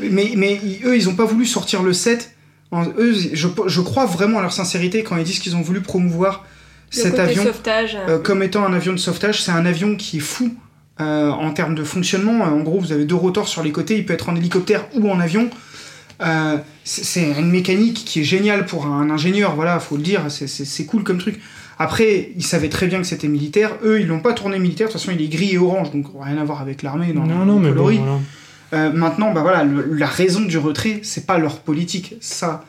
Speaker 2: Euh, Mais, mais ils- eux, ils n'ont pas voulu sortir le 7. En- Eux, je, je crois vraiment à leur sincérité quand ils disent qu'ils ont voulu promouvoir
Speaker 4: Le
Speaker 2: cet
Speaker 4: côté
Speaker 2: avion
Speaker 4: sauvetage. euh,
Speaker 2: euh, comme étant un avion de sauvetage. C'est un avion qui est fou euh, en termes de fonctionnement. Euh, En gros, vous avez deux rotors sur les côtés. Il peut être en hélicoptère ou en avion. Euh, c'est- c'est une mécanique qui est géniale pour un ingénieur. Voilà, faut le dire. C'est- C'est c'est cool comme truc. Après, ils savaient très bien que c'était militaire. Eux, ils l'ont pas tourné militaire. De toute façon, il est gris et orange, donc rien à voir avec l'armée. dans
Speaker 3: non,
Speaker 2: le
Speaker 3: non, mais bon,
Speaker 2: coloris.
Speaker 3: voilà.
Speaker 2: Euh, maintenant, bah voilà, le- la raison du retrait, c'est pas leur politique. Ça,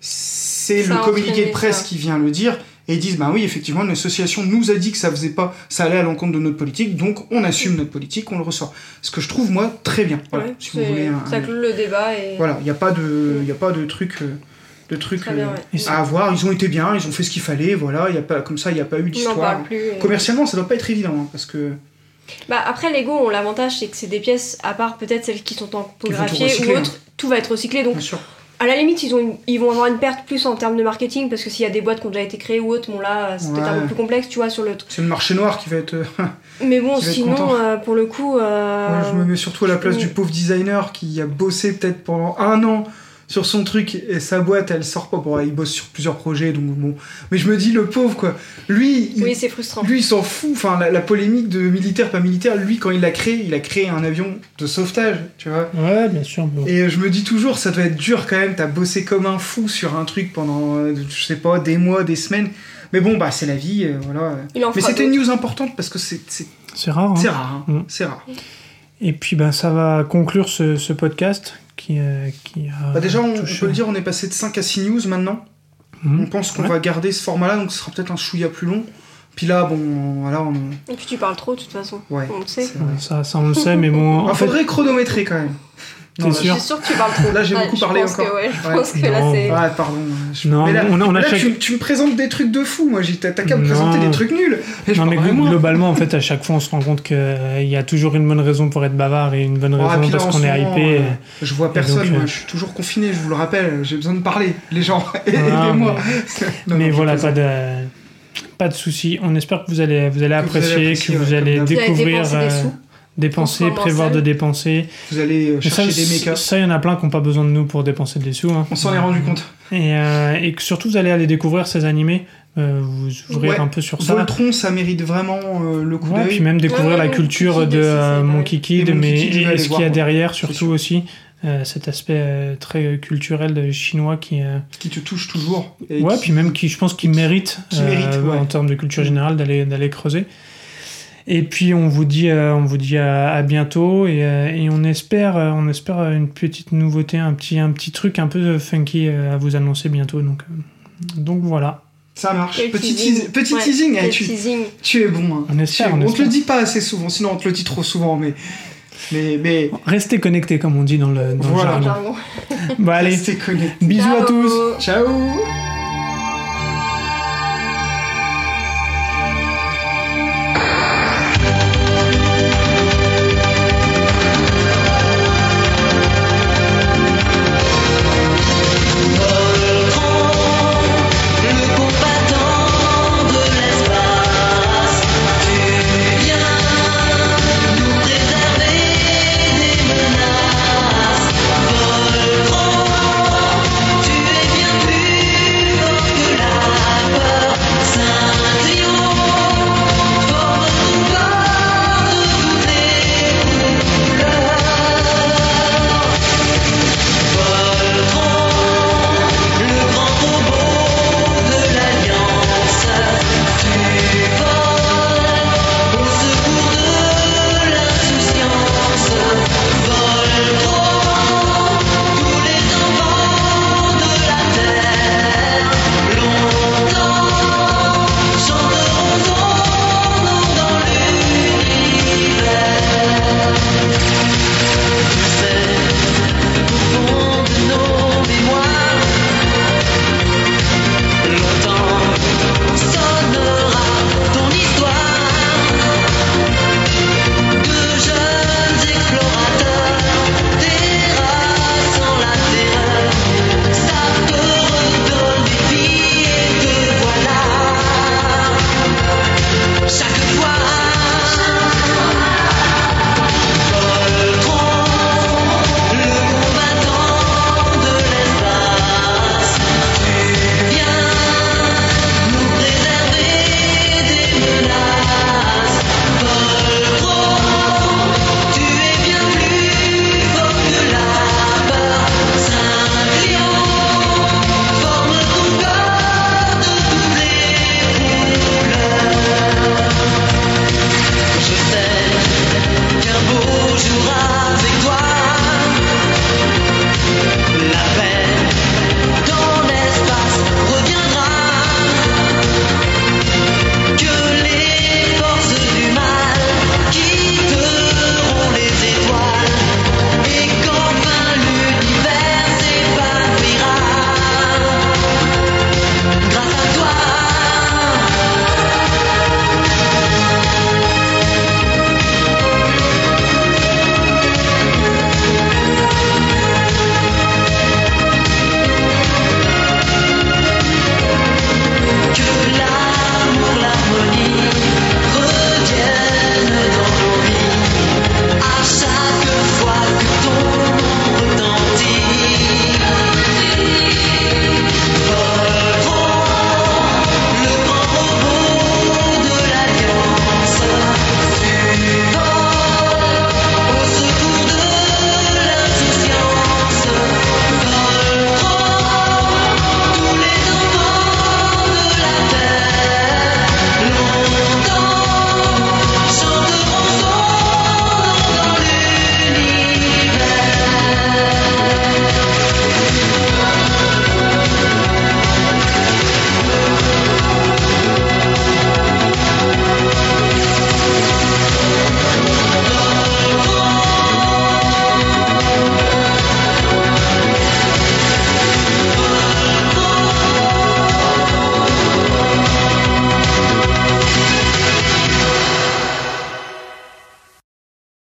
Speaker 2: c'est
Speaker 4: Ça
Speaker 2: le
Speaker 4: a
Speaker 2: communiqué de
Speaker 4: entraîné
Speaker 2: presse
Speaker 4: ça.
Speaker 2: qui vient le dire. Et ils disent, bah oui, effectivement, l'association nous a dit que ça faisait pas, ça allait à l'encontre de notre politique, donc on assume notre politique, on le ressort. Ce que je trouve, moi, très bien. Voilà,
Speaker 4: ouais,
Speaker 2: si vous
Speaker 4: c'est-
Speaker 2: voulez. un-
Speaker 4: ça clôt le débat et.
Speaker 2: Voilà, il n'y a pas de, il y a pas de truc, euh, de truc
Speaker 4: Très bien,
Speaker 2: euh,
Speaker 4: ouais.
Speaker 3: et ça-
Speaker 2: à avoir. Ils ont été bien, ils ont fait ce qu'il fallait, voilà, il y a pas, comme ça, il n'y a pas eu
Speaker 4: On n'en
Speaker 2: d'histoire.
Speaker 4: parle plus. et-
Speaker 2: Commercialement, ça doit pas être évident, hein, parce que.
Speaker 4: Bah, après, Lego ont l'avantage, c'est que c'est des pièces, à part peut-être celles qui sont
Speaker 2: Ils vont
Speaker 4: tampographiées
Speaker 2: tout
Speaker 4: ou
Speaker 2: recycler, hein.
Speaker 4: autres, tout va être recyclé. Donc,
Speaker 2: Bien sûr.
Speaker 4: à la limite, ils, ont une- ils vont avoir une perte plus en termes de marketing parce que s'il y a des boîtes qui ont déjà été créées ou autres, bon là, c'est peut-être
Speaker 2: Ouais.
Speaker 4: un peu plus complexe, tu vois, sur le truc.
Speaker 2: C'est le marché noir qui va être. euh,
Speaker 4: Mais bon,
Speaker 2: Tu vas être
Speaker 4: sinon,
Speaker 2: content.
Speaker 4: euh, pour le coup, euh,
Speaker 2: Moi, je me mets surtout à la place
Speaker 4: oui.
Speaker 2: du pauvre designer qui a bossé peut-être pendant un an sur son truc et sa boîte elle sort pas. Bon, il bosse sur plusieurs projets donc bon. Mais je me dis le pauvre quoi. Lui, il,
Speaker 4: oui, c'est frustrant.
Speaker 2: lui il s'en fout. Enfin la, la polémique de militaire pas militaire. Lui quand il l'a créé, il a créé un avion de sauvetage, tu vois.
Speaker 3: Ouais, bien sûr. mais bon.
Speaker 2: Et je me dis toujours ça doit être dur quand même. T'as bossé comme un fou sur un truc pendant euh, je sais pas des mois, des semaines. Mais bon bah c'est la vie euh, voilà.
Speaker 4: Il en
Speaker 2: Mais
Speaker 4: fera
Speaker 2: c'était une
Speaker 4: d'autres.
Speaker 2: news importante parce que c'est c'est-
Speaker 3: C'est rare. hein.
Speaker 2: c'est rare. hein.
Speaker 3: Mm.
Speaker 2: C'est rare.
Speaker 3: Et puis, ben, ça va conclure ce, ce podcast qui, euh, qui a.
Speaker 2: Bah déjà, on, on
Speaker 3: touché-
Speaker 2: peut le dire, on est passé de 5 à 6 news maintenant.
Speaker 3: Mhm.
Speaker 2: On pense qu'on
Speaker 3: Ouais.
Speaker 2: va garder ce format-là, donc ce sera peut-être un chouïa plus long. Puis là, bon, voilà, on...
Speaker 4: Et puis tu parles trop, de toute façon.
Speaker 2: Ouais,
Speaker 4: On le sait.
Speaker 2: c'est vrai.
Speaker 3: Ouais, Ça, ça, on le sait, mais bon.
Speaker 2: Ah,
Speaker 3: en fait,
Speaker 2: faudrait chronométrer quand même.
Speaker 3: T'es
Speaker 2: là,
Speaker 3: sûr
Speaker 4: Je suis sûre que tu parles trop.
Speaker 2: Là, j'ai
Speaker 4: Ouais,
Speaker 2: beaucoup
Speaker 4: je
Speaker 2: parlé
Speaker 4: pense que,
Speaker 2: encore.
Speaker 4: ouais, je
Speaker 2: Ouais.
Speaker 4: pense que là,
Speaker 3: Non.
Speaker 4: c'est.
Speaker 2: Ah, pardon. je-
Speaker 3: Non,
Speaker 2: là,
Speaker 3: on a- on a
Speaker 2: là,
Speaker 3: chaque-
Speaker 2: tu, tu me présentes des trucs de fou, moi. j'ai- T'as t'as qu'à me
Speaker 3: Non.
Speaker 2: présenter des trucs nuls. Et je
Speaker 3: non, mais
Speaker 2: parlerai moins.
Speaker 3: globalement, en fait, à chaque fois, on se rend compte qu'il y a toujours une bonne raison pour être bavard et une bonne
Speaker 2: Ah,
Speaker 3: raison
Speaker 2: puis là,
Speaker 3: parce
Speaker 2: en
Speaker 3: qu'on
Speaker 2: ce
Speaker 3: est
Speaker 2: moment,
Speaker 3: hypé.
Speaker 2: euh, je vois personne,
Speaker 3: donc,
Speaker 2: moi,
Speaker 3: euh,
Speaker 2: je suis toujours confiné, je vous le rappelle. J'ai besoin de parler, les gens.
Speaker 3: Ah,
Speaker 2: Aidez-moi. Non, non,
Speaker 3: mais
Speaker 2: je
Speaker 3: voilà,
Speaker 2: plaisante.
Speaker 3: pas de, pas de soucis. On espère que vous allez,
Speaker 2: Que
Speaker 3: vous allez
Speaker 2: vous allez
Speaker 3: apprécier,
Speaker 2: apprécier,
Speaker 3: que vous
Speaker 2: ouais,
Speaker 3: allez
Speaker 2: comme d'hab.
Speaker 4: Vous allez
Speaker 3: découvrir,
Speaker 4: dépenser des
Speaker 3: euh,
Speaker 4: sous.
Speaker 3: dépenser,
Speaker 4: Pour se
Speaker 3: prévoir
Speaker 4: rendre
Speaker 3: de
Speaker 4: en
Speaker 3: dépenser.
Speaker 2: Vous allez euh,
Speaker 3: Mais ça,
Speaker 2: chercher des
Speaker 3: ça,
Speaker 2: mécas.
Speaker 3: ça, il y en a plein qui n'ont pas besoin de nous pour dépenser des sous. hein.
Speaker 2: On s'en est rendu compte.
Speaker 3: Et, euh, et que surtout, vous allez aller découvrir ces animés. euh, vous ouvrir
Speaker 2: Ouais.
Speaker 3: un peu sur ça.
Speaker 2: Voltron, ça mérite vraiment euh, le coup
Speaker 3: Ouais, puis
Speaker 2: d'œil.
Speaker 3: même découvrir
Speaker 4: Ouais,
Speaker 3: la
Speaker 4: ouais,
Speaker 3: culture
Speaker 4: Monkey
Speaker 3: de
Speaker 4: Kid aussi,
Speaker 3: euh,
Speaker 4: c'est
Speaker 3: Monkey Kid,
Speaker 2: Et Monkey
Speaker 3: mais
Speaker 2: Kid, je vais
Speaker 3: et
Speaker 2: aller
Speaker 3: ce
Speaker 2: voir,
Speaker 3: qu'il y a
Speaker 2: ouais.
Speaker 3: derrière,
Speaker 2: C'est
Speaker 3: surtout
Speaker 2: sûr.
Speaker 3: aussi euh, cet aspect euh, très euh, culturel de chinois qui, euh,
Speaker 2: qui te touche toujours. Et
Speaker 3: ouais,
Speaker 2: qui-
Speaker 3: puis même qui, je pense, qui mérite, euh,
Speaker 2: qui mérite, ouais.
Speaker 3: en termes de culture générale d'aller d'aller creuser. Et puis on vous dit, euh, on vous dit à, à bientôt et, euh, et on espère, euh, on espère euh, une petite nouveauté, un petit, un petit truc un peu funky euh, à vous annoncer bientôt. Donc, euh, donc voilà,
Speaker 2: Ça marche.
Speaker 4: Quel
Speaker 2: Petit
Speaker 4: teasing.
Speaker 2: teasing. Petit
Speaker 4: Ouais,
Speaker 2: teasing. eh,
Speaker 4: quel
Speaker 2: tu,
Speaker 4: teasing.
Speaker 2: tu es bon. hein.
Speaker 3: on
Speaker 2: Tu es
Speaker 3: espère.
Speaker 2: bon. On
Speaker 3: on
Speaker 2: te le
Speaker 3: espère.
Speaker 2: dit pas assez souvent, sinon on te le dit trop souvent, mais. Mais. mais
Speaker 3: Restez connectés comme on dit dans le, dans le
Speaker 2: Voilà.
Speaker 4: En
Speaker 3: jargon.
Speaker 4: jargon.
Speaker 3: Bon allez,
Speaker 2: Restez connectés.
Speaker 3: bisous à
Speaker 4: Ciao.
Speaker 3: tous.
Speaker 2: Ciao!
Speaker 5: Le combattant de l'espace, tu viens nous préserver des menaces. Voltron, tu es bien plus C'est